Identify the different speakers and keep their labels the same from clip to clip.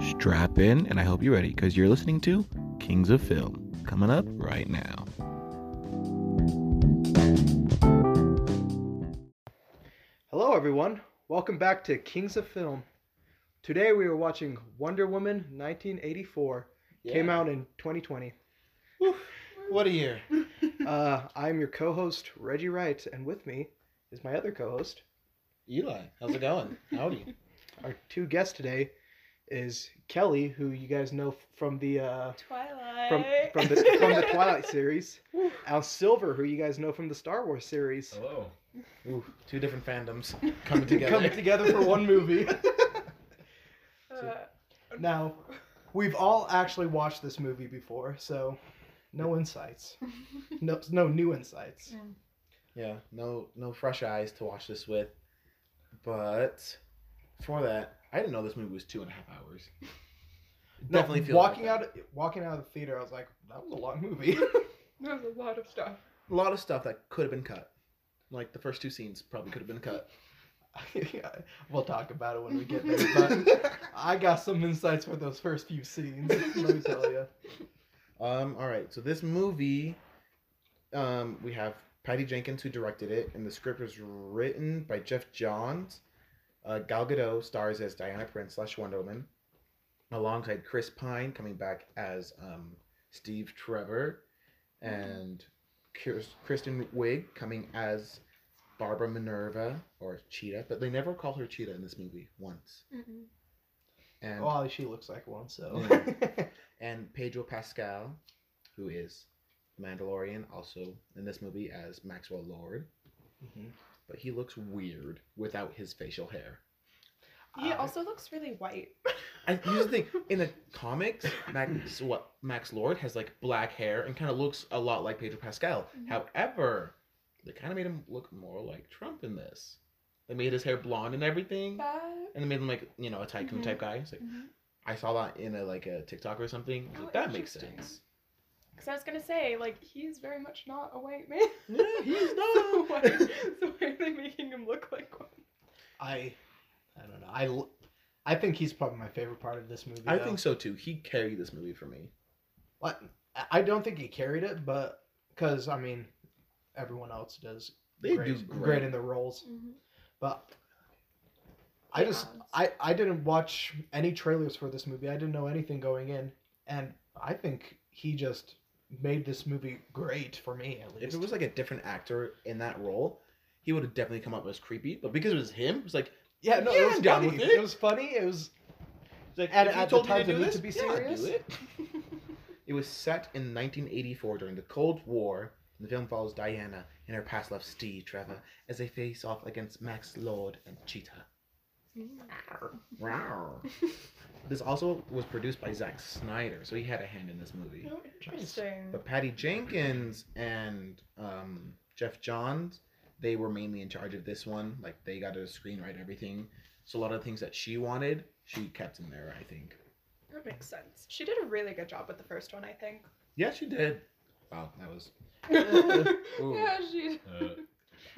Speaker 1: strap in, and I hope you're ready because you're listening to Kings of Film coming up right now.
Speaker 2: Hello, everyone. Welcome back to Kings of Film. Today we are watching Wonder Woman 1984. Came out in 2020.
Speaker 3: What a year.
Speaker 2: Uh, I'm your co-host Reggie Wright, and with me is my other co-host.
Speaker 3: Eli, how's it going? Howdy.
Speaker 2: Our two guests today is Kelly, who you guys know from the uh,
Speaker 4: Twilight.
Speaker 2: from from the from the Twilight series, Al Silver, who you guys know from the Star Wars series.
Speaker 5: Hello.
Speaker 3: Ooh, two different fandoms coming together.
Speaker 2: Coming together for one movie.
Speaker 4: Uh,
Speaker 2: Now, we've all actually watched this movie before, so no insights. No, no new insights.
Speaker 3: Yeah, no no fresh eyes to watch this with. But before that, I didn't know this movie was two and a half hours.
Speaker 2: No,
Speaker 3: Definitely feels
Speaker 2: walking
Speaker 3: like
Speaker 2: out, walking out of the theater, I was like, that was a long movie.
Speaker 4: There was a lot of stuff.
Speaker 3: A lot of stuff that could have been cut. Like the first two scenes probably could have been cut.
Speaker 2: we'll talk about it when we get there. But I got some insights for those first few scenes. Let me tell you.
Speaker 3: Um, all right. So this movie, um, we have Patty Jenkins who directed it, and the script was written by Jeff Johns. Uh, Gal Gadot stars as Diana Prince slash Wonder Woman, alongside Chris Pine coming back as um, Steve Trevor, and Kir- Kristen Wiig coming as Barbara Minerva or Cheetah, but they never call her Cheetah in this movie once. And
Speaker 2: Well, she looks like one, so.
Speaker 3: and Pedro Pascal, who is the Mandalorian, also in this movie as Maxwell Lord,
Speaker 2: Mhm.
Speaker 3: but he looks weird without his facial hair.
Speaker 4: He
Speaker 2: Uh,
Speaker 4: also looks really white.
Speaker 3: And here's the thing: in the comics, Max what Max Lord has like black hair and kind of looks a lot like Pedro Pascal.
Speaker 4: Mhm.
Speaker 3: However, they kind of made him look more like Trump in this. They made his hair blonde and everything,
Speaker 4: But
Speaker 3: and they made him like you know a tycoon
Speaker 4: Mhm.
Speaker 3: type guy. It's like I saw that in a like a TikTok or something. I was
Speaker 4: Oh,
Speaker 3: like, that makes
Speaker 4: interesting.
Speaker 3: sense.
Speaker 4: because I was gonna say, like, he's very much not a white man.
Speaker 3: Yeah, he's
Speaker 4: so, why,
Speaker 3: not.
Speaker 4: so why are they making him look like one?
Speaker 2: I, I don't know. I, l- I think he's probably my favorite part of this movie.
Speaker 3: I
Speaker 2: though.
Speaker 3: think so too. He carried this movie for me.
Speaker 2: Like, I- I don't think he carried it, but because I mean, everyone else does
Speaker 3: They
Speaker 2: great,
Speaker 3: do
Speaker 2: great.
Speaker 3: great.
Speaker 2: in the roles. But I
Speaker 4: Yeah.
Speaker 2: just Mm-hmm. I I didn't watch any trailers for this movie. I didn't know anything going in, and I think he just made this movie great for me at least.
Speaker 3: If it was like a different actor in that role, he would have definitely come up as creepy. But because it was him, it was like,
Speaker 2: yeah, no,
Speaker 3: Yeah,
Speaker 2: it was
Speaker 3: I'm down
Speaker 2: funny.
Speaker 3: with
Speaker 2: It.
Speaker 3: it.
Speaker 2: was funny. It was
Speaker 3: it's like
Speaker 2: At-
Speaker 3: if you
Speaker 2: at the
Speaker 3: told me
Speaker 2: time,
Speaker 3: to
Speaker 2: did
Speaker 3: do
Speaker 2: it need
Speaker 3: this,
Speaker 2: to be
Speaker 3: yeah, I'd do
Speaker 2: serious?
Speaker 3: it. It was set in 1984 during the Cold War. and The film follows Diana and her past love Steve Trevor as they face off against Max Lord and Cheetah. Rawr. this also was produced by Zack Snyder, so he had a hand in this movie.
Speaker 4: Oh, interesting.
Speaker 3: But Patty Jenkins and um, Jeff Johns, they were mainly in charge of this one. Like they got to screenwrite everything. So a lot of the things that she wanted, she kept in there, I think.
Speaker 4: That makes sense. She did a really good job with the first one, I think.
Speaker 3: Yeah, she did. Wow, that was. Ooh.
Speaker 4: yeah, she.
Speaker 5: Uh,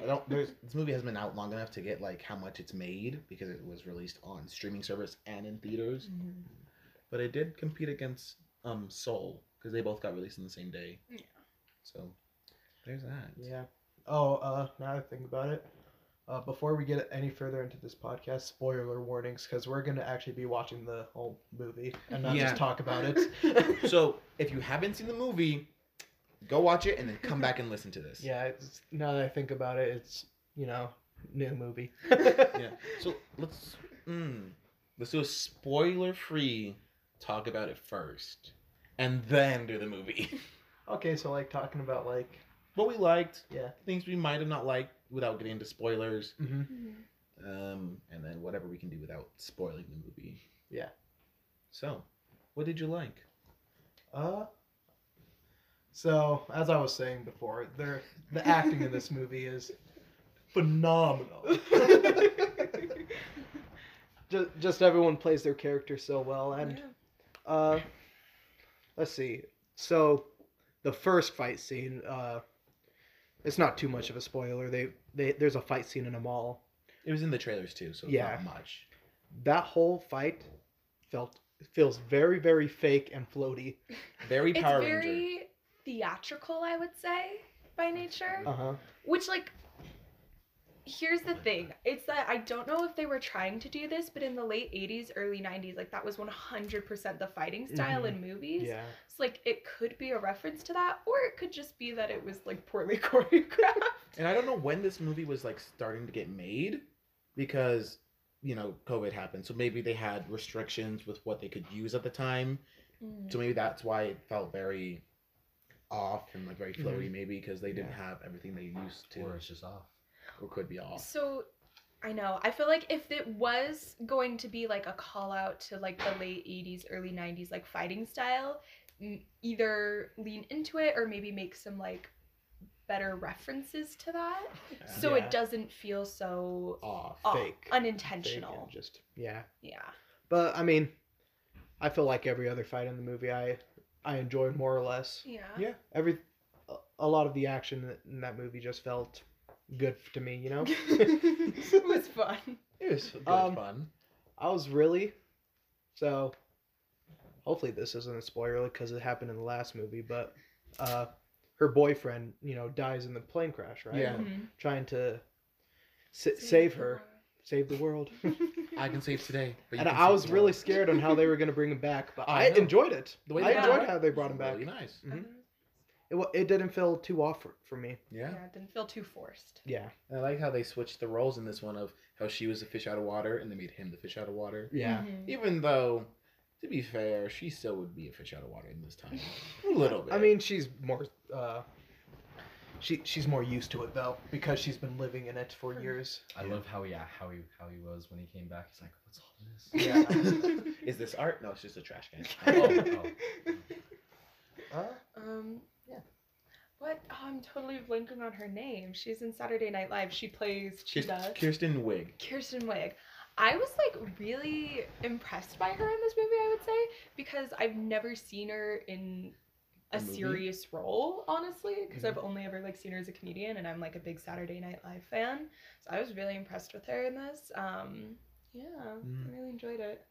Speaker 3: I don't. There's, this movie hasn't been out long enough to get like how much it's made because it was released on streaming service and in theaters. But it did compete against um Soul because they both got released on the same day.
Speaker 4: Yeah.
Speaker 3: So there's that.
Speaker 2: yeah. Oh, uh, now that I think about it. Uh, before we get any further into this podcast, spoiler warnings because we're gonna actually be watching the whole movie and not
Speaker 3: Yeah.
Speaker 2: just talk about it.
Speaker 3: So if you haven't seen the movie, go watch it and then come back and listen to this.
Speaker 2: Yeah, it's, now that I think about it, it's you know, new movie.
Speaker 3: Yeah. So let's mm, let's do a spoiler free talk about it first, and then do the movie.
Speaker 2: Okay, so like talking about like
Speaker 3: what we liked,
Speaker 2: yeah,
Speaker 3: things we might have not liked, without getting into spoilers,
Speaker 2: mm-hmm.
Speaker 3: um, and then whatever we can do without spoiling the movie.
Speaker 2: Yeah.
Speaker 3: So, what did you like?
Speaker 2: uh. So as I was saying before, there the acting in this movie is phenomenal. just just everyone plays their character so well, and
Speaker 4: Yeah.
Speaker 2: uh, let's see. So the first fight scene, uh, it's not too much of a spoiler. They they there's a fight scene in a mall.
Speaker 3: It was in the trailers too, so
Speaker 2: Yeah.
Speaker 3: not much.
Speaker 2: that whole fight felt It feels very, very fake and floaty.
Speaker 3: Very
Speaker 4: It's
Speaker 3: Power Ranger.
Speaker 4: very theatrical, I would say, by nature.
Speaker 2: Uh huh.
Speaker 4: Which, like, here's the thing. It's that I don't know if they were trying to do this, but in the late 80s, early 90s, like, that was 100% the fighting style in movies.
Speaker 2: Yeah.
Speaker 4: So, like, it could be a reference to that, or it could just be that it was, like, poorly choreographed.
Speaker 3: And I don't know when this movie was like starting to get made because you know COVID happened. So maybe they had restrictions with what they could use at the time. So maybe that's why it felt very off and like very floaty maybe because they didn't have everything they used to
Speaker 5: Or it's just off.
Speaker 3: or could be off.
Speaker 4: So I know. I feel like if it was going to be like a call out to like the late 80s, early 90s like fighting style, m- either lean into it or maybe make some like better references to that so
Speaker 2: Yeah.
Speaker 4: it doesn't feel so
Speaker 3: Off.
Speaker 4: off-
Speaker 2: Fake. Fake
Speaker 4: unintentional.
Speaker 2: and just yeah.
Speaker 4: yeah.
Speaker 2: But I mean, I feel like every other fight in the movie, I I enjoy more or less.
Speaker 4: Yeah.
Speaker 3: Yeah.
Speaker 2: Every a- a lot of the action in that movie just felt good to me. You know,
Speaker 4: it was fun.
Speaker 3: It was good
Speaker 2: Um,
Speaker 3: fun.
Speaker 2: I was really so. Hopefully, this isn't a spoiler because it happened in the last movie. But uh, her boyfriend, you know, dies in the plane crash, right?
Speaker 3: Yeah.
Speaker 4: Mhm.
Speaker 2: Trying to sa- save her, save the world.
Speaker 3: I can save today. But you
Speaker 2: and
Speaker 3: can
Speaker 2: I
Speaker 3: save
Speaker 2: was
Speaker 3: tomorrow.
Speaker 2: really scared on how they were going to bring him back, but
Speaker 3: I
Speaker 2: I,
Speaker 3: know.
Speaker 2: enjoyed it.
Speaker 3: The way
Speaker 2: I
Speaker 3: they
Speaker 2: enjoyed
Speaker 3: brought-
Speaker 2: how they brought him back.
Speaker 3: Really nice.
Speaker 2: It, wa- it didn't feel too off for, for me.
Speaker 3: Yeah.
Speaker 4: Yeah, it didn't feel too forced.
Speaker 2: Yeah.
Speaker 3: And I like how they switched the roles in this one of how she was the fish out of water and they made him the fish out of water.
Speaker 2: Yeah.
Speaker 4: Mhm.
Speaker 3: Even though, to be fair, she still would be a fish out of water in this time. A little bit.
Speaker 2: I mean, she's more uh she she's more used to it though because she's been living in it for
Speaker 4: Hmm.
Speaker 2: years.
Speaker 5: I love how he how he how he was when he came back. He's like, what's all
Speaker 4: Mm-hmm.
Speaker 5: this?
Speaker 3: Yeah. Is this art? No, it's just a trash can.
Speaker 5: Oh, oh.
Speaker 4: Um,
Speaker 3: Yeah.
Speaker 4: What? Oh, I'm totally blanking on her name. She's in Saturday Night Live. She plays
Speaker 3: She's
Speaker 4: Cheetah.
Speaker 3: Kirsten Wig.
Speaker 4: Kirsten Wiig. I was like really impressed by her in this movie, I would say, because I've never seen her in a,
Speaker 3: A movie?
Speaker 4: serious role, honestly, because
Speaker 3: Mhm.
Speaker 4: I've only ever like seen her as a comedian and I'm like a big Saturday Night Live fan. So I was really impressed with her in this. Um, yeah,
Speaker 3: Mm.
Speaker 4: I really enjoyed it.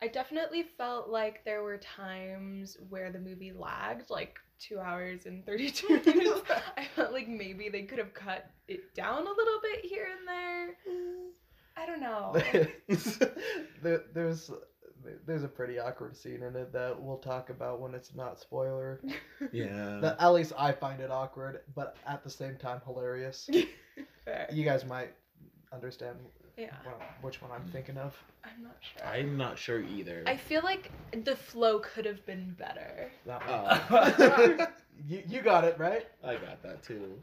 Speaker 4: I definitely felt like there were times where the movie lagged, like two hours and 32 minutes. I felt like maybe they could have cut it down a little bit here and there. I don't know.
Speaker 2: there, there's there's a pretty awkward scene in it that we'll talk about when it's not spoiler.
Speaker 3: Yeah.
Speaker 2: That, at least I find it awkward, but at the same time hilarious.
Speaker 4: Fair.
Speaker 2: you guys might understand
Speaker 4: Yeah,
Speaker 2: what- which one I'm thinking of.
Speaker 4: I'm not sure. I,
Speaker 3: I'm not sure either.
Speaker 4: feel like the flow could have been better.
Speaker 2: That one.
Speaker 3: Oh.
Speaker 2: you you got it right.
Speaker 3: I got that too.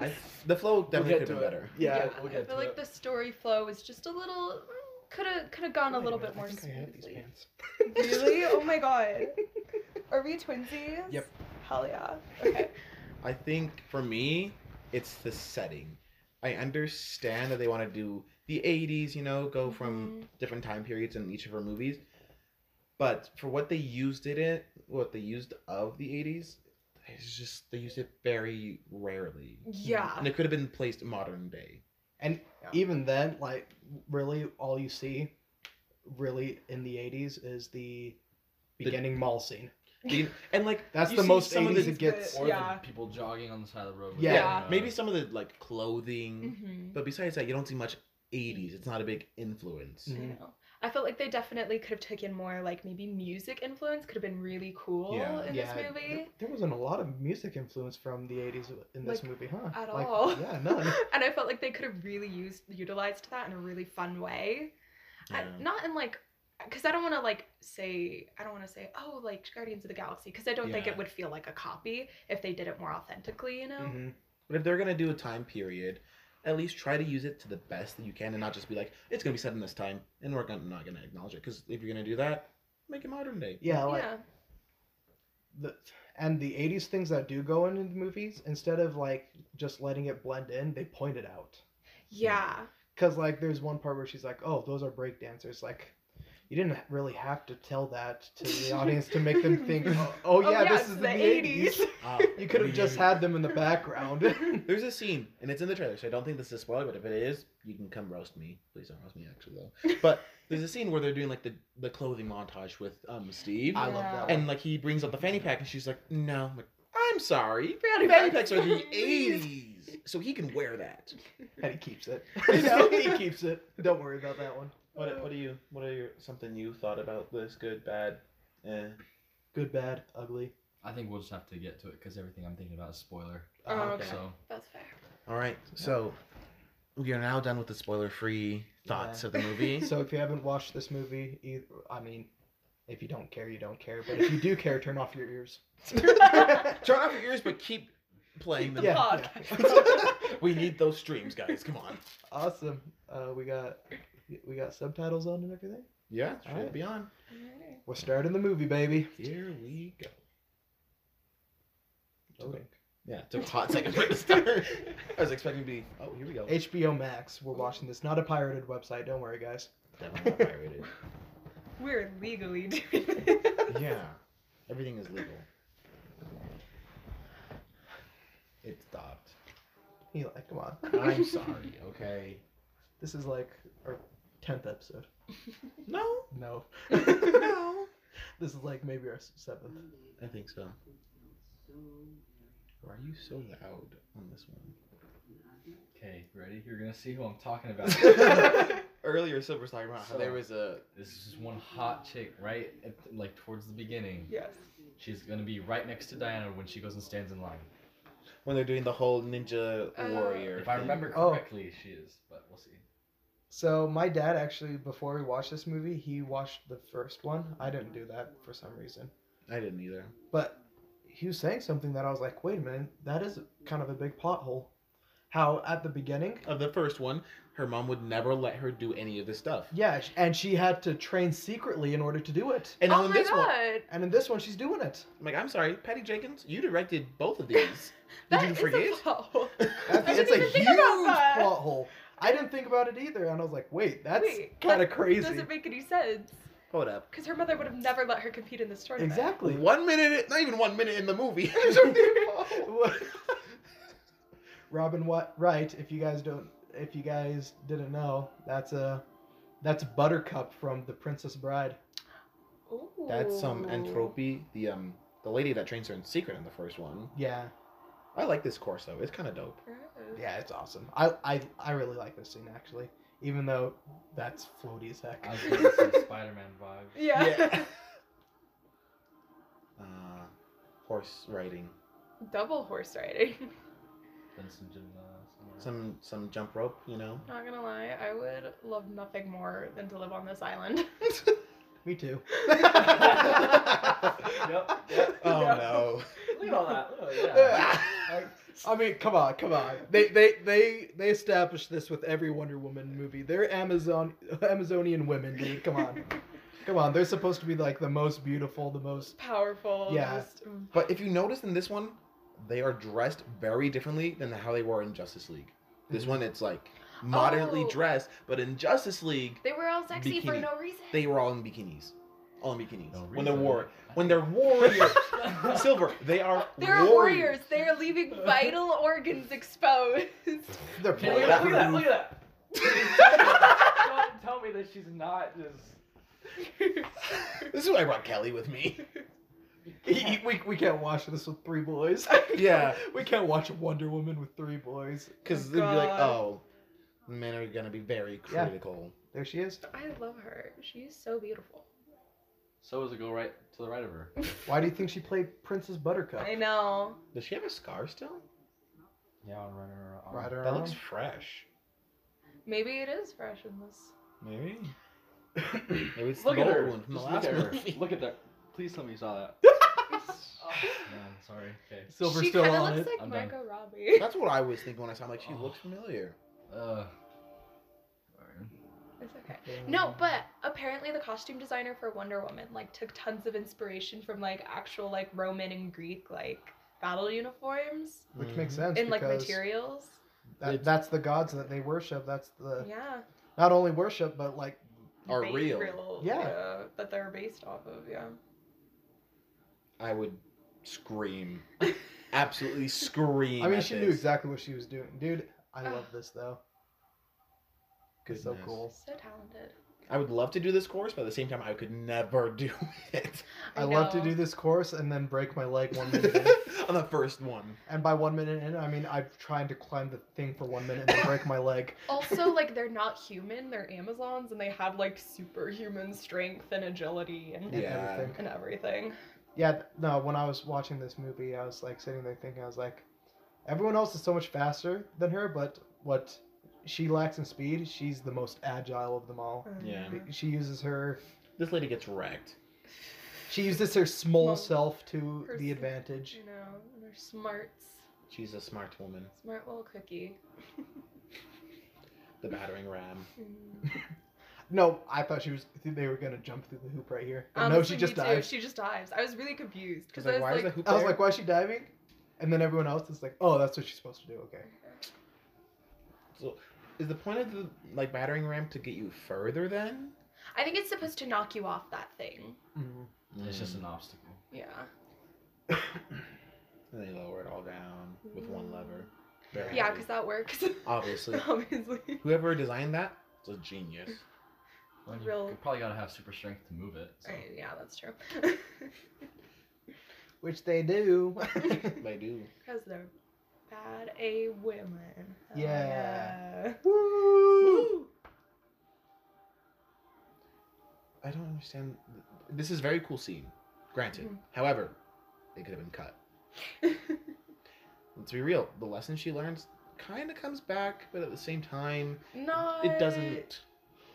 Speaker 3: I, the flow definitely
Speaker 2: get
Speaker 3: could be
Speaker 2: to it.
Speaker 3: better.
Speaker 2: Yeah,
Speaker 5: we'll get
Speaker 4: I feel
Speaker 5: to
Speaker 4: like
Speaker 5: it.
Speaker 4: the story flow was just a little could have could have gone a
Speaker 2: Wait
Speaker 4: little
Speaker 2: minute,
Speaker 4: bit more
Speaker 2: I think I have these
Speaker 4: smoothly.
Speaker 2: pants.
Speaker 4: Really? Oh my god. Are we twinsies?
Speaker 2: Yep.
Speaker 4: Hell yeah. Okay.
Speaker 3: I think for me, it's the setting. I understand that they want to do the 80s, you know, go from different time periods in each of her movies. But for what they used it in, what they used of the 80s, it's just they used it very rarely.
Speaker 4: Yeah.
Speaker 3: And it could have been placed modern day.
Speaker 2: And even then, like really, all you see, really in the '80s is the
Speaker 3: The-
Speaker 2: beginning mall scene.
Speaker 3: The- And like
Speaker 2: That's
Speaker 3: you
Speaker 2: the
Speaker 3: see
Speaker 2: most
Speaker 3: some of
Speaker 2: 80s
Speaker 3: the-
Speaker 2: it gets.
Speaker 5: Or
Speaker 4: Yeah.
Speaker 5: the people jogging on the side of the road. with
Speaker 2: Yeah.
Speaker 5: their, uh,
Speaker 3: maybe some of the like clothing,
Speaker 2: Mm-hmm.
Speaker 4: Mhm.
Speaker 3: but besides that, you don't see much 80s. It's not a big influence.
Speaker 4: I
Speaker 2: Mhm.
Speaker 4: know. I felt like they definitely could have taken more like maybe music influence could have been really cool
Speaker 3: Yeah.
Speaker 4: in this
Speaker 2: th-
Speaker 4: movie.
Speaker 2: there wasn't a lot of music influence from the '80s in this
Speaker 4: Like,
Speaker 2: movie, huh?
Speaker 4: at
Speaker 2: Like,
Speaker 4: all.
Speaker 2: Yeah, none.
Speaker 4: and I felt like they could have really used utilized that in a really fun way. I-
Speaker 3: Yeah.
Speaker 4: not in like, because I don't want to like say I don't want to say oh like Guardians of the Galaxy because I don't think
Speaker 3: Yeah.
Speaker 4: it would feel like a copy if they did it more authentically. You know.
Speaker 2: Mhm.
Speaker 3: But if they're gonna do a time period, at least try to use it to the best that you can, and not just be like, it's gonna be set in this time, and we're gonna, not gonna acknowledge it. Because if you're gonna do that, make it modern day.
Speaker 2: Yeah, like
Speaker 4: Yeah.
Speaker 2: the and the '80s things that do go into the movies, instead of like just letting it blend in, they point it out.
Speaker 4: Yeah.
Speaker 2: Cause like there's one part where she's like, "Oh, those are break dancers." Like, you didn't really have to tell that to the audience to make them think, oh, oh, yeah, this
Speaker 4: it's
Speaker 2: is the, 80s. You could have just
Speaker 3: had.
Speaker 2: had them in the background.
Speaker 3: Ah. There's a scene, and it's in the trailer, so I don't think this is a spoiler, but if it is, you can come roast me. Please don't roast me, actually, though. But there's a scene where they're doing, like, the, the clothing montage with um Steve.
Speaker 2: I love
Speaker 4: Yeah.
Speaker 2: that.
Speaker 3: And, like, he brings up the fanny pack, and she's like, no. I'm like, I'm sorry. Fanny,
Speaker 4: Fanny
Speaker 3: fanny
Speaker 4: packs
Speaker 3: packs are
Speaker 4: are
Speaker 3: the
Speaker 4: these."
Speaker 3: 80s. So he can wear that.
Speaker 2: and he keeps it. You know, he keeps it. Don't worry about that one.
Speaker 3: What, what do you, what are your, something you thought about this? Good, bad, eh?
Speaker 2: Good, bad, ugly.
Speaker 5: I think we'll just have to get to it because everything I'm thinking about is spoiler.
Speaker 4: Oh,
Speaker 2: Uh-huh.
Speaker 4: okay.
Speaker 5: So
Speaker 4: That's fair.
Speaker 3: All right, so we are now done with the spoiler-free thoughts
Speaker 2: Yeah.
Speaker 3: of the movie.
Speaker 2: So if you haven't watched this movie, either, I mean, if you don't care, you don't care. But if you do care, turn off your ears.
Speaker 3: Turn off your ears, but keep playing them.
Speaker 4: the
Speaker 2: Yeah,
Speaker 4: podcast.
Speaker 3: we need those streams, guys. Come on.
Speaker 2: Awesome. Uh, we got we got subtitles on and everything.
Speaker 3: Yeah,
Speaker 2: should Alright.
Speaker 3: be on.
Speaker 2: We're starting the movie, baby.
Speaker 3: Here we go.
Speaker 2: Okay.
Speaker 3: Yeah, it took a hot second for it to start. I was expecting to be. Oh, here we go.
Speaker 2: HBO Max. We're watching this. Not a pirated website. Don't worry, guys.
Speaker 3: Definitely not pirated.
Speaker 4: We're legally doing this.
Speaker 3: yeah, everything is legal. It stopped.
Speaker 2: He like, come on.
Speaker 3: I'm sorry. Okay.
Speaker 2: This is like our tenth episode.
Speaker 3: No.
Speaker 2: No, this is like maybe our s- seventh.
Speaker 3: I think so. Why are you so loud on this one?
Speaker 5: okay, ready? You're gonna see who I'm talking about.
Speaker 3: Earlier, Silver was talking about how there was a
Speaker 5: this is just one hot chick, right? At, like towards the beginning.
Speaker 4: yes.
Speaker 5: She's gonna be right next to Diana when she goes and stands in line.
Speaker 3: when they're doing the whole ninja
Speaker 4: Uh,
Speaker 3: warrior.
Speaker 5: If I
Speaker 3: thing.
Speaker 5: remember
Speaker 2: Oh.
Speaker 5: correctly, she is, but we'll see.
Speaker 2: So my dad actually, before we watched this movie, he watched the first one. I didn't do that for some reason,
Speaker 3: I didn't either.
Speaker 2: but he was saying something that I was like, wait a minute, that is kind of a big pothole. How at the beginning,
Speaker 3: Of the first one, her mom would never let her do any of this stuff.
Speaker 2: yeah, sh- and she had to train secretly in order to do it.
Speaker 3: And
Speaker 4: oh
Speaker 3: on
Speaker 4: my
Speaker 3: this
Speaker 4: god.
Speaker 3: one,
Speaker 2: And in this one, she's doing it.
Speaker 3: I'm like, I'm sorry, Patty Jenkins, you directed both of these. Did
Speaker 4: That
Speaker 3: you
Speaker 4: is a
Speaker 3: forget?
Speaker 4: pothole.
Speaker 2: I think
Speaker 4: didn't
Speaker 2: it's a
Speaker 4: even
Speaker 2: huge
Speaker 4: think about that.
Speaker 2: plot hole. I didn't think about it either, and I was like, wait, that's
Speaker 4: Wait,
Speaker 2: kind of
Speaker 4: that
Speaker 2: crazy.
Speaker 4: Doesn't make any sense.
Speaker 3: Hold up.
Speaker 4: Because her mother would have never let her compete in this tournament.
Speaker 2: Exactly.
Speaker 3: One minute, not even one minute in the movie.
Speaker 2: Robin what right, if you guys don't if you guys didn't know, that's a that's Buttercup from The Princess Bride.
Speaker 4: Ooh.
Speaker 3: That's um Entropy, the um the lady that trains her in secret in the first one.
Speaker 2: Yeah.
Speaker 3: I like this course though. It's kind of dope.
Speaker 2: Yeah, it's awesome. I I, I really like this scene actually. Even though that's floaty as
Speaker 5: I
Speaker 2: heck.
Speaker 5: was gonna say Spider-Man vibes.
Speaker 4: Yeah.
Speaker 3: uh, horse riding.
Speaker 4: Double horse riding.
Speaker 5: Then some gymnastics.
Speaker 3: Some some jump rope, you know.
Speaker 4: Not gonna lie, I would love nothing more than to live on this island.
Speaker 2: Me too.
Speaker 5: Yep. yep. Oh,
Speaker 3: Oh
Speaker 4: Yeah.
Speaker 3: no.
Speaker 5: Look at all that. Look at all that.
Speaker 2: I mean, come on, come on. They they they they established this with every Wonder Woman movie. They're Amazon Amazonian women, dude. Come on. Come on. They're supposed to be like the most beautiful, the most
Speaker 4: Powerful.
Speaker 2: Yeah.
Speaker 4: Just,
Speaker 3: But if you notice in this one, they are dressed very differently than how they were in Justice League. This one, it's like moderately
Speaker 4: Oh.
Speaker 3: dressed, but in Justice League,
Speaker 4: they were all sexy for
Speaker 3: Bikini.
Speaker 4: no reason.
Speaker 3: they were all in bikinis, all in bikinis.
Speaker 5: No
Speaker 3: when they're
Speaker 5: reason.
Speaker 3: war, when they're warriors, silver, they are
Speaker 4: They're
Speaker 3: warriors.
Speaker 4: warriors. They are leaving vital organs exposed.
Speaker 2: they're
Speaker 5: Okay, look, at, look at that! Look at that! Don't tell me that she's not just.
Speaker 3: This is why I brought Kelly with me.
Speaker 2: we, we can't watch this with three boys.
Speaker 3: Yeah,
Speaker 2: we can't watch Wonder Woman with three boys.
Speaker 3: because they'd be like,
Speaker 4: God.
Speaker 3: oh, men are gonna be very
Speaker 2: Yeah.
Speaker 3: critical.
Speaker 2: There she is.
Speaker 4: I love her. She's so beautiful.
Speaker 5: So is it go right to the right of her?
Speaker 2: Why do you think she played Princess Buttercup?
Speaker 4: I know.
Speaker 3: Does she have a scar still?
Speaker 5: Yeah, on right her arm.
Speaker 2: Right
Speaker 3: That looks fresh.
Speaker 4: Maybe it is fresh in this.
Speaker 3: Maybe. Maybe it's
Speaker 5: Look
Speaker 3: the
Speaker 5: at
Speaker 3: old
Speaker 5: her.
Speaker 3: one from the
Speaker 5: Just
Speaker 3: last
Speaker 5: look at her.
Speaker 3: movie.
Speaker 5: Look at that. Please tell me you saw that. Oh. Man, sorry. Okay.
Speaker 2: Silver's
Speaker 4: she
Speaker 2: still
Speaker 4: kinda
Speaker 2: on
Speaker 4: looks
Speaker 2: it.
Speaker 4: like
Speaker 5: I'm done.
Speaker 4: Margot Robbie.
Speaker 3: That's what I was thinking when I saw. him, like, she
Speaker 5: Oh.
Speaker 3: looks familiar.
Speaker 5: Uh.
Speaker 4: It's okay. No, but apparently the costume designer for Wonder Woman like took tons of inspiration from like actual like Roman and Greek like battle uniforms
Speaker 2: Which
Speaker 3: Mm.
Speaker 2: makes sense.
Speaker 4: and like
Speaker 2: because
Speaker 4: materials.
Speaker 2: that- that's the gods that they worship. That's the
Speaker 4: Yeah.
Speaker 2: not only worship, but like
Speaker 3: are
Speaker 4: ba-
Speaker 3: real.
Speaker 2: Yeah.
Speaker 4: uh, that they're based off of. Yeah.
Speaker 3: I would scream, absolutely scream.
Speaker 2: I mean,
Speaker 3: at
Speaker 2: she
Speaker 3: this.
Speaker 2: knew exactly what she was doing, dude. I love this though. It's so
Speaker 3: Goodness.
Speaker 2: cool.
Speaker 4: So talented.
Speaker 3: I would love to do this course, but at the same time, I could never do it.
Speaker 2: I, love to
Speaker 4: know.
Speaker 2: do this course and then break my leg one minute. in.
Speaker 3: On the first one.
Speaker 2: And by one minute in, I mean I'm trying to climb the thing for one minute and then break my leg.
Speaker 4: Also, like they're not human; they're Amazons, and they have like superhuman strength and agility and
Speaker 2: and
Speaker 3: Yeah.
Speaker 2: everything.
Speaker 4: and everything.
Speaker 2: Yeah, th- no, when I was watching this movie, I was like sitting there thinking, I was like, everyone else is so much faster than her, but what she lacks in speed, she's the most agile of them all.
Speaker 3: Yeah.
Speaker 4: Uh-huh. Um,
Speaker 2: She uses her
Speaker 3: This lady gets wrecked.
Speaker 2: she uses her small
Speaker 4: Well,
Speaker 2: self to
Speaker 4: her
Speaker 2: the
Speaker 4: s-
Speaker 2: advantage.
Speaker 4: You know, and they're smarts,
Speaker 3: She's a smart woman.
Speaker 4: smart little cookie.
Speaker 3: The battering ram.
Speaker 4: Mm.
Speaker 2: No, I thought she was they were gonna jump through the hoop right here. But no,
Speaker 4: Honestly,
Speaker 2: she just
Speaker 4: me too.
Speaker 2: dives.
Speaker 4: She just dives. I was really confused
Speaker 3: She's
Speaker 4: because I
Speaker 3: like,
Speaker 4: was
Speaker 3: why
Speaker 4: like,
Speaker 3: is the hoop
Speaker 2: I was
Speaker 3: there?
Speaker 2: like, why is she diving? And then everyone else is like, oh, that's what she's supposed to do. Okay.
Speaker 3: So, is the point of the like battering ram to get you further then?
Speaker 4: I think it's supposed to knock you off that thing.
Speaker 3: Mm-hmm.
Speaker 5: It's just
Speaker 3: Mm.
Speaker 5: an obstacle.
Speaker 4: Yeah.
Speaker 3: And they lower it all down with one lever.
Speaker 4: Yeah,
Speaker 3: Very
Speaker 4: 'cause yeah,
Speaker 3: heavy.
Speaker 4: because that works.
Speaker 3: obviously
Speaker 4: Obviously.
Speaker 3: whoever designed that was a genius.
Speaker 5: Well, you
Speaker 4: Real-
Speaker 5: probably gotta have super strength to move it. So.
Speaker 4: Right, yeah, that's true.
Speaker 2: Which they do.
Speaker 3: They do.
Speaker 4: Because they're bad A women. Oh,
Speaker 2: Yeah.
Speaker 4: yeah.
Speaker 2: Woo!
Speaker 3: I don't understand. This is a very cool scene, granted.
Speaker 4: Mhm.
Speaker 3: However, it could have been cut. Let's be real. The lesson she learns kind of comes back, but at the same time,
Speaker 4: no.
Speaker 3: it doesn't.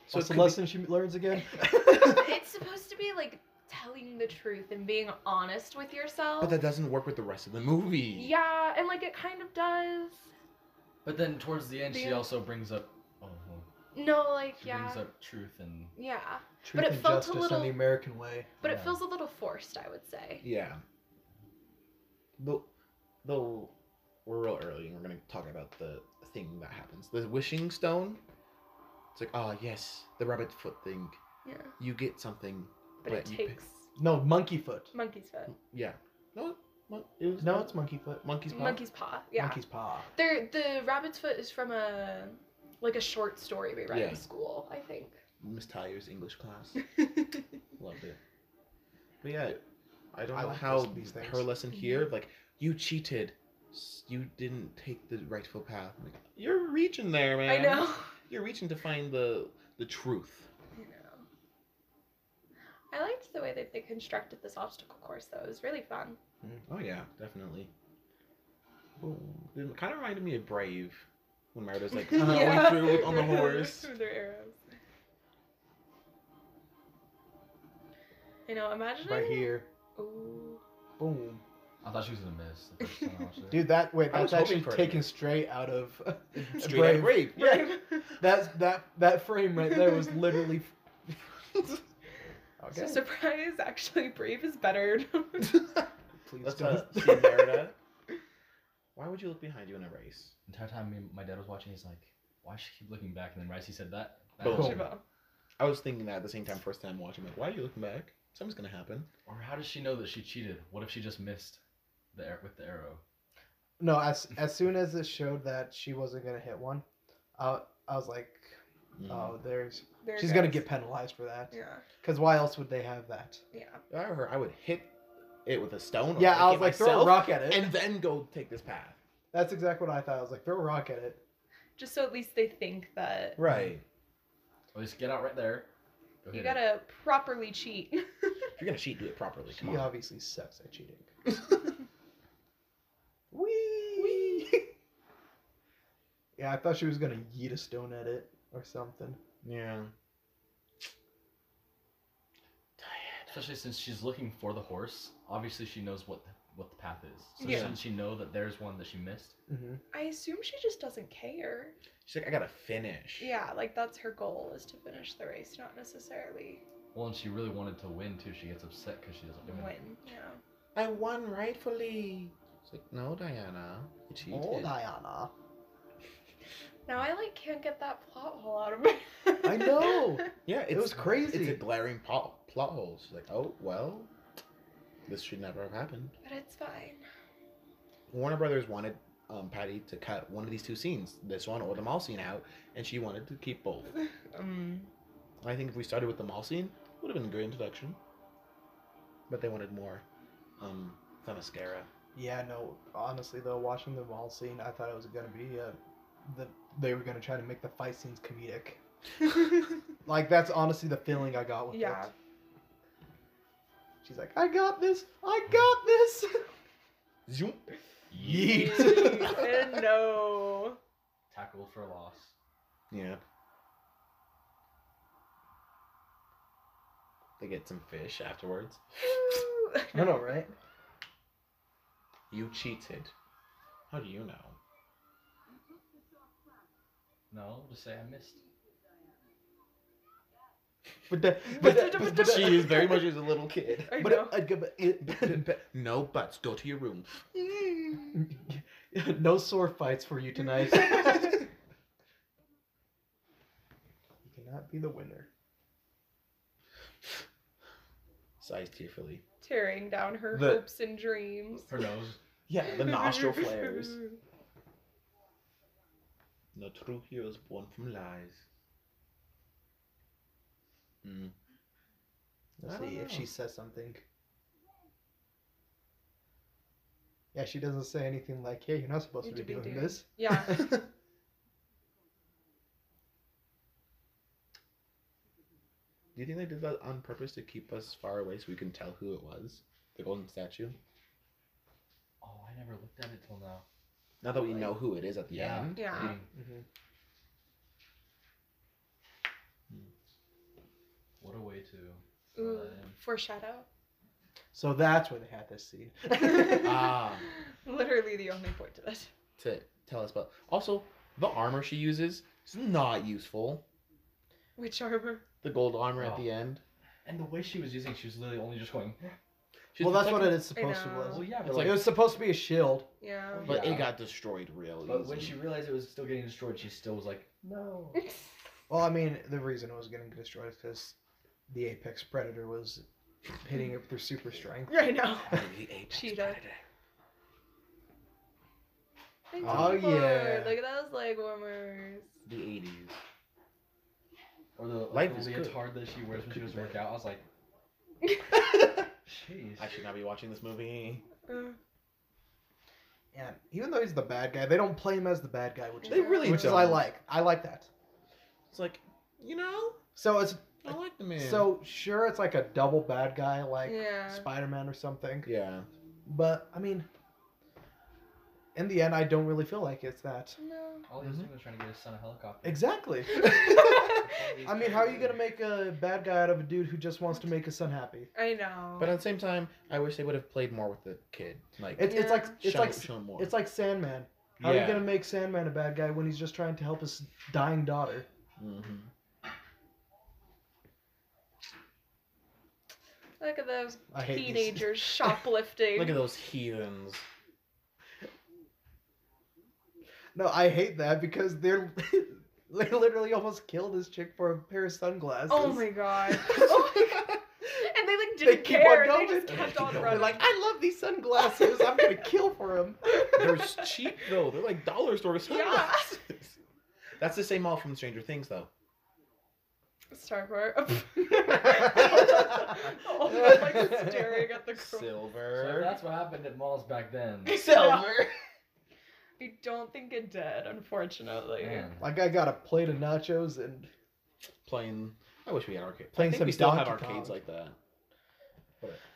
Speaker 3: So
Speaker 2: What's
Speaker 3: it's
Speaker 2: the
Speaker 3: a
Speaker 2: lesson she learns again?
Speaker 4: it's supposed to be like telling the truth and being honest with yourself.
Speaker 3: but that doesn't work with the rest of the movie.
Speaker 4: yeah, and like it kind of does.
Speaker 5: But then towards the end, she
Speaker 4: Yeah.
Speaker 5: also brings up. Oh, well,
Speaker 4: No, like
Speaker 5: she
Speaker 4: yeah.
Speaker 5: brings up truth and.
Speaker 4: Yeah.
Speaker 2: Truth
Speaker 4: it
Speaker 2: and
Speaker 4: felt a
Speaker 2: justice
Speaker 4: little-
Speaker 2: in the American way.
Speaker 4: But it
Speaker 5: Yeah.
Speaker 4: feels a little forced, I would say.
Speaker 3: Yeah. Though, though, we're real early and we're gonna talk about the thing that happens. The wishing stone. It's like, oh yes, the rabbit foot thing.
Speaker 4: Yeah.
Speaker 3: You get something.
Speaker 4: But it
Speaker 3: you pick-
Speaker 4: takes
Speaker 2: No, monkey foot.
Speaker 4: monkey's foot.
Speaker 3: Yeah. No. mon- It was
Speaker 2: No, it's monkey foot.
Speaker 3: monkey's paw.
Speaker 4: Monkey's paw. Yeah.
Speaker 2: Monkey's paw.
Speaker 4: They're, the rabbit's foot is from a like a short story we read
Speaker 3: Yeah.
Speaker 4: in school, I think.
Speaker 3: Miss Tyler's English class. Loved it. But yeah, I don't
Speaker 2: I
Speaker 3: know
Speaker 2: like
Speaker 3: how
Speaker 2: this- these things.
Speaker 3: her lesson
Speaker 4: Mm-hmm.
Speaker 3: here, like you cheated, S- you didn't take the rightful path. I'm Like, you're reaching there, man.
Speaker 4: I know.
Speaker 3: You're reaching to find the the truth.
Speaker 4: I know. I liked the way that they constructed this obstacle course, though. It was really fun.
Speaker 3: Oh yeah, definitely. Ooh, It kind of reminded me of Brave, when Merida's like "Uh-huh,
Speaker 2: Yeah.
Speaker 3: going through with- on the horse.
Speaker 4: With their arrows. I know. Imagine.
Speaker 2: Right here.
Speaker 4: Ooh.
Speaker 2: Boom.
Speaker 5: I thought she was gonna miss the first time I watched it.
Speaker 2: Dude, that wait,
Speaker 3: I
Speaker 2: that's
Speaker 3: was hoping
Speaker 2: actually
Speaker 3: for it.
Speaker 2: taken straight out of
Speaker 3: Straight out of
Speaker 2: Brave.
Speaker 3: Brave. Yeah.
Speaker 4: Right.
Speaker 2: that's that that frame right there was literally
Speaker 4: So surprise, actually, brave is better.
Speaker 2: Please
Speaker 3: Let's
Speaker 2: don't.
Speaker 3: uh, see Merida. Why would you look behind you in a race?
Speaker 5: The entire time me, my dad was watching, he's like, "Why does she keep looking back?" And then Ricey said that. that
Speaker 6: Oh.
Speaker 3: Boom.
Speaker 5: happened.
Speaker 3: I was thinking that at the same time, first time watching, like, why are you looking back? Something's gonna happen.
Speaker 5: Or how does she know that she cheated? What if she just missed the ar- with the arrow?
Speaker 2: No, as as soon as it showed that she wasn't gonna hit one, I I was like,
Speaker 3: Mm. Um,
Speaker 2: oh, there's
Speaker 4: There it
Speaker 2: she's gonna
Speaker 4: goes.
Speaker 2: get penalized for that.
Speaker 4: Yeah.
Speaker 2: Cause why else would they have that?
Speaker 4: Yeah.
Speaker 3: If I were her, I would hit it with a stone. or
Speaker 2: Yeah,
Speaker 3: break
Speaker 2: I was
Speaker 3: it
Speaker 2: like, throw a
Speaker 3: myself,
Speaker 2: rock at it.
Speaker 3: and then go take this path.
Speaker 2: That's exactly what I thought. I was like, throw a rock at it.
Speaker 4: Just so at least they think that
Speaker 3: Right.
Speaker 5: Or just get out right there. Go
Speaker 4: you
Speaker 5: hit it.
Speaker 4: gotta properly cheat.
Speaker 3: If you're gonna cheat, do it properly.
Speaker 2: She
Speaker 3: Come on.
Speaker 2: obviously sucks at cheating. Wee. yeah, I thought she was gonna yeet a stone at it or something.
Speaker 3: Yeah.
Speaker 5: Especially since she's looking for the horse. Obviously, she knows what the, what the path is. So
Speaker 4: Yeah.
Speaker 5: shouldn't she know that there's one that she missed?
Speaker 2: hmm
Speaker 4: I assume she just doesn't care.
Speaker 3: She's like, I gotta finish.
Speaker 4: Yeah, like that's her goal is to finish the race, not necessarily
Speaker 5: Well, and she really wanted to win too. She gets upset because she doesn't win.
Speaker 4: win. Yeah.
Speaker 3: I won rightfully. It's like, no, Diana. You cheated.
Speaker 2: Oh, Diana.
Speaker 4: Now I like can't get that plot hole out of me.
Speaker 2: I know.
Speaker 3: Yeah, it's,
Speaker 2: was crazy.
Speaker 3: It's a glaring plot plot hole. She's like, oh well, this should never have happened.
Speaker 4: But it's fine.
Speaker 3: Warner Brothers wanted um, Patty to cut one of these two scenes, this one or the mall scene, out, and she wanted to keep both.
Speaker 4: Um,
Speaker 3: I think if we started with the mall scene, would have been a great introduction. But they wanted more. Um, Themyscira.
Speaker 2: Yeah, no. Honestly, though, watching the mall scene, I thought it was gonna be uh, the they were gonna try to make the fight scenes comedic. Like that's honestly the feeling I got with
Speaker 4: Yeah.
Speaker 2: it. She's like, I got this. I got this.
Speaker 3: Zoom.
Speaker 4: Yeet. and no.
Speaker 5: Tackle for loss.
Speaker 3: Yeah. They get some fish afterwards.
Speaker 2: I know, right?
Speaker 3: You cheated. How do you know?
Speaker 5: No, just say I missed.
Speaker 2: But the, but the, but, the-
Speaker 3: she is very much as a little kid.
Speaker 4: I
Speaker 2: But,
Speaker 4: know.
Speaker 2: uh, but it- but- but-
Speaker 3: No buts. Go to your room.
Speaker 2: no sore fights for you tonight. you cannot be the winner.
Speaker 3: Sighs tearfully.
Speaker 4: Tearing down her
Speaker 3: The-
Speaker 4: hopes and dreams.
Speaker 5: Her nose.
Speaker 3: Yeah, the nostril flares. No true hero is born from lies. Mm.
Speaker 2: Let's
Speaker 3: I don't
Speaker 2: see if
Speaker 3: know.
Speaker 2: she says something. Yeah, she doesn't say anything like, "Hey, you're not supposed
Speaker 4: You
Speaker 2: to be
Speaker 4: do be
Speaker 2: doing
Speaker 4: doing-
Speaker 2: this."
Speaker 4: Yeah.
Speaker 3: Do you think they did that on purpose to keep us far away so we can tell who it was? The golden statue?
Speaker 5: Oh, I never looked at it till now.
Speaker 3: Now that we know who it is at the
Speaker 5: Yeah.
Speaker 3: end.
Speaker 4: Yeah.
Speaker 5: Dang.
Speaker 2: Mhm.
Speaker 5: What a way to. throw
Speaker 4: Ooh,
Speaker 5: that in.
Speaker 4: foreshadow.
Speaker 2: So that's where they had this scene.
Speaker 3: Ah.
Speaker 4: Literally the only point to this.
Speaker 3: To tell us about. Also, the armor she uses is not useful.
Speaker 4: Which armor?
Speaker 3: The gold armor at
Speaker 5: Oh.
Speaker 3: the end.
Speaker 5: And the way she was using, she was literally only just going.
Speaker 3: She's
Speaker 2: well, that's what
Speaker 3: protecting-
Speaker 2: it is supposed to
Speaker 4: know.
Speaker 2: was.
Speaker 5: Well, yeah, but
Speaker 3: It's
Speaker 5: like,
Speaker 2: it was supposed to be a shield.
Speaker 4: Yeah.
Speaker 2: Oh
Speaker 3: But
Speaker 5: Yeah.
Speaker 3: it got destroyed real
Speaker 5: but when
Speaker 3: easy.
Speaker 5: she realized it was still getting destroyed, she still was like, no.
Speaker 2: Well, I mean, the reason it was getting destroyed is because the apex predator was hitting it with their super strength.
Speaker 4: right now.
Speaker 3: The apex
Speaker 4: Cheetah.
Speaker 3: predator.
Speaker 2: Oh, yeah.
Speaker 4: Look at those leg warmers.
Speaker 3: The 80s.
Speaker 5: Or the,
Speaker 3: Life
Speaker 5: like, the
Speaker 3: is good.
Speaker 5: leotard that she wears when she
Speaker 3: Could
Speaker 5: goes
Speaker 3: be
Speaker 5: to work
Speaker 3: better.
Speaker 5: out. I was like, jeez.
Speaker 3: I should not be watching this movie.
Speaker 4: Uh,
Speaker 2: Yeah, even though he's the bad guy, they don't play him as the bad guy, which
Speaker 4: They
Speaker 2: is,
Speaker 4: really
Speaker 2: which is I like. I like that.
Speaker 3: It's like, you know,
Speaker 2: So it's
Speaker 3: I like the man.
Speaker 2: so sure it's like a double bad guy like
Speaker 4: yeah.
Speaker 2: Spider Man or something,
Speaker 3: yeah,
Speaker 2: but I mean, in the end, I don't really feel like it's that.
Speaker 4: No.
Speaker 5: All he was
Speaker 3: Mhm.
Speaker 5: doing was trying to get his son a helicopter.
Speaker 2: Exactly. I mean, how are you gonna make a bad guy out of a dude who just wants to make his son happy?
Speaker 4: I know.
Speaker 3: but at the same time, I wish they would have played more with the kid. Like,
Speaker 2: It's it's
Speaker 4: Yeah.
Speaker 2: like it's
Speaker 3: shown,
Speaker 2: like
Speaker 3: shown more.
Speaker 2: It's like Sandman. How are you gonna make Sandman a bad guy when he's just trying to help his dying daughter?
Speaker 3: hmm
Speaker 4: Look at those
Speaker 2: I hate these-
Speaker 4: teenagers shoplifting.
Speaker 3: Look at those heathens.
Speaker 2: No, I hate that because they're they literally almost killed this chick for a pair of sunglasses.
Speaker 4: Oh my god. Oh my god. And they like didn't
Speaker 2: They keep
Speaker 4: care.
Speaker 2: on
Speaker 4: They just
Speaker 3: going.
Speaker 4: kept
Speaker 3: They keep
Speaker 4: on
Speaker 3: on
Speaker 2: They're
Speaker 4: running.
Speaker 2: like, I love these sunglasses. I'm gonna kill for them.
Speaker 3: They're s- cheap though. They're like dollar store
Speaker 4: Yeah.
Speaker 3: sunglasses. That's the same mall from Stranger Things though.
Speaker 4: Starport. All of them, Oh, like staring at the girl.
Speaker 5: So
Speaker 3: Silver.
Speaker 5: that's what happened at malls back then.
Speaker 3: Silver.
Speaker 4: I don't think it did, unfortunately.
Speaker 5: Man.
Speaker 2: Like I got a plate of nachos and
Speaker 3: Playing. I wish we had arcade.
Speaker 2: Playing
Speaker 3: I think
Speaker 2: some
Speaker 3: we still have
Speaker 2: Donkey Kong.
Speaker 3: arcades like that.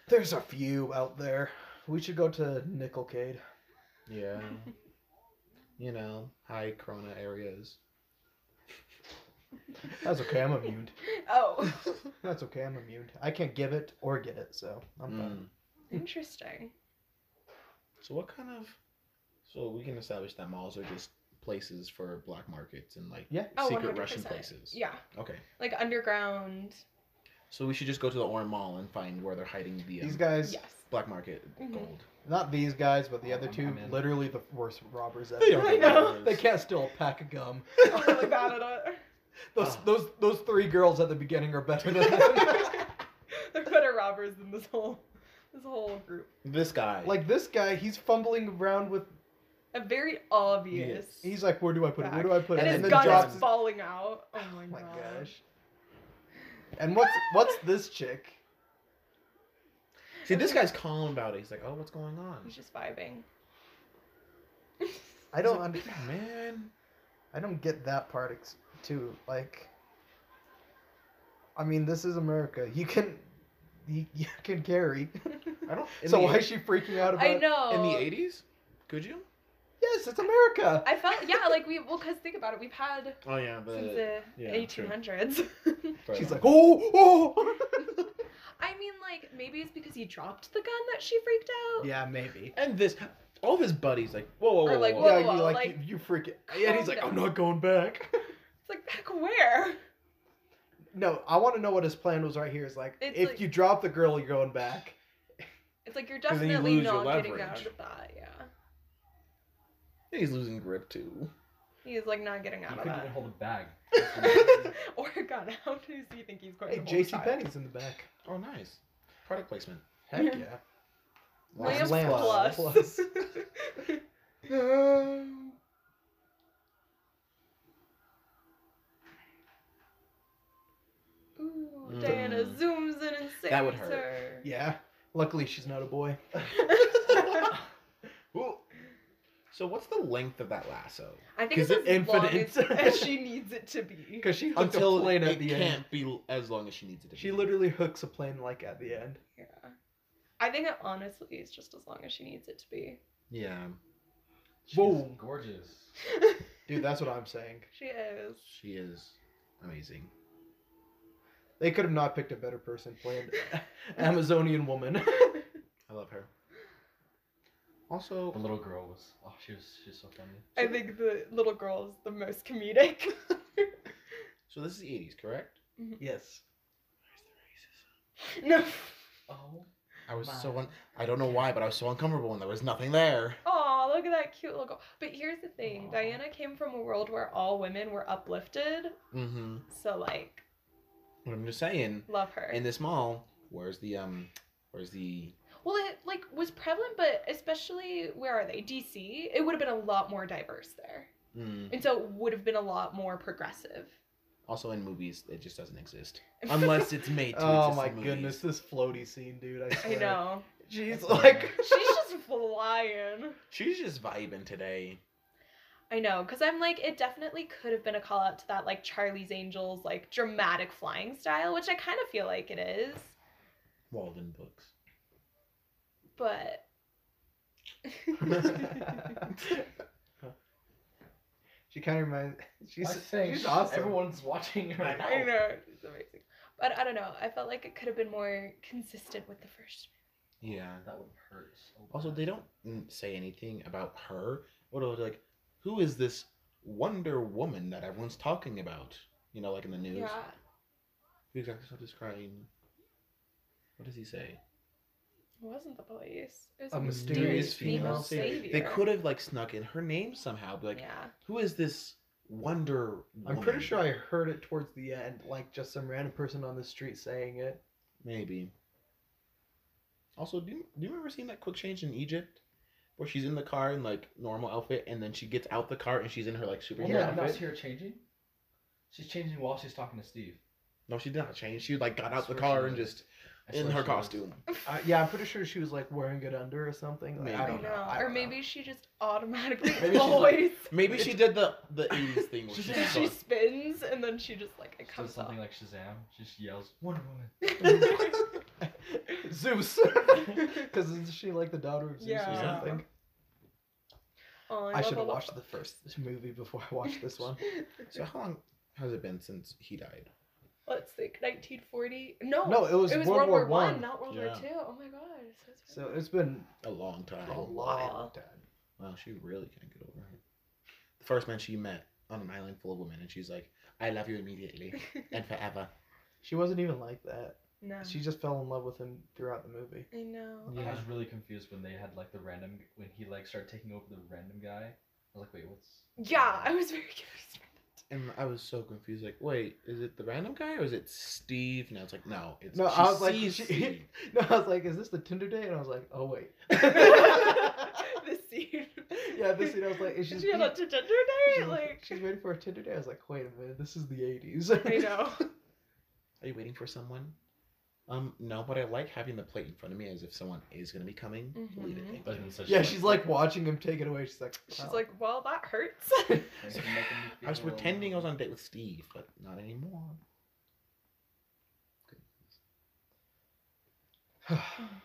Speaker 2: there's a few out there. We should go to Nickelcade.
Speaker 3: Yeah. you know, high Corona areas.
Speaker 2: That's okay. I'm immune.
Speaker 4: Oh,
Speaker 2: That's okay. I'm immune. I can't give it or get it, so I'm fine.
Speaker 3: Mm.
Speaker 4: interesting.
Speaker 3: So what kind of? So we can establish that malls are just places for black markets and like
Speaker 2: Yeah.
Speaker 4: Oh,
Speaker 3: secret
Speaker 4: 100%.
Speaker 3: Russian places.
Speaker 4: Yeah,
Speaker 3: Okay.
Speaker 4: like underground
Speaker 3: So we should just go to the Orin Mall and find where they're hiding the um,
Speaker 2: These guys,
Speaker 4: Yes.
Speaker 3: black market
Speaker 4: Mhm.
Speaker 3: gold.
Speaker 2: not these guys, but the other
Speaker 5: I'm-
Speaker 2: 2
Speaker 5: I'm in.
Speaker 2: literally the worst robbers ever.
Speaker 3: They don't
Speaker 4: I
Speaker 3: know
Speaker 4: know.
Speaker 3: where it
Speaker 2: They
Speaker 3: is.
Speaker 2: can't steal a pack of gum.
Speaker 4: I'm really bad at it.
Speaker 2: Those
Speaker 3: Ah.
Speaker 2: those those three girls at the beginning are better than them.
Speaker 4: They're better robbers than this whole this whole group.
Speaker 3: This guy.
Speaker 2: like this guy, he's fumbling around with.
Speaker 4: A very obvious.
Speaker 2: He's like, where do I put it? Where do I put
Speaker 4: and
Speaker 2: it?
Speaker 4: his
Speaker 3: and
Speaker 4: gun
Speaker 3: drops
Speaker 4: is
Speaker 3: his-
Speaker 4: falling out. Oh my,
Speaker 2: Oh my
Speaker 4: gosh.
Speaker 2: gosh. And what's what's this chick?
Speaker 3: See, this guy's calm about it. He's like, oh, what's going on?
Speaker 4: He's just vibing.
Speaker 2: I don't under,
Speaker 3: Yeah, man.
Speaker 2: I don't get that part ex- too. Like, I mean, this is America. You can you, you can carry.
Speaker 3: I don't. in
Speaker 2: so
Speaker 3: the
Speaker 2: why
Speaker 3: eight-
Speaker 2: is she freaking out about?
Speaker 4: I know.
Speaker 3: in the '80s? Could you?
Speaker 2: Yes, it's America.
Speaker 4: I felt yeah, like we well, cause think about it, we've had
Speaker 3: Oh yeah, but
Speaker 4: since the
Speaker 3: yeah, true.
Speaker 4: 1800s.
Speaker 3: but-
Speaker 2: She's like, oh, oh.
Speaker 4: I mean, like maybe it's because he dropped the gun that she freaked out.
Speaker 2: yeah, maybe.
Speaker 3: and this, all of his buddies like, whoa, whoa,
Speaker 4: Or
Speaker 3: whoa,
Speaker 4: like,
Speaker 3: whoa.
Speaker 4: whoa,
Speaker 2: yeah,
Speaker 4: whoa,
Speaker 2: you like,
Speaker 4: like,
Speaker 2: you, you freak it. And he's
Speaker 4: calm
Speaker 2: like, I'm
Speaker 4: down.
Speaker 2: not going back.
Speaker 4: It's like back where?
Speaker 2: No, I want to know what his plan was. Right here is like,
Speaker 4: It's
Speaker 2: if
Speaker 4: like-
Speaker 2: you drop the girl, you're going back.
Speaker 4: It's like you're
Speaker 3: 'Cause then you
Speaker 4: definitely
Speaker 3: lose your
Speaker 4: not getting
Speaker 3: leverage.
Speaker 4: out of that. Yeah,
Speaker 3: He's losing grip too.
Speaker 4: he's like not getting
Speaker 5: You
Speaker 4: out of
Speaker 5: couldn't even
Speaker 4: that.
Speaker 5: hold a bag.
Speaker 4: or a gun. How do you think he's going
Speaker 2: Hey,
Speaker 4: to hold a
Speaker 2: J.C.
Speaker 4: child?
Speaker 2: Penney's in the back.
Speaker 3: Oh, nice. Product placement.
Speaker 2: Heck yeah.
Speaker 4: Yeah. Lamps
Speaker 2: Lamps
Speaker 4: plus.
Speaker 2: plus.
Speaker 4: Ooh,
Speaker 3: Mm.
Speaker 4: Diana zooms in and saves
Speaker 3: That would hurt.
Speaker 4: her.
Speaker 2: Yeah. Luckily, she's not a boy.
Speaker 3: Ooh. So what's the length of that lasso?
Speaker 4: I think
Speaker 2: Is
Speaker 4: it's
Speaker 2: it
Speaker 4: as long as,
Speaker 2: infinite?
Speaker 4: as she needs it to be.
Speaker 2: Because she hooked
Speaker 3: Until
Speaker 2: a plane
Speaker 3: it,
Speaker 2: at the
Speaker 3: can't
Speaker 2: end.
Speaker 3: be l- as long as she needs it to
Speaker 2: She
Speaker 3: be.
Speaker 2: literally hooks a plane like at the end.
Speaker 4: Yeah. I think it honestly is just as long as she needs it to be.
Speaker 3: Yeah,
Speaker 5: She's
Speaker 2: Whoa.
Speaker 5: gorgeous.
Speaker 2: Dude, that's what I'm saying.
Speaker 4: she is.
Speaker 3: she is amazing.
Speaker 2: They could have not picked a better person playing Amazonian woman.
Speaker 3: I love her. Also,
Speaker 5: The little girl was. Oh, she was. She's so funny.
Speaker 4: I think the little girl is the most comedic.
Speaker 3: so this is the 80s, correct?
Speaker 2: yes.
Speaker 4: no.
Speaker 5: Oh.
Speaker 3: I was so
Speaker 5: My.
Speaker 3: un- I don't know why, but I was so uncomfortable and there was nothing there.
Speaker 4: Aw, look at that cute little girl. But here's the thing
Speaker 5: Aw.
Speaker 4: Diana came from a world where all women were uplifted.
Speaker 3: Mm-hmm.
Speaker 4: So, like,
Speaker 3: But I'm just saying,
Speaker 4: love her.
Speaker 3: in this mall, where's the um, where's the
Speaker 4: Well, it like was prevalent, but especially where are they? DC. It would have been a lot more diverse there,
Speaker 3: mm.
Speaker 4: and so it would have been a lot more progressive.
Speaker 3: also in movies it just doesn't exist unless it's made to
Speaker 2: Oh
Speaker 3: exist
Speaker 2: my
Speaker 3: in movies.
Speaker 2: goodness, this floaty scene, dude. I
Speaker 4: I
Speaker 2: swear.
Speaker 4: know
Speaker 2: She's like.
Speaker 4: she's just flying.
Speaker 3: She's just vibing today.
Speaker 4: I know, cause I'm like, it definitely could have been a call out to that like Charlie's Angels like dramatic flying style, which I kind of feel like it is,
Speaker 3: Walden books.
Speaker 4: but.
Speaker 2: she kind of reminds. She's,
Speaker 5: She's, saying
Speaker 2: she's awesome.
Speaker 5: Everyone's watching her.
Speaker 3: I know.
Speaker 4: I know it's amazing, but I don't know. I felt like it could have been more consistent with the first.
Speaker 3: Yeah.
Speaker 5: That would hurt. So bad.
Speaker 3: Also, they don't mm, say anything about her. What are they like? Who is this Wonder Woman that everyone's talking about? You know, like in the news.
Speaker 4: Yeah,
Speaker 3: Who exactly is describing? What does he say?
Speaker 4: it wasn't the police. It was
Speaker 2: A mysterious
Speaker 4: mysterious
Speaker 2: female
Speaker 4: female
Speaker 2: savior.
Speaker 4: savior.
Speaker 3: They could have like snuck in her name somehow. be Like,
Speaker 4: yeah.
Speaker 3: who is this Wonder?
Speaker 2: I'm
Speaker 3: Woman?
Speaker 2: pretty sure I heard it towards the end, like just some random person on the street saying it.
Speaker 3: Maybe. Also, do you, do you remember seeing that quick change in Egypt? Where she's in the car in like normal outfit and then she gets out the car and she's in her like super
Speaker 5: Oh,
Speaker 2: Yeah,
Speaker 5: yeah, you
Speaker 2: but-
Speaker 5: guys hear her changing? She's changing while she's talking to Steve.
Speaker 3: No, she did not change. She like got
Speaker 5: I
Speaker 3: out the
Speaker 5: swear
Speaker 3: car
Speaker 5: she
Speaker 3: and
Speaker 5: did.
Speaker 3: just
Speaker 5: I
Speaker 3: in
Speaker 5: swear
Speaker 3: her
Speaker 5: she does.
Speaker 3: costume.
Speaker 2: Uh, yeah, I'm pretty sure she was like wearing it under or something. Like, I
Speaker 4: I
Speaker 2: don't
Speaker 4: know.
Speaker 2: know. I
Speaker 4: or
Speaker 2: don't know.
Speaker 4: maybe she just automatically
Speaker 3: Maybe she's
Speaker 4: always
Speaker 3: Maybe she did the the eighties thing. Where
Speaker 5: She
Speaker 3: she
Speaker 5: did.
Speaker 3: just
Speaker 4: she
Speaker 3: saw-
Speaker 4: spins and then she just like
Speaker 5: She
Speaker 4: it
Speaker 5: does
Speaker 4: comes up.
Speaker 5: something like Shazam. She just yells, Wonder Woman.
Speaker 2: Zeus, because isn't she like the daughter of Zeus or
Speaker 4: Yeah.
Speaker 2: something?
Speaker 4: Oh,
Speaker 2: I should
Speaker 4: love
Speaker 2: have
Speaker 4: all the-
Speaker 2: watched the first movie before I watched this one.
Speaker 3: so how long has it been since he died?
Speaker 4: Let's think. 1940. No.
Speaker 2: No, it was,
Speaker 4: it was
Speaker 2: World, War
Speaker 4: One,
Speaker 2: One.
Speaker 4: not World War
Speaker 3: Yeah.
Speaker 4: Two. Oh my god. that's
Speaker 2: So
Speaker 4: right.
Speaker 2: it's been
Speaker 3: A long time.
Speaker 2: a
Speaker 5: Oh,
Speaker 2: long time.
Speaker 3: Wow, she really can't get over it. The first man she met on an island full of women, and she's like, "I love you immediately and forever."
Speaker 2: She wasn't even like that.
Speaker 4: No.
Speaker 2: She just fell in love with him throughout the movie.
Speaker 4: I know.
Speaker 2: Yeah.
Speaker 6: I was really confused when they had like the random when he like started taking over the random guy. I was like, wait, what's?
Speaker 4: Yeah, I was very confused.
Speaker 3: And I was so confused. Like, wait, is it the random guy or is it Steve? Now it's like, no, it's
Speaker 2: No,
Speaker 3: she
Speaker 2: I was like,
Speaker 3: sees
Speaker 2: she-
Speaker 3: Steve.
Speaker 2: No, I was like, is this the Tinder day? And I was like, oh wait.
Speaker 4: the scene.
Speaker 2: Yeah, this scene, I was like, is
Speaker 4: Did
Speaker 2: she's
Speaker 4: she have
Speaker 2: being-
Speaker 4: a Tinder day?
Speaker 2: she's,
Speaker 4: Like,
Speaker 2: she's waiting for a Tinder day. I was like, wait a minute, this is the eighties.
Speaker 4: I know.
Speaker 3: Are you waiting for someone? Um, no, but I like having the plate in front of me as if someone is gonna be coming. Leave it,
Speaker 4: Mhm.
Speaker 2: Mm-hmm.
Speaker 3: thank
Speaker 6: But
Speaker 3: you.
Speaker 6: then so
Speaker 2: Yeah, she's like watching him take it away. She's like,
Speaker 4: She's
Speaker 2: "Wow."
Speaker 4: like, well, that hurts.
Speaker 6: "Thanks for making me
Speaker 3: I was
Speaker 6: feel
Speaker 3: pretending I was on
Speaker 6: alone."
Speaker 3: a date with Steve, but not anymore.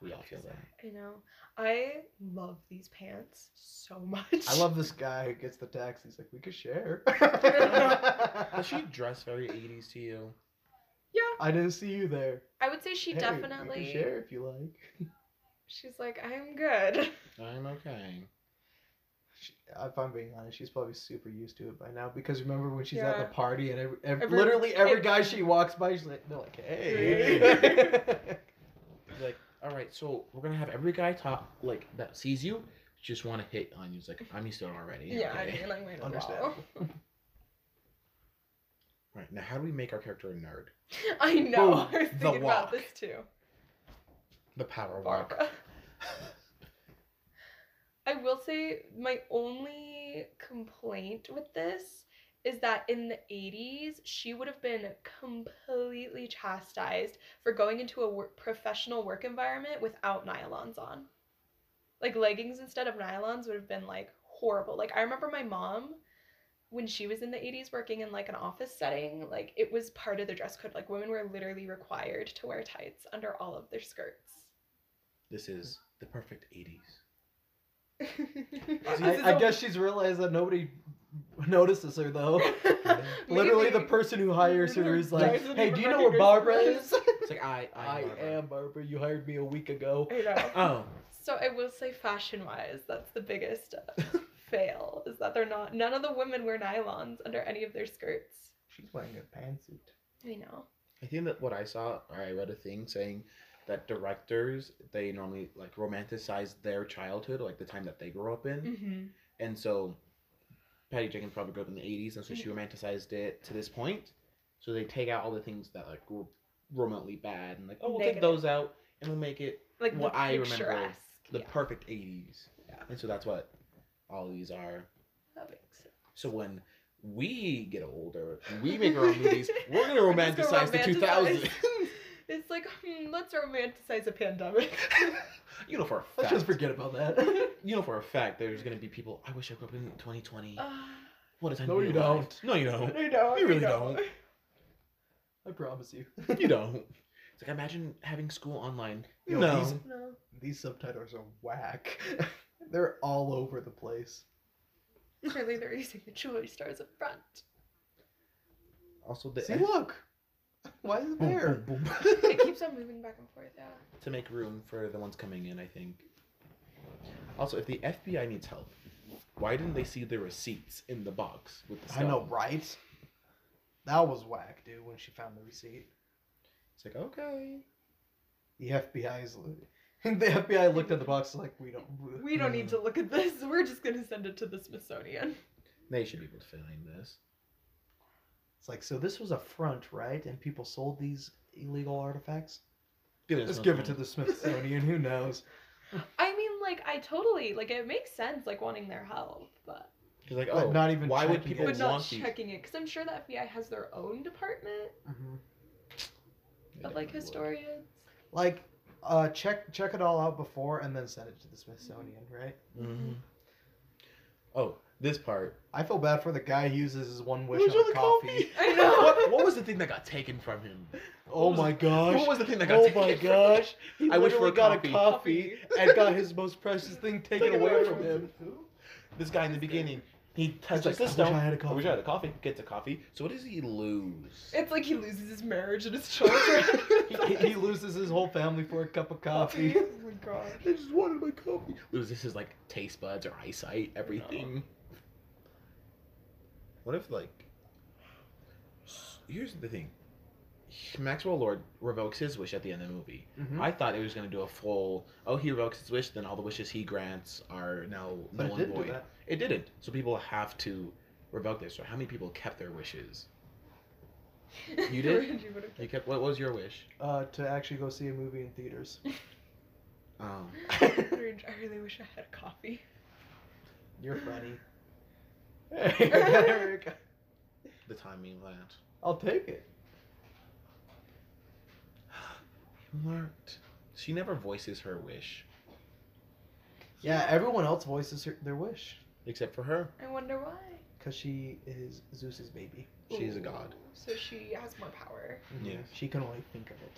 Speaker 3: We all feel that.
Speaker 4: I know. I love these pants so much.
Speaker 2: I love this guy who gets the tax. He's like, we could share.
Speaker 3: Does she dress very 80s to you?
Speaker 2: I didn't see you there.
Speaker 4: I would say she
Speaker 2: Hey, We
Speaker 4: definitely.
Speaker 2: can share if you like.
Speaker 4: She's like, I'm good.
Speaker 3: I'm okay.
Speaker 2: She, if I'm being honest, she's probably super used to it by now because remember when she's at
Speaker 4: Yeah.
Speaker 2: the party and every, every,
Speaker 4: Every-
Speaker 2: literally every
Speaker 4: it-
Speaker 2: guy she walks by, she's like, they're like, hey.
Speaker 3: Like, all right, so we're gonna have every guy top like that sees you just want to hit on you. It's like I'm used to it already.
Speaker 4: Yeah, I
Speaker 3: okay.
Speaker 4: mean, like, might as well.
Speaker 2: Understandable.
Speaker 3: All right, now how do we make our character a nerd?
Speaker 4: I know.
Speaker 3: Boom.
Speaker 4: I was
Speaker 3: The
Speaker 4: thinking
Speaker 3: walk.
Speaker 4: about this too.
Speaker 3: The power walk.
Speaker 4: Barbara. I will say my only complaint with this is that in the 80s, she would have been completely chastised for going into a work, professional work environment without nylons on. Like leggings instead of nylons would have been like horrible. Like I remember my mom when she was in the 80s working in like an office setting, like it was part of the dress code. Like women were literally required to wear tights under all of their skirts.
Speaker 3: This is the perfect 80s.
Speaker 4: This is
Speaker 2: I, I
Speaker 4: a-
Speaker 2: guess she's realized that nobody notices her though. Literally, the
Speaker 4: Maybe.
Speaker 2: person who hires her is like,
Speaker 4: Hires the
Speaker 2: "Hey, do you know where
Speaker 4: neighborhood
Speaker 2: Barbara
Speaker 4: nurse."
Speaker 2: is?"
Speaker 3: It's like I I,
Speaker 2: I am Barbara. You hired me a week ago.
Speaker 4: I know.
Speaker 3: Oh,
Speaker 4: So I will say, fashion-wise, that's the biggest uh, fail is that they're not. None of the women wear nylons under any of their skirts.
Speaker 2: She's wearing a pantsuit.
Speaker 4: I know.
Speaker 3: I think that what I saw or I read a thing saying that directors they normally like romanticize their childhood, like the time that they grew up in.
Speaker 4: Mm-hmm.
Speaker 3: And so Patty Jenkins probably grew up in the 80s, and so she romanticized it to this point. So they take out all the things that like were remotely bad and like, oh, we'll take
Speaker 4: Negative.
Speaker 3: those out and we'll make it
Speaker 4: Like
Speaker 3: What
Speaker 4: the
Speaker 3: I remember,
Speaker 4: picturesque.
Speaker 3: the
Speaker 4: yeah,
Speaker 3: perfect 80s.
Speaker 4: Yeah.
Speaker 3: And so that's what all these are.
Speaker 4: that makes sense.
Speaker 3: So when we get older, we make our own movies, we're going to
Speaker 4: We're just gonna
Speaker 3: romanticize the 2000s.
Speaker 4: romanticize. it's like hmm, let's romanticize a pandemic.
Speaker 3: you know, for a fact.
Speaker 2: Let's just forget about that.
Speaker 3: You know, for a fact, there's going to be people, I wish I grew up in 2020.
Speaker 4: uh,
Speaker 3: what a time
Speaker 2: no,
Speaker 3: to be
Speaker 2: you
Speaker 3: alive." No, you
Speaker 4: I
Speaker 3: don't.
Speaker 4: know.
Speaker 3: You
Speaker 4: I
Speaker 3: really
Speaker 4: know.
Speaker 3: don't.
Speaker 2: I promise you.
Speaker 3: You don't. It's like imagine having school online.
Speaker 2: Yo,
Speaker 3: no.
Speaker 2: these-
Speaker 4: No.
Speaker 2: These subtitles are whack. They're all over the place.
Speaker 4: Clearly, they're using the jewelry stars up front.
Speaker 3: Also, the
Speaker 2: See, look. Why is it
Speaker 3: Boom,
Speaker 2: there?
Speaker 3: boom, boom.
Speaker 4: It keeps on moving back and forth. Yeah.
Speaker 3: to make room for the ones coming in, I think. Also, if the FBI needs help, why didn't they see the receipts in the box with the
Speaker 2: I know,
Speaker 3: skull?
Speaker 2: right? That was whack, dude. When she found the receipt,
Speaker 3: It's like okay.
Speaker 2: the FBI's. The FBI looked at the box like, we don't.
Speaker 4: We don't need to look at this. We're just gonna send it to the Smithsonian.
Speaker 3: They should be able to find this.
Speaker 2: It's like, so this was a front, right? And people sold these illegal artifacts?
Speaker 3: Give
Speaker 2: Let's give it to the Smithsonian. Who knows?
Speaker 4: I mean, like, I totally like it makes sense, like wanting their help, but
Speaker 3: He's like,
Speaker 2: But
Speaker 3: oh,
Speaker 2: not even
Speaker 3: why would
Speaker 2: checking
Speaker 3: people
Speaker 2: it.
Speaker 4: but not
Speaker 3: want these?
Speaker 4: checking it because I'm sure the FBI has their own department
Speaker 2: Mm-hmm.
Speaker 3: They
Speaker 4: of
Speaker 3: definitely
Speaker 4: like
Speaker 3: would.
Speaker 4: historians.
Speaker 2: Like, uh, check check it all out before and then send it to the Smithsonian, right?
Speaker 3: Mhm. Oh, this part.
Speaker 2: I feel bad for the guy who uses his one wish
Speaker 3: Wish
Speaker 2: on
Speaker 3: on
Speaker 2: a
Speaker 3: the
Speaker 2: coffee.
Speaker 3: coffee.
Speaker 4: I know.
Speaker 3: what, what was the thing that got taken from him?
Speaker 2: Oh
Speaker 3: was
Speaker 2: my
Speaker 3: it?
Speaker 2: gosh.
Speaker 3: What was the thing that got
Speaker 2: Oh
Speaker 3: taken
Speaker 2: my
Speaker 3: from him?
Speaker 2: gosh. He
Speaker 3: I wish
Speaker 2: literally
Speaker 3: for
Speaker 2: got
Speaker 3: coffee.
Speaker 2: a coffee and got his most precious thing taken away from him.
Speaker 3: This guy in the beginning, he
Speaker 2: He's
Speaker 3: touches
Speaker 2: like, I
Speaker 3: this
Speaker 2: wish I
Speaker 3: stone.
Speaker 2: had a
Speaker 3: I wish
Speaker 2: coffee.
Speaker 3: I had a coffee. Gets a coffee. So what does he lose?
Speaker 4: It's like he loses his marriage and his children.
Speaker 2: He, he loses his whole family for a cup of coffee.
Speaker 4: oh my god.
Speaker 3: I just wanted my coffee. Loses his like taste buds or eyesight, everything. What if like? s- Here's the thing. Maxwell Lord revokes his wish at the end of the movie.
Speaker 2: Mhm.
Speaker 3: I thought it was going to do a full, oh, he revokes his wish, then all the wishes he grants are now
Speaker 2: But it
Speaker 3: null and
Speaker 2: didn't do
Speaker 3: void.
Speaker 2: that.
Speaker 3: It didn't. So people have to revoke this. So how many people kept their wishes? You did?
Speaker 4: Andrew would've
Speaker 3: You kept. What was your wish?
Speaker 2: Uh, to actually go see a movie in theaters.
Speaker 3: Oh,
Speaker 4: kept- Andrew, I really wish I had coffee.
Speaker 2: You're funny.
Speaker 4: Eric.
Speaker 3: the timing lapse.
Speaker 2: I'll take it.
Speaker 3: Alert. She never voices her wish
Speaker 2: Yeah, everyone else voices her, their wish
Speaker 3: except for her.
Speaker 4: I wonder why.
Speaker 2: because she is Zeus's baby. Mm-hmm.
Speaker 3: She's a god.
Speaker 4: Ooh, So she has more power.
Speaker 3: Yeah.
Speaker 2: She can only think of it.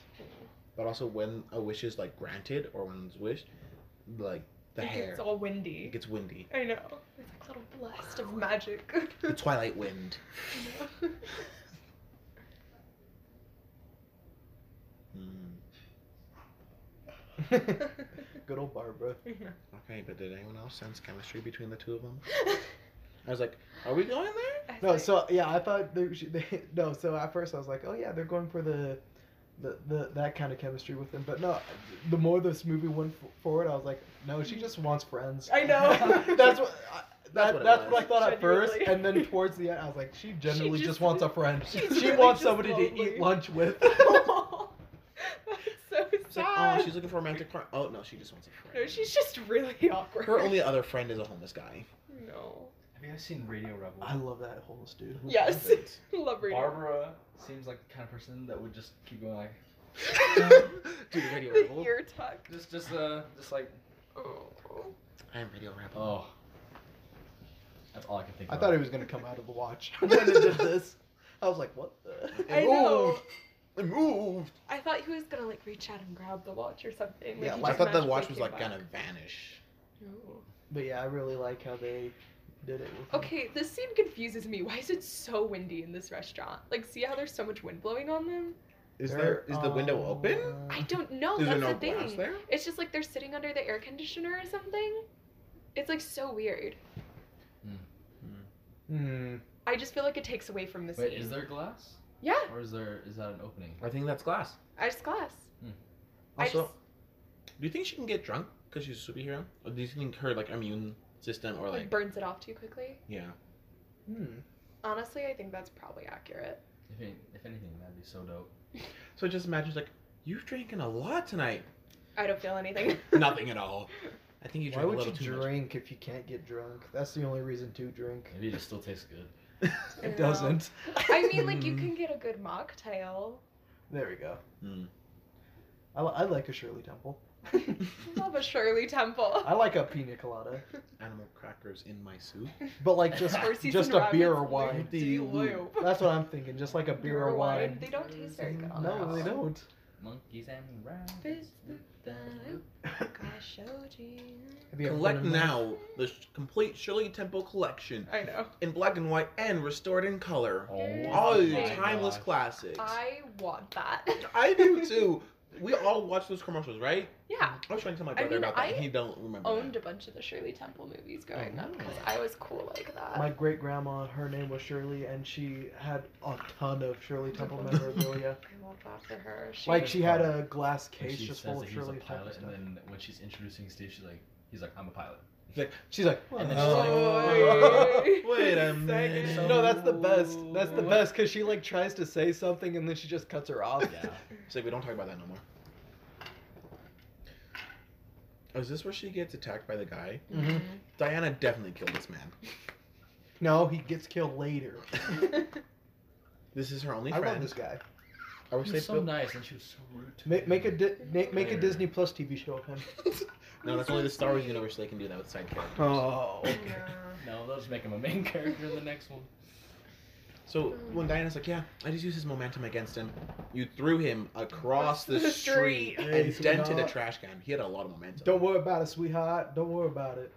Speaker 3: But also, when a wish is like granted or when it's wished, like the
Speaker 4: it
Speaker 3: hair,
Speaker 4: gets all
Speaker 3: it
Speaker 4: windy.
Speaker 3: gets windy.
Speaker 4: I know. It's like a little blast of magic.
Speaker 3: The twilight wind.
Speaker 4: I know.
Speaker 3: Mm.
Speaker 2: Good old Barbara.
Speaker 3: Okay, but did anyone else sense chemistry between the two of them? I was like, are we going there?
Speaker 4: I was
Speaker 2: No,
Speaker 4: like,
Speaker 2: so yeah, I thought they, she- they no. So at first I was like, oh yeah, they're going for the, the, the that kind of chemistry with them. But no, the more this movie went f- forward, I was like, no, she just wants friends.
Speaker 4: I know.
Speaker 2: that's what. I,
Speaker 3: That's
Speaker 2: that,
Speaker 3: what it
Speaker 2: that's what I
Speaker 3: was.
Speaker 2: thought at first,
Speaker 4: Genuinely.
Speaker 2: and then towards the end, I was like, she generally just,
Speaker 4: just-
Speaker 2: wants a friend. She
Speaker 4: she's really
Speaker 2: wants
Speaker 4: just
Speaker 2: somebody to
Speaker 4: lonely.
Speaker 2: eat lunch with.
Speaker 4: That's "Oh, so
Speaker 3: It's like, oh,
Speaker 4: sad.
Speaker 3: she's looking for a romantic partner. Oh, no, she just wants a friend.
Speaker 4: no, she's just really awkward.
Speaker 3: Her only other friend is a homeless guy.
Speaker 4: No.
Speaker 6: Have you guys seen Radio Rebel?
Speaker 2: I love that homeless dude.
Speaker 4: Yes. Love reading.
Speaker 6: Barbara seems like the kind of person that would just keep going like
Speaker 3: Dude, Radio
Speaker 4: the
Speaker 3: Rebel.
Speaker 4: ear tuck.
Speaker 6: just just uh just like
Speaker 4: Oh.
Speaker 3: I'm Radio Rebel.
Speaker 6: oh. That's all I can think
Speaker 2: I
Speaker 6: of.
Speaker 2: thought he was gonna come out of the watch when it did this. I was like, what the?
Speaker 4: I know.
Speaker 3: It moved.
Speaker 4: I thought he was gonna like reach out and grab the watch or something.
Speaker 2: Yeah,
Speaker 4: he
Speaker 2: like,
Speaker 3: I
Speaker 4: just
Speaker 3: thought the
Speaker 4: magically
Speaker 3: watch was
Speaker 4: came
Speaker 3: like
Speaker 4: back.
Speaker 3: gonna vanish.
Speaker 4: No.
Speaker 2: But yeah, I really like how they did it. With him.
Speaker 4: Okay, this scene confuses me. Why is it so windy in this restaurant? Like, see how there's so much wind blowing on them?
Speaker 3: Is
Speaker 2: They're,
Speaker 3: there? Is the window
Speaker 2: uh,
Speaker 3: open?
Speaker 4: I don't know.
Speaker 3: is there
Speaker 4: Oh. That's
Speaker 3: no
Speaker 4: the thing.
Speaker 3: glass there?
Speaker 4: It's just like they're sitting under the air conditioner or something. It's like so weird.
Speaker 2: Hmm.
Speaker 4: I just feel like it takes away from the scene.
Speaker 6: Wait, is there glass?
Speaker 4: Yeah,
Speaker 6: Or is there is that an opening?
Speaker 3: I think that's glass.
Speaker 4: I just glass.
Speaker 6: Hmm.
Speaker 4: I
Speaker 3: Also,
Speaker 4: just,
Speaker 3: Do you think she can get drunk because she's a superhero? Or do you think her like immune system or
Speaker 4: like,
Speaker 3: like
Speaker 4: burns it off too quickly.
Speaker 3: yeah?
Speaker 2: Hmm.
Speaker 4: Honestly, I think that's probably accurate.
Speaker 6: If, any, if anything, that'd be so dope.
Speaker 3: So just imagine like you've drinking a lot tonight.
Speaker 4: I don't feel anything.
Speaker 3: Nothing at all. I think you
Speaker 2: Why
Speaker 3: drank a
Speaker 2: would
Speaker 3: little
Speaker 2: you
Speaker 3: too
Speaker 2: drink if you can't get drunk? That's the only reason to drink.
Speaker 6: Maybe it just still tastes good.
Speaker 3: much.
Speaker 4: I know.
Speaker 2: It doesn't.
Speaker 4: I mean, like you
Speaker 3: Mm.
Speaker 4: can get a good mocktail.
Speaker 2: There we go.
Speaker 3: Hmm.
Speaker 2: I, li- I like a Shirley Temple.
Speaker 4: Love a Shirley Temple.
Speaker 2: I like a pina colada,
Speaker 3: Animal crackers in my soup.
Speaker 2: but like just
Speaker 4: Or seasoned
Speaker 2: just a beer or
Speaker 4: rabbits,
Speaker 2: wine.
Speaker 4: like, do loop.
Speaker 2: That's what I'm thinking. Just like a beer or wine.
Speaker 4: They don't taste very good. on
Speaker 2: No,
Speaker 4: their
Speaker 2: they
Speaker 4: own.
Speaker 2: don't.
Speaker 6: Monkeys and rabbits.
Speaker 4: Fizz the loop, gosh, oh gee.
Speaker 2: Have you ever
Speaker 3: Collect
Speaker 2: been in love?
Speaker 3: now the sh- complete Shirley Temple collection
Speaker 4: I know.
Speaker 3: in black and white and restored in color.
Speaker 4: Oh
Speaker 3: All
Speaker 4: my
Speaker 3: the timeless
Speaker 6: gosh.
Speaker 3: classics.
Speaker 4: I want that.
Speaker 3: I do too. We all watch those commercials, right?
Speaker 4: Yeah.
Speaker 3: I was trying to tell my
Speaker 4: I
Speaker 3: brother
Speaker 4: mean,
Speaker 3: about that.
Speaker 4: I
Speaker 3: and he don't remember.
Speaker 4: Owned a
Speaker 3: that.
Speaker 4: bunch of the Shirley Temple movies growing up
Speaker 3: no.
Speaker 4: because I was cool like that.
Speaker 2: My great grandma, her name was Shirley, and she had a ton of Shirley Temple
Speaker 4: Temple.
Speaker 2: memorabilia.
Speaker 4: I love that for her. She
Speaker 2: like
Speaker 4: was-
Speaker 2: she had a glass
Speaker 6: When
Speaker 2: case
Speaker 6: she
Speaker 2: just
Speaker 6: says
Speaker 2: full
Speaker 6: that
Speaker 2: of
Speaker 6: he was a
Speaker 2: Shirley Temple
Speaker 6: pilot,
Speaker 2: stuff.
Speaker 6: and then when she's introducing Steve, she's like, he's like, I'm a pilot.
Speaker 3: She's like,
Speaker 2: And
Speaker 6: then
Speaker 3: "Oh,
Speaker 4: she's like,
Speaker 3: wait a
Speaker 4: "Second."
Speaker 3: minute.
Speaker 2: No, that's the best. That's the
Speaker 6: What?
Speaker 2: best because she like tries to say something and then she just cuts her off.
Speaker 6: Yeah.
Speaker 3: It's like we don't talk about that no more. Oh, is this where she gets attacked by the guy?
Speaker 2: Mhm.
Speaker 3: Diana definitely killed this man.
Speaker 2: No, he gets killed later.
Speaker 3: This is her only
Speaker 2: I
Speaker 3: friend.
Speaker 2: love this guy.
Speaker 3: I wish
Speaker 6: She
Speaker 3: they
Speaker 6: was so
Speaker 3: built-
Speaker 6: nice, and she was so rude to
Speaker 2: Make,
Speaker 6: me.
Speaker 2: make a Di- make, make a
Speaker 6: Later.
Speaker 2: Disney Plus TV show of him.
Speaker 3: No, that's only the Star Wars universe they can do that with side characters.
Speaker 2: Oh.
Speaker 4: Yeah.
Speaker 6: No, they'll just make him a main character in the next one.
Speaker 3: So
Speaker 4: Hmm.
Speaker 3: when Diana's like, "Yeah, I just used his momentum against him," you threw him across the,
Speaker 4: The
Speaker 3: street,
Speaker 4: street.
Speaker 2: Hey,
Speaker 3: and dented a
Speaker 2: sweetheart.
Speaker 3: trash can. He had a lot of momentum.
Speaker 2: Don't worry about it, sweetheart. Don't worry about it.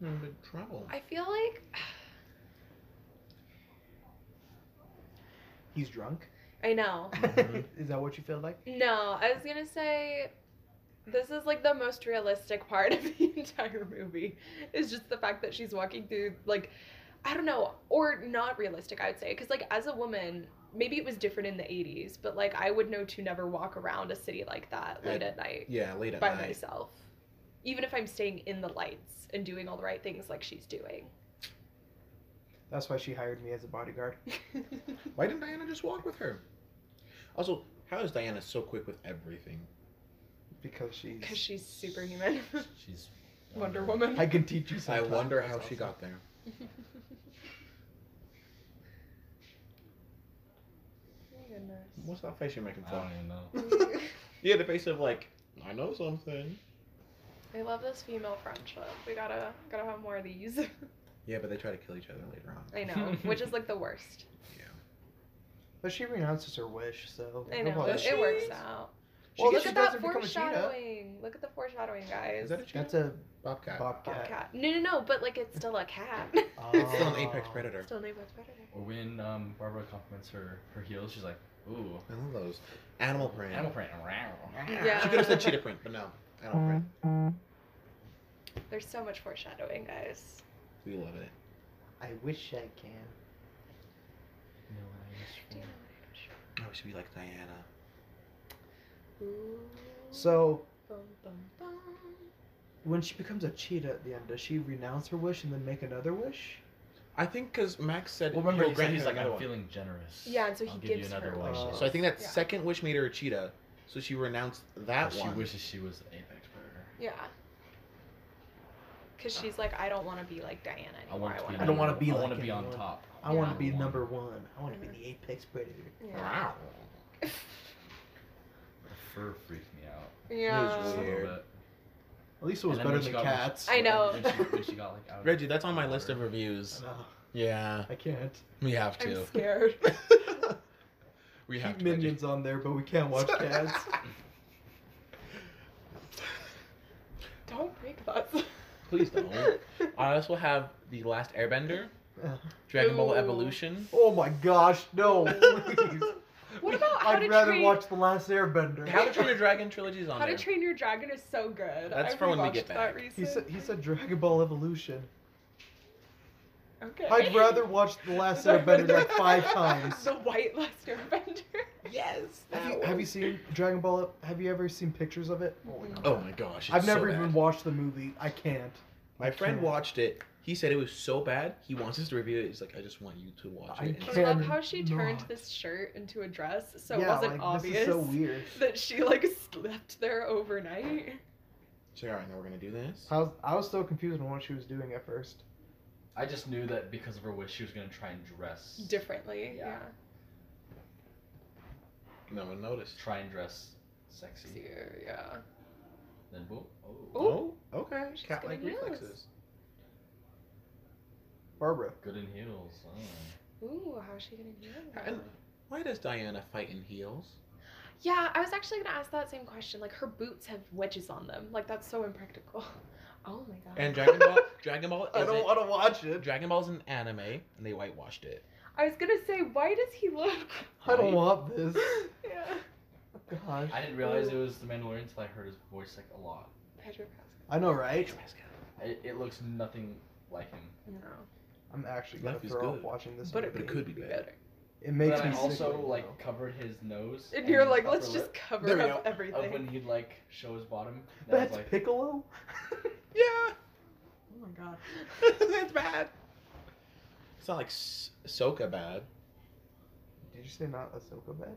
Speaker 3: You're
Speaker 6: Hmm.
Speaker 3: in big trouble.
Speaker 4: I feel like
Speaker 2: He's drunk.
Speaker 4: I know.
Speaker 3: Mhm.
Speaker 2: Is that what you feel like?
Speaker 4: No, I was gonna say this is like the most realistic part of the entire movie. Is just the fact that she's walking through like I don't know, or not realistic, I would say. Because, like, as a woman, maybe it was different in the 80s, but, like, I would know to never walk around a city like that late at night
Speaker 3: Yeah, late at
Speaker 4: by
Speaker 3: night.
Speaker 4: myself. Even if I'm staying in the lights and doing all the right things like she's doing.
Speaker 2: That's why she hired me as a bodyguard.
Speaker 3: Why didn't Diana just walk with her? Also, how is Diana so quick with everything?
Speaker 2: Because she's.
Speaker 4: Because she's superhuman.
Speaker 6: She's
Speaker 4: Wonder Woman.
Speaker 2: I can teach you
Speaker 3: I
Speaker 2: something.
Speaker 3: wonder how she got there. What's that face you're making
Speaker 6: I
Speaker 3: for?
Speaker 6: don't even know.
Speaker 3: Yeah, the face of like, I know something.
Speaker 4: I love this female friendship. We gotta gotta have more of these.
Speaker 3: Yeah, but they try to kill each other later on.
Speaker 4: I know, which is like the worst.
Speaker 2: But she renounces her wish, so.
Speaker 4: I
Speaker 2: no
Speaker 4: know
Speaker 2: bother.
Speaker 4: it, it works out.
Speaker 2: She
Speaker 4: well,
Speaker 2: gets-
Speaker 4: look
Speaker 2: she
Speaker 4: at
Speaker 2: does
Speaker 4: that
Speaker 2: it become a cheetah.
Speaker 4: foreshadowing. Look at the foreshadowing, guys.
Speaker 3: Is that a cheetah?
Speaker 2: That's a
Speaker 3: bobcat.
Speaker 2: bobcat.
Speaker 4: Cat. No, no, no. But like, it's still a cat.
Speaker 3: It's still an apex
Speaker 2: Oh.
Speaker 3: predator.
Speaker 4: still named Apex Predator.
Speaker 6: Or when um, Barbara compliments her, her heels, she's like, ooh.
Speaker 3: I love those. Animal print.
Speaker 6: Animal print.
Speaker 4: Yeah.
Speaker 3: She could have said cheetah print, but no. Animal print.
Speaker 4: There's so much foreshadowing, guys.
Speaker 3: We love it.
Speaker 2: I wish I can.
Speaker 3: I wish we like Diana.
Speaker 4: Ooh.
Speaker 2: So,
Speaker 4: Bum, bum, bum.
Speaker 2: when she becomes a cheetah at the end, does she renounce her wish and then make another wish?
Speaker 3: I think because Max said.
Speaker 6: Well, remember,
Speaker 3: he'll
Speaker 6: he said
Speaker 3: grant
Speaker 6: he's
Speaker 3: her
Speaker 6: like,
Speaker 3: another
Speaker 6: I'm
Speaker 3: one."
Speaker 6: feeling generous.
Speaker 4: Yeah, and so he
Speaker 6: I'll give
Speaker 4: gives
Speaker 6: you another
Speaker 4: her
Speaker 6: one.
Speaker 2: wishes.
Speaker 3: So I think that
Speaker 4: Yeah.
Speaker 3: second wish made her a cheetah, so she renounced that
Speaker 6: she
Speaker 3: one.
Speaker 6: wishes she was the apex predator.
Speaker 4: Yeah. Cause she's like, I don't want to be like Diana
Speaker 6: I
Speaker 4: anymore.
Speaker 6: want to be.
Speaker 2: I don't wanna
Speaker 6: number-
Speaker 2: be
Speaker 6: I
Speaker 2: like
Speaker 6: want to be on
Speaker 2: anyone.
Speaker 6: top.
Speaker 2: I want to be
Speaker 6: One.
Speaker 2: number one. I want to be the apex predator.
Speaker 4: Yeah. Yeah.
Speaker 6: The fur freaked me out.
Speaker 3: It was
Speaker 6: Just a
Speaker 3: weird.
Speaker 6: little bit.
Speaker 2: At least it was
Speaker 6: And
Speaker 2: better
Speaker 6: then when she
Speaker 2: than
Speaker 6: got- when she-
Speaker 2: cats.
Speaker 4: I know.
Speaker 6: When she, when she got like out of-
Speaker 3: Reggie, that's on my list of reviews.
Speaker 2: No,
Speaker 3: Yeah,
Speaker 2: I can't.
Speaker 3: we have
Speaker 4: I'm
Speaker 3: to.
Speaker 4: scared.
Speaker 3: we have
Speaker 2: Keep
Speaker 3: to.
Speaker 2: minions on there, but we can't watch
Speaker 3: Reggie.
Speaker 2: cats.
Speaker 4: don't break that.
Speaker 3: Please don't. I also have the Last Airbender,
Speaker 2: Uh,
Speaker 3: Dragon Ball
Speaker 4: Ooh.
Speaker 3: Evolution.
Speaker 2: oh my gosh, no! Oh, Please.
Speaker 4: What about how to
Speaker 2: I'd rather
Speaker 4: train?
Speaker 2: watch The Last Airbender.
Speaker 3: How to Train Your Dragon trilogy is on
Speaker 4: How
Speaker 3: there.
Speaker 4: to Train Your Dragon is so good.
Speaker 3: That's
Speaker 4: I
Speaker 3: for when we
Speaker 4: rewatched
Speaker 3: get
Speaker 4: that
Speaker 3: back.
Speaker 2: He
Speaker 4: recently.
Speaker 2: said, he said Dragon Ball Evolution.
Speaker 4: Okay.
Speaker 2: I'd rather watch The Last Airbender like five times.
Speaker 4: The White Last Airbender.
Speaker 3: yes.
Speaker 2: Have you, have you seen Dragon Ball? Have you ever seen pictures of it? Mm.
Speaker 4: Mhm.
Speaker 3: Oh my gosh! it's
Speaker 2: I've never
Speaker 3: so bad.
Speaker 2: even watched the movie. I can't.
Speaker 3: My friend
Speaker 2: can't.
Speaker 3: watched it. He said it was so bad. He wants us to review it. He's like, I just want you to watch
Speaker 2: I
Speaker 3: it.
Speaker 4: I love
Speaker 2: Can
Speaker 4: how she turned
Speaker 2: not.
Speaker 4: this shirt into a dress, so it
Speaker 2: yeah,
Speaker 4: wasn't
Speaker 2: like,
Speaker 4: obvious
Speaker 2: This is so weird.
Speaker 4: that she like slept there overnight.
Speaker 3: So all right, now we're gonna do this.
Speaker 2: I was, I was so confused on what she was doing at first.
Speaker 6: I just knew that because of her wish, she was gonna try and dress
Speaker 4: Differently. Yeah.
Speaker 6: Yeah.
Speaker 3: No one noticed.
Speaker 6: Try and dress sexy.
Speaker 4: Yeah. yeah.
Speaker 6: Then boom. Oh.
Speaker 4: Ooh.
Speaker 3: Oh, okay.
Speaker 4: She's
Speaker 3: Cat like
Speaker 4: getting heels.
Speaker 3: reflexes.
Speaker 2: Barbara.
Speaker 6: Good in heels. Oh.
Speaker 4: Ooh, how's she gonna do that?
Speaker 3: And why does Diana fight in heels?
Speaker 4: Yeah, I was actually gonna ask that same question. Like her boots have wedges on them. Like that's so impractical. Oh my god.
Speaker 3: And Dragon Ball, Dragon Ball,
Speaker 2: I don't
Speaker 3: isn't-
Speaker 2: want to watch it.
Speaker 3: Dragon Ball's an anime, and they whitewashed it.
Speaker 4: I was gonna say, why does he look?
Speaker 2: I don't want this.
Speaker 4: yeah.
Speaker 2: Gosh.
Speaker 6: I didn't realize it was the Mandalorian until I heard his voice like a lot.
Speaker 4: Pedro
Speaker 2: I know, right?
Speaker 6: It, it looks nothing like him.
Speaker 4: Pascal. No.
Speaker 2: I'm actually gonna
Speaker 3: Life is
Speaker 2: throw up
Speaker 3: good.
Speaker 2: watching this.
Speaker 4: But
Speaker 2: movie.
Speaker 4: it,
Speaker 3: But it could be
Speaker 4: be
Speaker 3: bad.
Speaker 4: better.
Speaker 2: It makes
Speaker 6: but I
Speaker 2: me
Speaker 6: also
Speaker 2: sick.
Speaker 6: like covered his nose.
Speaker 4: And you're
Speaker 6: his
Speaker 4: like, let's
Speaker 6: upper
Speaker 4: just
Speaker 6: lip
Speaker 3: There
Speaker 4: cover
Speaker 3: we
Speaker 4: up
Speaker 3: go.
Speaker 6: of
Speaker 4: everything.
Speaker 6: when he'd like show his bottom. And I was
Speaker 2: That's
Speaker 6: like,
Speaker 2: Piccolo.
Speaker 3: Yeah,
Speaker 4: Oh my god.
Speaker 3: that's bad. It's not like S- Soka bad.
Speaker 2: Did you say not Ahsoka bad?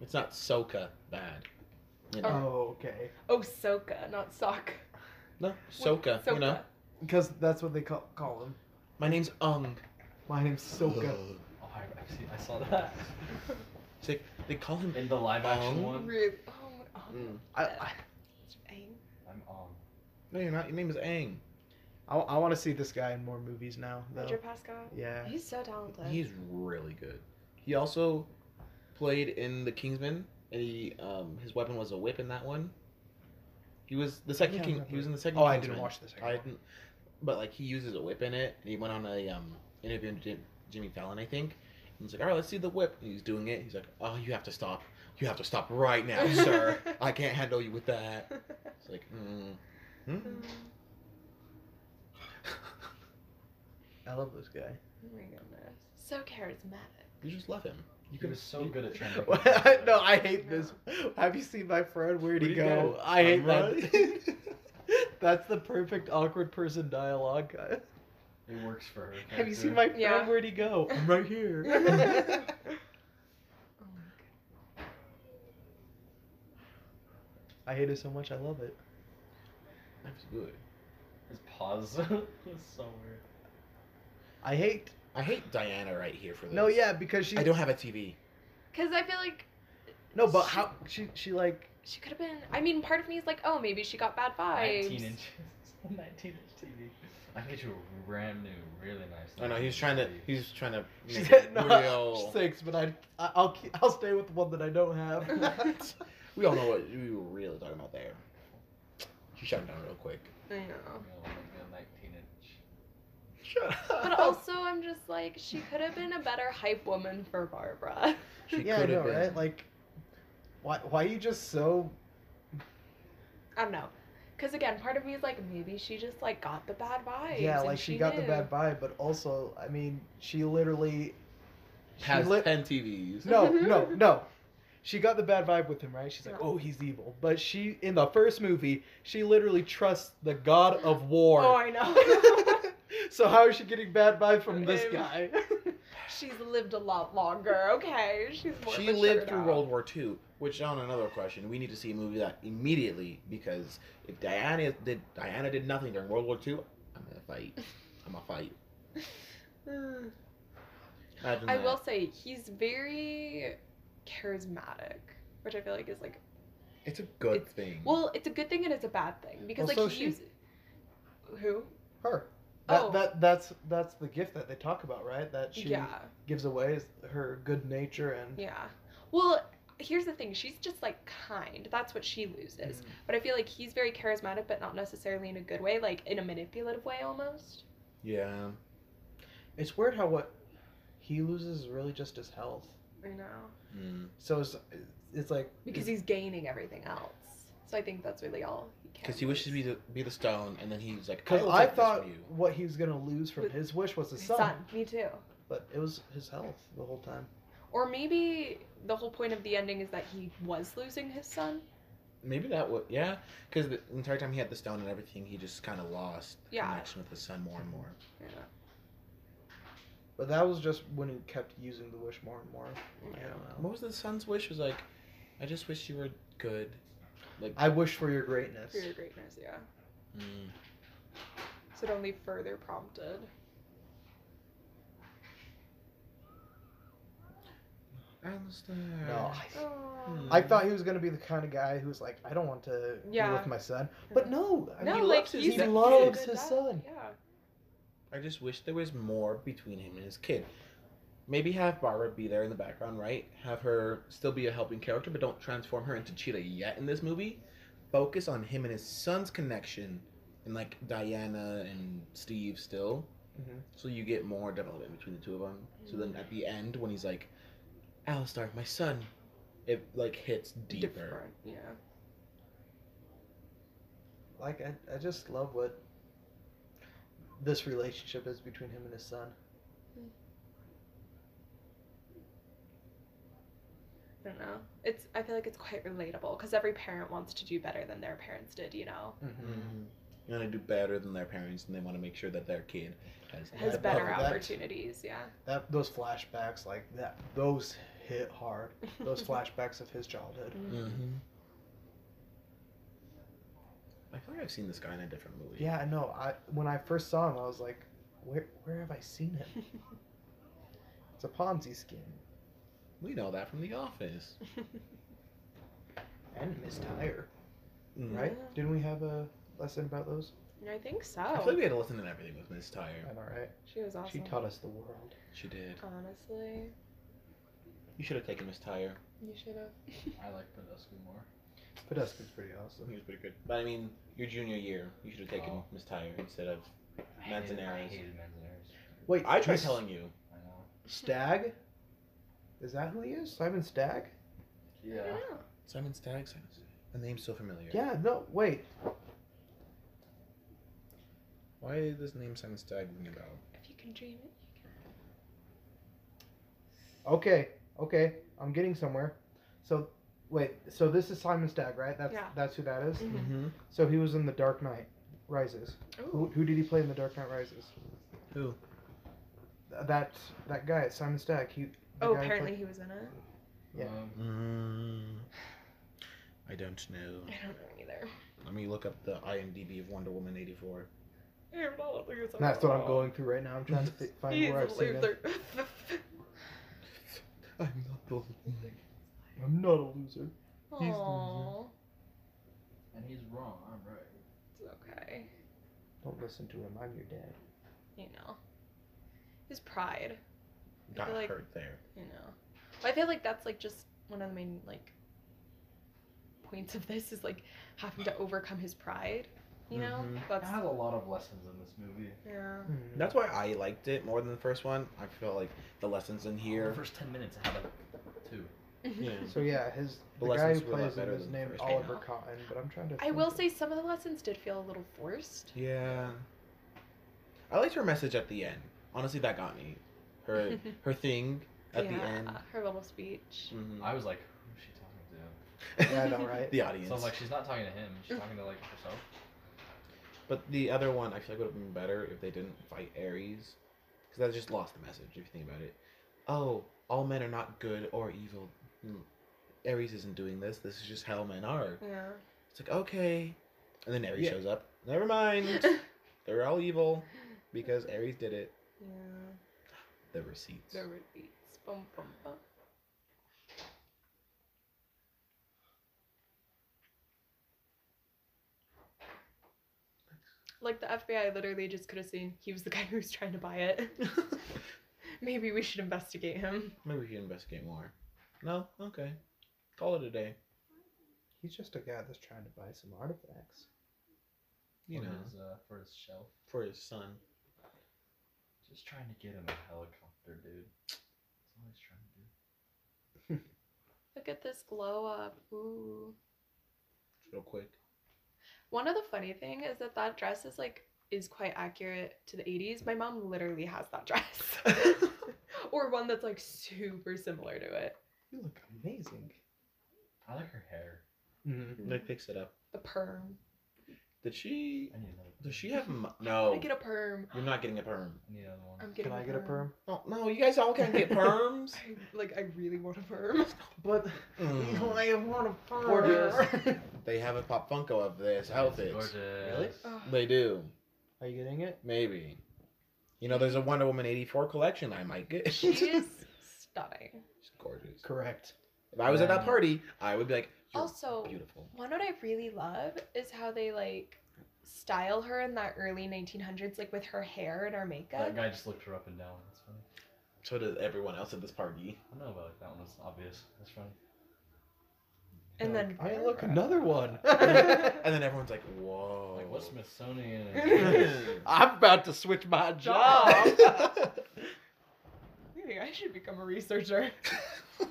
Speaker 3: It's not Soka bad. You know?
Speaker 2: Oh, okay.
Speaker 4: Oh, Soka, not Sock.
Speaker 3: no, Soka. You know,
Speaker 2: Because that's what they call call him.
Speaker 3: my name's Ung.
Speaker 2: My name's Soka.
Speaker 6: oh, I, I've seen, I saw that
Speaker 3: It's like they call him.
Speaker 6: in the live action
Speaker 3: Um,
Speaker 6: one.
Speaker 4: Really? Oh, my- oh,
Speaker 3: Mm.
Speaker 2: I, I,
Speaker 4: dang.
Speaker 6: I'm on.
Speaker 3: No, you're not. Your name is Aang.
Speaker 2: I, want to see this guy in more movies now,
Speaker 4: Pedro
Speaker 2: though.
Speaker 4: Pascal.
Speaker 2: Yeah.
Speaker 4: He's so talented.
Speaker 3: He's really good. He also played in the Kingsman, and he um his weapon was a whip in that one. He was the second
Speaker 2: can't
Speaker 3: king.
Speaker 2: remember.
Speaker 3: He was in the second.
Speaker 2: Oh, I
Speaker 3: Kingsman.
Speaker 2: didn't watch this.
Speaker 3: I didn't. But like he uses a whip in it, and he went on a um interview with Jim, Jimmy Fallon, I think. And he's like, "All right, let's see the whip." And he's doing it. He's like, "Oh, you have to stop. You have to stop right now, sir. I can't handle you with that."
Speaker 4: Oh
Speaker 3: It's "Mm-hmm. like, mm. Hmm?
Speaker 2: I love this guy.
Speaker 4: Oh my goodness. So charismatic.
Speaker 1: You just love him.
Speaker 6: You could was so good at trying to.
Speaker 2: What? no, I hate this. Have you seen my friend? Where'd he
Speaker 1: Where'd he
Speaker 2: go?
Speaker 1: go?
Speaker 2: I hate
Speaker 1: I'm
Speaker 2: that. That's the perfect awkward person dialogue.
Speaker 6: It works for her.
Speaker 2: Have you seen my friend?
Speaker 6: character.
Speaker 4: Yeah.
Speaker 2: Where'd he go? I'm right here.
Speaker 4: Oh my
Speaker 2: I hate it so much. I love it.
Speaker 3: That's good.
Speaker 6: His paws. It's so weird.
Speaker 2: I hate.
Speaker 3: I hate Diana right here for this.
Speaker 2: No, yeah, because she.
Speaker 3: I don't have a TV.
Speaker 4: Because I feel like
Speaker 2: No, but how she she like
Speaker 4: she could have been. I mean, part of me is like, oh, maybe she got bad vibes.
Speaker 6: 19 inches. 19 inch TV. I can get you a brand new, really nice.
Speaker 3: I know
Speaker 6: 19
Speaker 3: he's trying to.
Speaker 6: TV.
Speaker 3: He's trying to.
Speaker 2: she
Speaker 3: make
Speaker 2: said
Speaker 3: it
Speaker 2: no
Speaker 3: real-
Speaker 2: six, but I I- I'll keep, I'll stay with the one that I don't have.
Speaker 3: We all know what we were really talking about there. She shut him down real quick.
Speaker 4: I know.
Speaker 6: You know, like a 19 inch.
Speaker 2: Shut
Speaker 4: But also, I'm just like, she could have been a better hype woman for Barbara.
Speaker 3: She
Speaker 2: yeah, I
Speaker 3: coulda
Speaker 2: know,
Speaker 3: been-
Speaker 2: right? Like, why why are you just so?
Speaker 4: I don't know. Because again, part of me is like, maybe she just like got the bad vibes.
Speaker 2: yeah,
Speaker 4: and
Speaker 2: like she, got the
Speaker 4: knew.
Speaker 2: bad vibe, but also, I mean, she literally. She
Speaker 3: has
Speaker 2: lit-
Speaker 3: ten TVs.
Speaker 2: no,
Speaker 4: Mm-hmm.
Speaker 2: no, no. She got the bad vibe with him, right? She's like,
Speaker 4: No.
Speaker 2: "Oh, he's evil." But she, in the first movie, she literally trusts the god of war.
Speaker 4: Oh, I know.
Speaker 2: so how is she getting bad vibes from this
Speaker 4: Um,
Speaker 2: guy?
Speaker 4: She's lived a lot longer. Okay, she's more.
Speaker 3: She
Speaker 4: mature
Speaker 3: lived
Speaker 4: now.
Speaker 3: through World War II, which on another question, we need to see a movie that immediately because if Diana did Diana did nothing during World War II, I'm gonna fight. I'm gonna fight. Imagine
Speaker 4: Hmm. I
Speaker 3: that.
Speaker 4: will say he's very charismatic, which I feel like is like
Speaker 3: It's a good
Speaker 4: it's-
Speaker 3: thing.
Speaker 4: well, it's a good thing and it's a bad thing because
Speaker 2: Well,
Speaker 4: like
Speaker 2: so
Speaker 4: he
Speaker 2: she-
Speaker 4: used who
Speaker 2: her. That,
Speaker 4: Oh.
Speaker 2: that that's that's the gift that they talk about, right? That she
Speaker 4: yeah
Speaker 2: gives away is her good nature and
Speaker 4: yeah well here's the thing she's just like kind that's what she loses
Speaker 2: Mm.
Speaker 3: Mm-hmm.
Speaker 4: but I feel like he's very charismatic but not necessarily in a good way like in a manipulative way almost
Speaker 3: yeah.
Speaker 2: it's weird how what he loses is really just his health.
Speaker 4: I know
Speaker 3: Mm.
Speaker 2: So it's it's like
Speaker 4: because he's gaining everything else so I think that's really all he can
Speaker 3: Because he wishes to be the, be the stone, and then he's like,
Speaker 2: because
Speaker 3: will
Speaker 2: I
Speaker 3: take this
Speaker 2: thought
Speaker 3: from you.
Speaker 2: what he was gonna lose from
Speaker 4: With-
Speaker 2: his wish was his
Speaker 4: His
Speaker 2: son,
Speaker 4: son me too
Speaker 2: but it was his health the whole time.
Speaker 4: Or maybe the whole point of the ending is that he was losing his son.
Speaker 3: Maybe that would, yeah. Because the entire time he had the stone and everything, he just kind of lost the
Speaker 4: Yeah.
Speaker 3: connection with the sun more and more.
Speaker 4: Yeah.
Speaker 2: But that was just when he kept using the wish more and more. I don't know.
Speaker 3: What was the sun's wish? It was like, I just wish you were good.
Speaker 2: I wish for your greatness.
Speaker 4: For your greatness, yeah.
Speaker 3: Mm.
Speaker 4: So it only further prompted.
Speaker 3: Alistair.
Speaker 2: No, I,
Speaker 4: Oh.
Speaker 2: I thought he was gonna be the kind of guy who's like, I don't want to be
Speaker 4: Yeah.
Speaker 2: with my son, but no, I
Speaker 4: Oh. no,
Speaker 2: mean,
Speaker 4: like
Speaker 3: his-
Speaker 4: he's
Speaker 3: he
Speaker 4: a
Speaker 2: loves
Speaker 4: good
Speaker 2: his
Speaker 4: dad,
Speaker 2: son.
Speaker 4: Yeah.
Speaker 3: I just wish there was more between him and his kid. Maybe have Barbara be there in the background, right? Have her still be a helping character, but don't transform her into Cheetah yet in this movie. Focus on him and his son's connection, and like Diana and Steve still.
Speaker 2: Mhm.
Speaker 3: So you get more development between the two of them. So then at the end, when he's like, "Alistar, my son," it like hits deeper.
Speaker 4: Different, Yeah.
Speaker 2: like I, I just love what this relationship is between him and his son.
Speaker 4: I don't know. It's. I feel like it's quite relatable because every parent wants to do better than their parents did. You know,
Speaker 3: Mm-hmm. You want to do better than their parents, and they want to make sure that their kid has
Speaker 4: has
Speaker 2: Yeah,
Speaker 4: better
Speaker 2: that-
Speaker 4: opportunities. Yeah.
Speaker 2: That those flashbacks like that those hit hard. Those flashbacks of his childhood.
Speaker 4: Mm.
Speaker 3: Mm-hmm. I feel like I've seen this guy in a different movie.
Speaker 2: Yeah, I know. I when I first saw him, I was like, where where have I seen him? It's a Ponzi scheme
Speaker 3: We know that from The Office.
Speaker 2: and Miss Tire,
Speaker 3: Mm.
Speaker 2: right?
Speaker 4: Yeah.
Speaker 2: Didn't we have a lesson about those?
Speaker 4: I think
Speaker 3: I feel like
Speaker 4: so.
Speaker 3: we had to listen to everything with Miss Tyre.
Speaker 2: I'm all right.
Speaker 4: She was awesome.
Speaker 2: She taught us the world.
Speaker 3: She did.
Speaker 4: Honestly,
Speaker 3: You should have taken Miss Tyre.
Speaker 4: you should have.
Speaker 6: I like Podescu more.
Speaker 2: Podesta's pretty awesome.
Speaker 3: He was pretty good. But I mean, your junior year, you should have taken
Speaker 6: Oh.
Speaker 3: Miss Tyre instead of.
Speaker 6: I hated- I
Speaker 3: Manzanares.
Speaker 6: hated Manzanares.
Speaker 2: Wait,
Speaker 3: I tried
Speaker 2: he's-
Speaker 3: telling you.
Speaker 6: I know.
Speaker 2: Stag. Is that who he is? Simon Stag?
Speaker 4: I
Speaker 6: Yeah.
Speaker 4: don't know.
Speaker 3: Simon Stagg. Simon Stagg. The name's so familiar.
Speaker 2: Yeah, no, wait.
Speaker 3: Why is this name Simon Stagg ring a bell?
Speaker 4: If you can dream it.
Speaker 2: Okay, okay, I'm getting somewhere. So, wait, so this is Simon Stagg, right? That's
Speaker 4: Yeah.
Speaker 2: that's who that is.
Speaker 4: Mhm.
Speaker 3: Mm-hmm.
Speaker 2: So he was in The Dark Knight Rises. Who,
Speaker 4: Oh,
Speaker 2: who did he play in The Dark Knight Rises?
Speaker 3: Who?
Speaker 2: Th- That that guy, Simon Stagg. He. the
Speaker 4: oh
Speaker 2: guy who
Speaker 4: apparently
Speaker 2: played-
Speaker 4: he was in it.
Speaker 2: Yeah.
Speaker 6: Um,
Speaker 3: Mm, I don't know.
Speaker 4: I don't know either.
Speaker 3: Let me look up the IMDb of Wonder Woman 84.
Speaker 2: That's what I'm going through right now. I'm trying to fi- find
Speaker 4: He's
Speaker 2: where I've
Speaker 4: a
Speaker 2: seen him.
Speaker 4: loser.
Speaker 3: I'm not the
Speaker 2: I'm not a loser.
Speaker 3: loser.
Speaker 4: Aw,
Speaker 6: and he's wrong. I'm right.
Speaker 4: it's okay.
Speaker 2: Don't listen to him. I'm your dad.
Speaker 4: You know, his pride. I
Speaker 3: Got
Speaker 4: feel like-
Speaker 3: hurt there.
Speaker 4: You know, but I feel like that's like just one of the main like points of this is like having to overcome his pride. You know,
Speaker 2: Mm-hmm.
Speaker 3: Mhm.
Speaker 6: It
Speaker 4: that's
Speaker 6: has a lot of lessons in this movie.
Speaker 4: yeah.
Speaker 3: That's why I liked it more than the first one. I feel like the lessons in
Speaker 6: The
Speaker 3: here.
Speaker 6: first ten minutes, I had like two.
Speaker 3: Yeah.
Speaker 2: So yeah, his the
Speaker 3: Bless
Speaker 2: guy
Speaker 3: us
Speaker 2: who
Speaker 3: were a lot
Speaker 2: plays him
Speaker 3: better
Speaker 2: is
Speaker 3: than the
Speaker 2: named
Speaker 3: first
Speaker 4: one.
Speaker 2: Oliver Cotton, but I'm trying to.
Speaker 4: I
Speaker 2: think
Speaker 4: will
Speaker 2: of-
Speaker 4: say some of the lessons did feel a little forced.
Speaker 3: Yeah. I liked her message at the end. Honestly, that got me. Her her thing at the end.
Speaker 4: her little speech.
Speaker 2: Mm.
Speaker 3: Mhm.
Speaker 6: I was like, who is she talking to?
Speaker 2: Yeah, I know, right?
Speaker 3: the audience.
Speaker 6: So I'm like, she's not talking to him. She's talking to like herself.
Speaker 3: But the other one, I feel like would have been better if they didn't fight Ares, because that just lost the message if you think about it. Oh, all men are not good or evil. Mm. Ares isn't doing this. This is just how men are.
Speaker 4: Yeah.
Speaker 3: It's like okay, and then Ares
Speaker 2: Yeah.
Speaker 3: shows up. Never mind. They're all evil because Ares did it.
Speaker 4: Yeah.
Speaker 3: The receipts.
Speaker 4: There were beats. Bum, bum, bum. Like the FBI literally just could have seen he was the guy who was trying to buy it. Maybe we should investigate him.
Speaker 3: Maybe we should investigate more. No, okay, call it a day.
Speaker 2: He's just a guy that's trying to buy some artifacts.
Speaker 3: You
Speaker 6: for
Speaker 3: know,
Speaker 6: his, uh, for his shelf.
Speaker 3: for his son.
Speaker 6: Just trying to get him a helicopter, dude. That's all he's trying to do.
Speaker 4: Look at this glow up. Ooh.
Speaker 3: Real quick.
Speaker 4: One of the funny thing is that that dress is like is quite accurate to the 80s. My mom literally has that dress. or one that's like super similar to it.
Speaker 2: You look amazing.
Speaker 6: I like her hair.
Speaker 2: Mm-hmm.
Speaker 3: Nick picks it up.
Speaker 4: The perm.
Speaker 3: Did she?
Speaker 6: I need another.
Speaker 3: Does she have? mu-
Speaker 4: I
Speaker 3: No.
Speaker 4: wanna get a perm.
Speaker 3: You're not getting a perm.
Speaker 6: I need another one.
Speaker 4: I'm getting
Speaker 2: Oh. Can I get a perm?
Speaker 3: Oh no, you guys all can get perms.
Speaker 4: I, like I really want a perm.
Speaker 2: But
Speaker 3: Mm.
Speaker 2: I want a perm.
Speaker 3: Gorgeous. they have a pop Funko of this
Speaker 6: It's
Speaker 3: outfit.
Speaker 6: Gorgeous.
Speaker 2: Really?
Speaker 4: Oh,
Speaker 3: They do.
Speaker 2: Are you getting it?
Speaker 3: Maybe. You know, there's a Wonder Woman 84 collection I might get.
Speaker 4: she is stunning.
Speaker 3: She's gorgeous.
Speaker 2: Correct.
Speaker 3: If I was at that
Speaker 6: Yeah.
Speaker 3: party, I would be like, You're
Speaker 4: Also,
Speaker 3: beautiful.
Speaker 4: one what I really love is how they like style her in that early 1900s, like with her hair and her
Speaker 6: That
Speaker 4: makeup.
Speaker 6: guy just looked her up and down. That's funny.
Speaker 3: So does everyone else at this party.
Speaker 6: I don't know about like that one. That's obvious. That's funny.
Speaker 4: And
Speaker 2: You're
Speaker 4: then
Speaker 2: like, I
Speaker 4: hair
Speaker 2: look
Speaker 4: wrap.
Speaker 2: another one.
Speaker 3: and then everyone's like, whoa.
Speaker 6: Like what Smithsonian?
Speaker 2: I'm about to switch my job.
Speaker 3: Job.
Speaker 4: Maybe I should become a researcher.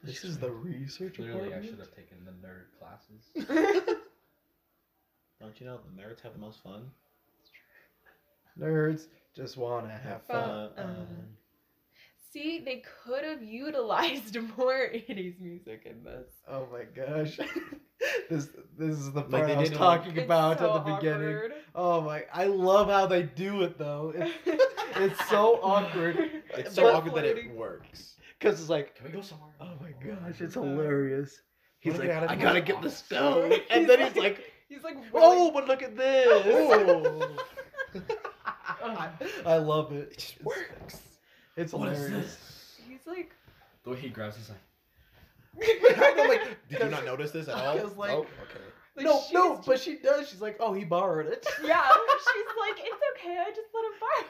Speaker 2: this is the research
Speaker 6: Clearly, I
Speaker 2: department?
Speaker 6: should have taken the nerd classes.
Speaker 3: Don't you know the nerds have the most fun?
Speaker 2: Nerds just wanna have
Speaker 4: Fun.
Speaker 2: fun.
Speaker 4: um, See, they could have utilized more 80s music in this.
Speaker 2: Oh my gosh. this this is the part
Speaker 3: Like they
Speaker 2: I was
Speaker 3: didn't
Speaker 2: talking
Speaker 4: It's
Speaker 2: about
Speaker 4: so
Speaker 2: at the beginning.
Speaker 4: awkward.
Speaker 2: Oh my I love how they do it though. It's, it's so awkward
Speaker 3: it's so
Speaker 2: But-
Speaker 3: awkward that it
Speaker 4: Flirting.
Speaker 3: works.
Speaker 2: because it's like
Speaker 6: Can we go somewhere?
Speaker 2: Oh my gosh, it's
Speaker 6: Uh,
Speaker 2: hilarious. He's
Speaker 3: Wanna
Speaker 2: like,
Speaker 3: get out of
Speaker 2: I
Speaker 3: here?
Speaker 2: gotta get the stone.
Speaker 4: He's
Speaker 2: And then he's like,
Speaker 4: he's like,
Speaker 2: oh, but look at this.
Speaker 3: Oh.
Speaker 2: I, Oh. I love it.
Speaker 3: It just
Speaker 2: It's-
Speaker 3: works.
Speaker 2: It's
Speaker 6: What is
Speaker 2: hilarious.
Speaker 6: this?
Speaker 4: he's like,
Speaker 6: The way he grabs his like,
Speaker 3: I know, like, did you
Speaker 2: Because-
Speaker 3: not notice this at all?
Speaker 2: because, like-
Speaker 3: Nope, okay.
Speaker 4: like,
Speaker 2: no,
Speaker 4: she's
Speaker 2: no, but she does. She's like, oh, he borrowed it.
Speaker 4: Yeah, she's like, it's okay, I just let him borrow.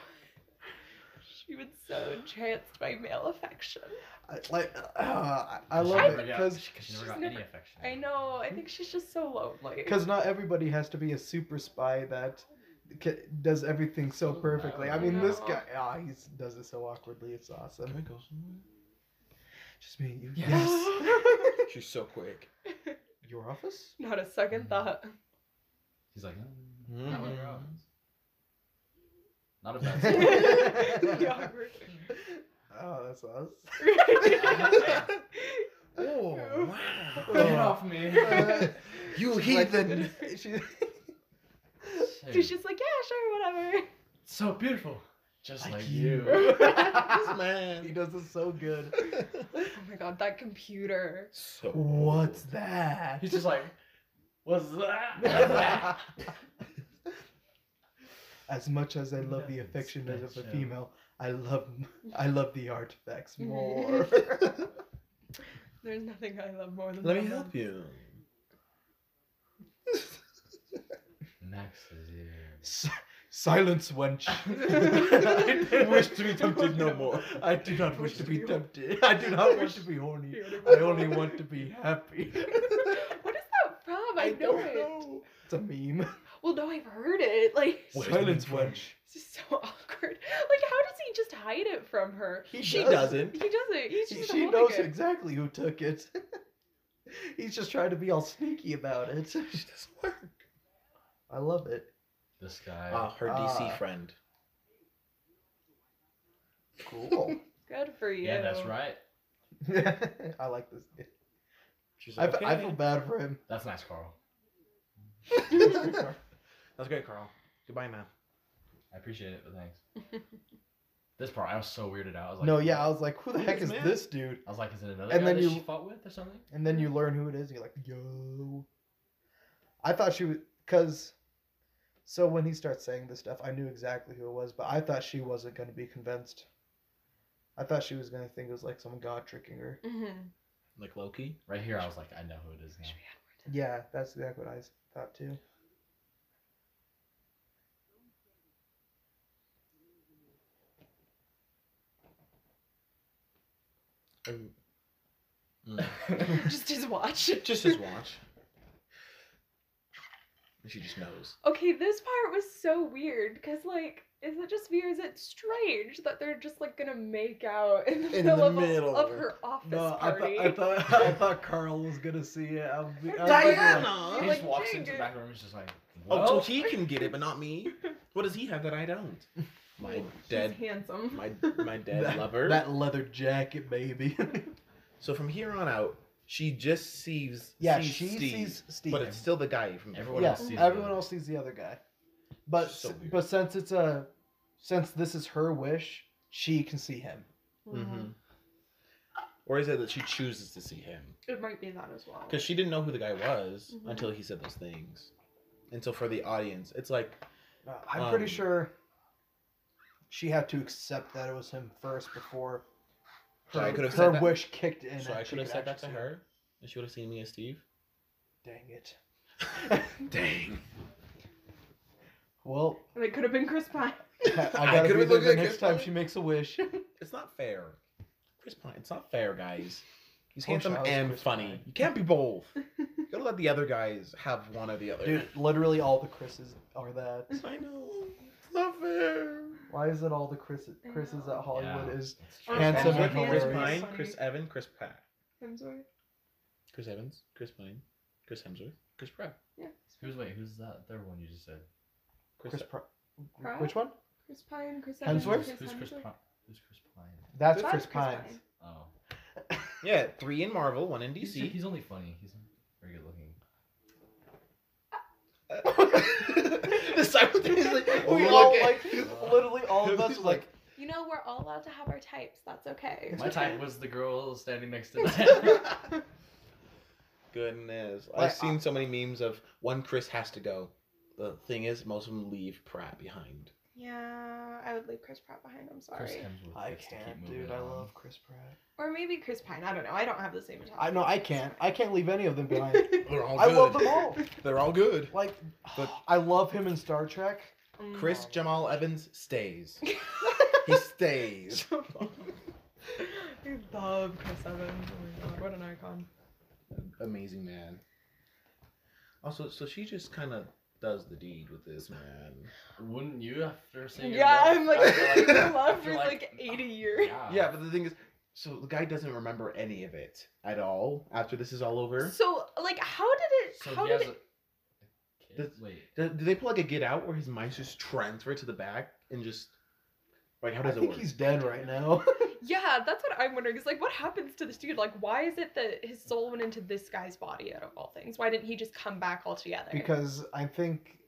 Speaker 4: She was so entranced by male affection.
Speaker 2: I, like, uh, I, I love
Speaker 6: she
Speaker 2: it
Speaker 6: never got-
Speaker 2: because
Speaker 6: she, 'cause she
Speaker 4: she's
Speaker 6: never got
Speaker 4: never-
Speaker 6: any affection.
Speaker 4: I know, I think she's just so lonely.
Speaker 2: because not everybody has to be a super spy that ca does everything so perfectly. I mean, this
Speaker 4: No.
Speaker 2: guy, ah, he does it so awkwardly. It's awesome.
Speaker 3: go somewhere?
Speaker 2: Just me and you.
Speaker 4: Yes.
Speaker 3: She's so quick.
Speaker 2: Your office?
Speaker 4: Not a second thought.
Speaker 6: He's like, mm,
Speaker 3: Mm.
Speaker 6: Alan Robbins. Not a bad story.
Speaker 4: The awkward.
Speaker 2: Oh, that's us.
Speaker 3: Oh,
Speaker 5: Get
Speaker 3: wow.
Speaker 5: off me.
Speaker 3: you
Speaker 2: She's
Speaker 3: heathen.
Speaker 2: like- she-
Speaker 4: She's just like, yeah, sure,
Speaker 6: so beautiful. Just like,
Speaker 5: Like
Speaker 6: you.
Speaker 5: you.
Speaker 3: this
Speaker 2: he
Speaker 3: man.
Speaker 2: does this so good.
Speaker 4: whatever. Oh my god, that computer.
Speaker 3: So
Speaker 2: What's that?
Speaker 5: He's just like, what's that?
Speaker 2: as much as I love the affection of a
Speaker 6: Special.
Speaker 2: female, I love I love the artifacts more.
Speaker 4: There's nothing I love more than
Speaker 3: Let me
Speaker 4: someone-
Speaker 3: help you.
Speaker 6: Max is here.
Speaker 2: S- Silence, wench. I
Speaker 3: Wish to be tempted no more.
Speaker 2: I do not wish to be tempted. I do not wish to be horny. I only want to be happy.
Speaker 4: What is that from? I, know it.
Speaker 2: It's a meme.
Speaker 4: Well, no, I've heard it. Like,
Speaker 3: Wait.
Speaker 2: Silence, wench.
Speaker 4: it's just so awkward. Like, how does he just hide it from her?
Speaker 2: He
Speaker 3: She
Speaker 2: does.
Speaker 3: doesn't.
Speaker 4: He doesn't. He's
Speaker 2: She,
Speaker 4: just
Speaker 2: she
Speaker 4: holding
Speaker 2: knows
Speaker 4: it.
Speaker 2: exactly who took it. He's just trying to be all sneaky about it.
Speaker 3: She doesn't work.
Speaker 2: I love it.
Speaker 6: This guy.
Speaker 3: Ah, her
Speaker 2: Ah.
Speaker 3: DC friend.
Speaker 2: Cool.
Speaker 4: Good for you.
Speaker 6: yeah. that's right.
Speaker 2: I like this. dude.
Speaker 3: She's
Speaker 2: I,
Speaker 3: like,
Speaker 2: fe- I
Speaker 3: okay.
Speaker 2: feel bad for him.
Speaker 6: That's nice, Carl.
Speaker 3: That's great, Carl. Goodbye now.
Speaker 6: I appreciate it, but thanks. this part, I was so weirded out. I was like,
Speaker 2: no, yeah, I was like, who the
Speaker 3: Who
Speaker 2: heck
Speaker 3: is
Speaker 2: is
Speaker 3: man?
Speaker 2: this dude?
Speaker 6: I was like, is it another
Speaker 2: And
Speaker 6: guy
Speaker 2: then
Speaker 6: that
Speaker 2: you-
Speaker 6: she fought with or something?
Speaker 2: And then you learn who it is, and you're like, yo. I thought she was, because, so when he starts saying this stuff, I knew exactly who it was, but I thought she wasn't going to be convinced. I thought she was going to think it was like some god tricking her.
Speaker 4: Mhm.
Speaker 3: Like Loki.
Speaker 6: Right here, I was like, I know who it is now.
Speaker 4: Should we add
Speaker 2: Yeah, that's exactly what I s- thought too.
Speaker 3: Um,
Speaker 4: more to- Just his watch.
Speaker 3: just his watch. And she just knows.
Speaker 4: Okay, this part was so weird because, like, is it just me or is it strange that they're just like gonna make out in the,
Speaker 3: In
Speaker 4: middle,
Speaker 3: the
Speaker 4: of, a-
Speaker 3: middle.
Speaker 4: of her office party?
Speaker 2: thought I thought Carl was gonna see it. I was,
Speaker 6: He
Speaker 4: Like,
Speaker 6: just walks
Speaker 4: dang
Speaker 6: into the
Speaker 4: it.
Speaker 6: back room and is just like,
Speaker 3: Oh,
Speaker 6: well,
Speaker 3: so he can get it, but not me. What does he have that I don't? My
Speaker 4: He's
Speaker 3: dead,
Speaker 4: handsome.
Speaker 3: my my dead
Speaker 2: That-
Speaker 3: lover.
Speaker 2: That leather jacket, baby.
Speaker 3: So from here on out, she just sees.
Speaker 2: yeah,
Speaker 3: sees
Speaker 2: she
Speaker 3: Steve,
Speaker 2: sees Steve.
Speaker 3: but it's still the guy from
Speaker 6: Everyone
Speaker 2: yeah,
Speaker 6: else sees
Speaker 2: everyone
Speaker 6: the-
Speaker 2: else sees the other guy. But
Speaker 3: So
Speaker 2: s-
Speaker 3: weird.
Speaker 2: but since it's a since this is her wish, she can see him.
Speaker 3: Mm-hmm. Or is it that she chooses to see him?
Speaker 4: It might be that as well.
Speaker 3: Because she didn't know who the guy was
Speaker 4: Mhm.
Speaker 3: until he said those things. And so for the audience, it's like
Speaker 2: Uh, I'm pretty
Speaker 3: Um,
Speaker 2: sure she had to accept that it was him first before
Speaker 3: So I
Speaker 2: her,
Speaker 3: could've
Speaker 2: her
Speaker 3: said that-
Speaker 2: wish kicked in.
Speaker 3: so
Speaker 2: and
Speaker 3: I
Speaker 2: she
Speaker 3: should have
Speaker 2: could
Speaker 3: said that to
Speaker 2: actually see
Speaker 3: her, and she would have seen me as Steve.
Speaker 2: it. Dang it.
Speaker 3: Dang.
Speaker 2: Well,
Speaker 4: And it could have been Chris Pine.
Speaker 2: I gotta
Speaker 3: could've
Speaker 2: be
Speaker 3: looked
Speaker 2: there the
Speaker 3: at
Speaker 2: next
Speaker 3: Chris
Speaker 2: time
Speaker 3: Pine.
Speaker 2: she makes a wish.
Speaker 3: It's not fair. Chris Pine, it's not fair, guys. He's
Speaker 2: Poor
Speaker 3: handsome
Speaker 2: Charles
Speaker 3: and
Speaker 2: Chris
Speaker 3: funny.
Speaker 2: Pine.
Speaker 3: You can't be both. You gotta let the other guys have one or the other.
Speaker 2: Dude, literally all the Chris's are that.
Speaker 3: I know. It's not fair.
Speaker 2: Why is it all the Chris
Speaker 4: I
Speaker 2: Chris's
Speaker 4: know.
Speaker 2: at Hollywood
Speaker 6: Yeah.
Speaker 2: is
Speaker 6: It's true.
Speaker 2: handsome
Speaker 4: Chris
Speaker 2: and
Speaker 4: Pine.
Speaker 3: Chris
Speaker 4: Very
Speaker 2: hilarious?
Speaker 3: Pine,
Speaker 4: funny.
Speaker 3: Chris Evan, Chris Pat,
Speaker 4: Hemsworth.
Speaker 3: Chris Evans, Chris Pine, Chris Hemsworth, Chris Pratt,
Speaker 4: Yeah.
Speaker 6: Who's wait? Who's that? The other one you just said.
Speaker 3: Chris.
Speaker 2: Chris Pri-
Speaker 4: Pratt?
Speaker 2: Which one?
Speaker 4: Chris Pine. Chris
Speaker 2: Hemsworth?
Speaker 4: Evans,
Speaker 2: Hemsworth?
Speaker 6: Who's, who's Chris
Speaker 4: Hemsworth.
Speaker 6: Pine? Who's Chris Pine?
Speaker 2: That's
Speaker 4: That's
Speaker 2: Chris
Speaker 4: Chris
Speaker 2: Pines.
Speaker 4: Pine.
Speaker 6: Oh,
Speaker 3: yeah, three in Marvel, one in
Speaker 6: he's,
Speaker 3: DC.
Speaker 6: he's only funny. He's not very good looking.
Speaker 3: the simultaneously.
Speaker 2: We
Speaker 3: look
Speaker 2: all
Speaker 3: at-
Speaker 2: like literally all of us
Speaker 3: He's
Speaker 2: were like
Speaker 4: You know, we're all allowed to have our types. That's okay.
Speaker 6: My type was the girl standing next to that.
Speaker 3: Goodness,
Speaker 2: Like,
Speaker 3: I've seen so many memes of one Chris has to go. The thing is, most of them leave Pratt behind.
Speaker 4: Yeah, I would leave Chris Pratt behind. I'm
Speaker 6: Chris
Speaker 4: sorry.
Speaker 6: Hemsworth.
Speaker 2: I
Speaker 6: gets to keep
Speaker 2: can't,
Speaker 6: moving
Speaker 2: dude. I
Speaker 6: on.
Speaker 2: love Chris Pratt.
Speaker 4: Or maybe Chris Pine. I don't know. I don't have the same attachment.
Speaker 2: I know I can't. I can't leave any of them behind.
Speaker 3: They're all
Speaker 2: I love them all.
Speaker 3: They're all good.
Speaker 2: Like
Speaker 3: But-
Speaker 2: I love him in Star Trek.
Speaker 4: Mm.
Speaker 3: Chris Jamal Evans stays. he stays.
Speaker 4: I love Chris Evans. Oh my god, what an icon.
Speaker 3: Amazing man. Also, so she just kind of does the deed with this man.
Speaker 6: Wouldn't you after seeing?
Speaker 4: Yeah, I'm like,
Speaker 3: I feel
Speaker 4: I've
Speaker 3: like-
Speaker 4: been in love for
Speaker 6: you're
Speaker 4: like,
Speaker 6: like,
Speaker 4: 80 years.
Speaker 3: Yeah, but the thing is, so the guy doesn't remember any of it at all after this is all over.
Speaker 4: So, like, how did it.
Speaker 6: So
Speaker 4: how
Speaker 6: he has
Speaker 4: did
Speaker 6: a.
Speaker 4: it.
Speaker 6: a kid?
Speaker 3: That's-
Speaker 6: Wait.
Speaker 3: Do, do they pull like a get out where his mice just transfer to the back? and just like how
Speaker 2: I
Speaker 3: does it
Speaker 2: think
Speaker 3: work?
Speaker 2: he's dead right now.
Speaker 4: Yeah, that's what I'm wondering. Is like, what happens to this dude? Like, why is it that his soul went into this guy's body out of all things? Why didn't he just come back altogether?
Speaker 2: because I think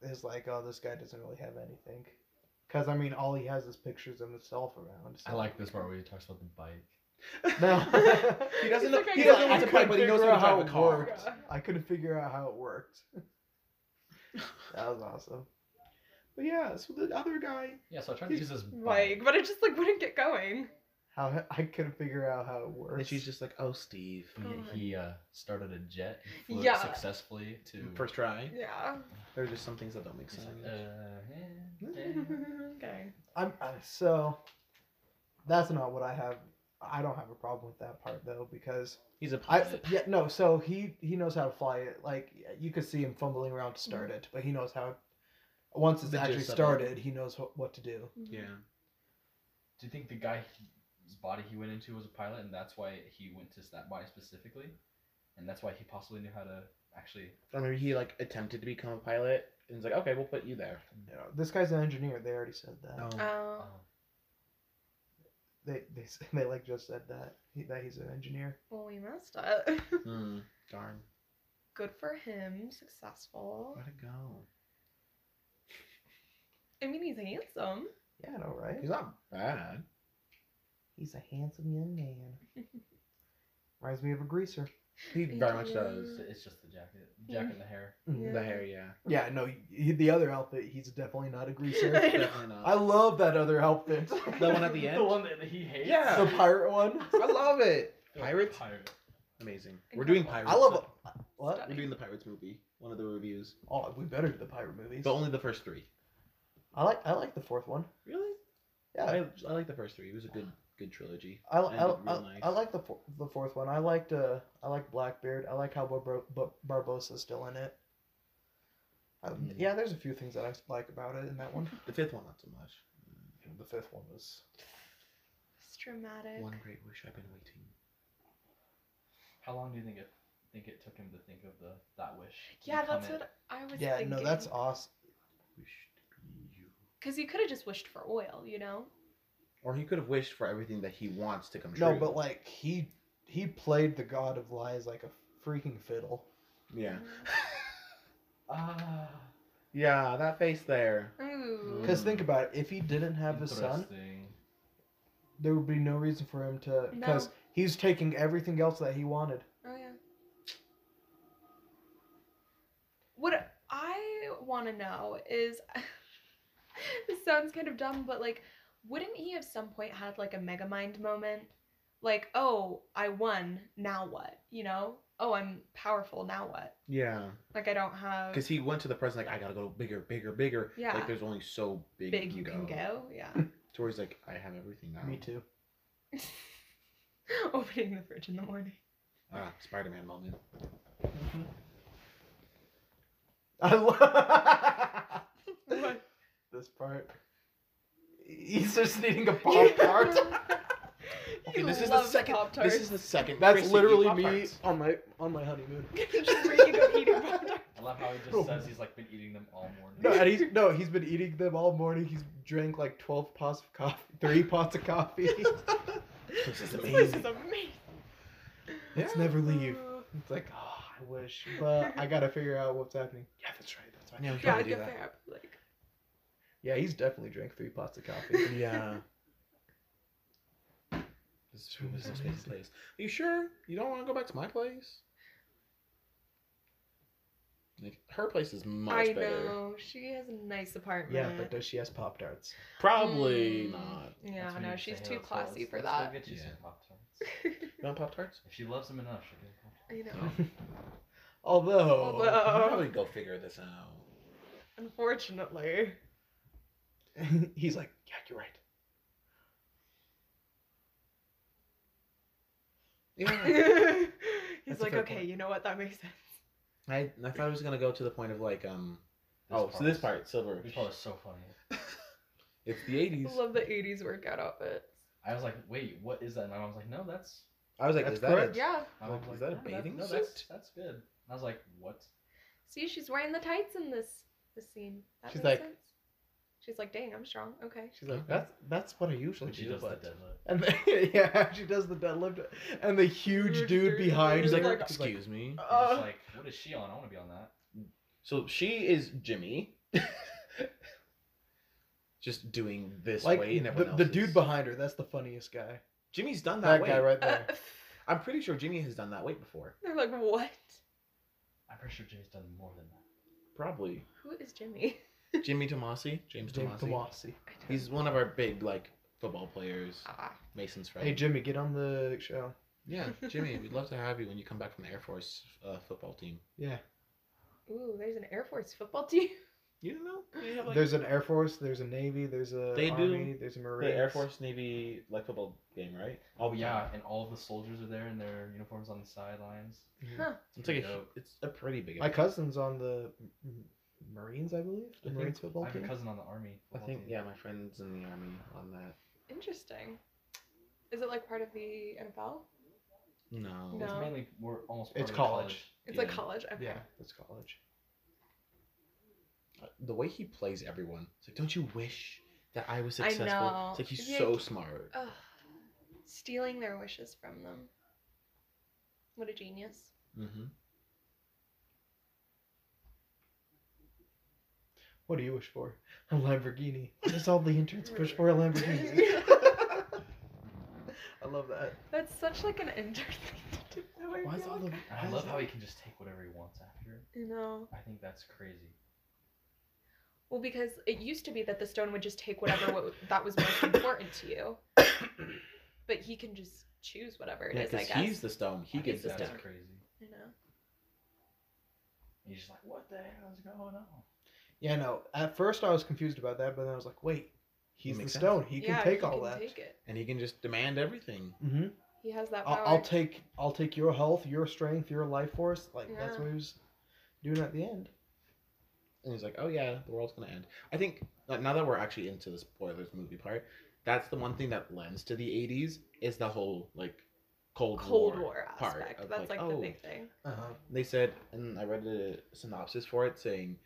Speaker 2: it's like, oh, this guy doesn't really have anything. Because I mean, all he has is pictures of himself around.
Speaker 6: I
Speaker 2: so-
Speaker 6: like this part where he talks about the bike.
Speaker 2: No,
Speaker 3: He doesn't
Speaker 4: He's
Speaker 3: know.
Speaker 4: like, I
Speaker 3: he
Speaker 4: got-
Speaker 3: doesn't know
Speaker 4: I
Speaker 3: what to play, but he knows how to drive a
Speaker 2: how it
Speaker 3: car.
Speaker 2: worked. I couldn't figure out how it worked. that was awesome.
Speaker 3: But yeah, so the other guy.
Speaker 6: Yeah, so I tried to use this bike.
Speaker 4: Like, but it just like wouldn't get going.
Speaker 2: How I couldn't figure out how it worked.
Speaker 3: And she's just like, "Oh, Steve,
Speaker 6: He, he uh, started a jet and flew
Speaker 4: Yeah.
Speaker 6: it successfully to.
Speaker 3: first try."
Speaker 4: Yeah.
Speaker 3: There are just some things that don't make
Speaker 6: He's
Speaker 3: sense.
Speaker 6: like, uh, eh, eh.
Speaker 4: okay.
Speaker 2: I'm I, so. That's not what I have. I don't have a problem with that part though because
Speaker 3: He's a
Speaker 2: I
Speaker 3: pilot.
Speaker 2: yeah no so he he knows how to fly it like you could see him fumbling around to start it but he knows how once it's
Speaker 3: The
Speaker 2: actually
Speaker 3: gist of it.
Speaker 2: started he knows wh- what to do
Speaker 3: yeah.
Speaker 6: Do you think the guy whose body he went into was a pilot, and that's why he went to that body specifically, and that's why he possibly knew how to actually?
Speaker 3: I remember he like attempted to become a pilot, and he's like, "Okay, we'll put you there."
Speaker 2: you know, this guy's an engineer they already said that
Speaker 4: Oh.
Speaker 6: oh.
Speaker 2: they they s- they like just said that he, that he's an engineer
Speaker 4: Well, we messed up.
Speaker 3: Hmm, darn.
Speaker 4: Good for him. Successful.
Speaker 3: Let it go.
Speaker 4: I mean, he's handsome.
Speaker 2: yeah I know right
Speaker 3: He's not bad.
Speaker 2: he's a handsome young man reminds me of a greaser
Speaker 3: He very much does.
Speaker 6: So it's just the jacket, jacket and the hair.
Speaker 2: Mhm.
Speaker 3: The hair, yeah.
Speaker 2: yeah no he, the other outfit he's definitely not a greaser
Speaker 4: I know.
Speaker 3: Definitely not.
Speaker 2: I love that other outfit
Speaker 3: The one at the end?
Speaker 5: The one that he hates.
Speaker 3: Yeah.
Speaker 2: the pirate one
Speaker 3: I love it.
Speaker 6: Like
Speaker 3: Pirates?
Speaker 6: Pirate.
Speaker 3: Amazing. We're doing pirates.
Speaker 2: I love a, what
Speaker 3: We're doing the pirates movie. One of the reviews,
Speaker 2: oh we better do the pirate movies
Speaker 3: but only the first three.
Speaker 2: I like I like the fourth one
Speaker 3: Really?
Speaker 2: yeah
Speaker 3: I, I like the first three. It was a good good trilogy.
Speaker 2: I,
Speaker 3: Ended
Speaker 2: I,
Speaker 3: real
Speaker 2: I,
Speaker 3: nice.
Speaker 2: I like the four, the fourth one. I liked uh I like Blackbeard. I like how Bar- Bar- Barbosa's still in it. Um,
Speaker 3: Mm.
Speaker 2: Yeah, there's a few things that I like about it in that one.
Speaker 3: The fifth one, not so much.
Speaker 2: the fifth one was
Speaker 4: It's dramatic.
Speaker 3: One great wish I've been waiting.
Speaker 6: How long do you think it think it took him to think of the that wish?
Speaker 4: Yeah,
Speaker 6: and
Speaker 4: that's
Speaker 6: come
Speaker 4: what I was
Speaker 2: yeah
Speaker 4: thinking.
Speaker 2: no that's awesome.
Speaker 3: Wished you.
Speaker 4: Because he could have just wished for oil, you know?
Speaker 3: Or he could have wished for everything that he wants to come true.
Speaker 2: No, but like he he played the god of lies like a freaking fiddle.
Speaker 3: yeah,
Speaker 5: Ah.
Speaker 3: yeah, that face there.
Speaker 4: Ooh.
Speaker 2: Because
Speaker 3: Mm.
Speaker 2: think about it, if he didn't have his son,
Speaker 6: Interesting.
Speaker 2: there would be no reason for him to because
Speaker 4: No.
Speaker 2: he's taking everything else that he wanted.
Speaker 4: Oh yeah. What I want to know is, this sounds kind of dumb, but like, wouldn't he at some point had like a mega mind moment? Like, oh, I won. Now what? You know? Oh, I'm powerful. Now what?
Speaker 3: Yeah,
Speaker 4: Like, I don't have
Speaker 3: because he went to the president like, I gotta go bigger, bigger, bigger.
Speaker 4: Yeah.
Speaker 3: like there's only so big,
Speaker 4: big. You can go. Yeah.
Speaker 3: To where he's like, I have everything now.
Speaker 2: Me too.
Speaker 4: Opening the fridge in the morning.
Speaker 3: Ah, Spider-Man moment.
Speaker 2: Mm-hmm. I love.
Speaker 4: What?
Speaker 2: this part. He's just eating a pop tart.
Speaker 3: Okay, this is the second.
Speaker 4: Pop-Tart.
Speaker 3: This is the second.
Speaker 2: That's
Speaker 3: Chrissy
Speaker 2: literally
Speaker 3: eat
Speaker 2: me
Speaker 3: Pop-Tarts.
Speaker 2: on my on my honeymoon.
Speaker 4: Just breaking up eating Pop-Tart.
Speaker 6: I love how he
Speaker 2: Oh.
Speaker 6: just says he's like been eating them all morning.
Speaker 2: No, and he's no, he's been eating them all morning. He's drank like twelve pots of coffee, three pots of coffee.
Speaker 3: This is
Speaker 4: This
Speaker 3: amazing.
Speaker 4: is amazing.
Speaker 2: Let's never leave. It's like, oh, I wish, but I gotta figure out what's happening. Yeah, that's right. That's right.
Speaker 3: Yeah, we
Speaker 4: Yeah,
Speaker 3: gotta do
Speaker 4: get
Speaker 3: that.
Speaker 4: there. Like,
Speaker 2: Yeah, he's definitely drank three pots of coffee.
Speaker 3: Yeah. This is
Speaker 2: This is amazing.
Speaker 3: place. Are you sure you don't want to go back to my place? Like her place is much
Speaker 4: I
Speaker 3: better.
Speaker 4: know she has a nice apartment.
Speaker 2: yeah, but does she has pop tarts?
Speaker 3: Probably
Speaker 4: Mm.
Speaker 3: not.
Speaker 6: That's
Speaker 4: Yeah,
Speaker 6: when
Speaker 4: no,
Speaker 6: you
Speaker 4: she's
Speaker 6: say, "Hey,
Speaker 4: too
Speaker 6: let's go-
Speaker 4: classy
Speaker 6: let's-
Speaker 4: for
Speaker 6: let's go
Speaker 4: that.
Speaker 6: get you some
Speaker 3: Yeah.
Speaker 6: Pop-Tarts.
Speaker 3: You want pop tarts?
Speaker 6: If she loves him enough, she'll get a Pop-Tart.
Speaker 4: I know.
Speaker 2: Although,
Speaker 4: Although-
Speaker 3: How do we go figure this out?
Speaker 4: Unfortunately.
Speaker 2: he's like, yeah, you're right.
Speaker 3: Yeah.
Speaker 4: He's
Speaker 3: That's a
Speaker 4: like,
Speaker 3: fair
Speaker 4: okay,
Speaker 3: point.
Speaker 4: you know what? That makes sense.
Speaker 3: I I thought it was gonna go to the point of like um.
Speaker 6: This
Speaker 3: oh, so this
Speaker 6: was-
Speaker 3: part silver.
Speaker 6: This part is so funny.
Speaker 3: It's the eighties.
Speaker 4: Love the '80s workout outfits.
Speaker 6: I was like, wait, what is that? And my mom's like, no, that's.
Speaker 3: I was like,
Speaker 2: That's
Speaker 3: is that
Speaker 2: correct.
Speaker 3: a-
Speaker 4: Yeah.
Speaker 6: My
Speaker 3: Like,
Speaker 6: mom's
Speaker 3: is that a
Speaker 6: "No,
Speaker 3: bathing
Speaker 6: no, that's,
Speaker 3: suit?"
Speaker 6: that's good. And I was like, what?
Speaker 4: See, she's wearing the tights in this this scene. That
Speaker 2: She's
Speaker 4: makes
Speaker 2: like-
Speaker 4: sense. She's like, dang, I'm strong. Okay.
Speaker 2: She's like, that's that's what I usually
Speaker 6: When she
Speaker 2: do.
Speaker 6: does the
Speaker 2: but-
Speaker 6: deadlift.
Speaker 2: And the, yeah, she does the deadlift, and the huge dude
Speaker 4: Huge dude.
Speaker 2: behind.
Speaker 4: He's
Speaker 2: is
Speaker 4: like,
Speaker 2: he's like,
Speaker 3: Excuse me.
Speaker 6: It's
Speaker 2: "Uh,
Speaker 6: just like, what is she on? I want to be on that.
Speaker 3: So she is Jimmy. Just doing this
Speaker 2: like
Speaker 3: way and everyone
Speaker 2: the,
Speaker 3: else
Speaker 2: the
Speaker 3: is-
Speaker 2: dude behind her. That's the funniest guy.
Speaker 3: Jimmy's done that,
Speaker 2: That
Speaker 3: way.
Speaker 2: guy right
Speaker 4: Uh,
Speaker 2: there.
Speaker 3: I'm pretty sure Jimmy has done that weight before.
Speaker 4: they're like, what?
Speaker 6: I'm pretty sure Jimmy's done more than that.
Speaker 3: Probably.
Speaker 4: Who is Jimmy?
Speaker 3: Jimmy Tomasi. James Tomasi.
Speaker 2: Tomasi.
Speaker 4: I don't-
Speaker 3: He's one of our big like football players.
Speaker 4: Ah.
Speaker 3: Mason's friend.
Speaker 2: Hey Jimmy, get on the show.
Speaker 3: yeah, Jimmy, we'd love to have you when you come back from the Air Force uh, football team.
Speaker 2: Yeah,
Speaker 4: Ooh, there's an Air Force football team.
Speaker 3: You didn't know? They have, like,
Speaker 2: there's an Air Force. There's a Navy. There's a
Speaker 3: They do
Speaker 2: Army. There's a Marine.
Speaker 3: the Air Force Navy like football game, right?
Speaker 6: Oh yeah, and all of the soldiers are there in their uniforms on the sidelines.
Speaker 4: Huh.
Speaker 3: It's like a hu-
Speaker 6: Dope.
Speaker 3: it's a pretty big.
Speaker 2: Mm-hmm. My
Speaker 3: event.
Speaker 2: cousin's on the M- M- Marines, I believe. The
Speaker 3: I think-
Speaker 2: Marines football
Speaker 6: I have a
Speaker 2: team.
Speaker 6: cousin on the army.
Speaker 3: I
Speaker 6: football
Speaker 3: think
Speaker 6: team.
Speaker 3: yeah, my friends in the army on that.
Speaker 4: Interesting. Is it like part of the NFL?
Speaker 3: No.
Speaker 6: It's
Speaker 4: No.
Speaker 6: mainly we're almost.
Speaker 2: It's
Speaker 6: part of
Speaker 2: college.
Speaker 4: It's like
Speaker 3: Yeah.
Speaker 4: college. Okay.
Speaker 2: Yeah, it's college.
Speaker 3: The way he plays everyone, it's like, don't you wish that I was
Speaker 4: I
Speaker 3: successful?
Speaker 4: know. "Oh,
Speaker 3: It's like he's
Speaker 4: Yeah,
Speaker 3: so
Speaker 4: he-
Speaker 3: smart.
Speaker 4: Ugh. Stealing their wishes from them. What a genius.
Speaker 3: Mm-hmm.
Speaker 2: What do you wish for? A Lamborghini. That's all the interns push for a Lamborghini. I love that.
Speaker 4: That's such like an intern thing to do. I
Speaker 2: Why is
Speaker 4: feel
Speaker 2: all the
Speaker 4: like-
Speaker 6: And I love how he can just take whatever he wants after.
Speaker 4: You know.
Speaker 6: I think that's crazy.
Speaker 4: Well, because it used to be that the stone would just take whatever what, that was most important to you, but he can just choose whatever it
Speaker 3: Yeah,
Speaker 4: is. I
Speaker 3: because
Speaker 4: guess.
Speaker 3: he's the stone. He
Speaker 4: He's
Speaker 3: gets the
Speaker 4: the
Speaker 6: that's
Speaker 3: stone.
Speaker 4: stone.
Speaker 6: crazy.
Speaker 4: You know.
Speaker 6: And he's just like, what the hell is going on?
Speaker 2: Yeah, no. At first, I was confused about that, but then I was like, wait, he's the
Speaker 3: makes sense.
Speaker 2: stone. He can
Speaker 4: yeah,
Speaker 2: take
Speaker 4: he
Speaker 2: all
Speaker 4: can
Speaker 2: that.
Speaker 4: Take it.
Speaker 3: And he can just demand everything.
Speaker 2: Mm-hmm.
Speaker 4: He has that power.
Speaker 2: I'll, I'll take I'll take your health, your strength, your life force. Like that's
Speaker 4: Yeah.
Speaker 2: what he was doing at the end.
Speaker 3: And he's like, oh yeah, the world's gonna end. I think uh, now that we're actually into the spoilers movie part, that's the one thing that lends to the '80s is the whole like Cold,
Speaker 4: Cold War,
Speaker 3: part
Speaker 4: aspect.
Speaker 3: of,
Speaker 4: That's like, the
Speaker 3: oh,
Speaker 4: big thing.
Speaker 2: Uh-huh.
Speaker 3: They said, and I read a synopsis for it saying,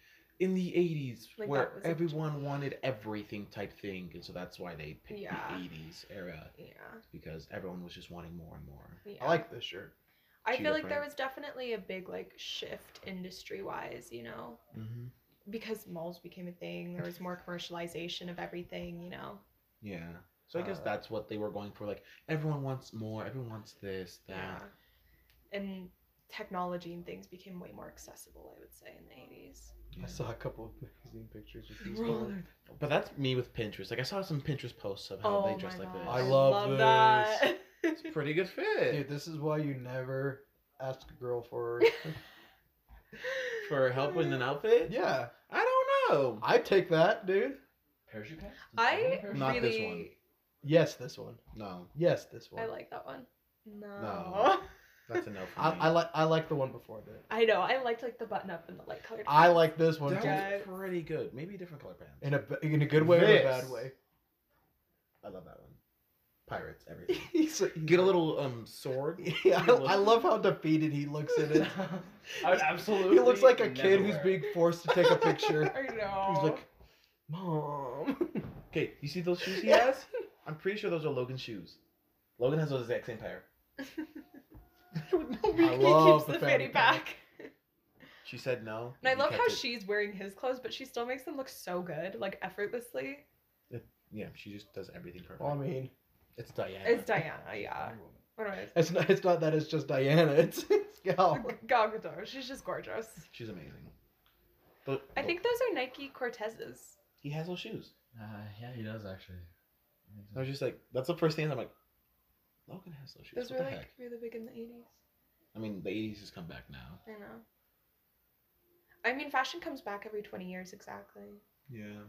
Speaker 3: in the 80s,
Speaker 4: Like,
Speaker 3: where
Speaker 4: that was a-
Speaker 3: everyone wanted everything type thing. And so that's why they picked
Speaker 4: Yeah.
Speaker 3: the 80s era
Speaker 4: Yeah.
Speaker 3: because everyone was just wanting more and more.
Speaker 4: yeah.
Speaker 2: I like this shirt.
Speaker 4: I
Speaker 3: Cheetah
Speaker 4: feel like there
Speaker 3: print.
Speaker 4: was definitely a big like shift industry wise, you know,
Speaker 3: Mm-hmm.
Speaker 4: because malls became a thing. There was more commercialization of everything, you know.
Speaker 3: Yeah. So I guess
Speaker 2: Uh,
Speaker 3: that's what they were going for. Like, everyone wants more, everyone wants this, that.
Speaker 4: And technology and things became way more accessible, I would say, in the eighties.
Speaker 3: Yeah.
Speaker 2: I saw a couple of magazine pictures with these.
Speaker 4: Roller.
Speaker 2: on.
Speaker 3: But that's me with Pinterest. Like, I saw some Pinterest posts of how
Speaker 4: Oh
Speaker 3: they
Speaker 4: my
Speaker 3: dress like
Speaker 4: god.
Speaker 3: this.
Speaker 2: I love
Speaker 4: that.
Speaker 3: It's a pretty good fit
Speaker 2: Dude, this is why you never ask a girl for.
Speaker 3: for help with an outfit.
Speaker 2: yeah,
Speaker 3: I don't know.
Speaker 2: I take that, dude.
Speaker 6: Parachute pants? Does everyone
Speaker 4: I
Speaker 6: have parachute
Speaker 3: Not
Speaker 4: really
Speaker 3: this one.
Speaker 2: Yes, this one.
Speaker 3: No,
Speaker 2: Yes, this one.
Speaker 4: I like that one. No.
Speaker 3: No. that's enough.
Speaker 2: I, I like I like the one before that.
Speaker 4: I know. I liked like the button up and the light colored.
Speaker 2: I like this one
Speaker 3: That
Speaker 2: too.
Speaker 4: Yeah.
Speaker 3: was pretty good. Maybe a different color pants.
Speaker 2: In a in a good way or a
Speaker 3: This.
Speaker 2: bad way.
Speaker 3: I love that one. Pirates, everything.
Speaker 2: He's like-
Speaker 3: Get a little um sword.
Speaker 2: Yeah, I, I love how defeated he looks in it.
Speaker 6: I would absolutely.
Speaker 2: He looks like a
Speaker 6: never
Speaker 2: kid who's
Speaker 6: wear
Speaker 2: being
Speaker 6: it.
Speaker 2: forced to take a picture.
Speaker 4: I know.
Speaker 2: He's like, Mom.
Speaker 3: Okay, you see those shoes he has? I'm pretty sure those are Logan's shoes. Logan has those exact same pair.
Speaker 4: he
Speaker 2: I love
Speaker 4: keeps
Speaker 2: the
Speaker 4: the
Speaker 2: fanny
Speaker 4: fanny
Speaker 2: pack.
Speaker 4: pack.
Speaker 3: She said no.
Speaker 4: And I
Speaker 3: he
Speaker 4: love
Speaker 3: kept
Speaker 4: how
Speaker 3: it.
Speaker 4: she's wearing his clothes, but she still makes them look so good, like effortlessly.
Speaker 3: Yeah, she just does everything perfect.
Speaker 2: Well, I mean,
Speaker 3: it's Diana.
Speaker 4: It's Diana, yeah.
Speaker 6: Wonder Woman.
Speaker 4: What am I?
Speaker 2: it's not. It's not that. It's just Diana. It's it's Gal.
Speaker 4: Gal Gadot. She's just gorgeous.
Speaker 3: She's amazing. But
Speaker 4: I think those are Nike Cortezes.
Speaker 3: he has those shoes.
Speaker 6: Uh, yeah, he does actually. I think so.
Speaker 3: I was just like, that's the first thing I'm like. Logan has those shoes.
Speaker 4: Those
Speaker 3: what
Speaker 4: were
Speaker 3: the
Speaker 4: like
Speaker 3: heck?
Speaker 4: really big in the eighties.
Speaker 3: I mean, the '80s has come back now.
Speaker 4: I know. I mean, fashion comes back every twenty years exactly.
Speaker 3: Yeah.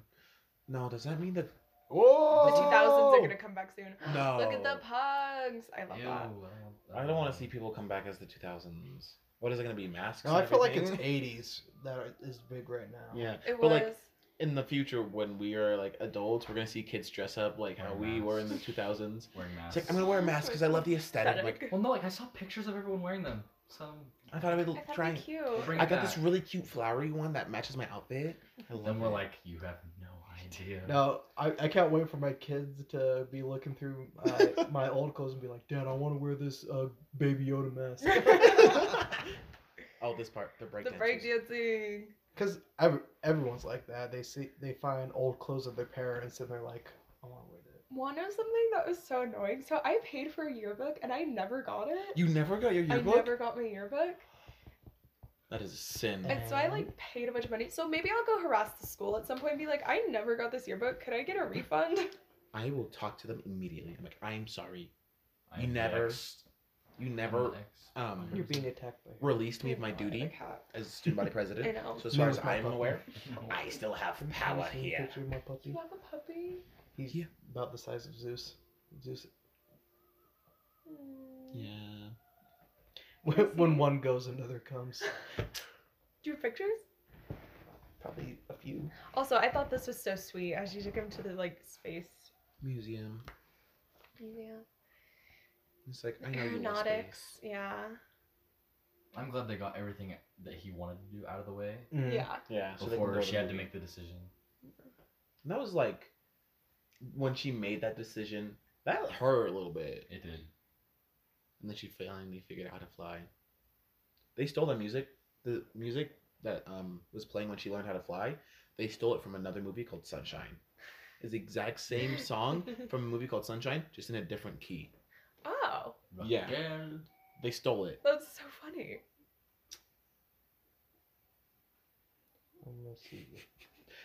Speaker 3: No, does that mean that?
Speaker 4: The
Speaker 2: Whoa.
Speaker 4: two thousands are gonna come back soon.
Speaker 3: Oh! No.
Speaker 4: Look at the pugs. I love
Speaker 6: Ew,
Speaker 4: that.
Speaker 3: I don't want to see people come back as the 2000s. What is it going to be? Masks?
Speaker 2: No,
Speaker 3: and
Speaker 2: I feel like it's
Speaker 3: everything?
Speaker 2: '80s that are- is big right now.
Speaker 3: Yeah.
Speaker 4: It
Speaker 3: But,
Speaker 4: was.
Speaker 3: like, In the future, when we are like adults, we're going to see kids dress up like how we were in the 2000s.
Speaker 6: wearing
Speaker 3: It's
Speaker 6: masks.
Speaker 3: like, I'm going to wear a mask because I love the aesthetic.
Speaker 4: Aesthetic.
Speaker 3: Like,
Speaker 6: Well, no, like I saw pictures of everyone wearing them. So
Speaker 3: I thought I
Speaker 4: I
Speaker 3: would
Speaker 4: thought
Speaker 3: try.
Speaker 4: they
Speaker 3: and-
Speaker 4: cute.
Speaker 6: Bring
Speaker 3: I
Speaker 6: it
Speaker 3: got this
Speaker 6: back.
Speaker 3: really cute flowery one that matches my outfit. I love
Speaker 6: Then we're
Speaker 3: it.
Speaker 6: like, you have no idea. idea.
Speaker 2: Now I, I can't wait for my kids to be looking through my, my old clothes and be like, Dad, I want to wear this uh, Baby Yoda mask.
Speaker 3: oh, this part, the break.
Speaker 4: the breakdancing.
Speaker 2: Because every, everyone's like that. They see they find old clothes of their parents and they're like, I want to wear that.
Speaker 4: One of something that was so annoying. So I paid for a yearbook and I never got it.
Speaker 3: You never got your
Speaker 4: I
Speaker 3: yearbook.
Speaker 4: never got my yearbook.
Speaker 3: That is a sin.
Speaker 4: And so I like paid a bunch of money. So maybe I'll go harass the school at some point and be like, I never got this yearbook. Could I get a refund?
Speaker 3: I will talk to them immediately. I'm like, I'm sorry.
Speaker 6: I
Speaker 3: You
Speaker 6: am
Speaker 3: never-
Speaker 6: vexed.
Speaker 3: You
Speaker 6: I'm
Speaker 3: never
Speaker 6: vexed.
Speaker 3: um
Speaker 2: You're being attacked by her.
Speaker 3: released me of my
Speaker 4: Oh, I
Speaker 3: duty
Speaker 4: can't.
Speaker 3: as student body
Speaker 4: I
Speaker 3: president.
Speaker 4: know.
Speaker 3: So as far as
Speaker 2: Here's my
Speaker 3: I'm
Speaker 2: puppy.
Speaker 3: aware,
Speaker 6: No.
Speaker 3: I still have
Speaker 2: Can you
Speaker 3: power
Speaker 2: see the
Speaker 3: here.
Speaker 2: Picture of my
Speaker 4: You
Speaker 2: puppy.
Speaker 4: have a puppy?
Speaker 2: He's
Speaker 3: Yeah.
Speaker 2: about the size of Zeus. Zeus.
Speaker 4: Mm.
Speaker 3: Yeah.
Speaker 2: When, when one goes, another comes.
Speaker 4: Do you have pictures?
Speaker 2: Probably a few.
Speaker 4: Also, I thought this was so sweet as you took him to the like space
Speaker 3: Museum.
Speaker 4: museum.
Speaker 3: It's like I know you love
Speaker 4: Aeronautics.
Speaker 3: space.
Speaker 4: Yeah.
Speaker 6: I'm glad they got everything that he wanted to do out of the way
Speaker 2: Mm.
Speaker 3: Mm.
Speaker 4: Yeah.
Speaker 3: Yeah. so they can
Speaker 6: before
Speaker 3: go
Speaker 6: she had to
Speaker 3: the
Speaker 6: make the decision.
Speaker 3: And that was like when she made that decision, that hurt a little bit.
Speaker 6: It did.
Speaker 3: And then she finally figured out how to fly. They stole the music. The music that um was playing when she learned how to fly, they stole it from another movie called Sunshine. It's the exact same song from a movie called Sunshine, just in a different key.
Speaker 4: Oh,
Speaker 3: Yeah.
Speaker 6: Raquel.
Speaker 3: They stole it.
Speaker 4: that's so funny.
Speaker 2: I'm gonna see you.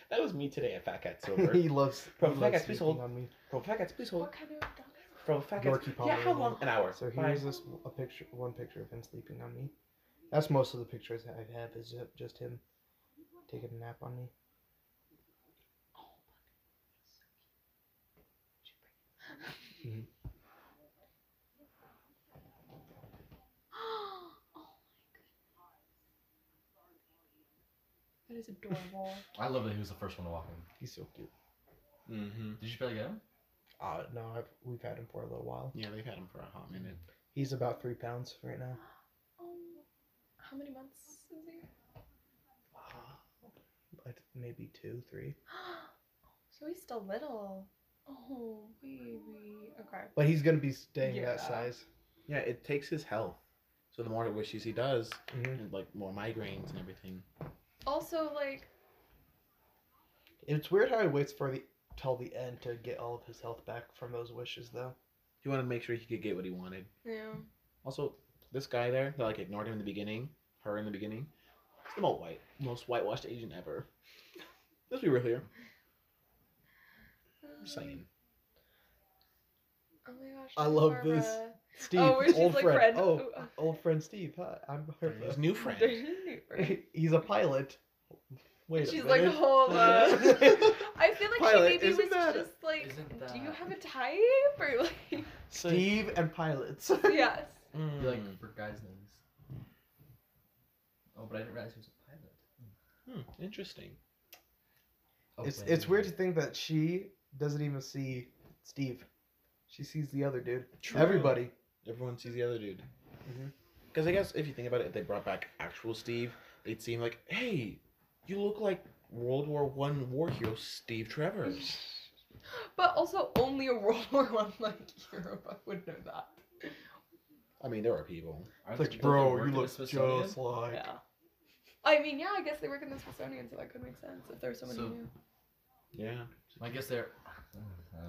Speaker 3: That was me today at Fat Cat Silver.
Speaker 2: he loves.
Speaker 3: Bro,
Speaker 2: he
Speaker 3: if I
Speaker 2: loves
Speaker 3: got this
Speaker 2: sneaking
Speaker 3: old-
Speaker 2: on me.
Speaker 3: From Fat Cat's Please Hold.
Speaker 4: What kind of dog is
Speaker 3: From Fat Cat's
Speaker 2: Yorkie
Speaker 3: Yeah, how
Speaker 2: Pomeranian.
Speaker 3: long? An hour.
Speaker 2: So
Speaker 3: Bye.
Speaker 2: here's this a picture, one picture of him sleeping on me. That's most of the pictures I have is ju- just him taking a nap on me. Mhm.
Speaker 4: Oh my goodness. That is adorable.
Speaker 6: I love that he was the first one to walk in.
Speaker 2: He's so cute.
Speaker 3: Mm-hmm.
Speaker 6: Did you barely get him?
Speaker 2: Uh, no, I've, we've had him for a little while.
Speaker 3: Yeah, they've had him for a hot minute.
Speaker 2: He's about three pounds right now.
Speaker 4: Oh, how many months is he?
Speaker 2: Like maybe two, three.
Speaker 4: so he's still little. Oh, baby. Okay.
Speaker 2: But he's gonna be staying that
Speaker 4: Yeah.
Speaker 2: size.
Speaker 3: Yeah, it takes his health. So the more wishes he does,
Speaker 2: hmm
Speaker 3: and like more migraines and everything.
Speaker 4: Also, like,
Speaker 2: It's weird how he waits for the till the end to get all of his health back from those wishes, though.
Speaker 3: He wanted to make sure he could get what he wanted.
Speaker 4: yeah.
Speaker 3: Also, this guy there that like ignored him in the beginning, her in the beginning, it's the most white, most whitewashed Asian ever. Let's be real here. I'm just saying.
Speaker 4: Oh my gosh.
Speaker 2: I
Speaker 4: there's
Speaker 2: love this.
Speaker 4: Barbara.
Speaker 2: Steve,
Speaker 4: Oh, where she's
Speaker 2: old
Speaker 4: like,
Speaker 2: friend.
Speaker 4: friend.
Speaker 2: Oh,
Speaker 4: Oh, uh.
Speaker 2: old friend Steve. Hi, I'm her
Speaker 3: His new friend.
Speaker 4: Right.
Speaker 2: friend. He's a pilot. Wait a
Speaker 4: She's like, "Oh."
Speaker 2: minute.
Speaker 4: hold up. I feel like
Speaker 2: Pilot,
Speaker 4: she maybe
Speaker 2: isn't
Speaker 4: was
Speaker 2: that-
Speaker 4: just like,
Speaker 6: isn't
Speaker 4: do you
Speaker 6: that-
Speaker 4: have a type? Or like,
Speaker 2: Steve and pilots.
Speaker 4: yes.
Speaker 6: He, like
Speaker 3: Mm.
Speaker 6: for guys' names. Oh, but I didn't realize he was a pilot.
Speaker 3: Hmm, interesting.
Speaker 6: Oh,
Speaker 2: It's
Speaker 6: wait.
Speaker 2: it's weird to think that she doesn't even see Steve. She sees the other dude. Everybody.
Speaker 3: Everyone sees the other dude.
Speaker 6: Mm-hmm.
Speaker 2: Mhm.
Speaker 3: Because I guess if you think about it, if they brought back actual Steve, they'd seem like, hey, you look like World War One war hero Steve Travers.
Speaker 4: But also, only a World War One like Europe. I would know that.
Speaker 3: I mean, there are people.
Speaker 6: Aren't
Speaker 2: It's
Speaker 6: the
Speaker 2: like,
Speaker 6: people that
Speaker 2: bro,
Speaker 6: work
Speaker 2: you
Speaker 6: at
Speaker 2: look
Speaker 6: the Smithsonian?
Speaker 2: just like.
Speaker 4: Yeah. I mean, yeah, I guess they work in the Smithsonian, so that could make sense if there's someone
Speaker 6: So-
Speaker 4: new.
Speaker 3: Yeah.
Speaker 6: I guess they're.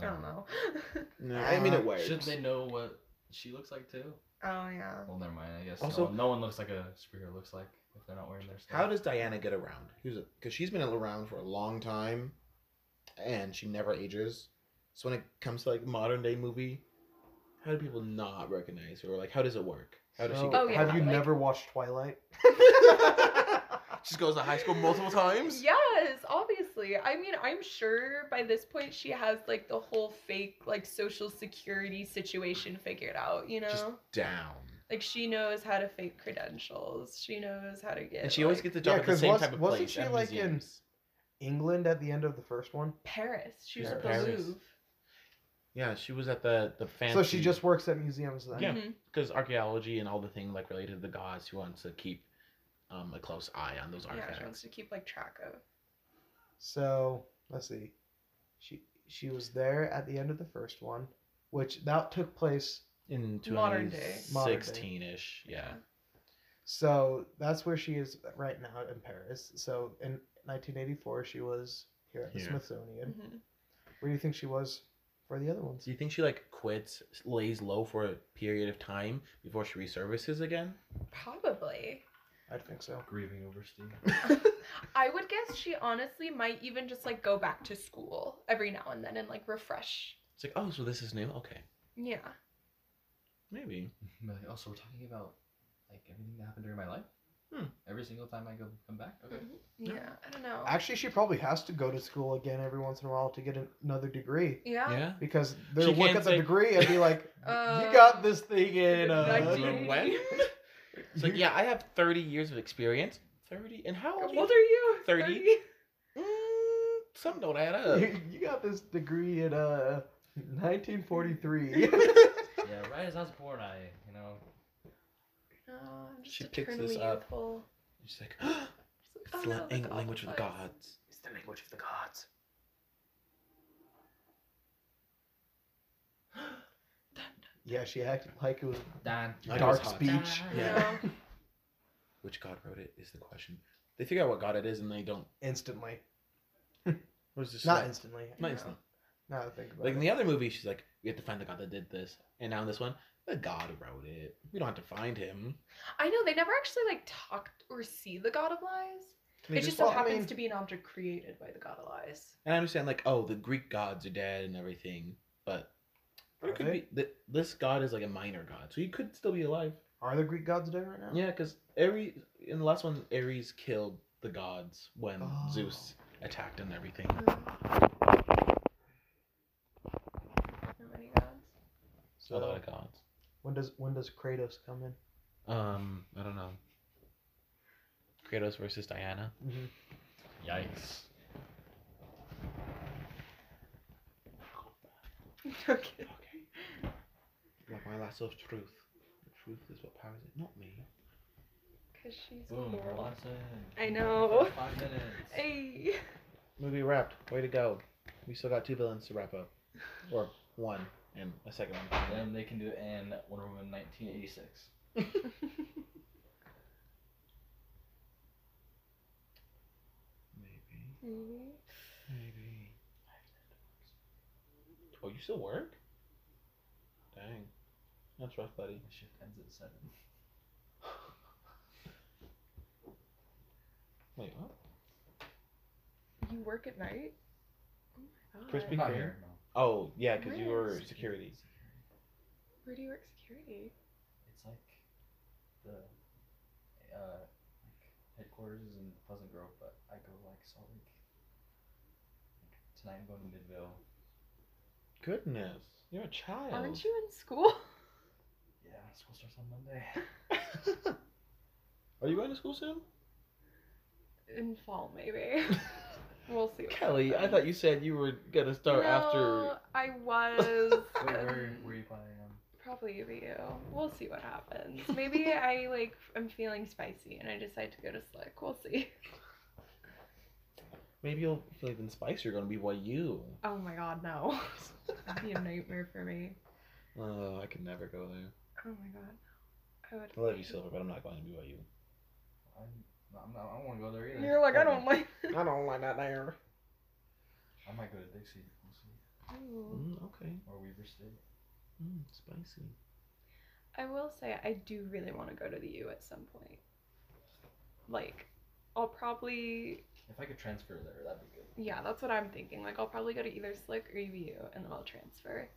Speaker 4: I don't know. oh,
Speaker 3: No, I mean it works.
Speaker 6: Uh, Should they know what she looks like too?
Speaker 2: Oh,
Speaker 4: yeah.
Speaker 6: Well, never mind. I guess
Speaker 3: Also-
Speaker 6: no, no one looks like a superhero looks like if they're not wearing their stuff.
Speaker 3: How does Diana get around? Because she's been around for a long time, and she never ages. So when it comes to like modern day movie, how do people not recognize her? Or like, how does it work? How does she?
Speaker 2: So,
Speaker 3: Get
Speaker 4: Oh, yeah,
Speaker 2: Have you
Speaker 4: like-
Speaker 2: never watched Twilight?
Speaker 3: she goes to high school multiple times.
Speaker 4: Yes, obviously. I mean, I'm sure by this point she has like the whole fake like social security situation figured out, you know?
Speaker 3: Just down.
Speaker 4: like she knows how to fake credentials. She knows how to get
Speaker 3: And she always
Speaker 4: like,
Speaker 3: gets a job at the
Speaker 2: 'cause
Speaker 3: same
Speaker 2: was-
Speaker 3: type of
Speaker 2: wasn't
Speaker 3: place.
Speaker 2: she,
Speaker 3: at
Speaker 2: like, in-
Speaker 3: museums.
Speaker 2: England at the end of the first one.
Speaker 4: Paris. She was
Speaker 3: Yeah,
Speaker 4: at the
Speaker 3: Paris.
Speaker 4: Louvre.
Speaker 3: Yeah, she was at the the fancy.
Speaker 2: So she just works at museums then.
Speaker 3: Yeah.
Speaker 4: Mhm.
Speaker 3: because archaeology and all the things like related to the gods, she wants to keep um, a close eye on those
Speaker 4: Yeah, she wants
Speaker 3: artifacts.
Speaker 4: to keep like track of.
Speaker 2: So let's see. She she was there at the end of the first one, which that took place.
Speaker 3: in
Speaker 4: Modern day.
Speaker 3: 2016 ish. Yeah.
Speaker 2: So that's where she is right now in Paris. So in 1984, she was here at the
Speaker 3: Here.
Speaker 2: Smithsonian.
Speaker 4: Mhm.
Speaker 2: Where do you think she was for the other ones?
Speaker 3: Do you think she like quits, lays low for a period of time before she resurfaces again?
Speaker 4: Probably.
Speaker 2: I think so.
Speaker 6: Grieving over Steve.
Speaker 4: I would guess she honestly might even just like go back to school every now and then and like refresh.
Speaker 3: It's like, oh, so this is new. Okay,
Speaker 4: Yeah.
Speaker 3: maybe.
Speaker 6: But like, oh, so we're talking about like everything that happened during my life.
Speaker 3: Hmm.
Speaker 6: Every single time I go come back. Okay.
Speaker 4: Mm-hmm. Yeah. I don't know.
Speaker 2: Actually, she probably has to go to school again every once in a while to get an- another degree
Speaker 4: yeah.
Speaker 3: Yeah.
Speaker 2: because they'll
Speaker 3: She
Speaker 2: look
Speaker 3: can't
Speaker 2: at the
Speaker 3: say-
Speaker 2: degree and be like,
Speaker 4: Uh,
Speaker 2: "You got this thing in."
Speaker 3: Uh,
Speaker 2: Uh,
Speaker 4: Nineteen-
Speaker 3: from when? It's like,
Speaker 2: You-
Speaker 3: yeah, I have 30 years of experience. 30? And how
Speaker 4: How
Speaker 3: old
Speaker 4: old are you?
Speaker 3: 30. Mm, something don't add up.
Speaker 2: you, you got this degree in uh 1943.
Speaker 6: yeah, right as I was born, I you know.
Speaker 4: No, I'm Oh, just
Speaker 3: She picks
Speaker 4: eternally
Speaker 3: this up.
Speaker 4: youthful.
Speaker 3: She's like,
Speaker 4: It's
Speaker 3: it's
Speaker 4: like, oh, no,
Speaker 3: the ang-
Speaker 4: God
Speaker 3: language of the
Speaker 4: applies.
Speaker 3: gods. It's the language of the gods.
Speaker 2: yeah, she acted like it was
Speaker 6: Dan.
Speaker 3: I know
Speaker 2: dark
Speaker 3: it's hot.
Speaker 2: speech.
Speaker 4: I
Speaker 3: Yeah.
Speaker 4: know.
Speaker 3: Which god wrote it is the question. They figure out what god it is and they don't.
Speaker 2: Instantly,
Speaker 3: What is this?
Speaker 2: not
Speaker 3: like-
Speaker 2: instantly.
Speaker 3: not
Speaker 4: No.
Speaker 3: instant.
Speaker 2: Now that I think about
Speaker 3: Like in
Speaker 2: it.
Speaker 3: the other movie, she's like, we have to find the god that did this. And now in this one, the god wrote it. We don't have to find him.
Speaker 4: I know they never actually like talked or see the god of lies.
Speaker 2: They
Speaker 4: it just so
Speaker 2: well, I
Speaker 4: happens
Speaker 2: mean,
Speaker 4: to be an object created by the god of lies.
Speaker 3: And I understand, like, oh, the Greek gods are dead and everything, but but
Speaker 2: Are
Speaker 3: it could
Speaker 2: they?
Speaker 3: be that this god is like a minor god, so he could still be alive.
Speaker 2: Are the Greek gods dead right now?
Speaker 3: Yeah, because Ares in the last one, Ares killed the gods when
Speaker 2: Oh.
Speaker 3: Zeus attacked and everything.
Speaker 4: Um, How many gods?
Speaker 3: So a lot
Speaker 2: So
Speaker 3: of gods.
Speaker 2: when does when does Kratos come in?
Speaker 3: Um, I don't know. Kratos versus Diana.
Speaker 2: Mm-hmm.
Speaker 6: Yikes.
Speaker 4: okay.
Speaker 3: Okay. Like my last of truth. Truth is what powers it, not me.
Speaker 4: Because she's
Speaker 6: Boom.
Speaker 4: cool.
Speaker 6: We're in.
Speaker 4: I know.
Speaker 6: Five minutes.
Speaker 4: Hey.
Speaker 3: Movie wrapped. Way to go. We still got two villains to wrap up, or one and a second one.
Speaker 6: Then they can do it in Wonder Woman 1986.
Speaker 3: Maybe. Maybe. Oh, you still work? Dang. That's rough, buddy.
Speaker 6: My shift ends at seven.
Speaker 3: Wait, what?
Speaker 4: you work at night? Oh my god.
Speaker 3: Crispy- Be
Speaker 6: Not
Speaker 3: fair.
Speaker 6: here. No.
Speaker 3: Oh, yeah, because you were
Speaker 4: Nice.
Speaker 3: security.
Speaker 4: Where do you work security?
Speaker 6: It's like the uh, like headquarters is in Pleasant Grove, but I go like Salt Lake. Like, tonight I'm going to Midville.
Speaker 3: Goodness. You're a child.
Speaker 4: Aren't you in school?
Speaker 6: Yeah, school starts on Monday.
Speaker 3: Are you going to school soon?
Speaker 4: In fall, maybe. we'll see. what
Speaker 3: Kelly, I
Speaker 4: happens.
Speaker 3: thought you said you were going to start
Speaker 4: No,
Speaker 3: after.
Speaker 4: I was.
Speaker 6: Wait, where
Speaker 4: um,
Speaker 6: where you planning on?
Speaker 4: Probably you. We'll see what happens. Maybe I like am feeling spicy and I decide to go to Slick. We'll see.
Speaker 3: Maybe you'll feel even spicier. You're going to be YU.
Speaker 4: Oh my god, no. That'd be a nightmare for me.
Speaker 3: Oh, I could never go there.
Speaker 4: Oh my god, no. I would.
Speaker 3: I love you, Silver, but I'm not going to BYU.
Speaker 6: I'm, I'm not, I don't want to go there either.
Speaker 4: You're like I don't like.
Speaker 2: I don't like that there.
Speaker 6: I might go to Dixie, we'll see.
Speaker 4: Ooh.
Speaker 3: Mm, okay.
Speaker 6: or Weaver State.
Speaker 3: Mm, spicy.
Speaker 4: I will say I do really want to go to the U at some point. Like, I'll probably
Speaker 6: If I could transfer there, that'd be good.
Speaker 4: yeah, that's what I'm thinking. Like I'll probably go to either Slick or UVU and then I'll transfer.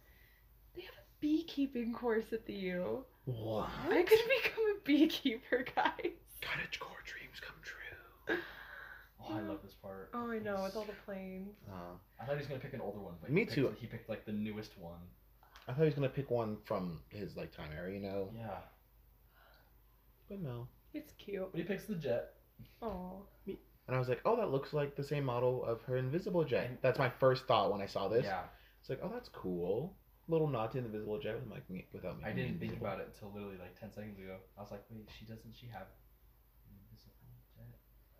Speaker 4: They have a beekeeping course at the U.
Speaker 3: What?
Speaker 4: I could become a beekeeper, guys.
Speaker 3: Cottage core dreams come true.
Speaker 6: Oh, I love this part.
Speaker 4: Oh, I know, with all the planes.
Speaker 3: Uh,
Speaker 6: I thought he was gonna pick an older one, but
Speaker 3: Me
Speaker 6: he picked,
Speaker 3: too.
Speaker 6: He picked like the newest one.
Speaker 3: I thought he was gonna pick one from his like time era, you know.
Speaker 6: Yeah,
Speaker 3: But no.
Speaker 4: It's cute.
Speaker 6: but he picks the jet.
Speaker 4: Oh.
Speaker 3: And I was like, oh, that looks like the same model of her invisible jet.
Speaker 6: And-
Speaker 3: That's my first thought when I saw this.
Speaker 6: Yeah,
Speaker 3: It's like, oh, that's cool. Little nod to the invisible jet with like me without me.
Speaker 6: I didn't think about it until literally like ten seconds ago. I was like, wait, she doesn't she have an invisible jet?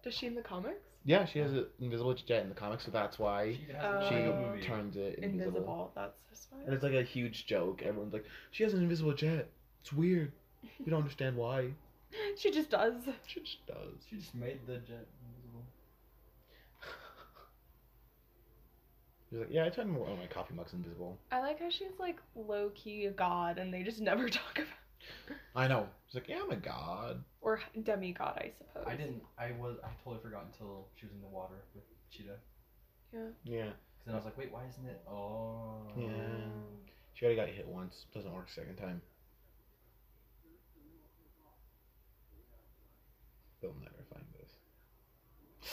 Speaker 4: Does she in the comics?
Speaker 3: Yeah, she has an invisible jet in the comics, so that's why
Speaker 6: She has
Speaker 3: she
Speaker 6: a
Speaker 4: Oh.
Speaker 6: movie.
Speaker 3: turns it invisible.
Speaker 4: Invisible. That's just fine.
Speaker 3: And it's like a huge joke. Everyone's like, she has an invisible jet. It's weird. We don't understand why.
Speaker 4: She just does.
Speaker 3: She just does.
Speaker 6: She just made the jet invisible.
Speaker 3: She's like, yeah, I turned one of my coffee mugs invisible.
Speaker 4: I like how she's like low key a god, and they just never talk about
Speaker 3: I know. She's like, yeah, I'm a god.
Speaker 4: or demigod, I suppose.
Speaker 6: I didn't. I was. I totally forgot until she was in the water with Cheetah.
Speaker 3: Yeah.
Speaker 6: Cause then I was like, wait, why isn't it? Oh.
Speaker 3: Yeah. She already got hit once. Doesn't work second time. They'll never find this.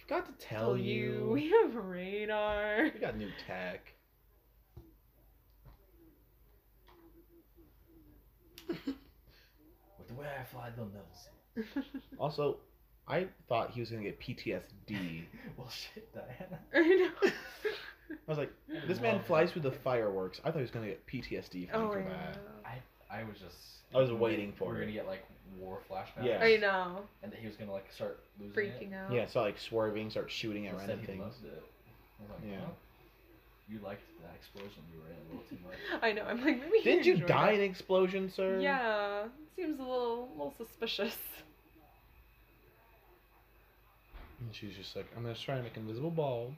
Speaker 3: Forgot to tell,
Speaker 4: Tell you,
Speaker 3: you.
Speaker 4: we have radar.
Speaker 3: We got new tech.
Speaker 6: With the way I fly, they'll never see.
Speaker 3: Also, I thought he was gonna get PTSD. I
Speaker 6: well, shit, Diana. Oh,
Speaker 4: I know. Oh,
Speaker 3: was like, this man flies through the fireworks. I thought he was gonna get PTSD from
Speaker 4: Oh,
Speaker 3: for
Speaker 4: I
Speaker 3: that.
Speaker 4: know.
Speaker 6: I was just.
Speaker 3: I was waiting for
Speaker 6: We were
Speaker 3: it.
Speaker 6: gonna get like war flashbacks.
Speaker 3: Yeah.
Speaker 4: I know.
Speaker 6: And that he was gonna like start losing it.
Speaker 4: Freaking out.
Speaker 3: Yeah, so like swerving, start shooting at
Speaker 6: But
Speaker 3: random
Speaker 6: said he
Speaker 3: things.
Speaker 6: loved it. I was like,
Speaker 3: Yeah.
Speaker 6: "Huh? You liked that explosion you were in a little too much.
Speaker 4: I know. I'm like, maybe. he
Speaker 3: Didn't you
Speaker 4: enjoyed
Speaker 3: die
Speaker 4: it.
Speaker 3: in an explosion, sir?
Speaker 4: Yeah. Seems a little, little suspicious.
Speaker 3: And she's just like, I'm gonna try and make an invisible ball.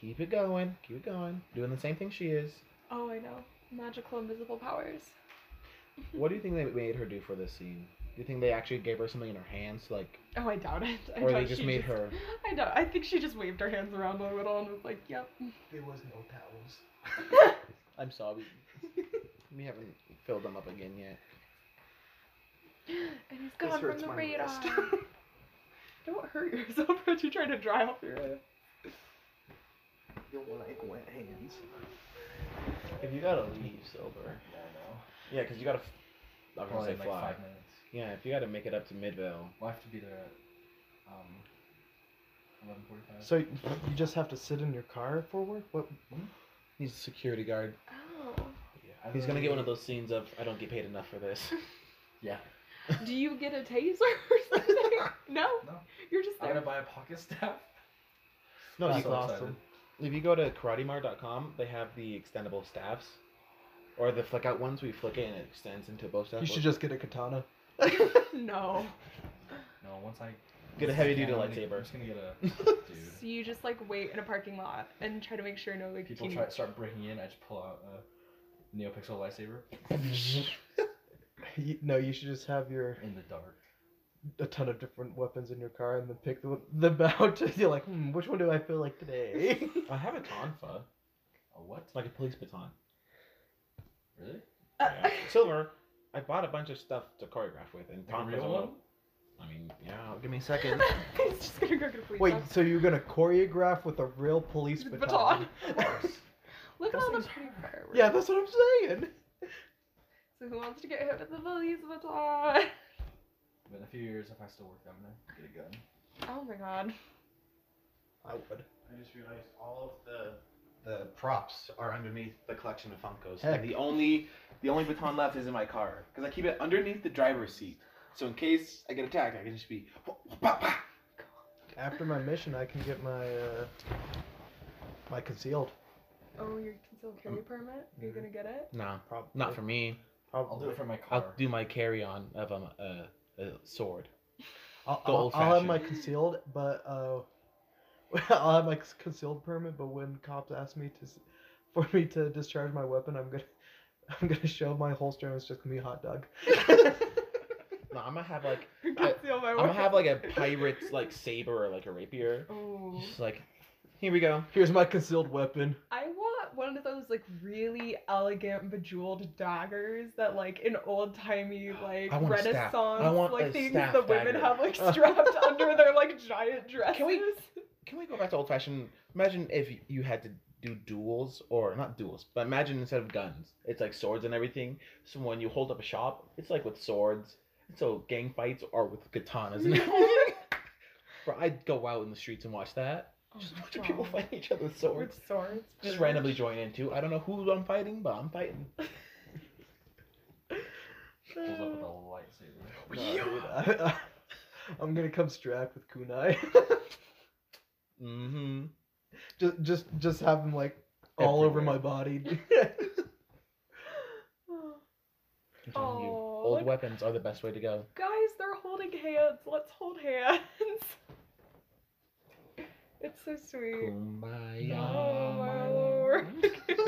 Speaker 3: Keep it going, keep it going. Doing the same thing she is.
Speaker 4: Oh, I know. Magical invisible powers.
Speaker 3: What do you think they made her do for this scene? Do you think they actually gave her something in her hands, like,
Speaker 4: Oh, I doubt it. I
Speaker 3: or
Speaker 4: doubt
Speaker 3: they just
Speaker 4: she
Speaker 3: made her?
Speaker 4: I doubt. I think she just waved her hands around a little and was like, "Yep."
Speaker 2: There was no towels.
Speaker 3: I'm sorry, we haven't filled them up again yet.
Speaker 4: And he's gone from
Speaker 2: hurts
Speaker 4: the
Speaker 2: my
Speaker 4: radar.
Speaker 2: wrist.
Speaker 4: Don't hurt yourself, bro. You trying to dry off your uh, head.
Speaker 2: Don't like wet hands.
Speaker 3: If you gotta leave sober.
Speaker 6: Yeah, I know.
Speaker 3: Yeah, because you gotta. F- I was gonna
Speaker 6: Probably
Speaker 3: say
Speaker 6: in, like
Speaker 3: fly.
Speaker 6: five minutes.
Speaker 3: Yeah, if you gotta make it up to Midvale.
Speaker 6: We'll have to be there at um, eleven forty-five.
Speaker 2: So you just have to sit in your car for work? What?
Speaker 3: He's a security guard.
Speaker 4: Oh.
Speaker 3: He's gonna get one of those scenes of, I don't get paid enough for this.
Speaker 6: Yeah.
Speaker 4: Do you get a taser or something? no.
Speaker 6: No.
Speaker 4: You're just
Speaker 6: I'm
Speaker 4: there.
Speaker 6: gonna buy a pocket staff.
Speaker 3: No,
Speaker 2: That's
Speaker 3: you
Speaker 6: so
Speaker 2: awesome.
Speaker 6: excited.
Speaker 3: If you go to karatemart.com, they have the extendable staffs. Or the flick out ones where you flick it and it extends into both staffs.
Speaker 2: You should just get a katana.
Speaker 4: no.
Speaker 6: No, once I
Speaker 3: Get a
Speaker 6: once I
Speaker 3: heavy-duty
Speaker 6: can, I'm gonna-
Speaker 3: lightsaber.
Speaker 6: I'm just gonna get a dude.
Speaker 4: So you just like wait in a parking lot and try to make sure no like
Speaker 6: People
Speaker 4: teen-
Speaker 6: try start breaking in. I just pull out a NeoPixel lightsaber
Speaker 2: You, no, you should just have your
Speaker 6: in the dark.
Speaker 2: a ton of different weapons in your car and then pick the them out. You're like, hmm, which one do I feel like today?
Speaker 3: I have a tonfa.
Speaker 6: A what?
Speaker 3: Like a police baton.
Speaker 6: Really?
Speaker 4: Uh,
Speaker 3: Silver. I bought a bunch of stuff to choreograph with, and
Speaker 6: Like a
Speaker 3: tonfa's
Speaker 6: real
Speaker 3: one.
Speaker 6: one?
Speaker 3: I mean, yeah. Give me a second.
Speaker 4: He's just gonna go get a police
Speaker 2: Wait,
Speaker 4: officer.
Speaker 2: so you're gonna choreograph with a real police
Speaker 4: With a
Speaker 2: baton?
Speaker 4: Look at
Speaker 6: those
Speaker 4: all the
Speaker 6: things
Speaker 4: pretty fireworks.
Speaker 2: yeah, that's what I'm saying.
Speaker 4: So who wants to get hit with the police baton?
Speaker 6: But in a few years, if I still work, I'm gonna get a gun.
Speaker 4: Oh my god.
Speaker 2: I would.
Speaker 3: I just realized all of the the props are underneath the collection of Funkos.
Speaker 2: Heck.
Speaker 3: And the only the only baton left is in my car because I keep it underneath the driver's seat. So in case I get attacked, I can just be.
Speaker 2: After my mission, I can get my uh, my concealed.
Speaker 4: Oh, your concealed carry
Speaker 3: Um,
Speaker 4: permit? You're
Speaker 3: mm-hmm.
Speaker 4: gonna get it?
Speaker 3: No,
Speaker 2: Probably.
Speaker 3: not for me.
Speaker 6: I'll
Speaker 2: Probably.
Speaker 6: do it for my
Speaker 3: I'll
Speaker 6: car.
Speaker 3: do my carry on of um, a a sword.
Speaker 2: I'll,
Speaker 3: the
Speaker 2: I'll, I'll have
Speaker 3: old-fashioned.
Speaker 2: my concealed, but uh, I'll have my c- concealed permit. But when cops ask me to, s- for me to discharge my weapon, I'm gonna, I'm gonna show my holster, and it's just gonna be a hot dog.
Speaker 3: No, I'm gonna have like
Speaker 4: Conceal my
Speaker 3: I'm gonna have like a pirate's like saber or like a rapier.
Speaker 4: Oh.
Speaker 3: Just like, here we go.
Speaker 2: Here's my concealed weapon.
Speaker 4: I want one of those like really elegant bejeweled daggers that like in old timey like
Speaker 3: I want a staff.
Speaker 4: renaissance
Speaker 3: I want a
Speaker 4: like things
Speaker 3: staff
Speaker 4: the women
Speaker 3: dagger.
Speaker 4: have like strapped under their like giant dresses.
Speaker 3: Can we- Can we go back to old fashioned? Imagine if you had to do duels or not duels, but imagine instead of guns, it's like swords and everything. So when you hold up a shop, it's like with swords. So gang fights are with katanas and everything. Bro, I'd go out in the streets and watch that.
Speaker 4: Oh
Speaker 3: Just
Speaker 4: my
Speaker 3: a bunch of people
Speaker 4: God.
Speaker 3: fighting each other with swords.
Speaker 4: With swords.
Speaker 3: Just randomly join in too. I don't know who I'm fighting, but I'm fighting.
Speaker 6: pulls up with a lightsaber.
Speaker 2: No, dude, I, am gonna come strapped with kunai.
Speaker 3: Mm-hmm.
Speaker 2: just, just, just have him like all over my
Speaker 3: Everywhere.
Speaker 2: body.
Speaker 3: I'm telling you,
Speaker 4: Aw,
Speaker 3: old
Speaker 4: look-
Speaker 3: weapons are the best way to go.
Speaker 4: Guys, they're holding hands. Let's hold hands. It's so sweet. Oh my lord.
Speaker 3: Is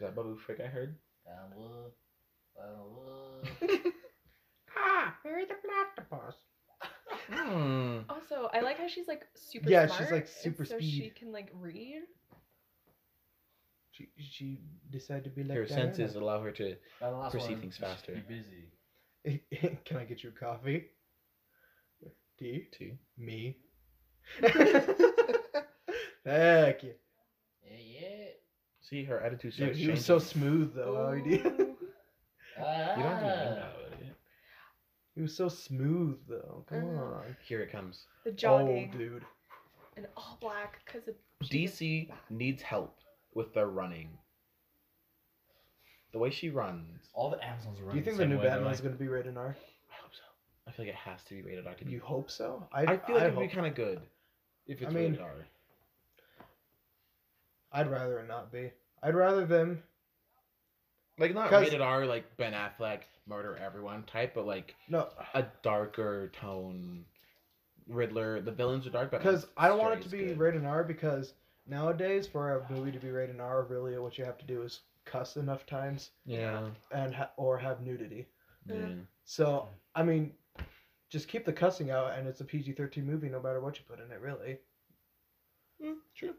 Speaker 3: that Babu Frick I heard?
Speaker 6: I love, I love.
Speaker 2: ah, marry the platypus.
Speaker 3: Hmm.
Speaker 4: Also, I like how she's like super
Speaker 2: Yeah, she's,
Speaker 4: smart.
Speaker 2: like,
Speaker 4: and
Speaker 2: super
Speaker 4: so She
Speaker 2: speed.
Speaker 4: can like read.
Speaker 2: She, she decided to be like
Speaker 3: Her
Speaker 2: Diana.
Speaker 3: senses allow her to.
Speaker 6: Now the last
Speaker 3: Perceive
Speaker 6: one,
Speaker 3: things
Speaker 6: you should
Speaker 3: faster.
Speaker 6: Be busy.
Speaker 2: Can I get you a coffee? Tea?
Speaker 3: to.
Speaker 2: Me? Heck yeah.
Speaker 6: Yeah, yeah.
Speaker 3: See, her attitude
Speaker 2: Dude,
Speaker 3: starts
Speaker 2: he was so
Speaker 3: changing.
Speaker 2: smooth though. How he did.
Speaker 4: Ooh.
Speaker 6: Ah,
Speaker 3: You don't have to know about it.
Speaker 2: He was so smooth though. Come
Speaker 4: Uh-huh.
Speaker 2: on.
Speaker 3: Here it comes.
Speaker 4: The
Speaker 2: Oh,
Speaker 4: jogging
Speaker 2: dude.
Speaker 4: and all black because of
Speaker 3: DC needs help with their running. The way she runs.
Speaker 6: All the Amazons are
Speaker 2: Do
Speaker 6: running.
Speaker 2: you think the
Speaker 3: same
Speaker 2: new
Speaker 3: way, they're
Speaker 2: Batman is
Speaker 3: like-
Speaker 2: going to be rated R?
Speaker 3: I hope so. I feel like it has to be rated R. To be.
Speaker 2: You hope so? I,
Speaker 3: I feel like it would be
Speaker 2: hope,
Speaker 3: kind of good if
Speaker 2: I
Speaker 3: it's
Speaker 2: mean-
Speaker 3: rated R.
Speaker 2: I'd rather it not be. I'd rather them.
Speaker 3: Like not
Speaker 2: 'Cause-
Speaker 3: rated R, like Ben Affleck murder everyone type, but like
Speaker 2: No,
Speaker 3: a darker tone. Riddler, the villains are dark, but
Speaker 2: because
Speaker 3: not
Speaker 2: I don't want it to
Speaker 3: scary
Speaker 2: be
Speaker 3: as good.
Speaker 2: rated R because nowadays for a movie to be rated R, really what you have to do is cuss enough times
Speaker 3: Yeah,
Speaker 2: and ha- or have nudity.
Speaker 3: yeah.
Speaker 2: So
Speaker 3: Hmm.
Speaker 2: I mean, just keep the cussing out, and it's a PG thirteen movie no matter what you put in it. Really,
Speaker 3: true.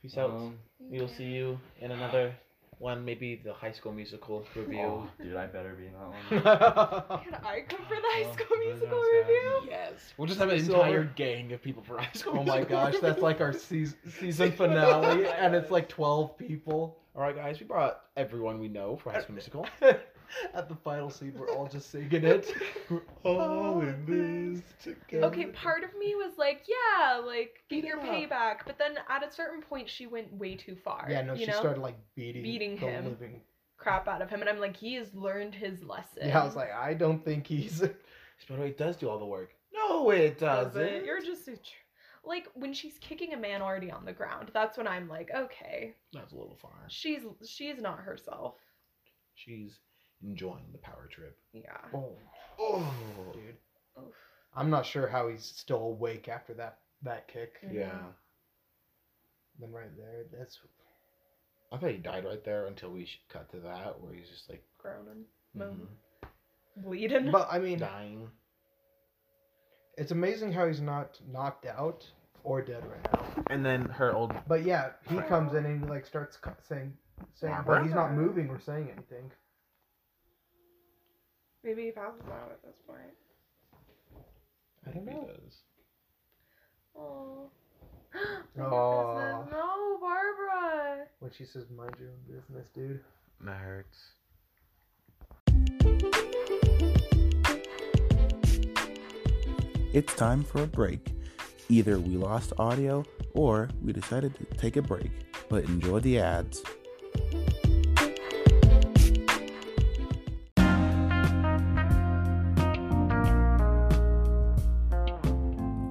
Speaker 3: Peace out.
Speaker 6: Um, "Oh,
Speaker 3: We'll see you in another one, maybe the High School Musical review.
Speaker 6: Oh, dude, I better be in that one.
Speaker 2: I
Speaker 4: Can I go for Oh, the High
Speaker 6: Well,
Speaker 4: School
Speaker 6: those
Speaker 4: Musical
Speaker 6: ones have-
Speaker 4: review?
Speaker 3: Yes, we'll just have an
Speaker 2: So-
Speaker 3: entire gang of people for High School.
Speaker 2: Oh my
Speaker 3: Musical
Speaker 2: gosh,
Speaker 3: review.
Speaker 2: that's like our season, season finale, and it's like 12 people.
Speaker 3: All right, guys, we brought everyone we know for High School Musical.
Speaker 2: At the final scene, we're all just singing it. Oh,
Speaker 3: We're all in this together.
Speaker 4: Okay, part of me was like, yeah, like get
Speaker 3: Beat
Speaker 4: your
Speaker 3: him up.
Speaker 4: payback, but then at a certain point she went way too far.
Speaker 2: Yeah, no,
Speaker 4: you
Speaker 2: she
Speaker 4: know?
Speaker 2: started like beating,
Speaker 4: beating
Speaker 2: the
Speaker 4: him.
Speaker 2: living.
Speaker 4: crap out of him, and I'm like, he has learned his lesson.
Speaker 2: Yeah, I was like, I don't think he's.
Speaker 3: Spider-Man does do all the work. No, it
Speaker 4: Does
Speaker 3: doesn't.
Speaker 4: it? You're just a tr- like when she's kicking a man already on the ground. That's when I'm like, okay,
Speaker 3: That's a little far.
Speaker 4: she's she's not herself.
Speaker 3: She's enjoying the power trip.
Speaker 4: Yeah.
Speaker 2: Oh,
Speaker 3: Oh,
Speaker 2: dude.
Speaker 4: Oof.
Speaker 2: I'm not sure how he's still awake after that that kick.
Speaker 4: Mm.
Speaker 3: yeah.
Speaker 2: Then right there, that's
Speaker 3: I thought he died right there until we sh- cut to that where he's just like
Speaker 4: Groaning, moaning,
Speaker 3: mhm,
Speaker 4: bleeding.
Speaker 2: But I mean,
Speaker 3: dying.
Speaker 2: it's amazing how he's not knocked out or dead right now.
Speaker 3: And then her old
Speaker 2: But yeah, he comes in and like starts cu- saying, saying, but he's not moving or saying anything.
Speaker 4: Maybe he passes out at this point.
Speaker 3: I
Speaker 2: don't
Speaker 3: think he
Speaker 2: know.
Speaker 3: does.
Speaker 4: Oh.
Speaker 2: Aw.
Speaker 4: No, Barbara.
Speaker 2: When she says, "Mind your own business, dude."
Speaker 3: That hurts.
Speaker 7: It's time for a break. Either we lost audio or we decided to take a break, but enjoy the ads.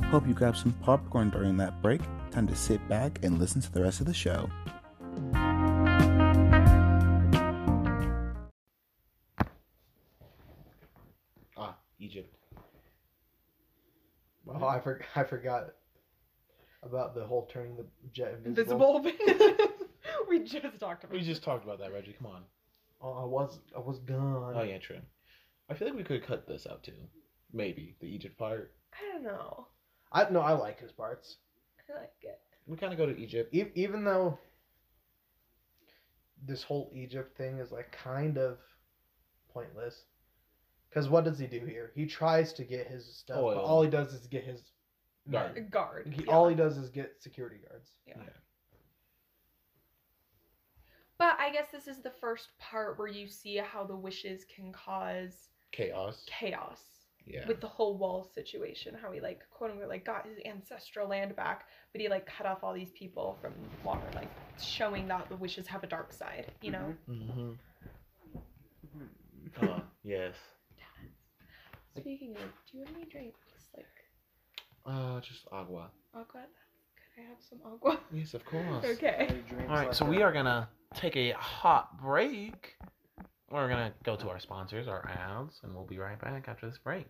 Speaker 7: Hope you grabbed some popcorn during that break. Time to sit back and listen to the rest of the show.
Speaker 3: Ah, Egypt.
Speaker 2: Oh, I for- I forgot about the whole turning the jet invisible.
Speaker 4: Invisible. we just talked about.
Speaker 3: We
Speaker 4: it.
Speaker 3: just talked about that, Reggie. Come on.
Speaker 2: Oh, I was I was gone.
Speaker 3: Oh yeah, true. I feel like we could cut this out too. Maybe the Egypt part.
Speaker 4: I don't know.
Speaker 2: I no, I like his parts.
Speaker 4: I like it.
Speaker 3: We kind of go to Egypt.
Speaker 2: E- even though this whole Egypt thing is like kind of pointless. Because what does he do here? He tries to get his stuff, but
Speaker 3: Oil.
Speaker 2: all he does is get his
Speaker 3: Guard.
Speaker 4: A guard.
Speaker 2: He,
Speaker 4: yeah.
Speaker 2: All he does is get security guards.
Speaker 4: But I guess this is the first part where you see how the wishes can cause
Speaker 3: Chaos.
Speaker 4: chaos
Speaker 3: Yeah.
Speaker 4: with the whole wall situation. How he like quote unquote like got his ancestral land back, but he like cut off all these people from water, like showing that the wishes have a dark side. You know,
Speaker 3: Mm-hmm. Huh, yes.
Speaker 4: Speaking of, do you have any drinks? Like
Speaker 3: Uh, just agua.
Speaker 4: agua? Could I have some agua?
Speaker 3: Yes, of course.
Speaker 4: Okay.
Speaker 3: All right, so we are gonna take a hot break. We're gonna go to our sponsors, our ads, and we'll be right back after this break.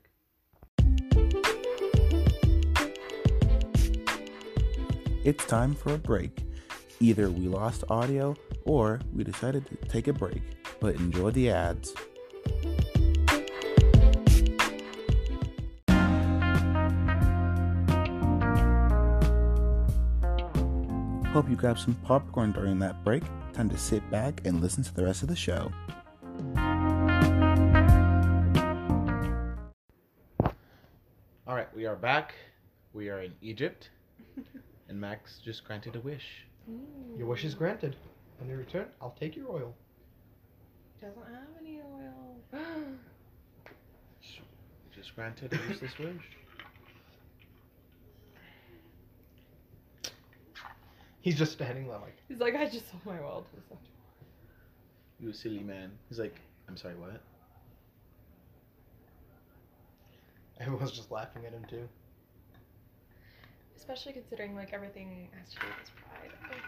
Speaker 7: it's time for a break. Either we lost audio or we decided to take a break, but enjoy the ads. Hope you grabbed some popcorn during that break. Time to sit back and listen to the rest of the show.
Speaker 3: All right, we are back. We are in Egypt, and Max just granted a wish.
Speaker 2: Your wish is granted. And in return, I'll take your oil.
Speaker 4: Doesn't have any oil.
Speaker 3: He Just granted a useless wish.
Speaker 2: He's just standing there like,
Speaker 4: He's like, I just sold my oil to someone.
Speaker 3: You silly man. He's like, I'm sorry, what?
Speaker 2: everyone's just laughing at him too.
Speaker 4: Especially considering like everything has to do with his pride.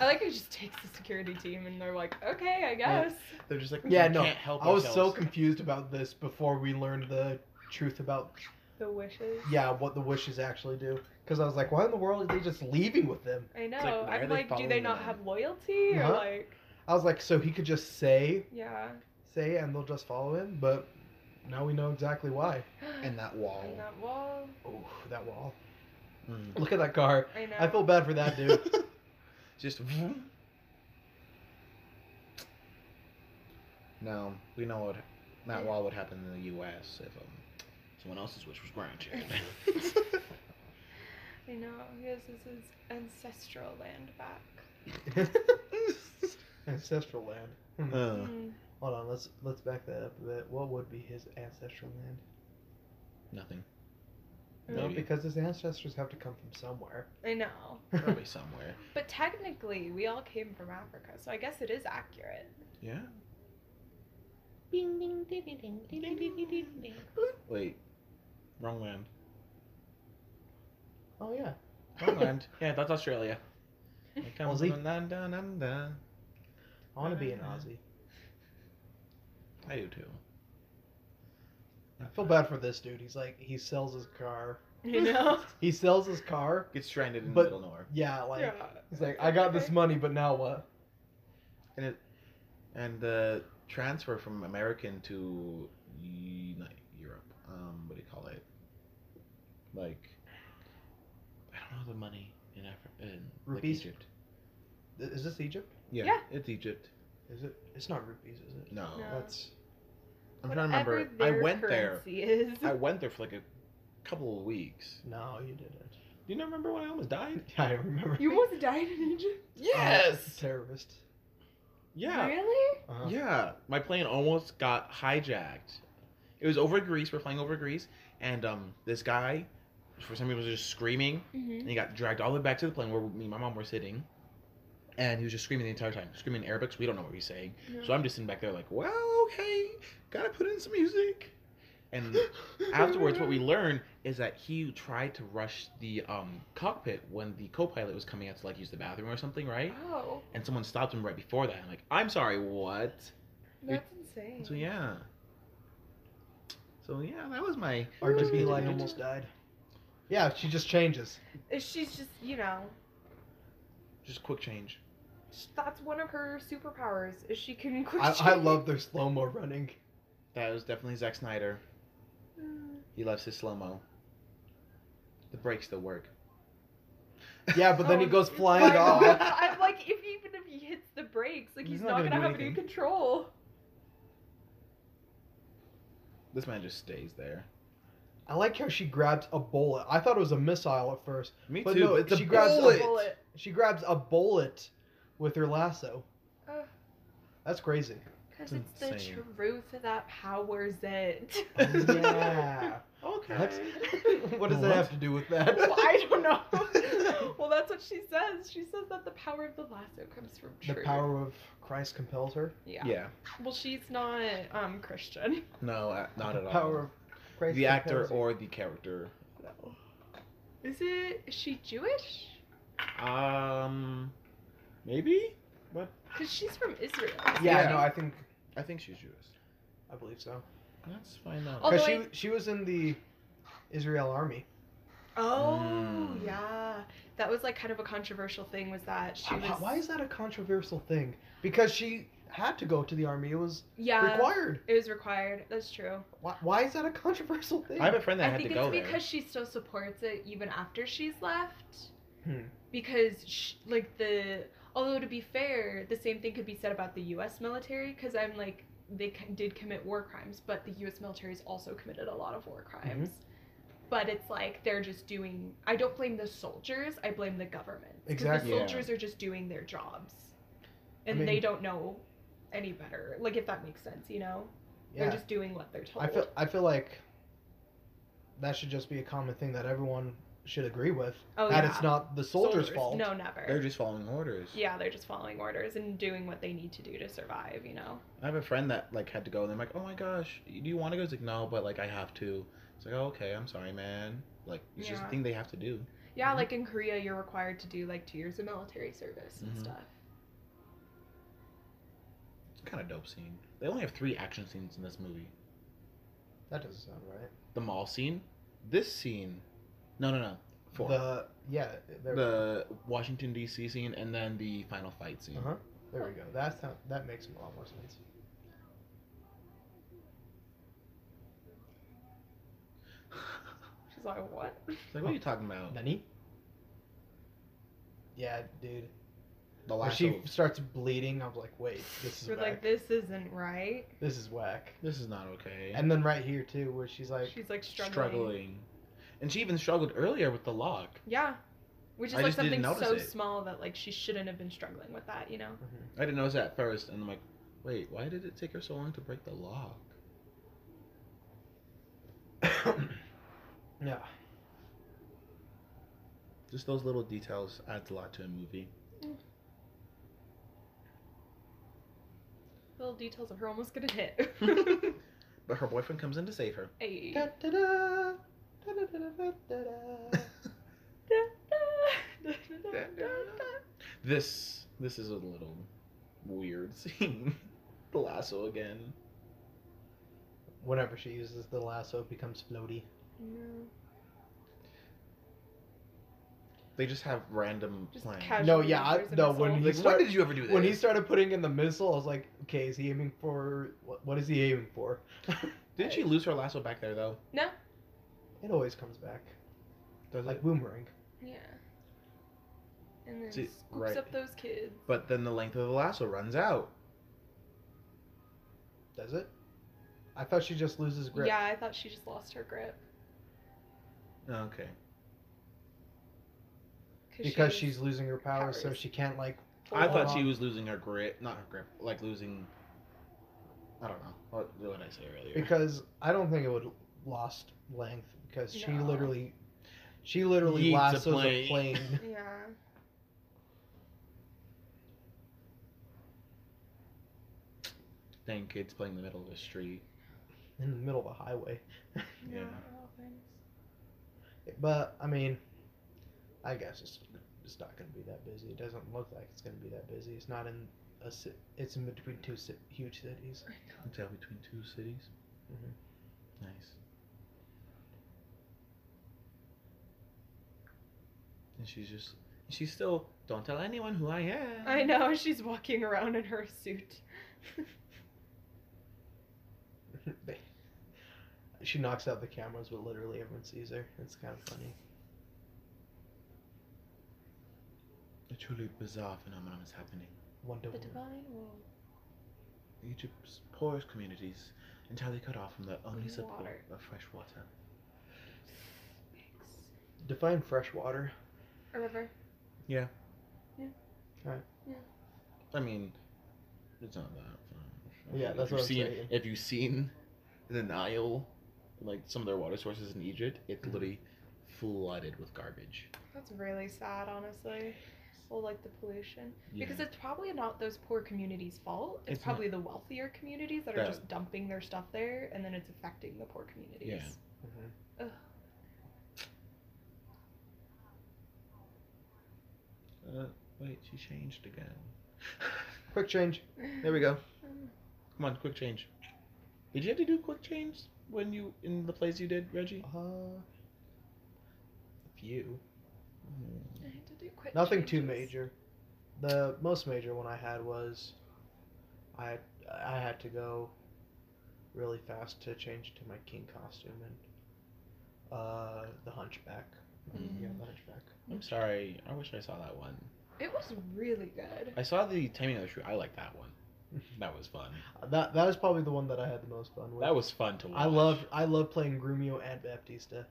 Speaker 4: I like how he just takes the security team and they're like, okay, I guess.
Speaker 3: They're just like,
Speaker 2: Yeah,
Speaker 3: we
Speaker 2: no.
Speaker 3: can't help
Speaker 2: I was so
Speaker 3: ourselves.
Speaker 2: confused about this before we learned the truth about
Speaker 4: The wishes.
Speaker 2: yeah what the wishes actually do. Because I was like, why in the world are they just leaving with them?
Speaker 4: I know.
Speaker 3: why are
Speaker 4: I'm
Speaker 3: they
Speaker 4: like, do they
Speaker 3: following
Speaker 4: not
Speaker 3: them?
Speaker 4: have loyalty or
Speaker 2: Uh-huh.
Speaker 4: like,
Speaker 2: I was like, so he could just say
Speaker 4: yeah.
Speaker 2: say and they'll just follow him. But now we know exactly why.
Speaker 8: And that wall.
Speaker 4: And that wall.
Speaker 2: Oh, that wall!
Speaker 3: Mm.
Speaker 2: Look at that car.
Speaker 4: I know.
Speaker 2: I feel bad for that dude.
Speaker 3: Just.
Speaker 8: No, we know what that wall would happen in the U.S. if um, someone else's wish was granted.
Speaker 4: I know. He has his, his ancestral land back.
Speaker 2: ancestral land.
Speaker 8: Uh,
Speaker 4: Mm.
Speaker 2: Hold on, let's let's back that up a bit. What would be his ancestral land?
Speaker 8: nothing.
Speaker 2: No,
Speaker 3: Maybe.
Speaker 2: because his ancestors have to come from somewhere.
Speaker 4: I know.
Speaker 3: Probably somewhere.
Speaker 4: But technically, we all came from Africa, so I guess it is accurate.
Speaker 3: Yeah. Wait. Wrong land.
Speaker 2: Oh yeah.
Speaker 3: Wrong land. Yeah, that's Australia.
Speaker 2: Aussie?
Speaker 3: I
Speaker 2: I want to be an
Speaker 4: Uh-huh.
Speaker 2: Aussie.
Speaker 3: do too.
Speaker 2: I feel bad for this dude. He's like he sells his car.
Speaker 4: You know?
Speaker 2: He sells his car.
Speaker 3: Gets stranded in
Speaker 2: But-
Speaker 3: the middle of nowhere.
Speaker 2: Yeah, like
Speaker 4: yeah.
Speaker 2: he's like I got this
Speaker 4: Okay.
Speaker 2: money, but now what?
Speaker 3: And the transfer from American to E- not Europe. Um, what do you call it? Like, I don't know the money in Africa. In, like
Speaker 2: Rupees?
Speaker 3: Egypt.
Speaker 2: Th- Is this Egypt?
Speaker 3: Yeah,
Speaker 4: Yeah.
Speaker 3: It's Egypt.
Speaker 2: Is it? It's not rupees, is it?
Speaker 3: No.
Speaker 4: No.
Speaker 2: That's
Speaker 3: I'm trying to remember.
Speaker 4: Whatever
Speaker 3: I
Speaker 4: their
Speaker 3: went there.
Speaker 4: currency Is.
Speaker 3: I went there for like a couple of weeks.
Speaker 2: no, you didn't.
Speaker 3: Do you not remember when I almost died?
Speaker 2: I remember.
Speaker 4: You almost died in Egypt?
Speaker 2: Uh, terrorist.
Speaker 3: Yeah.
Speaker 4: Really?
Speaker 2: Uh-huh.
Speaker 3: Yeah, my plane almost got hijacked. It was over Greece. We're flying over Greece, and um, this guy, for some reason, was just screaming,
Speaker 4: Mm-hmm.
Speaker 3: and he got dragged all the way back to the plane where me and my mom were sitting, and he was just screaming the entire time, screaming in Arabic, so we don't know what he's saying. So I'm just sitting back there like, well, okay, gotta put in some music. And afterwards, what we learned is that he tried to rush the um, cockpit when the co-pilot was coming out to like use the bathroom or something, right?
Speaker 4: Oh,
Speaker 3: And someone stopped him right before that. I'm like, I'm sorry, what?
Speaker 4: that's insane.
Speaker 3: So yeah. So yeah, that was my.
Speaker 2: RGB
Speaker 3: Ooh.
Speaker 2: like almost died. Yeah, she just changes.
Speaker 4: Uh, She's just, you know,
Speaker 3: Just quick change.
Speaker 4: sh- that's one of her superpowers. Is she can quick
Speaker 2: I, I
Speaker 4: change.
Speaker 2: love their slow mo running.
Speaker 3: That was definitely Zack Snyder.
Speaker 4: Mm.
Speaker 3: He loves his slow mo. The brakes still work.
Speaker 2: Yeah, but then he
Speaker 4: Oh,
Speaker 2: goes
Speaker 4: it's
Speaker 2: flying off.
Speaker 4: I'm like, if even if he hits the brakes, like he's, not, gonna,
Speaker 3: do
Speaker 4: have any
Speaker 3: anything.
Speaker 4: control.
Speaker 3: This man just stays there.
Speaker 2: I like how she grabs a bullet. I thought it was a missile at first.
Speaker 3: Me
Speaker 2: But
Speaker 3: too.
Speaker 2: no,
Speaker 3: it's a
Speaker 2: she grabs the
Speaker 3: bullet.
Speaker 4: bullet.
Speaker 2: She grabs a bullet with her lasso.
Speaker 4: Ugh.
Speaker 2: That's crazy.
Speaker 4: Because
Speaker 3: It's
Speaker 4: it's the
Speaker 3: insane.
Speaker 4: truth that powers it.
Speaker 2: yeah.
Speaker 3: Okay.
Speaker 2: What does that have to do with that?
Speaker 4: Well, I don't know. well, that's what she says. She says that the power of the lasso comes from
Speaker 2: the
Speaker 4: truth.
Speaker 2: power of Christ compels her.
Speaker 4: Yeah.
Speaker 3: yeah.
Speaker 4: Well, she's not um Christian.
Speaker 3: No, uh, not
Speaker 2: the
Speaker 3: at all.
Speaker 2: power of Christ.
Speaker 3: the actor
Speaker 2: compels you.
Speaker 3: or the character.
Speaker 4: No. Is it? Is she Jewish?
Speaker 3: Um, maybe.
Speaker 4: Cause she's from Israel.
Speaker 2: yeah,
Speaker 3: Yeah.
Speaker 2: no, I think
Speaker 3: I think she's Jewish.
Speaker 2: I believe so.
Speaker 3: Let's find out.
Speaker 4: Although
Speaker 2: Because she
Speaker 4: I-
Speaker 2: she was in the Israel army.
Speaker 4: Oh
Speaker 3: Mm.
Speaker 4: yeah, that was like kind of a controversial thing. Was that she
Speaker 2: Why-
Speaker 4: was?
Speaker 2: Why is that a controversial thing? Because she had to go to the army. It was
Speaker 4: Yeah,
Speaker 2: required.
Speaker 4: it was required. That's true.
Speaker 2: Why, why is that a controversial thing?
Speaker 3: I have a friend that
Speaker 4: I
Speaker 3: had to
Speaker 4: think
Speaker 3: go
Speaker 4: it's
Speaker 3: there.
Speaker 4: because she still supports it even after she's left.
Speaker 2: Hmm.
Speaker 4: Because sh like the although to be fair, the same thing could be said about the U.S. military. Because I'm like they c- did commit war crimes, but the U.S. military has also committed a lot of war
Speaker 2: Mm-hmm.
Speaker 4: crimes. But it's like they're just doing. I don't blame the soldiers. I blame the government. 'Cause
Speaker 2: Exactly.
Speaker 4: The
Speaker 3: Yeah.
Speaker 4: soldiers are just doing their jobs, and
Speaker 2: mean-
Speaker 4: they don't know any better. Like if that makes sense, you know.
Speaker 2: yeah,
Speaker 4: They're just doing what they're told.
Speaker 2: I feel I feel like that should just be a common thing that everyone should agree with.
Speaker 4: oh,
Speaker 2: that
Speaker 4: yeah.
Speaker 2: it's not the soldier's
Speaker 4: Soldiers.
Speaker 2: fault.
Speaker 4: No, never.
Speaker 3: They're just following orders.
Speaker 4: yeah, they're just following orders and doing what they need to do to survive, you know?
Speaker 3: I have a friend that like had to go, and I'm like, oh my gosh, do you want to go? He's like, no, but like I have to. It's like, oh, okay, I'm sorry, man. Like it's just a
Speaker 4: Yeah.
Speaker 3: thing they have to do.
Speaker 4: Yeah,
Speaker 2: Mhm.
Speaker 4: like in Korea, you're required to do like two years of military service and
Speaker 3: Mhm.
Speaker 4: stuff.
Speaker 3: It's kind of dope scene. They only have three action scenes in this movie.
Speaker 2: That doesn't sound right.
Speaker 3: The mall scene, this scene, no, no, no, four. The,
Speaker 2: The yeah, there,
Speaker 3: Washington D.C. scene, and then the final fight scene.
Speaker 2: Uh-huh. there we go. That's how, that makes a lot more sense.
Speaker 4: She's like, what?
Speaker 3: It's like, what are you talking about?
Speaker 2: Nani? Yeah, dude.
Speaker 3: The
Speaker 2: When
Speaker 3: last.
Speaker 2: she starts bleeding, I'm like, wait, this is
Speaker 4: You're
Speaker 2: whack.
Speaker 4: like, this isn't right.
Speaker 2: this is whack.
Speaker 3: This is not okay.
Speaker 2: And then right here too, where she's like,
Speaker 4: She's like struggling.
Speaker 3: struggling. And she even struggled earlier with the lock.
Speaker 4: Yeah. Which is
Speaker 3: I
Speaker 4: like
Speaker 3: just
Speaker 4: something
Speaker 3: didn't
Speaker 4: so
Speaker 3: notice it.
Speaker 4: small that like she shouldn't have been struggling with that, you know?
Speaker 2: mm-hmm.
Speaker 3: I didn't notice that at first, and I'm like, wait, why did it take her so long to break the lock?
Speaker 2: yeah,
Speaker 3: Just those little details adds a lot to a movie.
Speaker 4: Little details of her almost getting hit.
Speaker 3: But her boyfriend comes in to save her.
Speaker 4: hey.
Speaker 2: Da-da-da, da-da-da-da-da-da.
Speaker 3: This this is a little weird scene. the lasso again.
Speaker 2: Whenever she uses the lasso, it becomes floaty.
Speaker 3: They just have random
Speaker 4: Just
Speaker 3: plans.
Speaker 4: casual-
Speaker 2: No,
Speaker 4: Actually,
Speaker 2: yeah, I,
Speaker 4: there's a
Speaker 2: no.
Speaker 4: missile.
Speaker 2: When
Speaker 3: Like,
Speaker 2: he
Speaker 3: when
Speaker 2: started,
Speaker 3: did you ever do that?
Speaker 2: when he started putting in the missile, I was like, okay, is he aiming for what? What is he aiming for?
Speaker 3: didn't she lose her lasso back there though?
Speaker 2: It always comes back
Speaker 3: Does
Speaker 2: like
Speaker 3: it?
Speaker 2: boomerang.
Speaker 4: Yeah. And then
Speaker 3: See,
Speaker 4: scoops
Speaker 3: right.
Speaker 4: up those kids.
Speaker 3: But then the length of the lasso runs out.
Speaker 2: Does it? I thought she just loses grip.
Speaker 4: Yeah, I thought she just lost her grip.
Speaker 3: Okay.
Speaker 2: because
Speaker 4: she was
Speaker 2: she's losing her powers, so
Speaker 4: powers.
Speaker 2: she can't like.
Speaker 3: I
Speaker 2: Hold
Speaker 3: thought she
Speaker 2: on.
Speaker 3: was losing her grip, not her grip, like losing. I don't know what what did I say earlier.
Speaker 2: Because I don't think it would lost length because she
Speaker 4: No.
Speaker 2: literally, she literally
Speaker 3: Yeets a
Speaker 2: lassos a
Speaker 3: plane.
Speaker 2: plane.
Speaker 4: Yeah.
Speaker 3: Dang kids playing in the middle of the street.
Speaker 2: in the middle of a highway.
Speaker 3: Yeah.
Speaker 2: But I mean, I guess it's it's not going to be that busy. It doesn't look like it's going to be that busy. It's not in a ci- it's in between two ci- huge cities.
Speaker 3: It's out between two cities. Mm-hmm.
Speaker 2: Mhm.
Speaker 3: Nice. And she's just, she's still. Don't tell anyone who I am.
Speaker 4: I know, she's walking around in her suit.
Speaker 2: They- she knocks out the cameras, but literally everyone sees her. It's kind of funny.
Speaker 3: A truly bizarre phenomenon is happening.
Speaker 2: Wonder
Speaker 4: The
Speaker 2: Woman.
Speaker 4: divine will
Speaker 3: Egypt's poorest communities entirely cut off from their only support
Speaker 4: Water.
Speaker 3: of fresh water.
Speaker 4: fix
Speaker 2: Define fresh water.
Speaker 4: a river.
Speaker 3: I mean, it's not that. far.
Speaker 2: Yeah,
Speaker 3: If
Speaker 2: that's what
Speaker 3: you've
Speaker 2: I'm
Speaker 3: seen,
Speaker 2: saying.
Speaker 3: If you've seen the Nile, like some of their water sources in Egypt, it's literally flooded with garbage.
Speaker 4: That's really sad, honestly. Well, like the pollution,
Speaker 3: Yeah.
Speaker 4: because it's probably not those poor communities' fault. It's,
Speaker 3: It's not-
Speaker 4: probably the wealthier communities that are
Speaker 3: That-
Speaker 4: just dumping their stuff there, and then it's affecting the poor communities.
Speaker 3: Mm-hmm. Uh, wait, she changed again.
Speaker 2: Quick change. There we go.
Speaker 4: Um,
Speaker 3: Come on, quick change. Did you have to do quick change when you in the plays you did, Reggie?
Speaker 2: Uh,
Speaker 3: A few.
Speaker 4: I had to do quick
Speaker 2: nothing too
Speaker 4: changes.
Speaker 2: major. The most major one I had was, I I had to go really fast to change to my king costume and uh, the Hunchback. Yeah, the Hunchback.
Speaker 3: I'm sorry. I wish I saw that one.
Speaker 4: It was really good.
Speaker 3: I saw the Taming of the Shrew. I like that one. That was fun.
Speaker 2: That that is probably the one that I had the most fun with.
Speaker 3: That was fun to watch.
Speaker 2: I love I love playing Grumio and Baptista.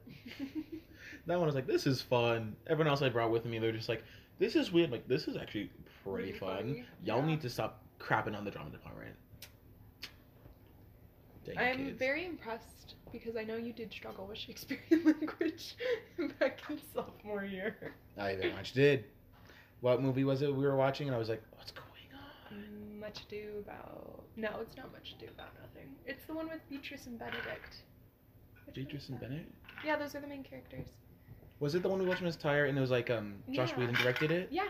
Speaker 3: that one. I was like, this is fun. Everyone else I brought with me, they're just like, this is weird. Like, this is actually pretty
Speaker 4: Really
Speaker 3: fun.
Speaker 4: funny.
Speaker 3: Y'all
Speaker 4: Yeah.
Speaker 3: need to stop crapping on the drama department. Dang
Speaker 4: I'm
Speaker 3: kids.
Speaker 4: very impressed because I know you did struggle with Shakespearean language back in sophomore year.
Speaker 3: I very much did. What movie was it we were watching? And I was like, what's going on?
Speaker 4: Mm, Much ado about no, it's not much ado about nothing. It's the one with Beatrice and Benedict. Which one
Speaker 3: Beatrice
Speaker 4: is
Speaker 3: and
Speaker 4: that?
Speaker 3: Bennett.
Speaker 4: Yeah, those are the main characters.
Speaker 3: Was it the one we watched Miss Tire and it was like um Josh
Speaker 4: Yeah.
Speaker 3: Whedon directed it?
Speaker 4: Yeah,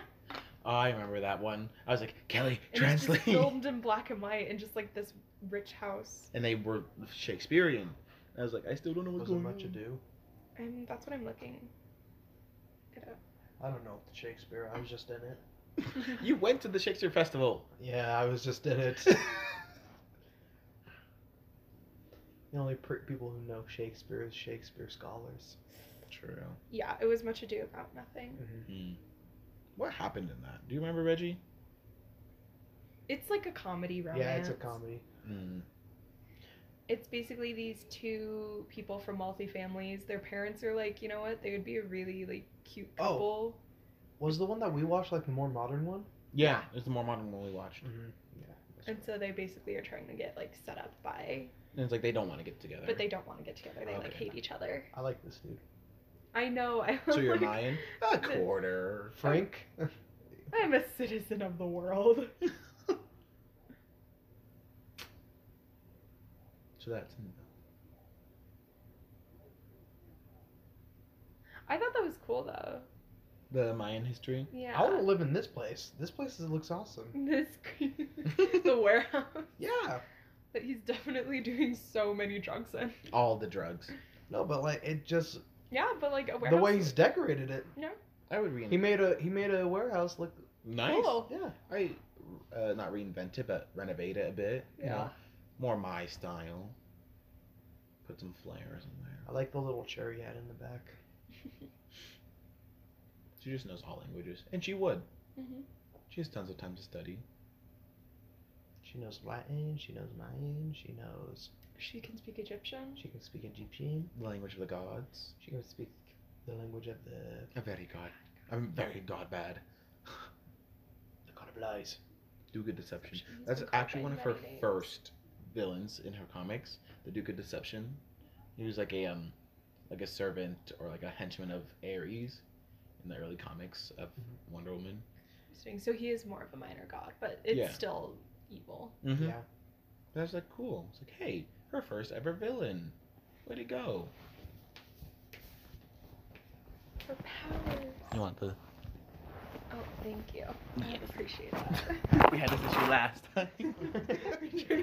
Speaker 3: I remember that one. I was like, Kelly,
Speaker 4: and it's just
Speaker 3: translate.
Speaker 4: filmed in black and white in just like this rich house.
Speaker 3: And they were Shakespearean. I was like, I still don't know what's
Speaker 2: Wasn't
Speaker 3: going
Speaker 2: much
Speaker 3: on.
Speaker 2: ado.
Speaker 4: And that's what I'm looking. It up.
Speaker 2: I don't know if the Shakespeare. I was just in it.
Speaker 3: you went to the Shakespeare Festival.
Speaker 2: Yeah, I was just in it. the only pr- people who know Shakespeare is Shakespeare scholars.
Speaker 3: True.
Speaker 4: Yeah, it was much ado about nothing.
Speaker 3: Hmm. What happened in that? Do you remember Reggie?
Speaker 4: It's like a comedy romance.
Speaker 2: Yeah, it's a comedy.
Speaker 3: Mm.
Speaker 4: it's basically these two people from wealthy families. Their parents are like, you know what? They would be a really like cute
Speaker 2: Oh.
Speaker 4: couple.
Speaker 2: Was the one that we watched like the more modern one?
Speaker 3: Yeah, it's the more modern one we watched.
Speaker 2: Mm-hmm.
Speaker 4: And so they basically are trying to get like set up by,
Speaker 3: And it's like they don't want to get together.
Speaker 4: Mm-hmm. but they don't want to get together.
Speaker 2: Oh,
Speaker 4: They like
Speaker 3: Okay.
Speaker 4: hate each other.
Speaker 2: I like this dude.
Speaker 4: I know. I
Speaker 3: So you're
Speaker 4: like,
Speaker 3: lying. A
Speaker 4: Oh.
Speaker 3: quarter.
Speaker 2: Frank.
Speaker 4: I'm a citizen of the world.
Speaker 3: So that's
Speaker 4: I thought that was cool though.
Speaker 3: the Mayan history.
Speaker 4: Yeah.
Speaker 2: I want to live in this place. This place is- looks awesome.
Speaker 4: This the warehouse.
Speaker 2: Yeah.
Speaker 4: But he's definitely doing so many drugs in.
Speaker 3: All the drugs.
Speaker 2: No, but like it just
Speaker 4: Yeah, but like a
Speaker 2: the
Speaker 4: warehouse.
Speaker 2: way he's decorated it.
Speaker 3: I would read.
Speaker 2: He made a he made a warehouse look
Speaker 3: Nice.
Speaker 4: Cool.
Speaker 3: Yeah. I uh, not reinvent it, but renovate it a bit. Yeah. You
Speaker 2: Yeah.
Speaker 3: know, more my style. Put some flares in there.
Speaker 2: I like the little cherry hat in the back.
Speaker 3: She just knows all languages, and she would.
Speaker 4: Mhm.
Speaker 3: She has tons of time to study.
Speaker 2: She knows Latin. She knows Mayan. She knows.
Speaker 4: She can speak Egyptian.
Speaker 2: She can speak Egyptian.
Speaker 3: The language of the gods.
Speaker 2: She can speak the language of the
Speaker 3: A very god. I'm very god bad.
Speaker 2: the god of lies.
Speaker 3: Duke of Deception.
Speaker 4: She's
Speaker 3: That's
Speaker 4: been caught
Speaker 3: actually
Speaker 4: by
Speaker 3: one of her
Speaker 4: humanity.
Speaker 3: first villains in her comics, the Duke of Deception. He was like a um, like a servant or like a henchman of Ares in the early comics of Wonder Woman.
Speaker 4: Interesting. So he is more of a minor god, but it's
Speaker 3: Yeah.
Speaker 4: still evil.
Speaker 3: Mm-hmm.
Speaker 2: Yeah.
Speaker 3: But I was like, cool. It's like, hey, her first ever villain. Way to go.
Speaker 4: Her powers.
Speaker 3: You want the?
Speaker 4: Oh, thank you. I appreciate that.
Speaker 3: We had this issue last time.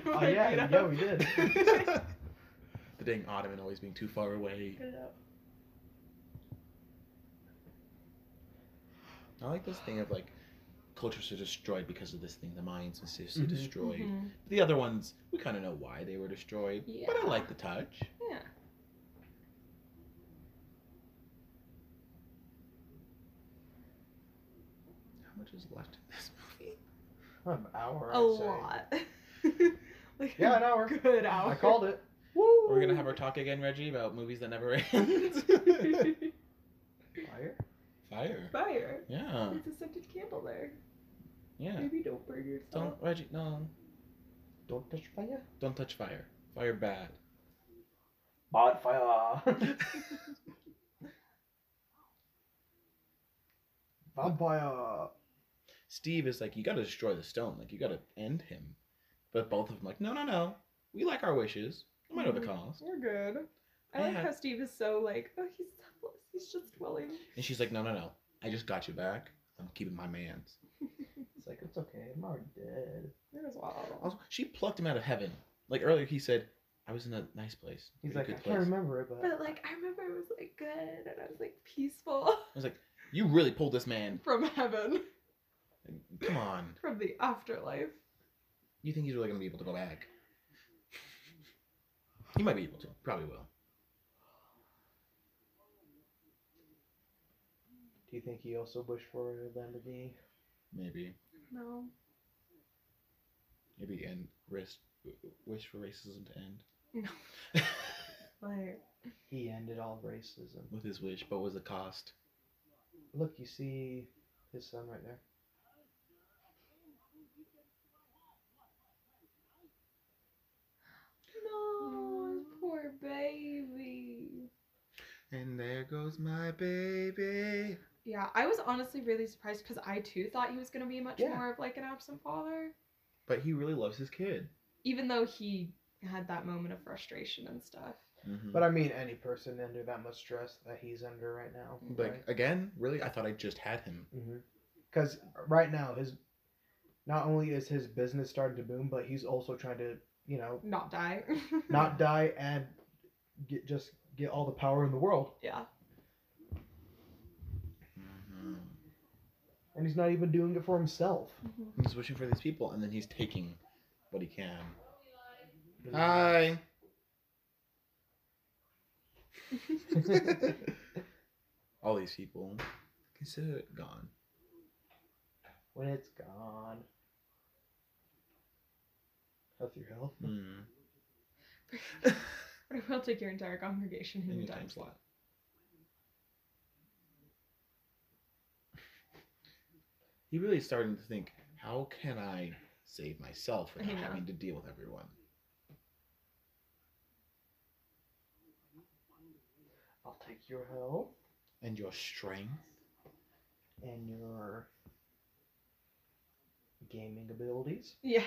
Speaker 2: Oh yeah, yeah, we did.
Speaker 3: the dang ottoman always being too far away. I like this thing of like cultures are destroyed because of this thing. The Mayans were seriously
Speaker 2: Mhm.
Speaker 3: destroyed.
Speaker 4: Mm-hmm.
Speaker 3: The other ones, we kind of know why they were destroyed, but I
Speaker 4: Yeah.
Speaker 3: like the touch.
Speaker 4: Yeah.
Speaker 3: How much is left in this movie?
Speaker 2: An hour.
Speaker 4: A
Speaker 2: I'd say.
Speaker 4: lot. like
Speaker 2: Yeah,
Speaker 4: a
Speaker 2: an hour.
Speaker 4: good hour.
Speaker 2: I called it. Woo!
Speaker 3: We're gonna have our talk again, Reggie, about movies that never end.
Speaker 2: fire.
Speaker 3: Fire.
Speaker 4: Fire.
Speaker 3: Yeah.
Speaker 4: It's a scented candle there.
Speaker 3: Yeah.
Speaker 4: Maybe don't burn yourself.
Speaker 3: Don't Reggie. No.
Speaker 2: Don't touch fire.
Speaker 3: Don't touch fire. Fire bad.
Speaker 2: Bonfire.
Speaker 9: Vampire.
Speaker 3: Steve is like, you gotta destroy the stone. Like, you gotta end him. But both of them like, no, no, no. We like our wishes. No matter the cost.
Speaker 4: We're good. I like
Speaker 3: Yeah.
Speaker 4: how Steve is so like, oh, he's helpless. He's just willing.
Speaker 3: And she's like, no, no, no. I just got you back. I'm keeping my man's.
Speaker 10: It's like it's okay. I'm already dead.
Speaker 4: There's wow.
Speaker 3: Also, she plucked him out of heaven. Like earlier, he said, I was in a nice place.
Speaker 2: He's
Speaker 3: in a
Speaker 2: like, I can't remember it, but.
Speaker 4: But like, I remember it was like good, and I was like peaceful
Speaker 3: I was like, you really pulled this man.
Speaker 4: from heaven,
Speaker 3: Come on.
Speaker 4: from the afterlife.
Speaker 3: You think he's really gonna be able to go back? He might be able to. Probably will.
Speaker 2: Do you think he also wished for a Lamborghini?
Speaker 3: Maybe.
Speaker 4: No.
Speaker 3: Maybe end. Risk. Wish for racism to end.
Speaker 4: No. Like,
Speaker 2: He ended all racism.
Speaker 3: With his wish, but what was the cost?
Speaker 2: Look, you see his son right there.
Speaker 4: no, poor baby.
Speaker 3: And there goes my baby.
Speaker 4: Yeah, I was honestly really surprised because I too thought he was gonna be much
Speaker 3: Yeah.
Speaker 4: more of like an absent father,
Speaker 3: But he really loves his kid.
Speaker 4: even though he had that moment of frustration and stuff.
Speaker 2: But I mean, any person under that much stress that he's under right now.
Speaker 3: Like again, really, I thought I just had him.
Speaker 2: Because right now, his not only is his business starting to boom, but he's also trying to, you know,
Speaker 4: Not die.
Speaker 2: not die and get just get all the power in the world.
Speaker 4: yeah.
Speaker 2: Mm-hmm. And he's not even doing it for himself.
Speaker 4: Mm-hmm.
Speaker 3: He's wishing for these people, and then he's taking what he can. Hmm. Hi. All these people. Consider it gone.
Speaker 2: when it's gone. Health your health.
Speaker 3: Mm. Hmm.
Speaker 4: But I will take your entire congregation in
Speaker 3: Any
Speaker 4: your time
Speaker 3: time
Speaker 4: slot.
Speaker 3: slot. He really is starting to think, how can I save myself
Speaker 4: I
Speaker 3: without
Speaker 4: know.
Speaker 3: having to deal with everyone?
Speaker 2: I'll take your health
Speaker 3: And your strength.
Speaker 2: and your gaming abilities.
Speaker 4: Yes.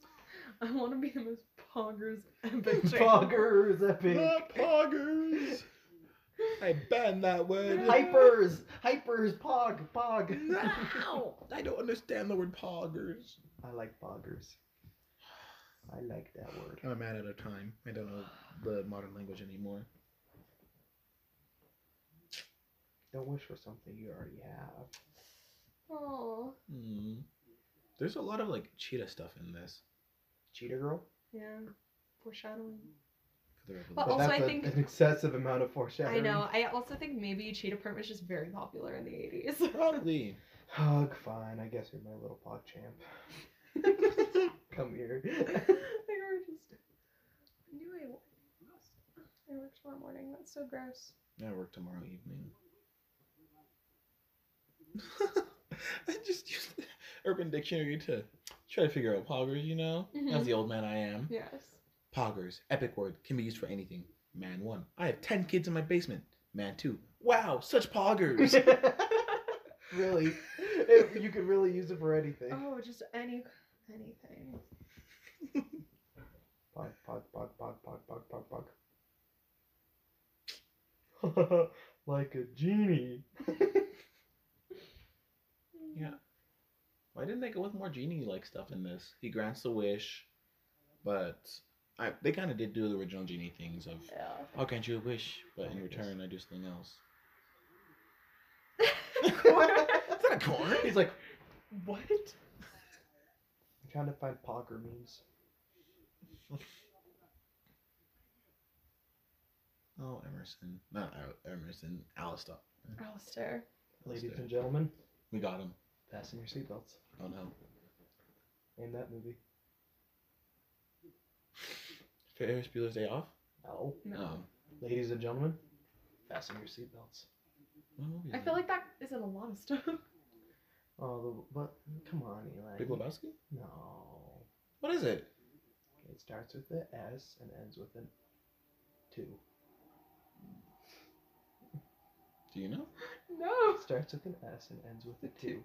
Speaker 4: I want to be the most poggers epic.
Speaker 2: Poggers, epic.
Speaker 3: Not poggers. I ban that word.
Speaker 4: I-
Speaker 2: Hypers, hypers, pog, pog.
Speaker 3: no, I don't understand the word poggers.
Speaker 2: I like poggers. I like that word.
Speaker 3: I'm mad at a time. I don't know the modern language anymore.
Speaker 2: Don't wish for something you already have.
Speaker 4: Oh,
Speaker 3: Hmm. There's a lot of like cheetah stuff in this.
Speaker 2: Cheetah girl.
Speaker 4: yeah. Foreshadowing.
Speaker 3: For the rest of
Speaker 4: Well,
Speaker 3: the-
Speaker 2: But
Speaker 4: also,
Speaker 2: that's
Speaker 4: I
Speaker 2: a-
Speaker 4: think-
Speaker 2: an excessive amount of foreshadowing.
Speaker 4: I know. I also think maybe Cheetah Print was just very popular in the 80s.
Speaker 3: Probably.
Speaker 2: Hug, fine. I guess you're my little pog champ. Come here.
Speaker 4: like, we're just. I knew I, I work tomorrow morning. That's so gross.
Speaker 3: I work tomorrow evening. I just used Urban Dictionary to try to figure out poggers, you know? As
Speaker 4: Mhm.
Speaker 3: the old man I am.
Speaker 4: Yes.
Speaker 3: Poggers, epic word, can be used for anything. Man one, I have 10 kids in my basement. Man two, wow, such poggers.
Speaker 2: really, It- you could really use it for
Speaker 3: Eh.
Speaker 2: anything.
Speaker 4: Oh, just any anything.
Speaker 2: Pog, pog, pog, pog, pog, pog, pog, pog. like a genie.
Speaker 3: Yeah. Why didn't they go with more genie like stuff in this? He grants the wish, but I, they kind of did do the original genie things of,
Speaker 4: Yeah.
Speaker 3: I'll grant you a wish, but in return I do something else. Is that a corn?
Speaker 2: He's like,
Speaker 4: what?
Speaker 2: I'm trying to find pogger memes.
Speaker 3: Oh, Emerson. Not Al- Emerson. Alistair.
Speaker 4: Alistair.
Speaker 2: Ladies
Speaker 3: Alistair.
Speaker 2: and gentlemen,
Speaker 3: We got him.
Speaker 2: fasten your seatbelts.
Speaker 3: Oh no.
Speaker 2: Name that movie.
Speaker 3: Ferris Bueller's Day Off?
Speaker 2: No.
Speaker 4: No.
Speaker 3: Um,
Speaker 2: Ladies and gentlemen, fasten your seatbelts.
Speaker 3: what movie is
Speaker 4: I
Speaker 3: it?
Speaker 4: feel like that isn't a lot of stuff.
Speaker 2: Oh, the, but come on, Eli.
Speaker 3: Big Lebowski?
Speaker 2: No.
Speaker 3: What is it?
Speaker 2: It starts with the S and ends with an two.
Speaker 3: Do you know?
Speaker 4: No.
Speaker 2: Starts with an S and ends with a two.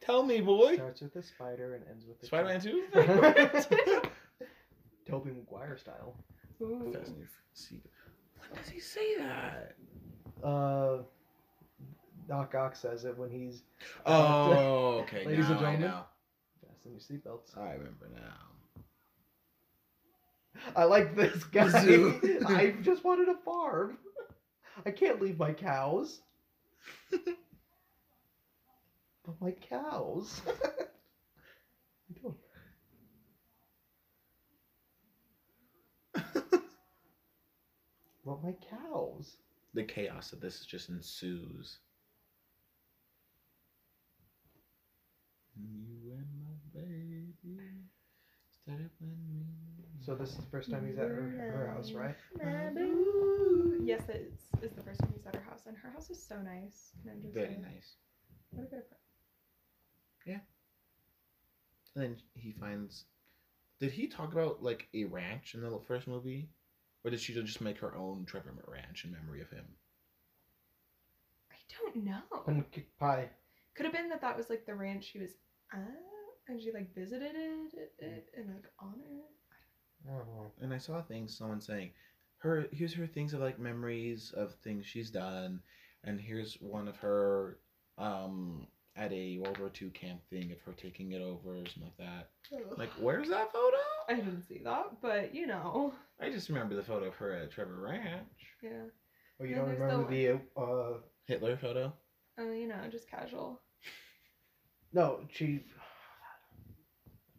Speaker 3: Tell me, boy.
Speaker 2: Starts with a spider and ends with a
Speaker 3: Spider Man 2?
Speaker 2: two. Toby Maguire style.
Speaker 4: Ooh.
Speaker 3: Fast and Furious. When does he say that?
Speaker 2: Uh, Doc Ock says it when he's
Speaker 3: Oh, okay.
Speaker 2: Ladies and
Speaker 3: now I
Speaker 2: gentlemen.
Speaker 3: know.
Speaker 2: fasten your seatbelts.
Speaker 3: I remember now.
Speaker 2: I like this guy.
Speaker 3: Zoo.
Speaker 2: I just wanted a farm. I can't leave my cows. but my cows. What you doing? but my cows.
Speaker 3: The chaos of this just ensues. You and my baby started when we-
Speaker 2: So this is the first time he's at her, her house, right?
Speaker 4: Yes, it is, is the first time he's at her house, and her house is so nice. Can I just
Speaker 3: very
Speaker 4: say,
Speaker 3: nice.
Speaker 4: What a good apartment.
Speaker 3: And then he finds. Did he talk about like a ranch in the first movie, or did she just make her own Trevor Ranch in memory of him?
Speaker 4: I don't know.
Speaker 2: Pumpkin pie.
Speaker 4: Could have been that that was like the ranch she was at, and she like visited it, it and like honored.
Speaker 2: Oh.
Speaker 3: and I saw things someone saying, her here's her things of like memories of things she's done, and here's one of her um at a World War II camp thing of her taking it over or something like that. Like, where's that photo?
Speaker 4: I didn't see that, but you know,
Speaker 3: I just remember the photo of her at Trevor Ranch.
Speaker 4: yeah.
Speaker 2: Oh, you
Speaker 4: Yeah,
Speaker 2: don't
Speaker 4: there's the
Speaker 2: remember the, uh,
Speaker 3: Hitler photo.
Speaker 4: Oh, you know, just casual.
Speaker 2: No, she.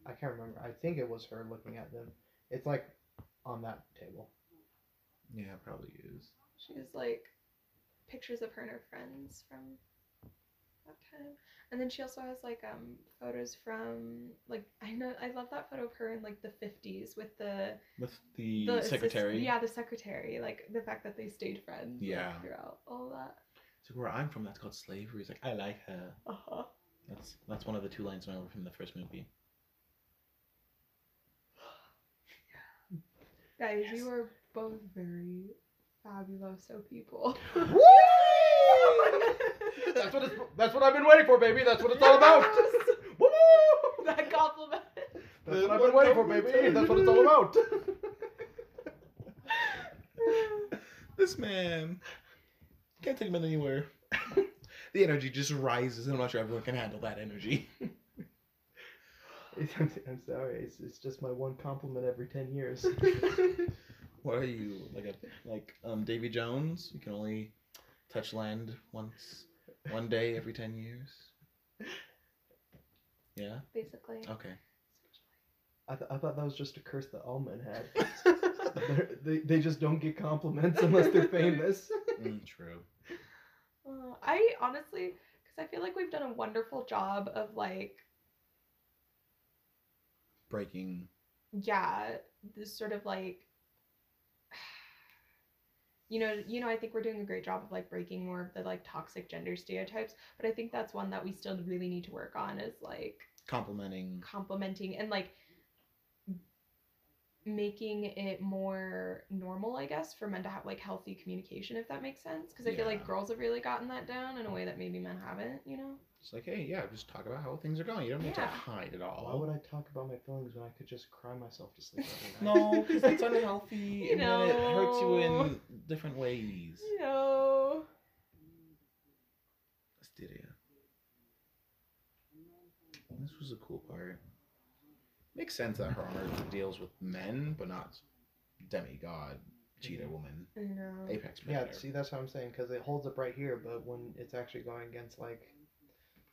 Speaker 2: I can't remember. I think it was her looking at them. It's like on that table.
Speaker 3: Yeah, it probably is.
Speaker 4: She was like pictures of her and her friends from that time, and then she also has like um photos from like I know I love that photo of her in like the fifties with the
Speaker 3: With the,
Speaker 4: assist-
Speaker 3: secretary.
Speaker 4: yeah, the secretary. Like the fact that they stayed friends. like,
Speaker 3: Yeah.
Speaker 4: throughout all that.
Speaker 3: It's like where I'm from, that's called slavery. It's like I like her.
Speaker 4: Uh huh.
Speaker 3: That's that's one of the two lines I remember from the first movie.
Speaker 4: Guys, you are both very fabuloso people.
Speaker 2: That's what it's, that's what I've been waiting for, baby. That's what it's all about.
Speaker 4: Yes!
Speaker 2: Woo!
Speaker 4: that compliment.
Speaker 2: That's what I've been waiting for, baby. That's what it's all about.
Speaker 3: This man can't take him anywhere. the energy just rises, and I'm not sure everyone can handle that energy.
Speaker 2: I'm sorry. It's, it's just my one compliment every ten years.
Speaker 3: What are you like a like um Davy Jones? You can only touch land once, one day every ten years. Yeah.
Speaker 4: Basically.
Speaker 3: Okay.
Speaker 2: I, th- I thought that was just a curse that all men had. They're- they they just don't get compliments unless they're famous.
Speaker 3: Mm, true.
Speaker 4: Uh, I honestly, because I feel like we've done a wonderful job of like,
Speaker 3: Breaking.
Speaker 4: yeah, this sort of like, you know, you know, I think we're doing a great job of like breaking more of the like toxic gender stereotypes, but I think that's one that we still really need to work on is like
Speaker 3: Complimenting.
Speaker 4: complimenting and like making it more normal i guess for men to have like healthy communication if that makes sense because i feel
Speaker 3: Yeah.
Speaker 4: like girls have really gotten that down in a way that maybe men haven't you know
Speaker 3: It's like, hey, yeah, just talk about how things are going. You don't need to
Speaker 4: Yeah.
Speaker 3: hide at all.
Speaker 2: Why would I talk about my feelings when I could just cry myself to sleep every night?
Speaker 3: No, because it's unhealthy,
Speaker 4: You
Speaker 3: and then it hurts you in
Speaker 4: know.
Speaker 3: different ways.
Speaker 4: know
Speaker 3: Asteria. This was a cool part. Makes sense that her honor deals with men, but not demigod, cheetah woman,
Speaker 4: i know
Speaker 3: apex
Speaker 2: Mm-hmm. Yeah,
Speaker 3: predator.
Speaker 2: see, that's what I'm saying because it holds up right here, but when it's actually going against like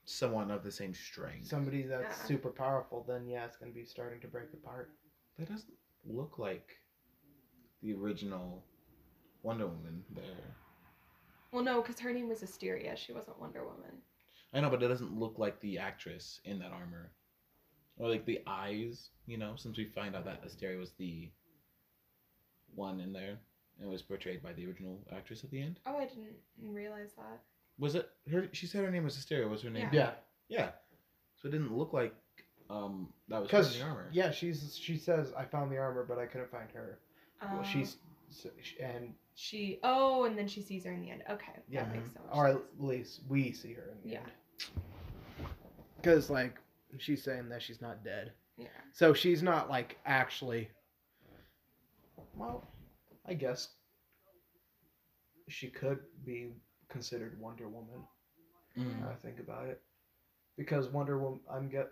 Speaker 3: someone of the same strength.
Speaker 2: somebody that's
Speaker 4: Yeah.
Speaker 2: super powerful, then yeah, it's gonna be starting to break apart.
Speaker 3: That doesn't look like the original Wonder Woman there.
Speaker 4: well no because her name was asteria she wasn't wonder woman
Speaker 3: I know, but it doesn't look like the actress in that armor. Or like the eyes, you know, since we find out that Asteria was the one in there and was portrayed by the original actress at the end.
Speaker 4: oh i didn't realize that
Speaker 3: Was it her she said her name was Asteria, was her name?
Speaker 4: Yeah.
Speaker 3: Yeah. So it didn't look like um that was her in
Speaker 2: because
Speaker 3: the armor.
Speaker 2: yeah, she's she says I found the armor, but I couldn't find her. Well,
Speaker 4: Um,
Speaker 2: she's s- sh- and
Speaker 4: She oh, and then she sees her in the end. Okay,
Speaker 11: Yeah.
Speaker 4: that makes so much
Speaker 11: Or
Speaker 4: sense.
Speaker 11: at least we see her in the
Speaker 4: Yeah.
Speaker 11: Because, like, she's saying that she's not dead.
Speaker 4: Yeah.
Speaker 11: So she's not, like, actually.
Speaker 2: Well, I guess she could be considered Wonder Woman.
Speaker 3: Mm.
Speaker 2: Now I think about it, because Wonder Woman, I'm get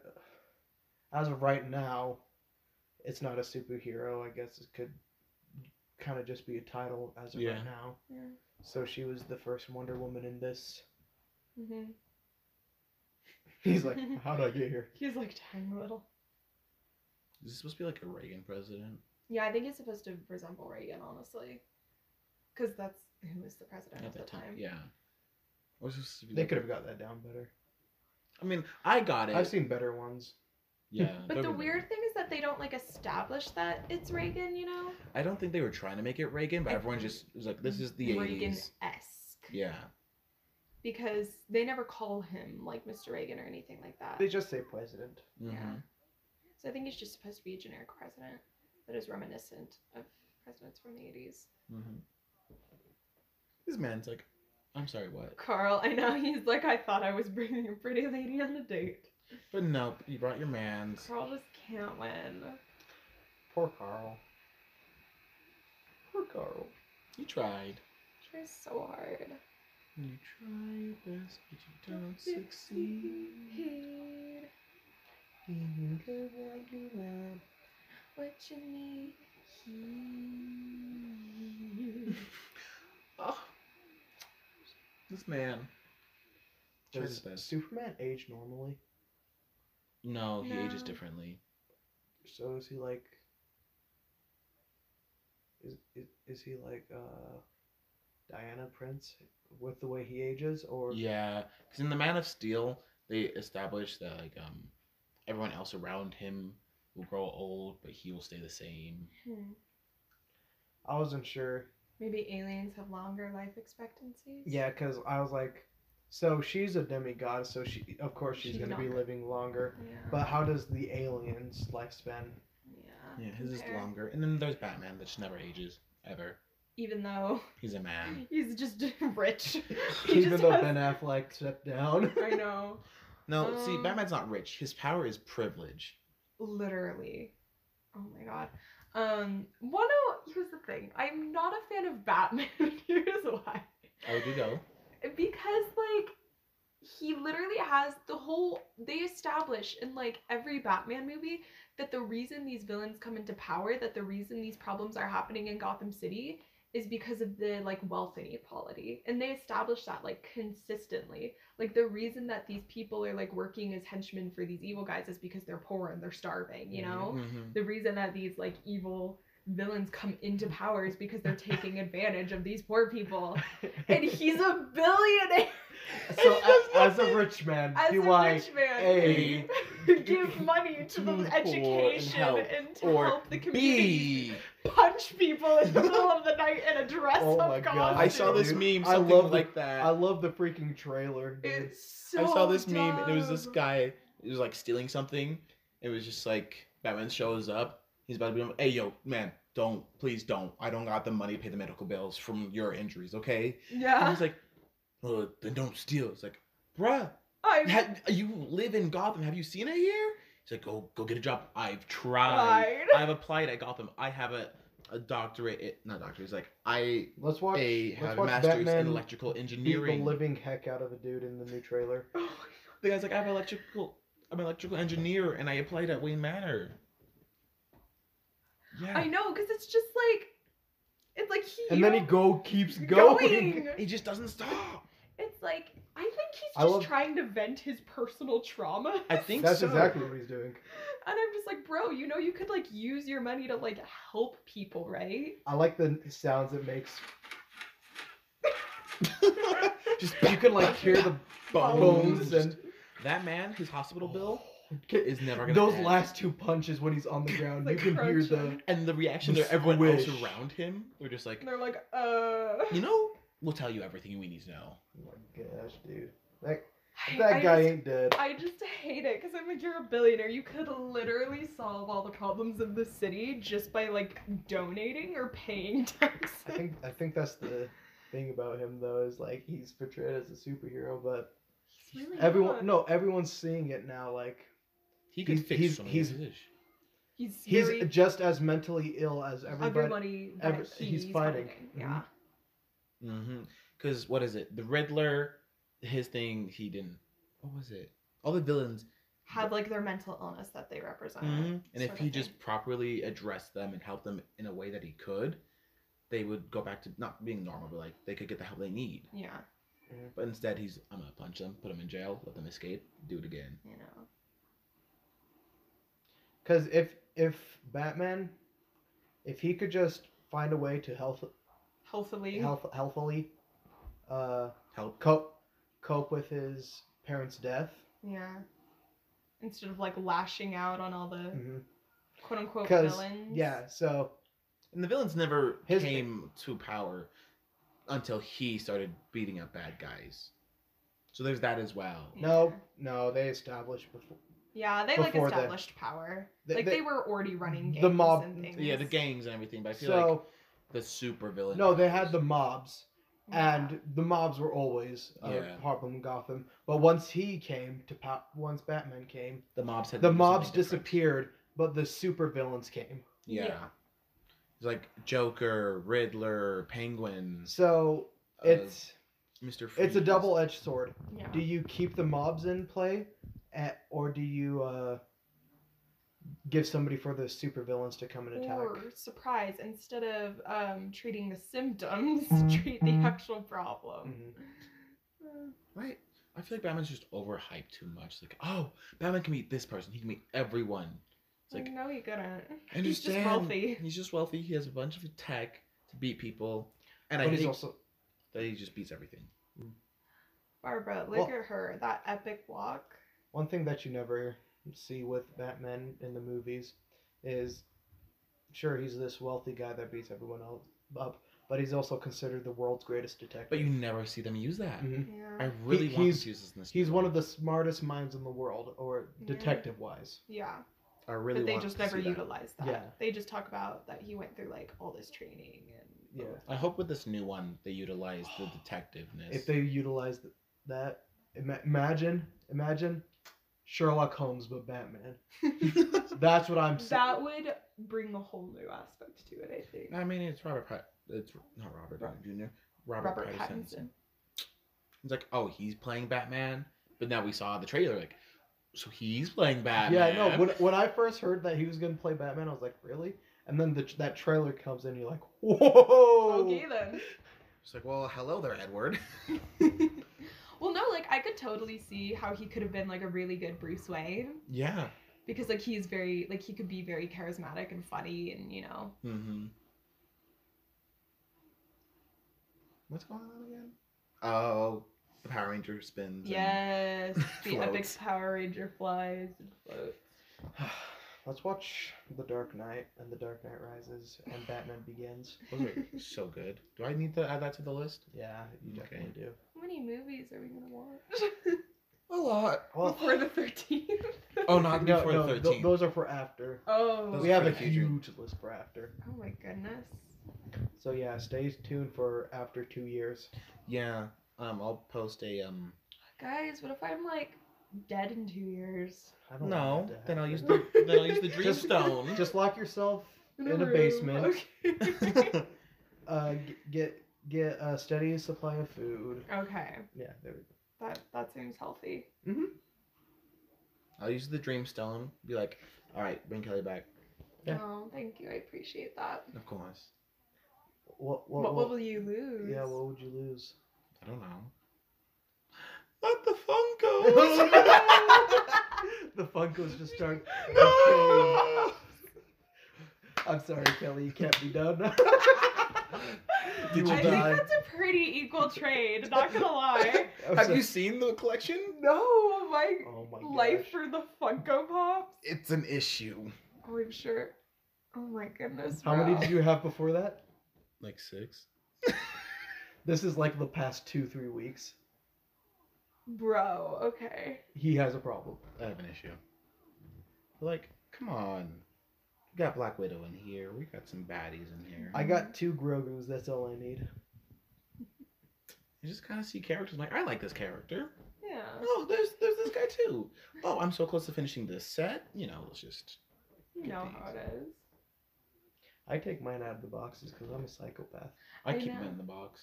Speaker 2: as of right now, it's not a superhero. I guess it could kind of just be a title as of
Speaker 3: Yeah.
Speaker 2: right now.
Speaker 4: Yeah.
Speaker 2: So she was the first Wonder Woman in this.
Speaker 4: Mhm.
Speaker 2: He's like, how did I get here?
Speaker 4: He's like dying a little.
Speaker 3: Is this supposed to be like a Reagan president?
Speaker 4: Yeah, I think he's supposed to resemble Reagan, honestly, because that's who was the president
Speaker 3: At
Speaker 4: at
Speaker 3: that
Speaker 4: the
Speaker 3: time.
Speaker 4: time.
Speaker 3: Yeah. Or is this supposed to be
Speaker 2: They
Speaker 3: like-
Speaker 2: could have got that down better.
Speaker 3: I mean, I got it.
Speaker 2: I've seen better ones.
Speaker 3: Yeah.
Speaker 4: But
Speaker 3: don't
Speaker 4: the
Speaker 3: get me
Speaker 4: weird thing is that they don't like establish that it's Reagan, you know?
Speaker 3: wrong. I don't think they were trying to make it Reagan, but
Speaker 4: I-
Speaker 3: everyone just was like, "This is the
Speaker 4: Reagan
Speaker 3: 80s."
Speaker 4: esque.
Speaker 3: Yeah.
Speaker 4: Because they never call him like Mr. Reagan or anything like that.
Speaker 11: They just say president.
Speaker 3: Mhm.
Speaker 4: So I think he's just supposed to be a generic president that is reminiscent of presidents from the 80s.
Speaker 3: Mhm. This man's like, I'm sorry, what?
Speaker 4: Carl, I know he's like, I thought I was bringing a pretty lady on a date.
Speaker 3: But nope, you brought your man's.
Speaker 4: Carl just can't win.
Speaker 11: Poor Carl.
Speaker 2: Poor Carl.
Speaker 3: You tried.
Speaker 4: Tries so hard.
Speaker 3: You try your best, but you don't succeed.
Speaker 4: Succeed. What you need. He-
Speaker 3: Oh. This man. Tries his
Speaker 2: Does
Speaker 3: best.
Speaker 2: Superman age normally?
Speaker 3: No, he ages
Speaker 4: No.
Speaker 3: differently.
Speaker 2: So is he like? Is is, is he like uh, Diana Prince with the way he ages, or
Speaker 3: Yeah, because in the Man of Steel, they established that like um, everyone else around him will grow old, but he will stay the same.
Speaker 4: Hmm.
Speaker 2: I wasn't sure.
Speaker 4: Maybe aliens have longer life expectancies?
Speaker 2: Yeah, because I was like, so she's a demigod, so she of course she's,
Speaker 4: She's
Speaker 2: gonna be
Speaker 4: younger.
Speaker 2: living longer.
Speaker 4: Yeah.
Speaker 2: But how does the alien's lifespan?
Speaker 4: yeah.
Speaker 3: Yeah, his is
Speaker 4: Compare.
Speaker 3: longer. And then there's Batman, that just never ages ever.
Speaker 4: Even though
Speaker 3: He's a man.
Speaker 4: he's just rich. He
Speaker 2: Even
Speaker 4: just
Speaker 2: though
Speaker 4: has-
Speaker 2: Ben Affleck stepped down.
Speaker 4: I know.
Speaker 3: No, see,
Speaker 4: Um,
Speaker 3: Batman's not rich. His power is privilege.
Speaker 4: literally oh my god um one oh here's the thing i'm not a fan of batman here's why
Speaker 3: Oh, do you go?
Speaker 4: because like he literally has the whole they establish in like every batman movie that the reason these villains come into power that the reason these problems are happening in gotham city is because of the like wealth inequality and they establish that like consistently like the reason that these people are like working as henchmen for these evil guys is because they're poor and they're starving you know
Speaker 3: Mm-hmm.
Speaker 4: the reason that these like evil villains come into power is because they're taking advantage of these poor people and he's a billionaire
Speaker 2: so
Speaker 4: It's just
Speaker 2: as, as a
Speaker 4: nothing-
Speaker 2: rich man,
Speaker 4: as
Speaker 2: do
Speaker 4: a
Speaker 2: I
Speaker 4: rich man
Speaker 2: A,
Speaker 4: give money to
Speaker 3: do
Speaker 4: the
Speaker 3: for
Speaker 4: education
Speaker 3: and help,
Speaker 4: and, to
Speaker 3: or
Speaker 4: help the community
Speaker 3: B.
Speaker 4: punch people in the middle of the night in a dress
Speaker 2: Oh
Speaker 4: up
Speaker 2: my
Speaker 4: costume
Speaker 2: God.
Speaker 3: I saw this
Speaker 2: Dude,
Speaker 3: meme.
Speaker 2: I
Speaker 3: Something
Speaker 2: love the-
Speaker 3: like that.
Speaker 2: I love the freaking trailer. dude.
Speaker 4: it's so
Speaker 3: I saw this meme and it was this
Speaker 4: dumb.
Speaker 3: guy. It was like stealing something. It was just like Batman shows up. He's about to be like, "Hey, yo, man, don't, please don't. I don't got the money to pay the medical bills from your injuries, okay?" And
Speaker 4: yeah
Speaker 3: he's like, "Well, then don't steal." It's like, "Bruh,
Speaker 4: i
Speaker 3: ha- you live in Gotham. Have you seen it here?" He's like, "Go, go get a job. I've tried.
Speaker 4: lied
Speaker 3: I've applied at Gotham. I have a, a doctorate. It, not doctorate. It's like I
Speaker 11: Let's watch.
Speaker 3: a
Speaker 11: let's
Speaker 3: have a
Speaker 11: watch
Speaker 3: master's
Speaker 11: Batman
Speaker 3: in electrical
Speaker 11: beat the
Speaker 3: engineering."
Speaker 11: living heck out of a dude in the new trailer.
Speaker 4: oh my
Speaker 3: The guy's like, I'm electrical. I'm an electrical engineer, and I applied at Wayne Manor. Yeah.
Speaker 4: I know, because it's just like, it's like he.
Speaker 2: and
Speaker 4: you
Speaker 2: then he
Speaker 4: know,
Speaker 2: go keeps going.
Speaker 3: He just doesn't stop.
Speaker 4: It's like I think he's
Speaker 11: I
Speaker 4: just
Speaker 11: love-
Speaker 4: trying to vent his personal trauma,
Speaker 3: I think
Speaker 11: That's
Speaker 3: so.
Speaker 11: exactly what he's doing.
Speaker 4: and I'm just like, bro, you know, you could like use your money to like help people, right?
Speaker 11: I like the sounds it makes.
Speaker 3: just
Speaker 2: You can like hear the
Speaker 3: Oh,
Speaker 2: bones and
Speaker 3: that man, his hospital bill is never gonna.
Speaker 2: those
Speaker 3: end.
Speaker 2: last two punches when he's on the ground.
Speaker 4: Like
Speaker 2: you can hear the
Speaker 4: crunching.
Speaker 3: and the reaction
Speaker 2: The
Speaker 3: of everyone else
Speaker 2: squish.
Speaker 3: around him, they're just like,
Speaker 4: And they're like, uh,
Speaker 3: you know, we'll tell you everything we need to know.
Speaker 11: Oh my gosh, dude. That,
Speaker 12: That
Speaker 4: I
Speaker 12: guy
Speaker 4: just-
Speaker 12: ain't dead.
Speaker 4: I just hate it because I'm like, you're a billionaire. You could literally solve all the problems of the city just by like donating or paying taxes.
Speaker 2: I think I think that's the thing about him though is like he's portrayed as a superhero, but
Speaker 4: It's really
Speaker 2: everyone
Speaker 4: not.
Speaker 2: no everyone's seeing it now. Like
Speaker 13: He could
Speaker 2: He's-
Speaker 13: fix
Speaker 2: he's-
Speaker 13: some
Speaker 2: he's-
Speaker 13: of this.
Speaker 4: he's
Speaker 2: he's
Speaker 4: very
Speaker 2: just as mentally ill as everybody.
Speaker 4: everybody that
Speaker 2: every-
Speaker 4: he's,
Speaker 2: he's
Speaker 4: fighting.
Speaker 2: fighting.
Speaker 4: Yeah.
Speaker 3: Mm-hmm. Because what is it? The Riddler, his thing, he didn't. What was it? All the villains. Mm-hmm.
Speaker 4: Have like their mental illness that they
Speaker 2: Uh,
Speaker 4: represent.
Speaker 2: Mm-hmm.
Speaker 3: And if
Speaker 4: sort
Speaker 3: he
Speaker 4: of
Speaker 3: just
Speaker 4: thing.
Speaker 3: properly addressed them and helped them in a way that he could, they would go back to not being normal, but like they could get the help they need.
Speaker 4: Yeah,
Speaker 3: But instead, he's I'm gonna punch them, put them in jail, let them escape, do it again.
Speaker 4: you know.
Speaker 2: Because if if Batman, if he could just find a way to health
Speaker 4: Healthily.
Speaker 2: health healthily, uh,
Speaker 3: Help.
Speaker 2: cope cope with his parents' death.
Speaker 4: Yeah. Instead of like lashing out on all the quote unquote
Speaker 2: Because
Speaker 4: Oh, villains.
Speaker 2: Mm. Mm-hmm. yeah, so
Speaker 3: And the villains never
Speaker 2: His-
Speaker 3: came to power until he started beating up bad guys. So there's that as well.
Speaker 2: no, no, they established before
Speaker 4: Yeah, they like
Speaker 2: Before the-
Speaker 4: established power.
Speaker 2: they-
Speaker 4: like they,
Speaker 2: they-
Speaker 4: were already running
Speaker 2: the
Speaker 4: gangs
Speaker 2: mob-
Speaker 4: and things.
Speaker 3: Yeah, the gangs and everything. But I feel like
Speaker 2: so
Speaker 3: the super villain.
Speaker 2: no, they had the mobs,
Speaker 4: Yeah.
Speaker 2: and the mobs were always uh,
Speaker 3: Yeah.
Speaker 2: Harlem and Gotham. But once he came to pow- once Batman came,
Speaker 3: the mobs had to
Speaker 2: the
Speaker 3: do
Speaker 2: mobs
Speaker 3: something different.
Speaker 2: disappeared, but the supervillains came.
Speaker 3: Yeah.
Speaker 4: Yeah.
Speaker 3: It's like Joker, Riddler, Penguins,
Speaker 2: So
Speaker 3: uh,
Speaker 2: it's
Speaker 3: Mr. Freeze.
Speaker 2: it's a double edged sword.
Speaker 4: Yeah.
Speaker 2: do you keep the mobs in play at, or do you uh, give somebody for the supervillains to come and attack
Speaker 4: Or surprise, instead of um, treating the symptoms, treat the actual problem. Uh,
Speaker 2: Mhm.
Speaker 3: Right. I feel like Batman's just overhyped too much. Like, oh, Batman can meet this person. He can meet everyone. It's
Speaker 4: Like,
Speaker 3: like,
Speaker 4: no, you couldn't.
Speaker 3: I understand.
Speaker 4: Mm. He's just wealthy.
Speaker 3: He's just wealthy. He has a bunch of tech to beat people, and I
Speaker 2: but he's
Speaker 3: think
Speaker 2: also
Speaker 3: that he just beats everything.
Speaker 4: Barbara, look
Speaker 2: Well-
Speaker 4: at her. That epic walk.
Speaker 2: one thing that you never see with batman in the movies is sure he's this wealthy guy that beats everyone else up but he's also considered the world's greatest detective
Speaker 3: But you never see them use that.
Speaker 2: Mhm.
Speaker 4: Yeah.
Speaker 3: I really want them
Speaker 2: he's-
Speaker 3: to use this in this.
Speaker 2: he's
Speaker 3: movie.
Speaker 2: one of the smartest minds in the world or
Speaker 4: Yeah.
Speaker 2: detective wise
Speaker 4: Yeah.
Speaker 3: I really
Speaker 4: but they
Speaker 3: want
Speaker 4: just
Speaker 3: to
Speaker 4: never
Speaker 3: see that.
Speaker 4: utilized that.
Speaker 2: Yeah.
Speaker 4: They just talk about that he went through like all this training and
Speaker 2: yeah
Speaker 3: I hope with this new one they utilize the detectiveness.
Speaker 2: Oh. if they utilize th- that ima- imagine imagine sherlock holmes but batman that's what i'm saying
Speaker 4: that would bring a whole new aspect to it, I think.
Speaker 3: I mean, it's Robert. Pat- it's not Robert Downey Jr. Robert,
Speaker 4: Robert
Speaker 3: Pattinson.
Speaker 4: Pattinson.
Speaker 3: It's like, oh, he's playing Batman, but now we saw the trailer. Like, so he's playing
Speaker 2: Yeah,
Speaker 3: Batman.
Speaker 2: no. When, when I first heard that he was gonna play Batman, I was like, really? And then the, that trailer comes in, and you're like, whoa.
Speaker 4: Okay then.
Speaker 3: It's like, well, hello there, Edward.
Speaker 4: well, no, like I could totally see how he could have been like a really good Bruce Wayne
Speaker 3: yeah.
Speaker 4: because like he's very like he could be very charismatic and funny and you know
Speaker 3: Mm-hmm. What's going on again? Oh, the Power Ranger spins. and-
Speaker 4: yes the epic
Speaker 3: Floats.
Speaker 4: Power Ranger flies. and floats.
Speaker 2: Let's watch The Dark Knight and The Dark Knight Rises and Batman Begins.
Speaker 3: Those are so good. Do I need to add that to the list?
Speaker 2: Yeah, you
Speaker 3: Okay.
Speaker 2: definitely do.
Speaker 4: How many movies are we gonna watch
Speaker 3: A lot.
Speaker 2: Well,
Speaker 4: before the thirteenth?
Speaker 3: Oh, not
Speaker 2: no,
Speaker 3: before
Speaker 2: no,
Speaker 3: the
Speaker 2: th-
Speaker 3: 13th.
Speaker 2: those are for after.
Speaker 4: Oh.
Speaker 3: Those
Speaker 2: we
Speaker 3: are
Speaker 2: have
Speaker 3: for
Speaker 2: a
Speaker 3: the future.
Speaker 2: huge list for after.
Speaker 4: Oh my goodness.
Speaker 2: So yeah, stay tuned for after two years.
Speaker 3: Yeah. Um, I'll post a um.
Speaker 4: Guys, what if I'm like dead in two years?
Speaker 2: I don't
Speaker 3: No,
Speaker 2: want that to
Speaker 3: then I'll
Speaker 2: happen.
Speaker 3: use the then I'll use the Dream
Speaker 2: Just-
Speaker 3: Stone.
Speaker 2: Just lock yourself in a,
Speaker 4: room.
Speaker 2: basement.
Speaker 4: Okay.
Speaker 2: Uh, g- get get a steady supply of food.
Speaker 4: okay.
Speaker 2: Yeah, there we go.
Speaker 4: That that seems healthy.
Speaker 3: I'll use the Dream Stone. Be like, all right, bring Kelly back.
Speaker 2: Yeah.
Speaker 4: Oh, thank you. I appreciate that.
Speaker 3: Of course.
Speaker 2: What
Speaker 4: What,
Speaker 2: what,
Speaker 4: what,
Speaker 2: what-
Speaker 4: will you lose?
Speaker 2: Yeah, what would you lose?
Speaker 3: I don't know. Not the
Speaker 2: oh?
Speaker 3: Funkos.
Speaker 2: the Funkos just start.
Speaker 3: no.
Speaker 2: I'm sorry, Kelly, you can't be done.
Speaker 3: Did
Speaker 2: will
Speaker 4: I
Speaker 3: you
Speaker 4: think
Speaker 2: die.
Speaker 4: that's a pretty equal trade. Not gonna lie.
Speaker 2: I'm
Speaker 3: have
Speaker 2: sorry.
Speaker 3: you seen the collection?
Speaker 4: no, my,
Speaker 2: Oh my
Speaker 4: life
Speaker 2: gosh.
Speaker 4: for the Funko Pops.
Speaker 3: It's an issue.
Speaker 4: Oh, I'm sure. Oh my goodness.
Speaker 2: How many
Speaker 4: bro.
Speaker 2: did you have before that?
Speaker 3: Like six.
Speaker 2: This is like the past two, three weeks.
Speaker 4: Bro, okay.
Speaker 2: He has a problem.
Speaker 3: I have an issue. Like, come on. We got Black Widow in here. We got some baddies in here.
Speaker 2: I got two Grogu's. That's all I need.
Speaker 3: You just kind of see characters like, I like this character.
Speaker 4: Yeah.
Speaker 3: Oh, there's there's this guy too. Oh, I'm so close to finishing this set. You know, it's just
Speaker 4: You know how it is.
Speaker 2: I take mine out of the boxes because I'm a psychopath.
Speaker 3: I,
Speaker 4: I
Speaker 3: keep
Speaker 4: know.
Speaker 3: them in the box.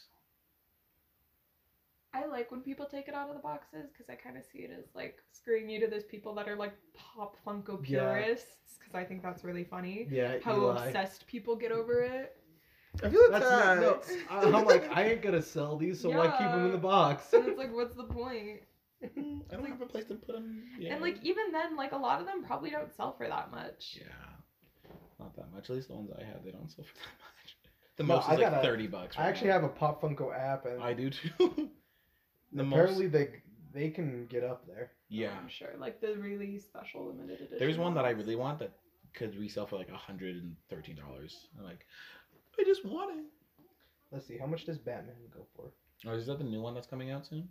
Speaker 4: I like when people take it out of the boxes because I kind of see it as like screwing you to those people that are like pop Funko
Speaker 2: Yeah.
Speaker 4: purists because I think that's really funny
Speaker 2: Yeah,
Speaker 4: how
Speaker 2: Eli.
Speaker 4: obsessed people get over it.
Speaker 14: I feel
Speaker 2: That's not, no, I- I'm like, I ain't gonna sell these, so why keep them in the
Speaker 4: Yeah.
Speaker 2: box?
Speaker 4: And it's like, what's the point?
Speaker 3: I don't have a place to put them. Yeah.
Speaker 4: And like even then, like a lot of them probably don't sell for that much.
Speaker 3: yeah, not that much. At least the ones I have, they don't sell for that much. The
Speaker 2: No,
Speaker 3: most
Speaker 2: I
Speaker 3: is like
Speaker 2: got a-
Speaker 3: thirty bucks.
Speaker 2: I
Speaker 3: right
Speaker 2: actually
Speaker 3: now.
Speaker 2: have a Pop Funko app, and
Speaker 3: I do too. the
Speaker 2: apparently they they can get up there.
Speaker 3: Yeah,
Speaker 4: I'm sure. Like the really special limited edition.
Speaker 3: there's one that I
Speaker 4: ones.
Speaker 3: really want that could resell for like hundred and thirteen dollars. I'm like, I just want it.
Speaker 2: Let's see, how much does Batman go for?
Speaker 3: Oh, is that the new one that's coming out soon?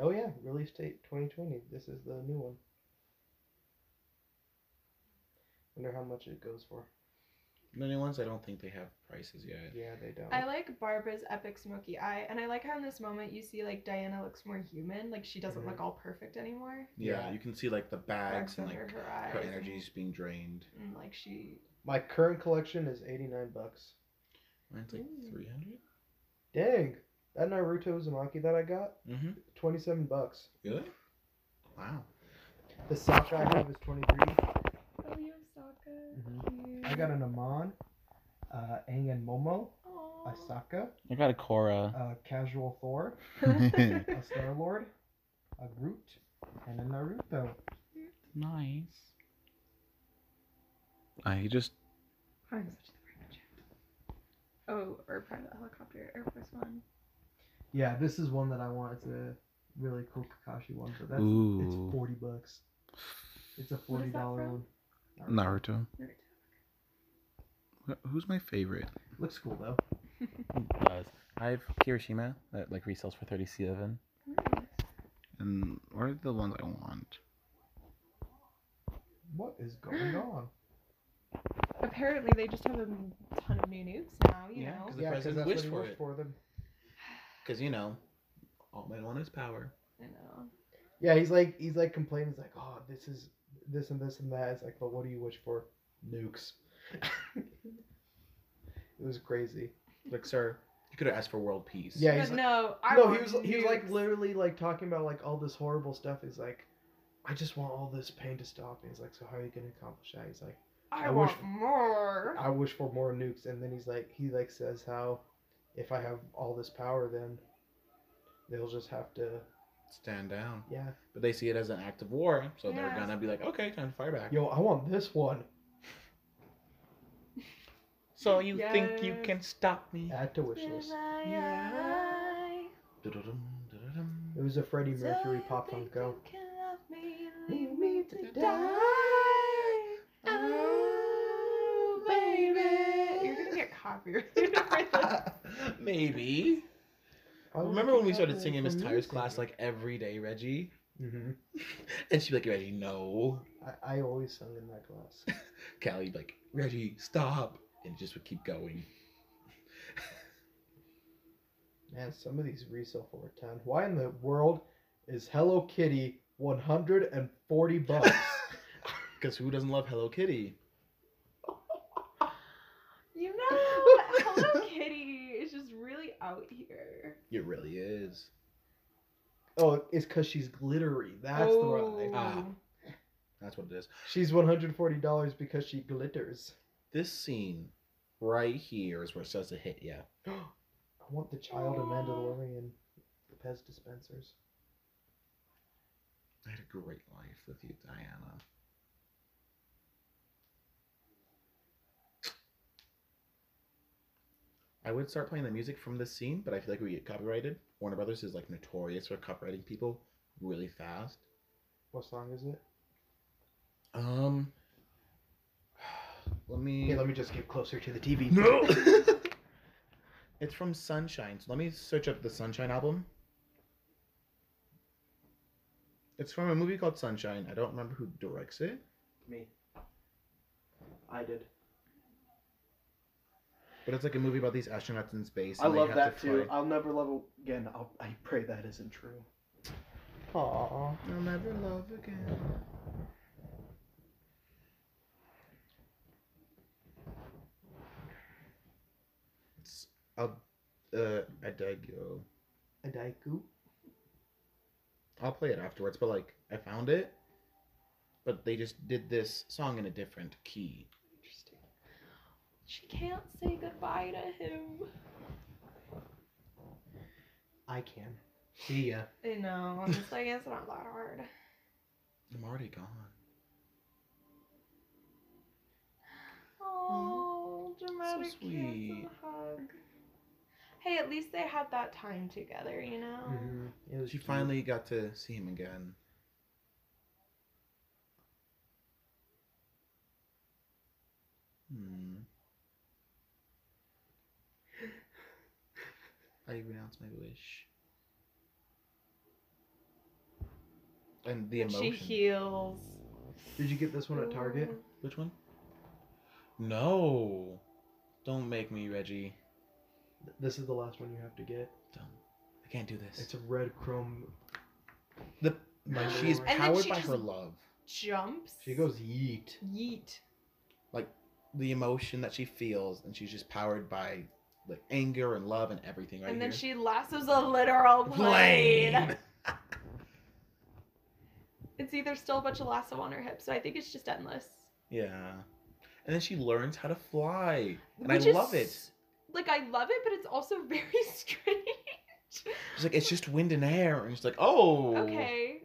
Speaker 2: Oh yeah, release date 2020. This is the new one. Wonder how much it goes for.
Speaker 3: The new ones, I don't think they have prices yet.
Speaker 2: Yeah, they don't.
Speaker 4: I like Barbara's epic smoky eye, and I like how in this moment you see like Diana looks more human, like she doesn't
Speaker 2: Mhm.
Speaker 4: look all perfect anymore.
Speaker 3: Yeah,
Speaker 2: Yeah.
Speaker 3: you can see like the Mm-hmm. bags
Speaker 4: Bags
Speaker 3: and
Speaker 4: under
Speaker 3: like
Speaker 4: her
Speaker 3: her
Speaker 4: eyes.
Speaker 3: energy's being drained.
Speaker 4: And like she,
Speaker 2: My current collection is 89 bucks.
Speaker 3: Mine's like
Speaker 4: Ooh.
Speaker 3: three hundred.
Speaker 2: Dang, that Naruto Uzumaki that I got,
Speaker 3: Mm-hmm.
Speaker 2: 27 bucks.
Speaker 3: Really? Wow.
Speaker 2: The sock I have is 23.
Speaker 4: oh, you have Sokka.
Speaker 3: Mm-hmm.
Speaker 2: I got an Amon, uh, Aang and Momo,
Speaker 4: Aww.
Speaker 2: Asaka,
Speaker 7: I got a Cora.
Speaker 2: uh, Casual Thor, a Star Lord, a Groot, and a Naruto.
Speaker 7: nice. I just
Speaker 4: I'm such the private jet. Oh, or private helicopter, Air Force One.
Speaker 2: Yeah, this is one that I want. It's a really cool Kakashi one, but that's
Speaker 7: ooh
Speaker 2: it's 40 bucks. It's a
Speaker 4: What
Speaker 2: $40
Speaker 4: is that
Speaker 2: one.
Speaker 7: Naruto.
Speaker 4: Naruto.
Speaker 7: Wh- Who's my favorite?
Speaker 2: Looks cool though.
Speaker 7: Uh, I have Kirishima that like resells for thirty seven.
Speaker 4: Nice.
Speaker 7: And what are the ones I want?
Speaker 2: What is going on?
Speaker 4: Apparently, they just have a ton of new nukes now. You
Speaker 3: Yeah,
Speaker 4: know.
Speaker 3: 'cause The president wished for it.
Speaker 2: them.
Speaker 3: Because you know, all men want is power.
Speaker 4: I know.
Speaker 2: Yeah, he's like he's like complaining. He's like, oh, this is this and this and that. It's like, but what do you wish for? Nukes. it was crazy.
Speaker 3: Like, sir, you could have asked for world peace.
Speaker 2: Yeah,
Speaker 4: But
Speaker 2: he's like,
Speaker 4: no, I
Speaker 2: no,
Speaker 4: want
Speaker 2: he was he was like
Speaker 4: nukes.
Speaker 2: literally like talking about like all this horrible stuff. He's like, I just want all this pain to stop. And he's like, so how are you gonna accomplish that? He's like,
Speaker 4: I,
Speaker 2: I wish-
Speaker 4: want more.
Speaker 2: I wish for more nukes. And then he's like, he like says how, if I have all this power, then they'll just have to,
Speaker 3: Stand down.
Speaker 2: yeah.
Speaker 3: But they see it as an act of war, so they're
Speaker 4: Yeah.
Speaker 3: gonna be like, okay, time to fire back.
Speaker 2: Yo, I want this one.
Speaker 3: So you think you
Speaker 4: Yes.
Speaker 3: can stop me?
Speaker 2: Add to wish list.
Speaker 3: Yeah.
Speaker 2: It was a Freddie Mercury pop Funko.
Speaker 4: Leave me to die.
Speaker 3: Oh, baby.
Speaker 4: You're gonna get copyrighted for this.
Speaker 3: Maybe.
Speaker 2: I
Speaker 3: Remember when we started singing Miss Tyra's class like every day, Reggie?
Speaker 2: hmm
Speaker 3: And she'd be like, Reggie, no.
Speaker 2: I, I always sung in that class.
Speaker 3: Callie would be like, Reggie, stop. And just would keep going.
Speaker 2: Man, some of these resell for a ton. Why in the world is Hello Kitty 140 bucks?
Speaker 3: Because who doesn't love Hello Kitty?
Speaker 4: You know, Hello Kitty is just really out here.
Speaker 3: It really is.
Speaker 2: oh, it's because she's glittery. That's the
Speaker 4: Oh.
Speaker 2: right.
Speaker 3: Ah. That's what it is.
Speaker 2: She's $140 because she glitters.
Speaker 3: This scene right here is where it starts to hit yeah.
Speaker 2: I want the child of
Speaker 4: Aw.
Speaker 2: Mandalorian the Pez dispensers.
Speaker 3: I had a great life with you, Diana. I would start playing the music from this scene, but I feel like we get copyrighted. Warner Brothers is like notorious for copyrighting people really fast.
Speaker 2: What song is it?
Speaker 3: Um, let me.
Speaker 2: Hey, let me just get closer to the TV.
Speaker 3: No. it's from Sunshine. So let me search up the Sunshine album. It's from a movie called Sunshine. I don't remember who directs it.
Speaker 2: Me. I did.
Speaker 3: But it's like a movie about these astronauts in space.
Speaker 2: I
Speaker 3: and they
Speaker 2: love
Speaker 3: have
Speaker 2: that
Speaker 3: to
Speaker 2: too.
Speaker 3: fly.
Speaker 2: I'll never love a- again. I'll, I pray that isn't true.
Speaker 15: Aww.
Speaker 3: I'll never love again. It's I'll uh Adagio.
Speaker 2: A daiku?
Speaker 3: I'll play it afterwards, but like I found it. But they just did this song in a different key.
Speaker 4: Interesting. She can't say goodbye to him.
Speaker 2: I can. See ya.
Speaker 4: I know. I'm just like, it's not that hard.
Speaker 3: I'm already gone.
Speaker 4: Oh, dramatic
Speaker 3: so sweet.
Speaker 4: kiss and hug. Hey, at least they had that time together, you know?
Speaker 2: It was
Speaker 3: She
Speaker 2: cute.
Speaker 3: finally got to see him again. Hmm. I renounce my wish. And the
Speaker 4: She
Speaker 3: emotion.
Speaker 4: heals.
Speaker 2: Did you get this one at
Speaker 3: Mm.
Speaker 2: Target?
Speaker 3: Which one? No. Don't make me, Reggie.
Speaker 2: This is the last one you have to get.
Speaker 3: Don't. I can't do this.
Speaker 2: It's a red chrome.
Speaker 3: the like she is
Speaker 2: And
Speaker 4: then
Speaker 3: powered
Speaker 4: she
Speaker 3: by
Speaker 4: just-
Speaker 3: her love.
Speaker 4: Jumps.
Speaker 2: She goes yeet.
Speaker 4: yeet.
Speaker 3: The emotion that she feels, and she's just powered by like anger and love and everything right
Speaker 4: and then
Speaker 3: here.
Speaker 4: she lassos a literal plane.
Speaker 3: Plane.
Speaker 4: It's either still a bunch of lasso on her hip, so I think it's just endless.
Speaker 3: Yeah. And then she learns how to fly. And
Speaker 4: Which
Speaker 3: I love it.
Speaker 4: is- Like, I love it, but it's also very strange.
Speaker 3: She's like, it's just wind and air. And she's like, oh.
Speaker 4: okay.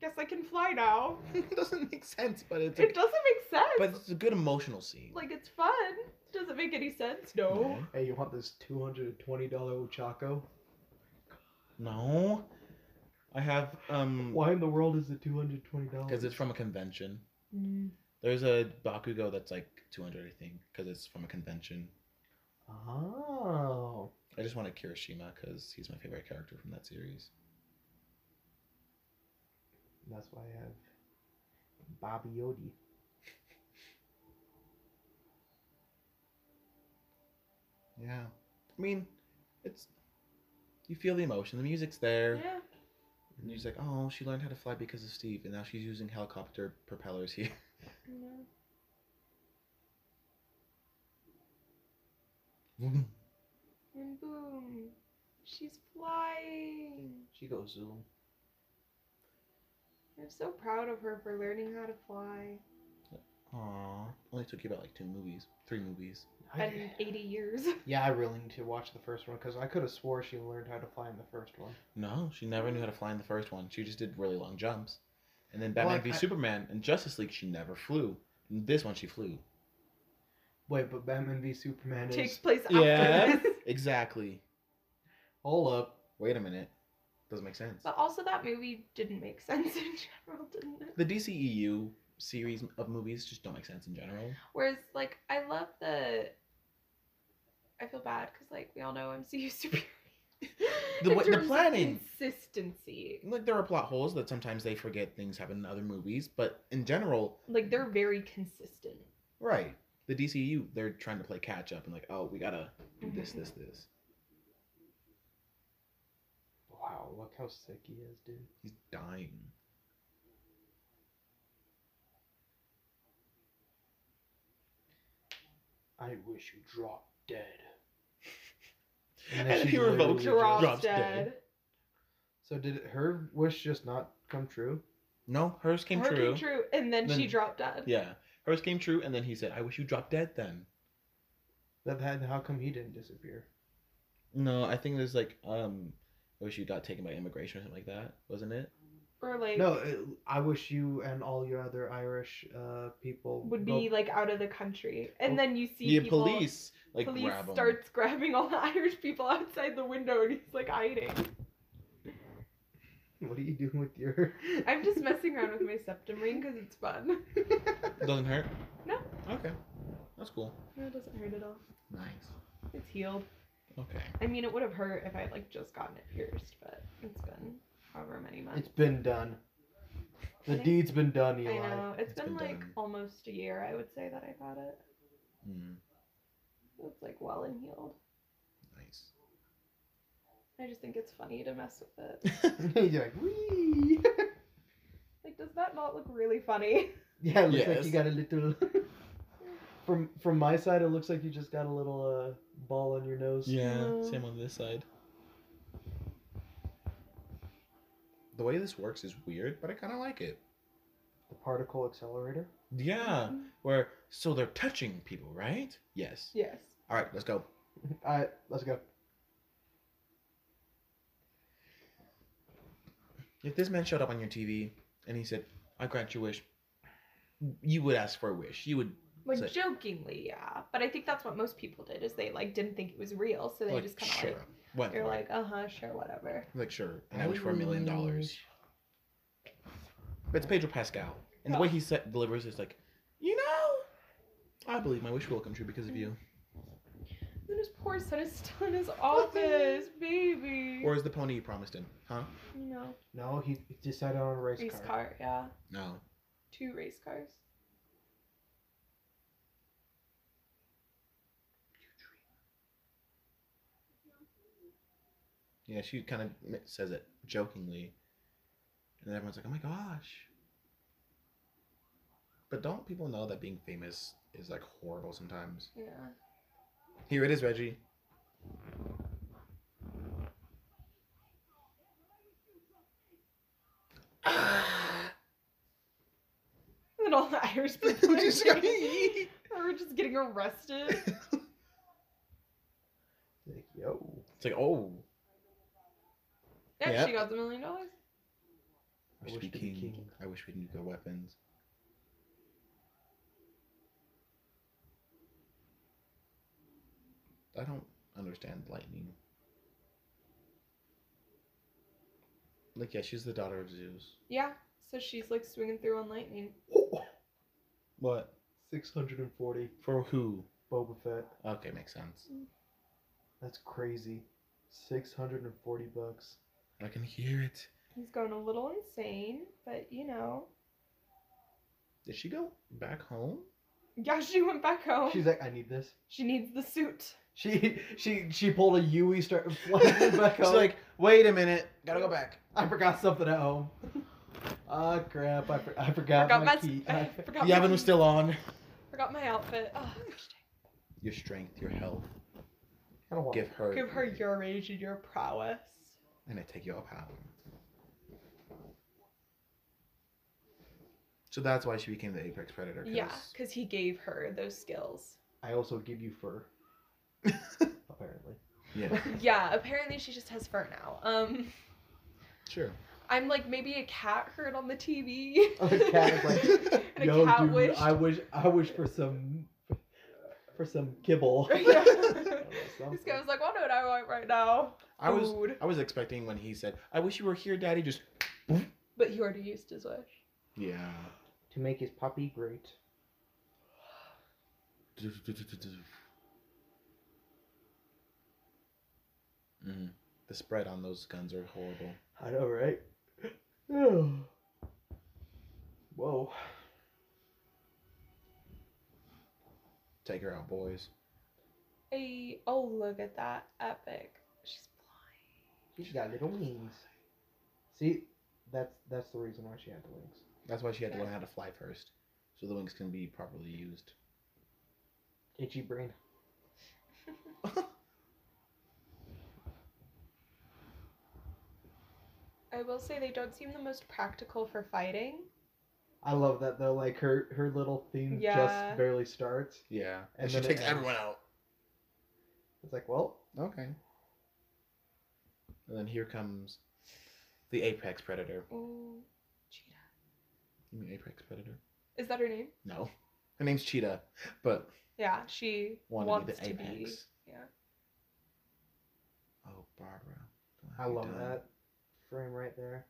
Speaker 4: Guess I can fly now.
Speaker 3: it doesn't make sense, but it's,
Speaker 4: It doesn't make sense.
Speaker 3: but it's a good emotional scene.
Speaker 4: like it's fun. Doesn't make any sense. No.
Speaker 3: no.
Speaker 2: Hey, you want this two hundred and twenty dollar Ochako?
Speaker 3: No. I have, um,
Speaker 2: Why in the world is it two hundred twenty dollars?
Speaker 3: because it's from a convention.
Speaker 4: Mm.
Speaker 3: There's a Bakugo that's like 200, I think, because it's from a convention.
Speaker 2: Oh.
Speaker 3: I just wanted Kirishima because he's my favorite character from that series.
Speaker 2: That's why I have Bobby Yodi.
Speaker 3: Yeah. I mean, it's, you feel the emotion. The music's there.
Speaker 4: Yeah.
Speaker 3: And she's like, oh, she learned how to fly because of Steve, and now she's using helicopter propellers here.
Speaker 4: And boom, she's flying.
Speaker 2: She goes zoom.
Speaker 4: I'm so proud of her for learning how to fly.
Speaker 3: Aww. Only took you about like two movies, three movies.
Speaker 4: Been 80 years.
Speaker 2: yeah, I really need to watch the first one because I could have swore she learned how to fly in the first one.
Speaker 3: No, she never knew how to fly in the first one. She just did really long jumps. And then Batman
Speaker 2: Well,
Speaker 3: v
Speaker 2: I-
Speaker 3: Superman and Justice League, she never flew. In this one, she flew.
Speaker 2: Wait, but Batman v Superman is.
Speaker 4: Takes place after
Speaker 3: Yeah.
Speaker 4: this.
Speaker 3: Exactly.
Speaker 2: Hold up.
Speaker 3: Wait a minute. Doesn't make sense.
Speaker 4: But also that movie didn't make sense in general, didn't it?
Speaker 3: The DCEU series of movies just don't make sense in general.
Speaker 4: Whereas like I love the I feel bad because like we all know MCU superior.
Speaker 3: The
Speaker 4: in
Speaker 3: wa- the
Speaker 4: terms of
Speaker 3: planning.
Speaker 4: consistency.
Speaker 3: Like, there are plot holes that sometimes they forget things happen in other movies, but in general,
Speaker 4: Like they're very consistent.
Speaker 3: Right. The DCU, they're trying to play catch up and like, oh, we gotta do this, this, this.
Speaker 2: Wow, look how sick he is, dude.
Speaker 3: He's dying.
Speaker 2: I wish you dropped dead.
Speaker 3: And,
Speaker 2: then she
Speaker 3: he revokes
Speaker 2: literally just-
Speaker 4: Drops,
Speaker 3: drops dead.
Speaker 4: dead.
Speaker 2: So did her wish just not come true?
Speaker 3: No, hers came
Speaker 4: Her
Speaker 3: true.
Speaker 4: came true, and then, she
Speaker 3: Then-
Speaker 4: dropped dead.
Speaker 3: Yeah, hers came true, and then he said, "I wish you dropped dead." Then.
Speaker 2: That had how come he didn't disappear?
Speaker 3: No, I think there's like, um, I wish you got taken by immigration or something like that, wasn't it?
Speaker 4: Or like
Speaker 2: No, it, I wish you and all your other Irish uh, people
Speaker 4: would
Speaker 2: go-
Speaker 4: be like out of the country, and
Speaker 2: Oh,
Speaker 4: then you see
Speaker 3: Yeah,
Speaker 4: people,
Speaker 3: police like
Speaker 4: police
Speaker 3: grab him.
Speaker 4: starts grabbing all the Irish people outside the window, and he's like hiding.
Speaker 2: What are you doing with your?
Speaker 4: I'm just messing around with my septum ring because it's fun.
Speaker 3: Doesn't hurt.
Speaker 4: No.
Speaker 3: Okay, that's cool.
Speaker 4: No, it doesn't hurt at all.
Speaker 3: Nice.
Speaker 4: It's healed.
Speaker 3: Okay.
Speaker 4: I mean, it would have hurt if I had like just gotten it pierced, but it's been however many months.
Speaker 2: It's been done. The
Speaker 4: I think-
Speaker 2: deed's been done,
Speaker 4: I
Speaker 2: Eli.
Speaker 4: know. it's
Speaker 3: It's
Speaker 4: been,
Speaker 3: been
Speaker 4: like
Speaker 3: done.
Speaker 4: almost a year, I would say, that I've had it.
Speaker 3: Mm,
Speaker 4: So It's like well and healed.
Speaker 3: nice.
Speaker 4: I just think it's funny to mess with it.
Speaker 2: You're like, wee.
Speaker 4: like, does that not look really funny?
Speaker 2: Yeah, it looks like
Speaker 3: Yes.
Speaker 2: you got a little. from from my side, it looks like you just got a little uh, ball on your nose.
Speaker 4: Yeah.
Speaker 16: same on this side.
Speaker 3: The way this works is weird, but I kind of like it.
Speaker 2: The particle accelerator.
Speaker 16: Yeah, where so they're touching people, right? Yes.
Speaker 4: Yes.
Speaker 3: All right, let's go.
Speaker 2: All right, let's go.
Speaker 3: If this man showed up on your TV and he said, "I grant your wish," you would ask for a wish. You would
Speaker 4: Well,
Speaker 3: So-
Speaker 4: jokingly, yeah. But I think that's what most people did, is they like didn't think it was real, so they
Speaker 3: like,
Speaker 4: just kind of
Speaker 3: sure.
Speaker 4: like
Speaker 3: What?
Speaker 4: you're like, uh huh, sure, whatever.
Speaker 3: Like sure, and I wish for a million dollars. But it's Pedro Pascal, and the
Speaker 4: Oh.
Speaker 3: way he set, delivers is like, you know, I believe my wish will come true because of you.
Speaker 4: And his poor son is still in his office, baby.
Speaker 3: Or is the pony you promised him? Huh?
Speaker 4: you know,
Speaker 2: No, he decided on a race,
Speaker 4: race
Speaker 2: car.
Speaker 4: car, yeah.
Speaker 3: No.
Speaker 4: Two race cars.
Speaker 3: Yeah, she kind of says it jokingly, and then everyone's like, "Oh my gosh!" But don't people know that being famous is like horrible sometimes?
Speaker 4: Yeah.
Speaker 3: Here it is, Reggie.
Speaker 4: And then all the Irish people are
Speaker 3: Just go,
Speaker 4: getting, are just getting arrested.
Speaker 2: Like, yo.
Speaker 3: It's like, oh,
Speaker 4: Yeah,
Speaker 3: Yep.
Speaker 4: she got the million dollars.
Speaker 3: I wish, we
Speaker 2: to
Speaker 3: could be king. I wish we nuclear weapons. I don't understand lightning. Like, yeah, she's the daughter of Zeus.
Speaker 4: Yeah. So she's like swinging through on lightning.
Speaker 3: What?
Speaker 2: Six hundred and forty
Speaker 3: For who?
Speaker 2: Boba Fett.
Speaker 3: Okay, makes sense.
Speaker 2: That's crazy. Six hundred and forty bucks.
Speaker 3: I can hear it.
Speaker 4: He's going a little insane, but you know.
Speaker 3: Did she go back home?
Speaker 4: Yeah, she went back home.
Speaker 2: She's like, I need this.
Speaker 4: She needs the suit.
Speaker 2: She she she pulled a Yui start flying back
Speaker 3: She's
Speaker 2: up.
Speaker 3: like, wait a minute, gotta go back.
Speaker 2: I forgot something at home. Ah crap! I, for- I forgot,
Speaker 4: Forgot
Speaker 2: my
Speaker 4: my,
Speaker 2: key.
Speaker 4: I
Speaker 2: I,
Speaker 4: forgot
Speaker 3: the
Speaker 4: my
Speaker 3: oven was
Speaker 4: key.
Speaker 3: still on.
Speaker 4: Forgot my outfit. Oh,
Speaker 3: Your strength, your health.
Speaker 2: don't want
Speaker 3: Give her.
Speaker 4: give her your rage and your prowess.
Speaker 3: and I take your power. So that's why she became the apex predator.
Speaker 4: Yeah,
Speaker 3: Cause
Speaker 4: because he gave her those skills.
Speaker 2: I also give you fur. Apparently.
Speaker 3: yeah.
Speaker 4: Yeah, apparently she just has fur now. Um,
Speaker 3: Sure.
Speaker 4: I'm like maybe a cat heard on the TV.
Speaker 2: The cat is like,
Speaker 4: and a
Speaker 2: Yo,
Speaker 4: cat
Speaker 2: dude,
Speaker 4: wished.
Speaker 2: I wish I wish for some for some kibble.
Speaker 4: Yeah.
Speaker 2: Or something.
Speaker 4: This guy was like, well, I know what I want right now.
Speaker 3: I was
Speaker 4: Food.
Speaker 3: I was expecting when he said, "I wish you were here, Daddy." Just
Speaker 4: But he already used his wish.
Speaker 3: yeah.
Speaker 2: to make his puppy great.
Speaker 3: Mm. The spread on those guns are horrible.
Speaker 2: I know, right? Whoa.
Speaker 3: Take her out, boys.
Speaker 4: Hey, oh look at that epic. She's
Speaker 2: She's got little wings. See, that's that's the reason why she had the wings.
Speaker 3: That's why she had to learn how to fly first, so the wings can be properly used.
Speaker 2: Itchy brain.
Speaker 4: blind. I will say they don't seem the most practical for fighting.
Speaker 2: I love that though. Like her her little theme
Speaker 4: Yeah.
Speaker 2: just barely starts.
Speaker 3: Yeah, and,
Speaker 2: And
Speaker 3: she
Speaker 2: then it
Speaker 3: takes
Speaker 2: ends.
Speaker 3: everyone out.
Speaker 2: It's like, well,
Speaker 3: Okay. And then here comes the apex predator.
Speaker 4: Ooh, Cheetah.
Speaker 3: You mean apex predator?
Speaker 4: Is that her name?
Speaker 3: No, her name's Cheetah, but
Speaker 4: Yeah, she
Speaker 3: wanted
Speaker 4: wants
Speaker 3: to be the
Speaker 4: to be.
Speaker 3: apex.
Speaker 4: yeah.
Speaker 3: Oh, Barbara. what
Speaker 2: I
Speaker 3: have you
Speaker 2: love
Speaker 3: done?
Speaker 2: that frame right there.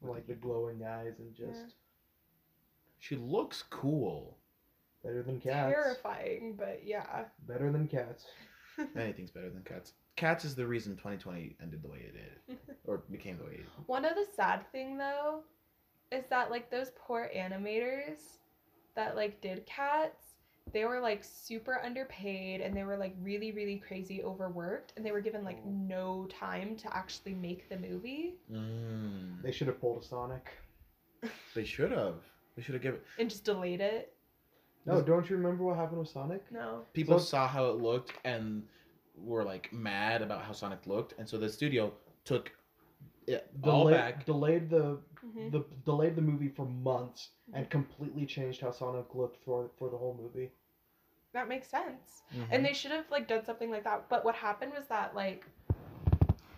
Speaker 3: Look
Speaker 2: Like
Speaker 3: at
Speaker 2: the
Speaker 3: you.
Speaker 2: glowing eyes and just
Speaker 3: She looks cool.
Speaker 2: better than cats.
Speaker 4: Terrifying, but yeah.
Speaker 2: Better than cats.
Speaker 3: Anything's better than cats. Cats is the reason 2020 ended the way it did, or became the way it.
Speaker 4: One other sad thing though is that like those poor animators that like did cats they were like super underpaid and they were like really really crazy overworked and they were given like
Speaker 3: Mm.
Speaker 4: no time to actually make the movie
Speaker 2: They should have pulled a Sonic.
Speaker 3: They should have. They should have given.
Speaker 4: and just delayed it
Speaker 2: No, don't you remember what happened with Sonic?
Speaker 4: no
Speaker 17: People
Speaker 2: So-
Speaker 17: saw how it looked and were like mad about how Sonic looked, and so the studio took it all
Speaker 2: Delay-
Speaker 17: back.
Speaker 2: Delayed the
Speaker 4: hmm
Speaker 2: the delayed the movie for months
Speaker 4: Mm-hmm.
Speaker 2: and completely changed how Sonic looked for for the whole movie.
Speaker 4: that makes sense
Speaker 3: Mm-hmm.
Speaker 4: and they should have like done something like that but what happened was that like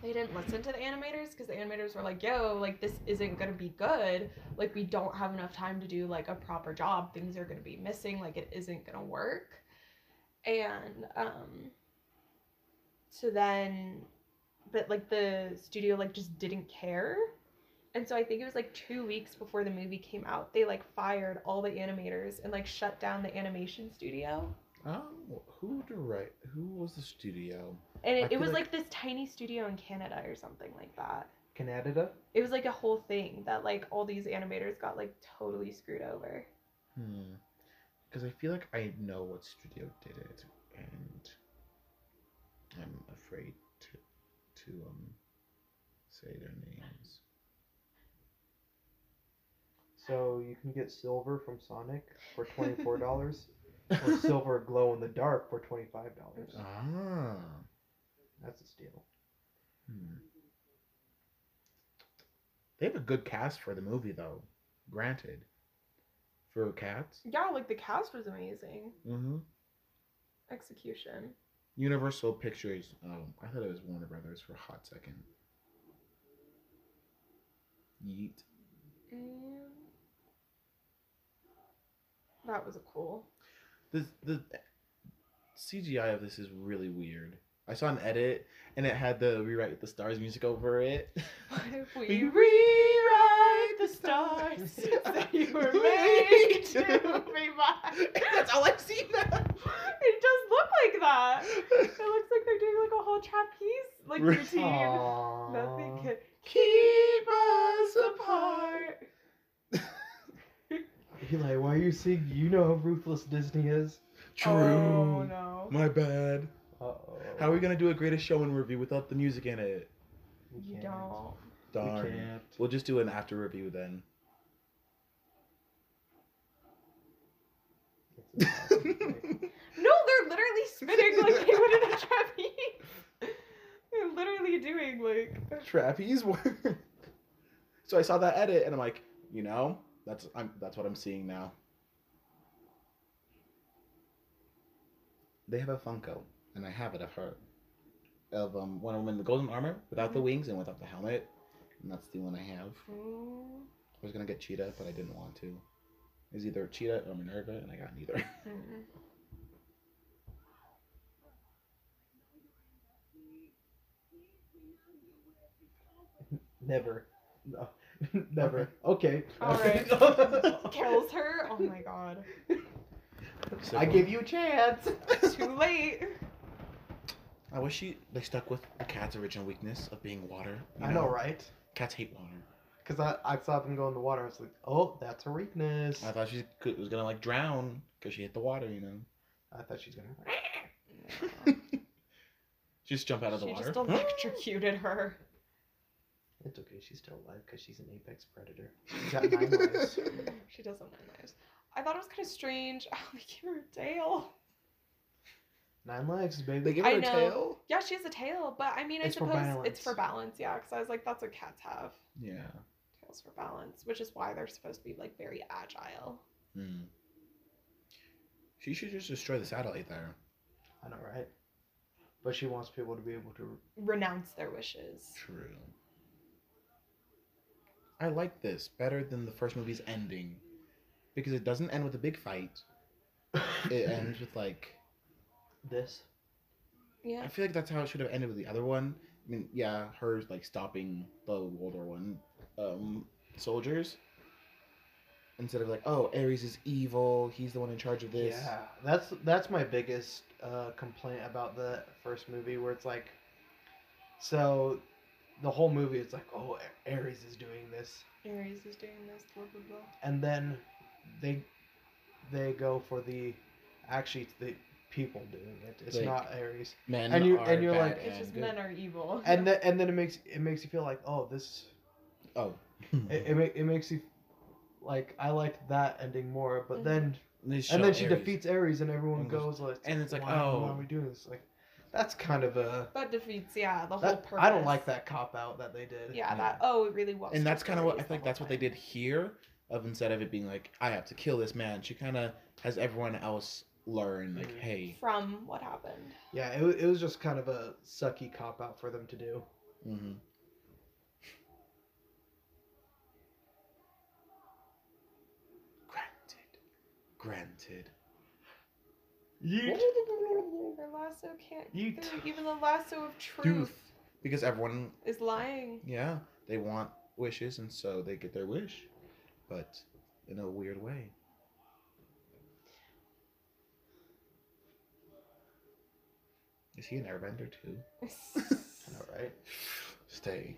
Speaker 4: they didn't listen to the animators because the animators were like yo like this isn't gonna be good like we don't have enough time to do like a proper job things are gonna be missing like it isn't gonna work and um so then but like the studio like just didn't care and so i think it was like two weeks before the movie came out they like fired all the animators and like shut down the animation studio
Speaker 3: Um, who direct? Who was the studio?
Speaker 4: And
Speaker 3: I
Speaker 4: it, it
Speaker 3: feel
Speaker 4: was
Speaker 3: like-
Speaker 4: like this tiny studio in Canada or something like that.
Speaker 2: Canada?
Speaker 4: It was like a whole thing that like all these animators got like totally screwed over.
Speaker 3: Hmm. Because I feel like I know what studio did it, and I'm afraid to to um say their names.
Speaker 2: So you can get silver from Sonic for twenty four dollars, or silver glow in the dark for twenty five dollars.
Speaker 3: Ah.
Speaker 2: That's a steal.
Speaker 3: Hmm. They have a good cast for the movie, though. Granted, for cats.
Speaker 4: Yeah, like the cast was amazing.
Speaker 3: Mm-hmm.
Speaker 4: Execution.
Speaker 3: Universal Pictures. Oh, I thought it was Warner Brothers for a hot second. Yeet.
Speaker 4: Mm. That was cool.
Speaker 3: the the CGI of this is really weird. I saw an edit and it had the rewrite the stars music over it.
Speaker 4: What if
Speaker 3: We
Speaker 4: we
Speaker 3: rewrite the
Speaker 4: stars
Speaker 3: stars.
Speaker 4: that you were made to revive?
Speaker 3: That's all I've seen now.
Speaker 4: It does look like that. It looks like they're doing like a whole trapeze like
Speaker 3: Right.
Speaker 4: routine. Nothing can
Speaker 3: Keep us apart.
Speaker 4: apart.
Speaker 2: Eli, why are you seeing? You know how ruthless Disney is.
Speaker 3: True.
Speaker 4: Oh no.
Speaker 3: My bad.
Speaker 2: Uh oh.
Speaker 3: How are we gonna do a greatest show and review without the music in it?
Speaker 4: You don't.
Speaker 2: We
Speaker 3: Darn.
Speaker 2: can't.
Speaker 3: We'll just do an after review then.
Speaker 2: It's impossible.
Speaker 4: No, they're literally spinning like they would in a trapeze. they're literally doing like.
Speaker 3: trapeze work. so I saw that edit and I'm like, you know, that's I'm that's what I'm seeing now. They have a Funko, and I have it of her, of um Wonder Woman in the golden armor without
Speaker 2: Mm-hmm.
Speaker 3: the wings and without the helmet, and that's the one I have. I was gonna get Cheetah, but I didn't want to. It was either Cheetah or Minerva, and I got neither.
Speaker 2: Never. No. Never. Okay.
Speaker 4: Alright.
Speaker 2: Okay.
Speaker 4: Kills her. Oh my god.
Speaker 3: So,
Speaker 2: I gave you a chance.
Speaker 4: Too late.
Speaker 3: I wish she they stuck with the cat's original weakness of being water. you
Speaker 2: I know, right?
Speaker 3: Cats hate water.
Speaker 2: Because I, I saw them go in the water. I was like, oh, that's her weakness.
Speaker 3: I thought she could, was gonna like drown because she hit the water, you know.
Speaker 2: I thought she's gonna.
Speaker 3: She just jump out of the
Speaker 4: she
Speaker 3: water.
Speaker 4: just electrocuted her.
Speaker 2: It's okay. She's still alive because she's an apex predator. She's got nine lives.
Speaker 4: She doesn't win those. I thought it was kind of strange. Oh, they gave her a tail.
Speaker 2: Nine lives, baby.
Speaker 4: I know. Yeah, she has a tail, but I mean, I
Speaker 2: It's for
Speaker 4: suppose
Speaker 2: balance.
Speaker 4: it's for balance. Yeah, because I was like, that's what cats have.
Speaker 3: Yeah.
Speaker 4: Tails for balance, which is why they're supposed to be like very agile.
Speaker 3: Hmm. She should just destroy the satellite there.
Speaker 2: I know, right? But she wants people to be able to.
Speaker 4: Renounce their wishes.
Speaker 3: True. I like this better than the first movie's ending, because it doesn't end with a big fight. It ends with like
Speaker 2: this.
Speaker 4: Yeah.
Speaker 3: I feel like that's how it should have ended with the other one. I mean, yeah, her like stopping the World War One um, soldiers instead of like, oh, Ares is evil. He's the one in charge of this.
Speaker 2: Yeah, that's that's my biggest uh, complaint about the first movie, where it's like, so the whole movie it's like, oh, Ares is doing this,
Speaker 4: Aries is doing this, blah blah blah.
Speaker 2: and then they they go for the actually it's the people doing it. It's
Speaker 3: Like-
Speaker 2: not Aries.
Speaker 3: Men
Speaker 2: And you-
Speaker 3: are
Speaker 2: and you're
Speaker 3: bad
Speaker 2: like-
Speaker 4: It's just
Speaker 3: good.
Speaker 4: men are evil.
Speaker 2: And then and then it makes it makes you feel like, oh, this
Speaker 3: Oh,
Speaker 2: it it, ma- it makes you like I liked that ending more, but
Speaker 4: Mhm.
Speaker 2: then
Speaker 3: they show
Speaker 2: and then she
Speaker 3: Ares.
Speaker 2: defeats Ares, and everyone
Speaker 3: And
Speaker 2: goes like,
Speaker 3: and it's like,
Speaker 2: why, why
Speaker 3: oh.
Speaker 2: are we doing this? Like, that's kind of a
Speaker 4: that defeats, yeah, the whole
Speaker 2: that,
Speaker 4: purpose.
Speaker 2: I don't like that cop out that they did.
Speaker 4: Yeah, that. Oh, it really was.
Speaker 3: and that's kind of what I think that's what they did here. Of instead of it being like I have to kill this man, she kind of has everyone else learn like,
Speaker 4: Mm-hmm.
Speaker 2: Mhm.
Speaker 3: hey,
Speaker 4: From what happened.
Speaker 2: Yeah, it, wa- it was just kind of a sucky cop out for them to do.
Speaker 3: hmm granted, granted,
Speaker 4: Her lasso can't.
Speaker 2: You
Speaker 4: get through. Even the lasso of truth
Speaker 3: because everyone,
Speaker 4: is lying.
Speaker 3: yeah, they want wishes, and so they get their wish, but in a weird way. Is he an airbender too?
Speaker 2: I know, right?
Speaker 3: Stay.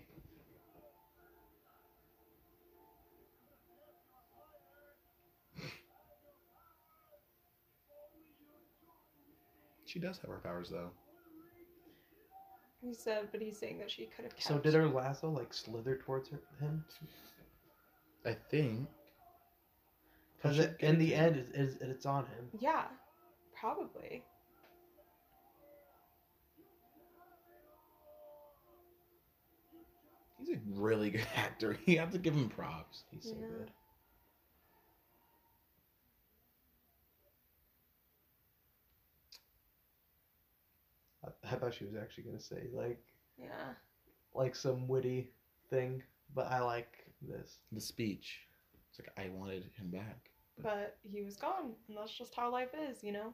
Speaker 3: She does have her powers though.
Speaker 4: he said, but he's saying that she could have.
Speaker 2: So did her lasso like slither towards her, him?
Speaker 3: I think.
Speaker 2: Because
Speaker 3: She did
Speaker 2: in the
Speaker 3: it.
Speaker 2: end, it, it's- it's on him.
Speaker 4: Yeah, probably.
Speaker 3: He's a really good actor. You have to give him props.
Speaker 2: He's so
Speaker 4: Yeah.
Speaker 2: good. I, I thought she was actually gonna say like
Speaker 4: Yeah.
Speaker 2: like some witty thing, but I like this.
Speaker 3: The speech. It's like I wanted him back.
Speaker 4: But he was gone, and that's just how life is, you know.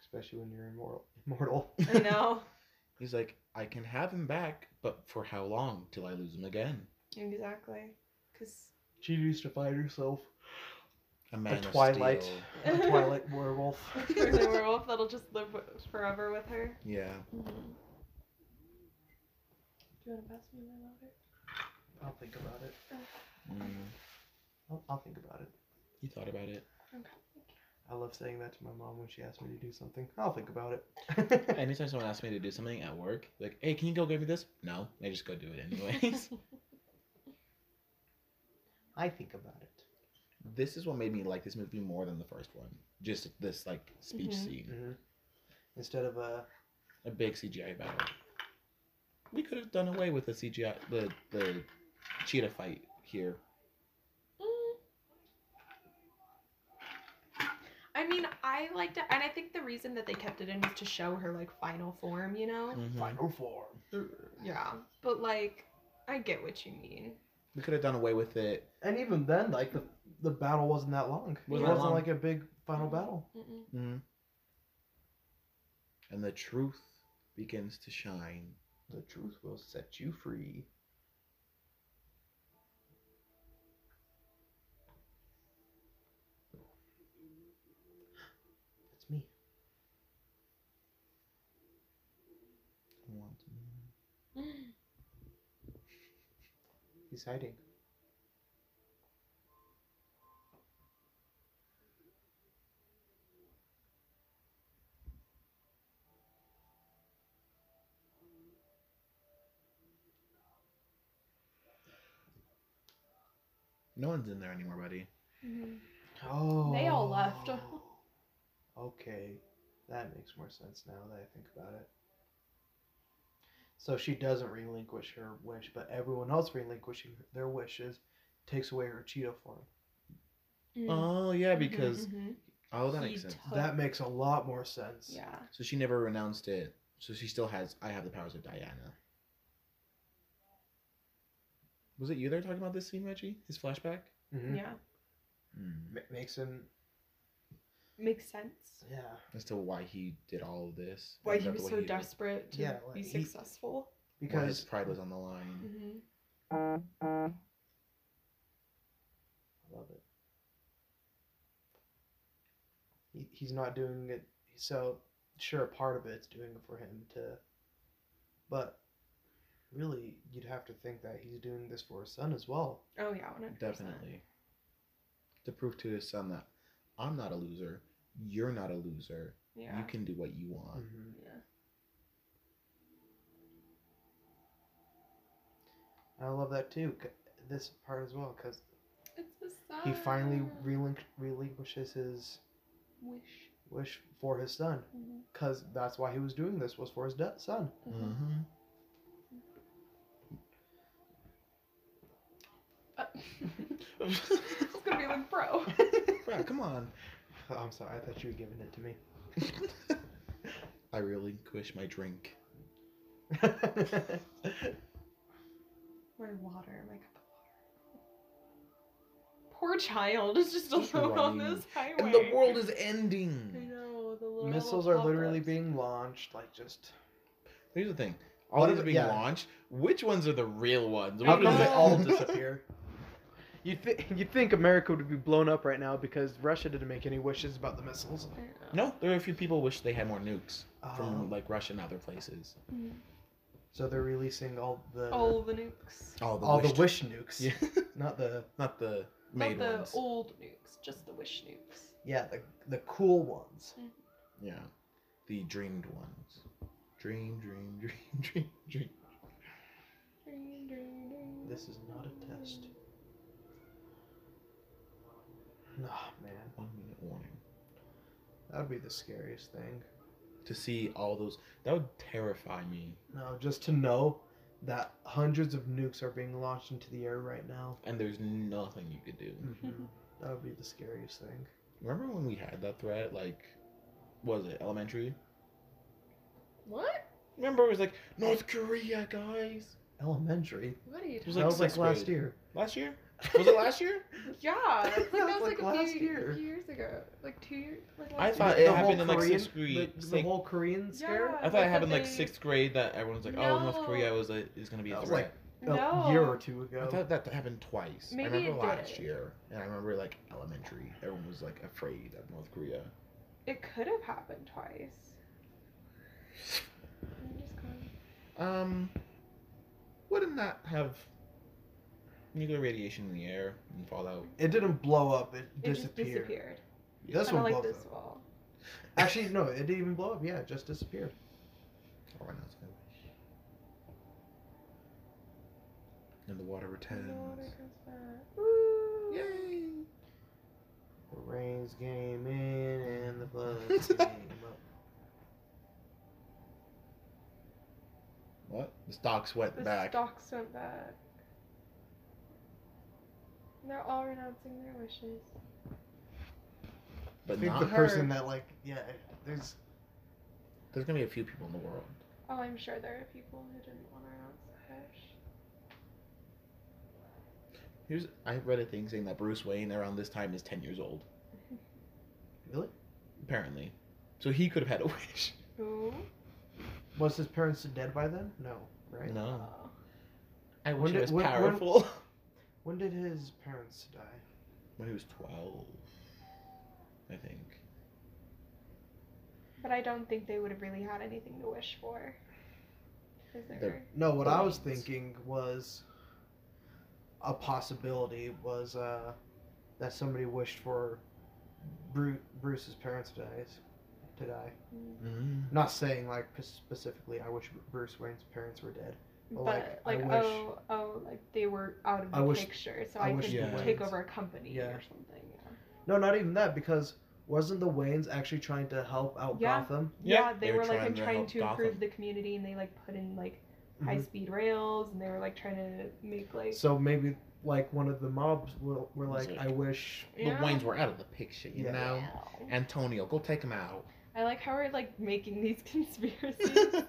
Speaker 2: especially when you're immortal. Immortal.
Speaker 4: I know.
Speaker 3: He's like, I can have him back, but for how long? Till I lose him again.
Speaker 4: exactly. Because
Speaker 2: She used to find herself
Speaker 3: A man of
Speaker 2: Twilight.
Speaker 3: Steel.
Speaker 2: a Twilight werewolf.
Speaker 4: the werewolf that'll just live w- forever with her.
Speaker 3: Yeah.
Speaker 4: Do you want to pass me my water?
Speaker 2: I'll think about it.
Speaker 3: Mm.
Speaker 2: I'll, I'll think about it.
Speaker 3: You thought about it.
Speaker 2: I love saying that to my mom when she asks me to do something. I'll think about it.
Speaker 3: Anytime someone asks me to do something at work, like, hey, can you go give me this? No, I just go do it anyways.
Speaker 2: I think about it.
Speaker 3: this is what made me like this movie more than the first one. Just this like speech
Speaker 4: Mhm.
Speaker 3: scene,
Speaker 2: hmm Instead of a
Speaker 3: a big CGI battle. We could have done away with the CGI, the the cheetah fight here.
Speaker 4: Mm. I mean, I liked it, and I think the reason that they kept it in was to show her like final form, you know.
Speaker 3: Mm-hmm.
Speaker 2: final form.
Speaker 4: Yeah, but like, I get what you mean.
Speaker 3: We could have done away with it.
Speaker 2: And even then, like the the battle wasn't that long.
Speaker 3: Wasn't
Speaker 2: it
Speaker 3: that
Speaker 2: wasn't
Speaker 3: long.
Speaker 2: like a big final battle.
Speaker 4: Mm-mm.
Speaker 3: Mm-hmm. And the truth begins to shine.
Speaker 2: The truth will set you free. That's me.
Speaker 4: Mm-hmm.
Speaker 2: He's hiding.
Speaker 3: No one's in there anymore, buddy.
Speaker 2: Oh.
Speaker 4: They all left.
Speaker 2: okay, that makes more sense now that I think about it. So she doesn't relinquish her wish, but everyone else relinquishing their wishes takes away her cheetah form.
Speaker 3: Oh yeah, because
Speaker 4: Mhm,
Speaker 3: oh that
Speaker 4: Mm-hmm. He
Speaker 3: makes sense.
Speaker 4: took-
Speaker 2: That makes a lot more sense.
Speaker 4: yeah,
Speaker 3: So she never renounced it. So she still has I have the powers of Diana. Was it you there talking about this scene, Reggie? His flashback?
Speaker 2: Mhm.
Speaker 4: yeah,
Speaker 2: Ma- makes him,
Speaker 4: makes sense.
Speaker 2: yeah.
Speaker 3: As to why he did all of this.
Speaker 4: Why
Speaker 3: and
Speaker 4: he
Speaker 3: the
Speaker 4: was
Speaker 3: way
Speaker 4: so
Speaker 3: did it.
Speaker 4: desperate to
Speaker 2: Yeah, like,
Speaker 4: be
Speaker 2: he-
Speaker 4: successful.
Speaker 3: Why his
Speaker 2: Because
Speaker 3: pride was on the line.
Speaker 4: hmm
Speaker 2: I love it. He, he's not doing it. So sure, part of it's doing it for him to But really, you'd have to think that he's doing this for his son as well.
Speaker 4: Oh yeah, 100%.
Speaker 3: Definitely. To prove to his son that I'm not a loser, you're not a loser.
Speaker 4: Yeah.
Speaker 3: You can do what you want.
Speaker 4: yeah.
Speaker 2: I love that too. c- This part as well, because
Speaker 4: It's the son.
Speaker 2: he finally
Speaker 4: Ah.
Speaker 2: relinqu- relinquishes his
Speaker 4: wish.
Speaker 2: wish for his son,
Speaker 4: Mhm.
Speaker 2: because that's why he was doing this was for his de- son.
Speaker 4: Mm-hmm.
Speaker 3: Mhm.
Speaker 4: Uh, it's gonna be like, bro.
Speaker 3: Bruh, come on.
Speaker 2: I'm sorry, I thought you were giving it to me.
Speaker 3: I relinquish my drink.
Speaker 4: My water, my cup of water. Poor child is just alone on
Speaker 3: running.
Speaker 4: this highway.
Speaker 3: And the world is
Speaker 4: I
Speaker 3: ending.
Speaker 4: know the little
Speaker 2: Missiles are literally
Speaker 4: apocalypse.
Speaker 2: being launched, like just.
Speaker 3: Here's the thing. All
Speaker 2: What
Speaker 3: these
Speaker 2: if-
Speaker 3: are being
Speaker 2: yeah.
Speaker 3: launched. Which ones are the real ones?
Speaker 2: How
Speaker 3: Which
Speaker 2: come
Speaker 3: ones
Speaker 2: they
Speaker 3: are-
Speaker 2: all disappear? You th- you think America would be blown up right now because Russia didn't make any wishes about the missiles?
Speaker 4: I know.
Speaker 3: No, there are a few people wish they had more nukes
Speaker 2: Um,
Speaker 4: Oh.
Speaker 3: from like Russia and other places.
Speaker 4: Mm.
Speaker 2: so they're releasing all the all,
Speaker 4: All the nukes.
Speaker 3: Oh,
Speaker 2: the,
Speaker 3: the
Speaker 2: wish,
Speaker 3: wished-
Speaker 2: nukes,
Speaker 3: Yeah,
Speaker 2: not the
Speaker 3: not the
Speaker 4: Not
Speaker 3: made
Speaker 4: the
Speaker 3: ones.
Speaker 4: old nukes, just the wish nukes.
Speaker 2: yeah the the cool ones.
Speaker 3: Yeah, the dreamed ones. Dream, dream, dream, dream, dream.
Speaker 2: This is not a test. Nah, man,
Speaker 3: One minute warning.
Speaker 2: that would be the scariest thing.
Speaker 3: To see all those, that would terrify me.
Speaker 2: No, just to know that hundreds of nukes are being launched into the air right now.
Speaker 3: And there's nothing you could
Speaker 4: Hmm.
Speaker 3: do.
Speaker 2: That would be the scariest thing.
Speaker 3: Remember when we had that threat? Like, was it elementary?
Speaker 4: What?
Speaker 3: Remember it was like North Korea, guys.
Speaker 2: Elementary.
Speaker 4: What are you talking
Speaker 3: was
Speaker 2: that
Speaker 3: like
Speaker 2: was like
Speaker 3: sixth
Speaker 2: last
Speaker 3: grade.
Speaker 2: year.
Speaker 3: Last year? Was it last year?
Speaker 4: Yeah, that's like, that was like, a
Speaker 2: last
Speaker 4: few,
Speaker 2: year.
Speaker 4: few years ago. Like two years? Like
Speaker 3: I
Speaker 4: last
Speaker 3: thought
Speaker 4: year.
Speaker 3: it happened in like
Speaker 2: Korean-
Speaker 3: sixth grade.
Speaker 2: The, the
Speaker 3: sixth-
Speaker 2: whole Korean scare.
Speaker 3: I thought
Speaker 4: like
Speaker 3: it
Speaker 4: that
Speaker 3: happened like
Speaker 4: they-
Speaker 3: sixth grade that everyone's like, oh, North
Speaker 4: No.
Speaker 3: Korea was a, is gonna be
Speaker 2: That
Speaker 3: a
Speaker 2: was
Speaker 3: threat.
Speaker 2: like
Speaker 4: No.
Speaker 2: A year or two
Speaker 3: I
Speaker 2: ago.
Speaker 3: thought that happened twice.
Speaker 4: Maybe
Speaker 3: I remember
Speaker 4: it
Speaker 3: last
Speaker 4: did.
Speaker 3: year, and I remember like elementary. Everyone was like afraid of North Korea.
Speaker 4: It could have happened twice. I'm just going-
Speaker 3: Um, wouldn't that have nuclear radiation in the air and fallout?
Speaker 2: It didn't blow up. It,
Speaker 4: It
Speaker 2: disappeared.
Speaker 4: just disappeared.
Speaker 2: This
Speaker 4: Kind of
Speaker 2: one
Speaker 4: like
Speaker 2: blows
Speaker 4: this
Speaker 2: up.
Speaker 4: wall.
Speaker 2: Actually, no, it didn't even blow up. Yeah, it just disappeared.
Speaker 3: Oh, I know it's gonna be- And the water returns.
Speaker 4: The water goes back. Woo.
Speaker 3: Yay!
Speaker 2: The rains came in and the floods came up.
Speaker 3: What? The stocks went
Speaker 4: The
Speaker 3: back.
Speaker 4: stocks went back. They're all renouncing their wishes.
Speaker 2: I
Speaker 3: but
Speaker 2: think
Speaker 3: not
Speaker 2: the
Speaker 3: her.
Speaker 2: person that like yeah, there's
Speaker 3: There's gonna be a few people in the world.
Speaker 4: Oh, I'm sure there are people who didn't want to renounce the wish.
Speaker 3: Here's I read a thing saying that Bruce Wayne around this time is ten years old.
Speaker 2: really
Speaker 3: apparently. So he could have had a wish.
Speaker 4: Who?
Speaker 2: was his parents dead by then? No, right?
Speaker 3: No.
Speaker 4: Oh.
Speaker 3: I
Speaker 2: When
Speaker 3: wish
Speaker 2: did-
Speaker 3: it was
Speaker 2: when- when-
Speaker 3: powerful. When,
Speaker 2: When did his parents die?
Speaker 3: he was 12, I think.
Speaker 4: But I don't think they would have really had anything to wish for. Is there?
Speaker 3: They're-
Speaker 2: No, what I was
Speaker 3: Brains.
Speaker 2: thinking was a possibility was uh, that somebody wished for Bru- Bruce's parents to die. To die.
Speaker 3: Mm.
Speaker 2: Not saying like specifically, I wish Bruce Wayne's parents were dead. Well,
Speaker 4: But
Speaker 2: like, I
Speaker 4: like,
Speaker 2: wish-
Speaker 4: oh oh like they were out of the
Speaker 2: I wish-
Speaker 4: picture, so
Speaker 2: I
Speaker 4: I,
Speaker 2: wish
Speaker 4: could
Speaker 3: the
Speaker 4: take
Speaker 2: Wayans-
Speaker 4: over a company
Speaker 2: Yeah.
Speaker 4: or something.
Speaker 2: No, not even that because wasn't the Waynes actually trying to help out
Speaker 4: Yeah.
Speaker 2: Gotham?
Speaker 4: Yeah,
Speaker 3: Yeah,
Speaker 4: they,
Speaker 3: they
Speaker 4: were,
Speaker 3: were
Speaker 4: like
Speaker 3: trying
Speaker 4: I'm
Speaker 3: to
Speaker 4: trying
Speaker 3: help
Speaker 4: to improve
Speaker 3: Gotham.
Speaker 4: the community, and they like put in like high
Speaker 2: Mhm.
Speaker 4: speed rails, and they were like trying to make like
Speaker 2: So maybe like one of the mobs were, were like,
Speaker 3: Like-
Speaker 2: I wish.
Speaker 4: Yeah.
Speaker 3: The Waynes were out of the picture, you
Speaker 2: Yeah.
Speaker 3: know?
Speaker 4: Wow.
Speaker 3: Antonio, go take him out.
Speaker 4: I like how we're like making these conspiracies,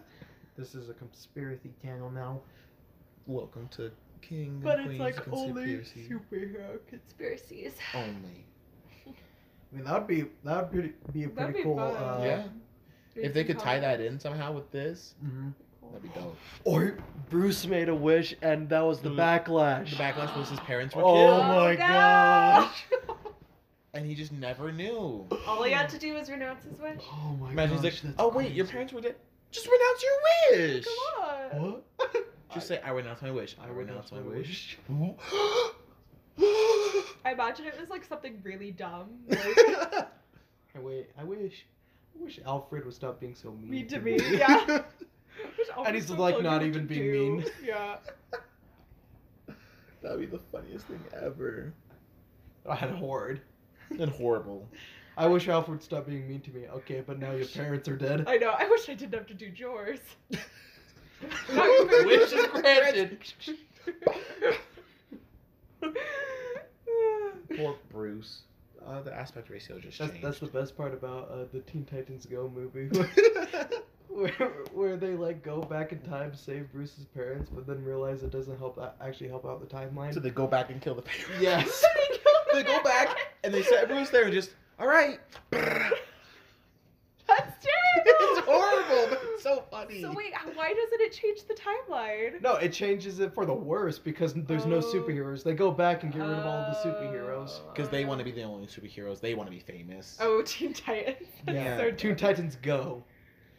Speaker 2: This is a conspiracy channel now.
Speaker 3: Welcome to King
Speaker 4: but
Speaker 3: and
Speaker 4: it's
Speaker 3: Queen's
Speaker 4: like only
Speaker 3: Conspiracy.
Speaker 4: superhero conspiracies.
Speaker 2: Oh,
Speaker 3: Only.
Speaker 2: I mean, that'd be that'd be, be a
Speaker 4: That'd
Speaker 2: pretty
Speaker 4: be
Speaker 2: cool.
Speaker 4: fun.
Speaker 2: Uh,
Speaker 3: yeah. If they
Speaker 4: can
Speaker 3: could tie
Speaker 4: call it-
Speaker 3: that in somehow with this,
Speaker 2: mhm.
Speaker 3: that'd be dope.
Speaker 18: Or Bruce made a wish, and that was the
Speaker 3: Mm. The
Speaker 18: backlash.
Speaker 3: backlash was his parents were
Speaker 18: Oh
Speaker 3: killed,
Speaker 18: my
Speaker 4: no!
Speaker 18: gosh.
Speaker 3: and he just never knew.
Speaker 4: All he had to do was renounce his wish.
Speaker 2: Oh my
Speaker 3: Imagine
Speaker 2: gosh.
Speaker 3: he's
Speaker 2: that's
Speaker 3: like, oh wait, your
Speaker 2: crazy."
Speaker 3: parents were dead. Just renounce your wish.
Speaker 4: Come on.
Speaker 19: What?
Speaker 3: Just say, I renounce my wish. I, renounce, my wish.
Speaker 4: I imagine it was like something really dumb.
Speaker 2: I wait. I wish. I wish Alfred would stop being so mean.
Speaker 4: mean to me, yeah. Just
Speaker 2: And
Speaker 4: always
Speaker 2: he's, like,
Speaker 4: telling
Speaker 2: not
Speaker 4: you what
Speaker 2: even
Speaker 4: to
Speaker 2: being
Speaker 4: do.
Speaker 2: mean.
Speaker 4: Yeah.
Speaker 3: That'd be the funniest thing ever.
Speaker 2: I had horrid.
Speaker 3: And horrible.
Speaker 2: I wish Alfred would stop being mean to me. Okay, but now your parents are dead.
Speaker 4: I know. I wish I didn't have to do yours.
Speaker 2: Wish is granted.
Speaker 3: Poor Bruce. Uh, the aspect ratio just
Speaker 2: That's,
Speaker 3: changed.
Speaker 2: that's the best part about uh, the Teen Titans Go movie, where, where they like go back in time to save Bruce's parents, but then realize it doesn't help uh, actually help out the timeline.
Speaker 3: so they go back and kill the parents.
Speaker 2: yes.
Speaker 3: they go back and they set Bruce there and just, all right. it's
Speaker 4: That's terrible.
Speaker 3: horrible, but it's so funny.
Speaker 4: So wait, why doesn't it change the timeline?
Speaker 2: No, it changes it for the worse because there's no
Speaker 4: Oh.
Speaker 2: superheroes. They go back and get rid of all the superheroes.
Speaker 3: Because they want to be the only superheroes. They want to be famous.
Speaker 4: Oh, Teen Titans. That's
Speaker 3: Oh.
Speaker 2: Yeah.
Speaker 4: so
Speaker 2: Teen
Speaker 4: dumb.
Speaker 2: Titans Go.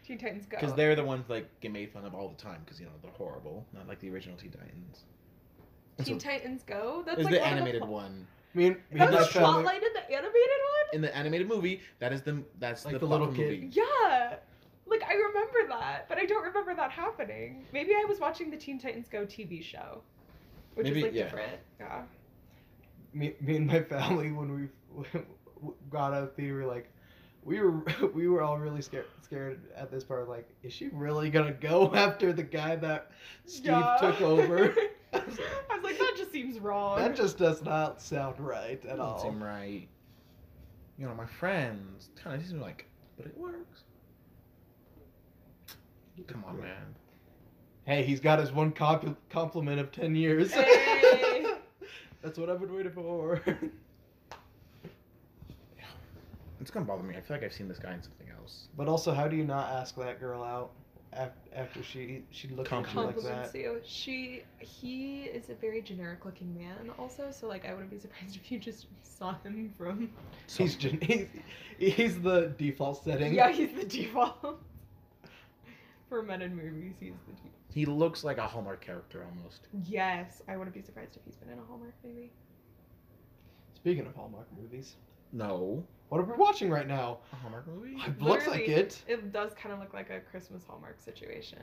Speaker 4: Teen Titans go.
Speaker 3: Because they're the ones like get made fun of all the time. Because you know they're horrible. Not like the original Teen Titans. And
Speaker 4: Teen
Speaker 3: so-
Speaker 4: Titans Go. That's
Speaker 3: is
Speaker 4: like
Speaker 3: the
Speaker 4: one of
Speaker 3: animated
Speaker 4: pl-
Speaker 3: one
Speaker 2: Me and, me
Speaker 4: That
Speaker 2: and my
Speaker 4: was
Speaker 2: family.
Speaker 4: spotlight in the animated one.
Speaker 3: in the animated movie? That is the that's
Speaker 2: Like
Speaker 3: the,
Speaker 2: the
Speaker 3: plot
Speaker 2: little
Speaker 3: of
Speaker 2: kid.
Speaker 3: movie.
Speaker 4: Yeah. Like I remember that, but I don't remember that happening. Maybe I was watching the Teen Titans Go TV show, which
Speaker 3: Maybe-
Speaker 4: is like
Speaker 3: yeah.
Speaker 4: different. Yeah.
Speaker 2: Me, me and my family when we got out of theater, like we were we were all really scared scared at this part. Like, is she really gonna go after the guy that Steve
Speaker 4: Yeah.
Speaker 2: took over?
Speaker 4: I was like, that just seems wrong.
Speaker 2: that just does not sound right at
Speaker 3: That doesn't
Speaker 2: all.
Speaker 3: seem right. You know, my friends kind of seem like, but it works. Come on, man.
Speaker 2: Hey, he's got his one comp- compliment of ten years.
Speaker 4: Hey.
Speaker 2: That's what I've been waiting for.
Speaker 3: It's gonna bother me. I feel like I've seen this guy in something else.
Speaker 2: But also, how do you not ask that girl out af- after she she looked at you like
Speaker 4: compliments
Speaker 2: that?
Speaker 4: you. She, he is a very generic looking man, also. So like, I wouldn't be surprised if you just saw him from.
Speaker 2: He's, gen- he's he's the default setting.
Speaker 4: Yeah, he's the default. For men in movies, he's the default.
Speaker 3: He looks like a Hallmark character almost.
Speaker 4: Yes, I wouldn't be surprised if he's been in a Hallmark movie.
Speaker 2: Speaking of Hallmark movies,
Speaker 3: No,
Speaker 2: what are we watching right now?
Speaker 3: a Hallmark movie.
Speaker 2: It looks like
Speaker 4: Literally,
Speaker 2: it.
Speaker 4: It does kind of look like a Christmas Hallmark situation.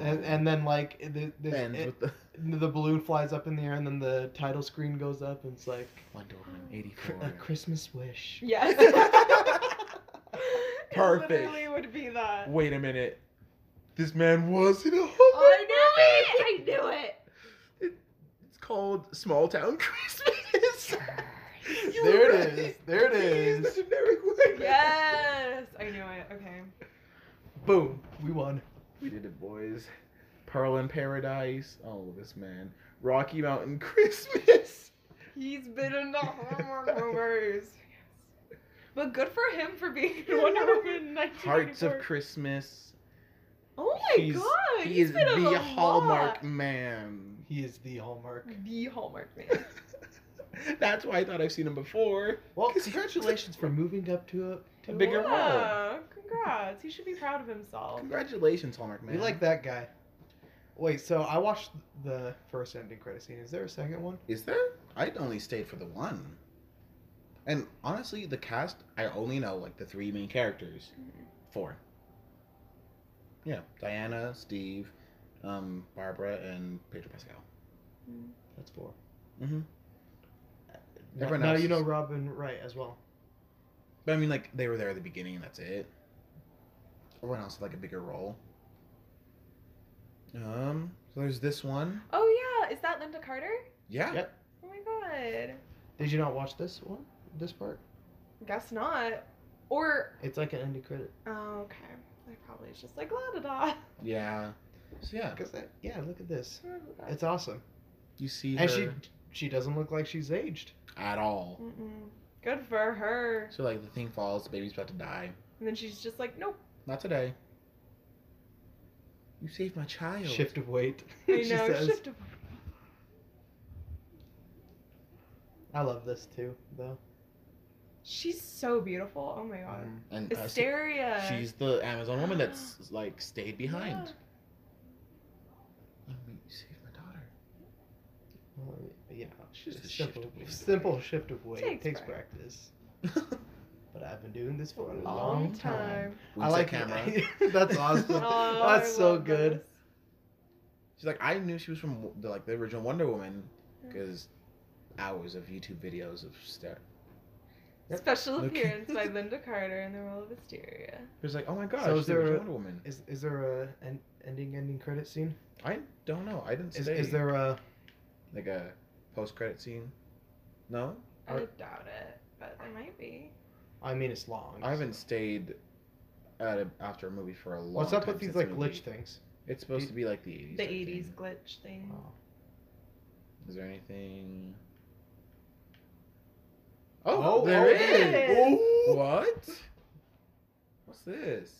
Speaker 2: And, and then like the,
Speaker 3: It
Speaker 2: the,
Speaker 3: ends
Speaker 2: it,
Speaker 3: with the
Speaker 2: the balloon flies up in the air and then the title screen goes up and it's like
Speaker 3: Wonder Woman
Speaker 2: "Cr-
Speaker 3: '84.
Speaker 2: a Christmas wish.
Speaker 4: Yes.
Speaker 3: Perfect.
Speaker 4: It literally would be that. Oh,
Speaker 3: Wait a minute. This man was in a Hallmark.
Speaker 4: I knew it! I knew it!
Speaker 3: It's called Small Town Christmas. You
Speaker 2: There
Speaker 3: were
Speaker 2: it is. There it
Speaker 3: He's
Speaker 2: is.
Speaker 3: the generic white man.
Speaker 4: Yes! I knew it. Okay.
Speaker 2: Boom. We won.
Speaker 3: We did it, boys. Pearl in Paradise. Oh, this man. Rocky Mountain Christmas.
Speaker 4: He's been in the Hallmark movies. Yes. But good for him for being in Wonder Woman in 1984.
Speaker 3: Hearts of Christmas.
Speaker 4: Oh my
Speaker 3: He's-
Speaker 4: god!
Speaker 3: He
Speaker 4: he's
Speaker 3: is
Speaker 4: been in
Speaker 3: the
Speaker 4: a
Speaker 3: Hallmark
Speaker 4: lot.
Speaker 3: man.
Speaker 2: He is the Hallmark.
Speaker 4: The Hallmark man.
Speaker 3: That's why I thought I've seen him before.
Speaker 2: Well, congratulations for moving up to a, to
Speaker 3: A bigger
Speaker 2: a-
Speaker 4: yeah, congrats. He should be proud of himself.
Speaker 3: Congratulations, Hallmark man.
Speaker 2: We like that guy. Wait, so I watched the first ending credit scene. Is there a second one?
Speaker 3: Is there? I only stayed for the one. And honestly, the cast, I only know like the three main characters. Four. Yeah, Diana, Steve, um, Barbara, and Pedro Pascal.
Speaker 2: That's four.
Speaker 3: Mm-hmm.
Speaker 2: Now,
Speaker 3: Everyone
Speaker 2: now
Speaker 3: else
Speaker 2: you know
Speaker 3: is-
Speaker 2: Robin Wright as well.
Speaker 3: But I mean, like they were there at the beginning, and that's it. Everyone else had like a bigger role. Um, so there's this one.
Speaker 4: Oh yeah, is that Linda Carter?
Speaker 3: Yeah.
Speaker 2: Yep.
Speaker 4: Oh my god.
Speaker 2: Did you not watch this one? This part?
Speaker 4: Guess not. Or
Speaker 2: It's like an ending credit.
Speaker 4: oh okay. I probably is just like la da da.
Speaker 3: Yeah. So yeah,
Speaker 2: Cause that, yeah, look at this. It's awesome.
Speaker 3: you see her
Speaker 2: And she she doesn't look like she's aged.
Speaker 3: at all.
Speaker 4: Mm-mm. Good for her.
Speaker 3: So like the thing falls, the baby's about to die.
Speaker 4: And then she's just like, nope.
Speaker 3: Not today. You saved my child.
Speaker 2: Shift of weight.
Speaker 4: I
Speaker 2: she
Speaker 4: know.
Speaker 2: says.
Speaker 4: Shift of-
Speaker 2: I love this too, though.
Speaker 4: She's so beautiful. Oh my god.
Speaker 3: And uh, so
Speaker 4: Hysteria.
Speaker 3: she's the Amazon woman that's like stayed behind. saved my daughter.
Speaker 2: Well, you know,
Speaker 3: It's just a
Speaker 2: simple,
Speaker 3: shift of weight.
Speaker 2: simple shift of weight.
Speaker 4: Takes
Speaker 2: Takes,
Speaker 4: practice.
Speaker 2: practice. but I've been doing this for a long,
Speaker 4: Long
Speaker 2: time.
Speaker 4: time.
Speaker 3: Wink at camera.
Speaker 2: That's awesome.
Speaker 4: Oh,
Speaker 2: That's
Speaker 4: I
Speaker 2: so
Speaker 4: love
Speaker 2: good.
Speaker 4: this.
Speaker 3: She's like, I knew she was from the, like the original Wonder Woman
Speaker 4: Hmm.
Speaker 3: because hours of YouTube videos of Star.
Speaker 4: Special
Speaker 3: Look.
Speaker 4: appearance by Linda Carter in the role of Wisteria.
Speaker 3: It's like, oh my gosh,
Speaker 2: So is
Speaker 3: the
Speaker 2: there
Speaker 3: original
Speaker 2: a-
Speaker 3: Wonder Woman.
Speaker 2: Is is there a an ending ending credit scene?
Speaker 3: I don't know. I didn't
Speaker 2: Is,
Speaker 3: see.
Speaker 2: is there a
Speaker 3: like a post credit scene? No,
Speaker 4: I
Speaker 2: Or-
Speaker 4: doubt it, but there might be.
Speaker 2: I mean, it's long.
Speaker 3: I haven't stayed at a, after a movie for a long.
Speaker 2: What's up
Speaker 3: time
Speaker 2: with these
Speaker 3: since
Speaker 2: like
Speaker 3: a
Speaker 2: glitch
Speaker 3: movie.
Speaker 2: things?
Speaker 3: It's supposed to be like the 80s.
Speaker 4: The
Speaker 3: I think.
Speaker 4: 80s glitch thing.
Speaker 3: Is there anything?
Speaker 2: Oh,
Speaker 3: Oh, there
Speaker 2: oh,
Speaker 3: is.
Speaker 4: there is.
Speaker 3: What? What's this?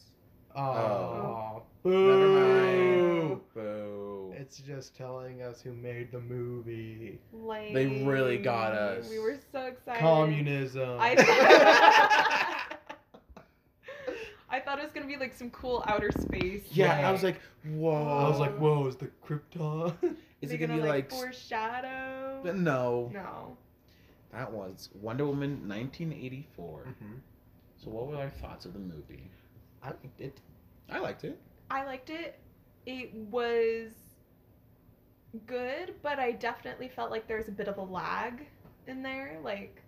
Speaker 2: Oh,
Speaker 3: Oh. Never
Speaker 2: boo!
Speaker 3: mind. Boo.
Speaker 2: It's just telling us who made the movie.
Speaker 4: Lame.
Speaker 3: They really got us.
Speaker 4: We were so excited.
Speaker 2: Communism.
Speaker 4: I thought, I thought it was gonna be like some cool outer space.
Speaker 3: yeah, I was like, whoa.
Speaker 2: I was like, whoa, is the Krypton?
Speaker 3: is
Speaker 4: they
Speaker 3: it gonna be like? s-
Speaker 4: foreshadow?
Speaker 3: no.
Speaker 4: No.
Speaker 3: That was Wonder Woman 1984. So what were our thoughts of the movie?
Speaker 2: I liked it.
Speaker 3: I liked it.
Speaker 4: I liked it. It was good, but I definitely felt like there was a bit of a lag in there. Like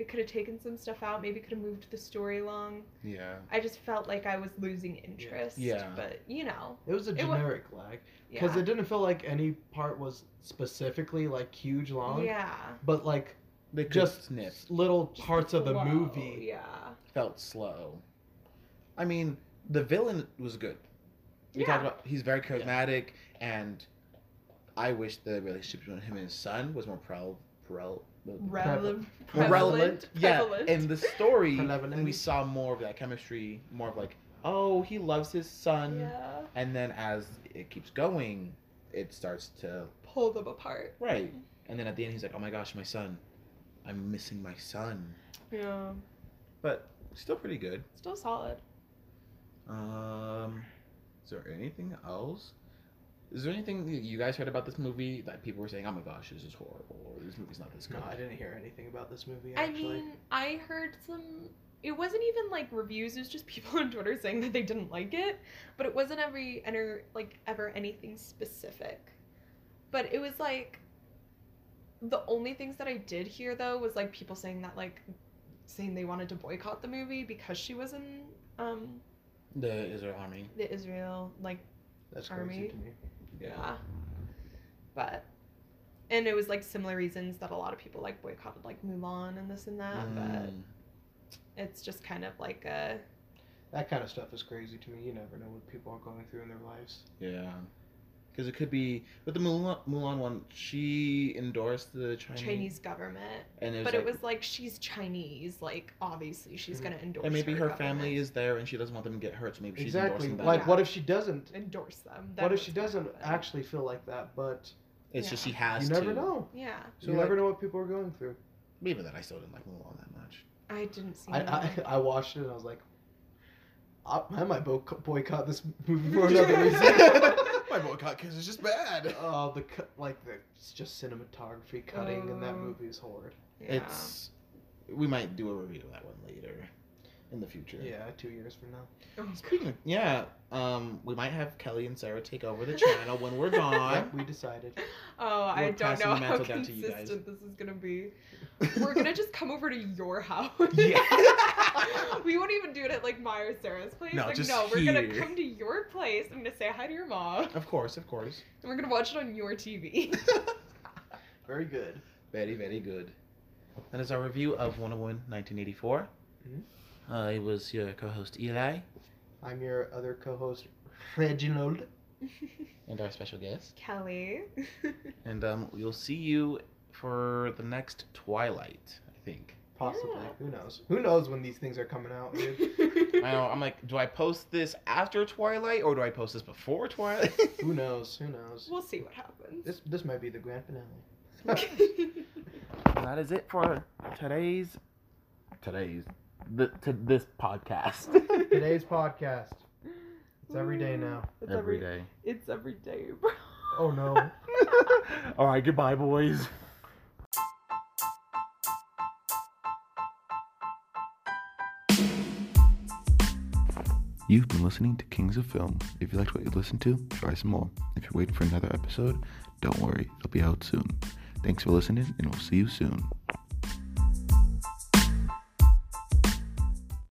Speaker 4: it could have taken some stuff out, maybe could have moved the story along.
Speaker 3: Yeah.
Speaker 4: I just felt like I was losing interest.
Speaker 3: Yeah.
Speaker 4: But you know.
Speaker 2: It was a
Speaker 4: It wa-
Speaker 2: generic lag
Speaker 4: Yeah.
Speaker 2: because it didn't feel like any part was specifically like huge long,
Speaker 4: yeah.
Speaker 2: but like
Speaker 3: They
Speaker 2: just
Speaker 3: just snipped.
Speaker 2: little
Speaker 4: Just
Speaker 2: parts of the
Speaker 4: slow,
Speaker 2: movie.
Speaker 4: Yeah.
Speaker 3: Felt slow. I mean, the villain was good. We
Speaker 4: Yeah.
Speaker 3: talked about he's very charismatic, and I wish the relationship between him and his son was more prel, prel,
Speaker 4: Relevant.
Speaker 3: more
Speaker 4: Prevalent.
Speaker 3: Yeah,
Speaker 4: prevalent.
Speaker 3: in the story,
Speaker 2: Prevalent.
Speaker 3: we saw more of that chemistry, more of like, oh, he loves his son,
Speaker 4: yeah.
Speaker 3: and then as it keeps going, it starts to
Speaker 4: Pull them apart.
Speaker 3: right, and then at the end he's like, oh my gosh, my son, I'm missing my son,
Speaker 4: Yeah.
Speaker 3: but still pretty good.
Speaker 4: Still solid.
Speaker 3: Um, is there anything else? Is there anything that you guys heard about this movie that people were saying, "Oh my gosh, this is horrible," or "This movie's not this good"?
Speaker 2: No, I didn't hear anything about this movie.
Speaker 4: I
Speaker 2: Actually,
Speaker 4: mean, I heard some. It wasn't even like reviews. It was just people on Twitter saying that they didn't like it. But it wasn't every enter like ever anything specific. But it was like the only things that I did hear though was like people saying that like saying they wanted to boycott the movie because she was in um
Speaker 3: The Israel Army.
Speaker 4: the Israel like
Speaker 2: that's
Speaker 4: Army.
Speaker 2: crazy to me.
Speaker 3: Yeah.
Speaker 4: But and it was like similar reasons that a lot of people like boycotted like Mulan and this and that, but
Speaker 3: Mm.
Speaker 4: it's just kind of like a
Speaker 2: That kind of stuff is crazy to me. You never know what people are going through in their lives.
Speaker 3: Yeah. Because it could be, but the Mulan, Mulan one, she endorsed the Chinese,
Speaker 4: Chinese government.
Speaker 3: and it was
Speaker 4: But
Speaker 3: like,
Speaker 4: it was like she's Chinese, like obviously she's gonna endorse.
Speaker 3: Mm. and maybe her, family
Speaker 4: government.
Speaker 3: is there, and she doesn't want them to get hurt, so maybe she's
Speaker 2: exactly.
Speaker 3: endorsing that.
Speaker 2: Like,
Speaker 4: Yeah.
Speaker 2: what if she doesn't?
Speaker 4: endorse them.
Speaker 2: what
Speaker 4: That
Speaker 2: if she
Speaker 4: was gonna
Speaker 2: doesn't
Speaker 4: happen.
Speaker 2: actually feel like that? But
Speaker 3: it's just
Speaker 4: yeah.
Speaker 3: she has
Speaker 2: you never
Speaker 3: to.
Speaker 2: know.
Speaker 4: Yeah,
Speaker 2: So you
Speaker 3: like-
Speaker 2: never know what people are going through.
Speaker 3: Maybe that I still didn't like Mulan that much.
Speaker 4: I didn't see.
Speaker 2: I,
Speaker 4: that.
Speaker 2: I I watched it and I was like, I, I might bo- boycott this movie for another reason.
Speaker 3: My boycott because it's just bad.
Speaker 2: Oh, the cut like the it's just cinematography cutting in that
Speaker 4: Oh.
Speaker 2: movie is horrid.
Speaker 4: yeah.
Speaker 3: It's we might do a review of that one later in the future.
Speaker 2: Yeah, two years from now.
Speaker 4: Oh,
Speaker 3: Speaking of, yeah, um, we might have Kelly and Sarah take over the channel when we're gone.
Speaker 2: Yep, we decided.
Speaker 4: Oh, I
Speaker 3: We're
Speaker 4: don't
Speaker 3: passing
Speaker 4: know
Speaker 3: the
Speaker 4: how
Speaker 3: mantle down to you guys.
Speaker 4: consistent this is gonna be. We're gonna just come over to your house.
Speaker 3: Yeah.
Speaker 4: we won't even do it at like my or Sarah's place.
Speaker 3: No,
Speaker 4: like,
Speaker 3: just
Speaker 4: no, we're gonna
Speaker 3: here.
Speaker 4: come to your place. I'm gonna say hi to your mom.
Speaker 3: Of course, of course.
Speaker 4: And we're gonna watch it on your TV.
Speaker 2: Very good.
Speaker 3: Very, very good. That is our review of Wonder Woman 1984.
Speaker 2: Mm-hmm.
Speaker 3: I was your co-host Eli
Speaker 2: I'm your other co-host, Reginald.
Speaker 3: and our special guest,
Speaker 4: Kelly.
Speaker 3: and um, we'll see you for the next Twilight. I think.
Speaker 2: Possibly.
Speaker 4: Yeah.
Speaker 2: Who knows? Who knows when these things are coming out, dude?
Speaker 3: I know. I'm like, do I post this after Twilight or do I post this before Twilight?
Speaker 2: Who knows? Who knows?
Speaker 4: We'll see what happens.
Speaker 2: This this might be the grand finale.
Speaker 3: And that is it for today's today's th- to this podcast.
Speaker 2: Today's podcast. It's every day now.
Speaker 4: It's every,
Speaker 3: day.
Speaker 4: It's every day, bro.
Speaker 2: Oh no.
Speaker 7: All right, goodbye, boys. You've been listening to Kings of Film. If you liked what you listened to, try some more. If you're waiting for another episode, don't worry, it'll be out soon. Thanks for listening, and we'll see you soon.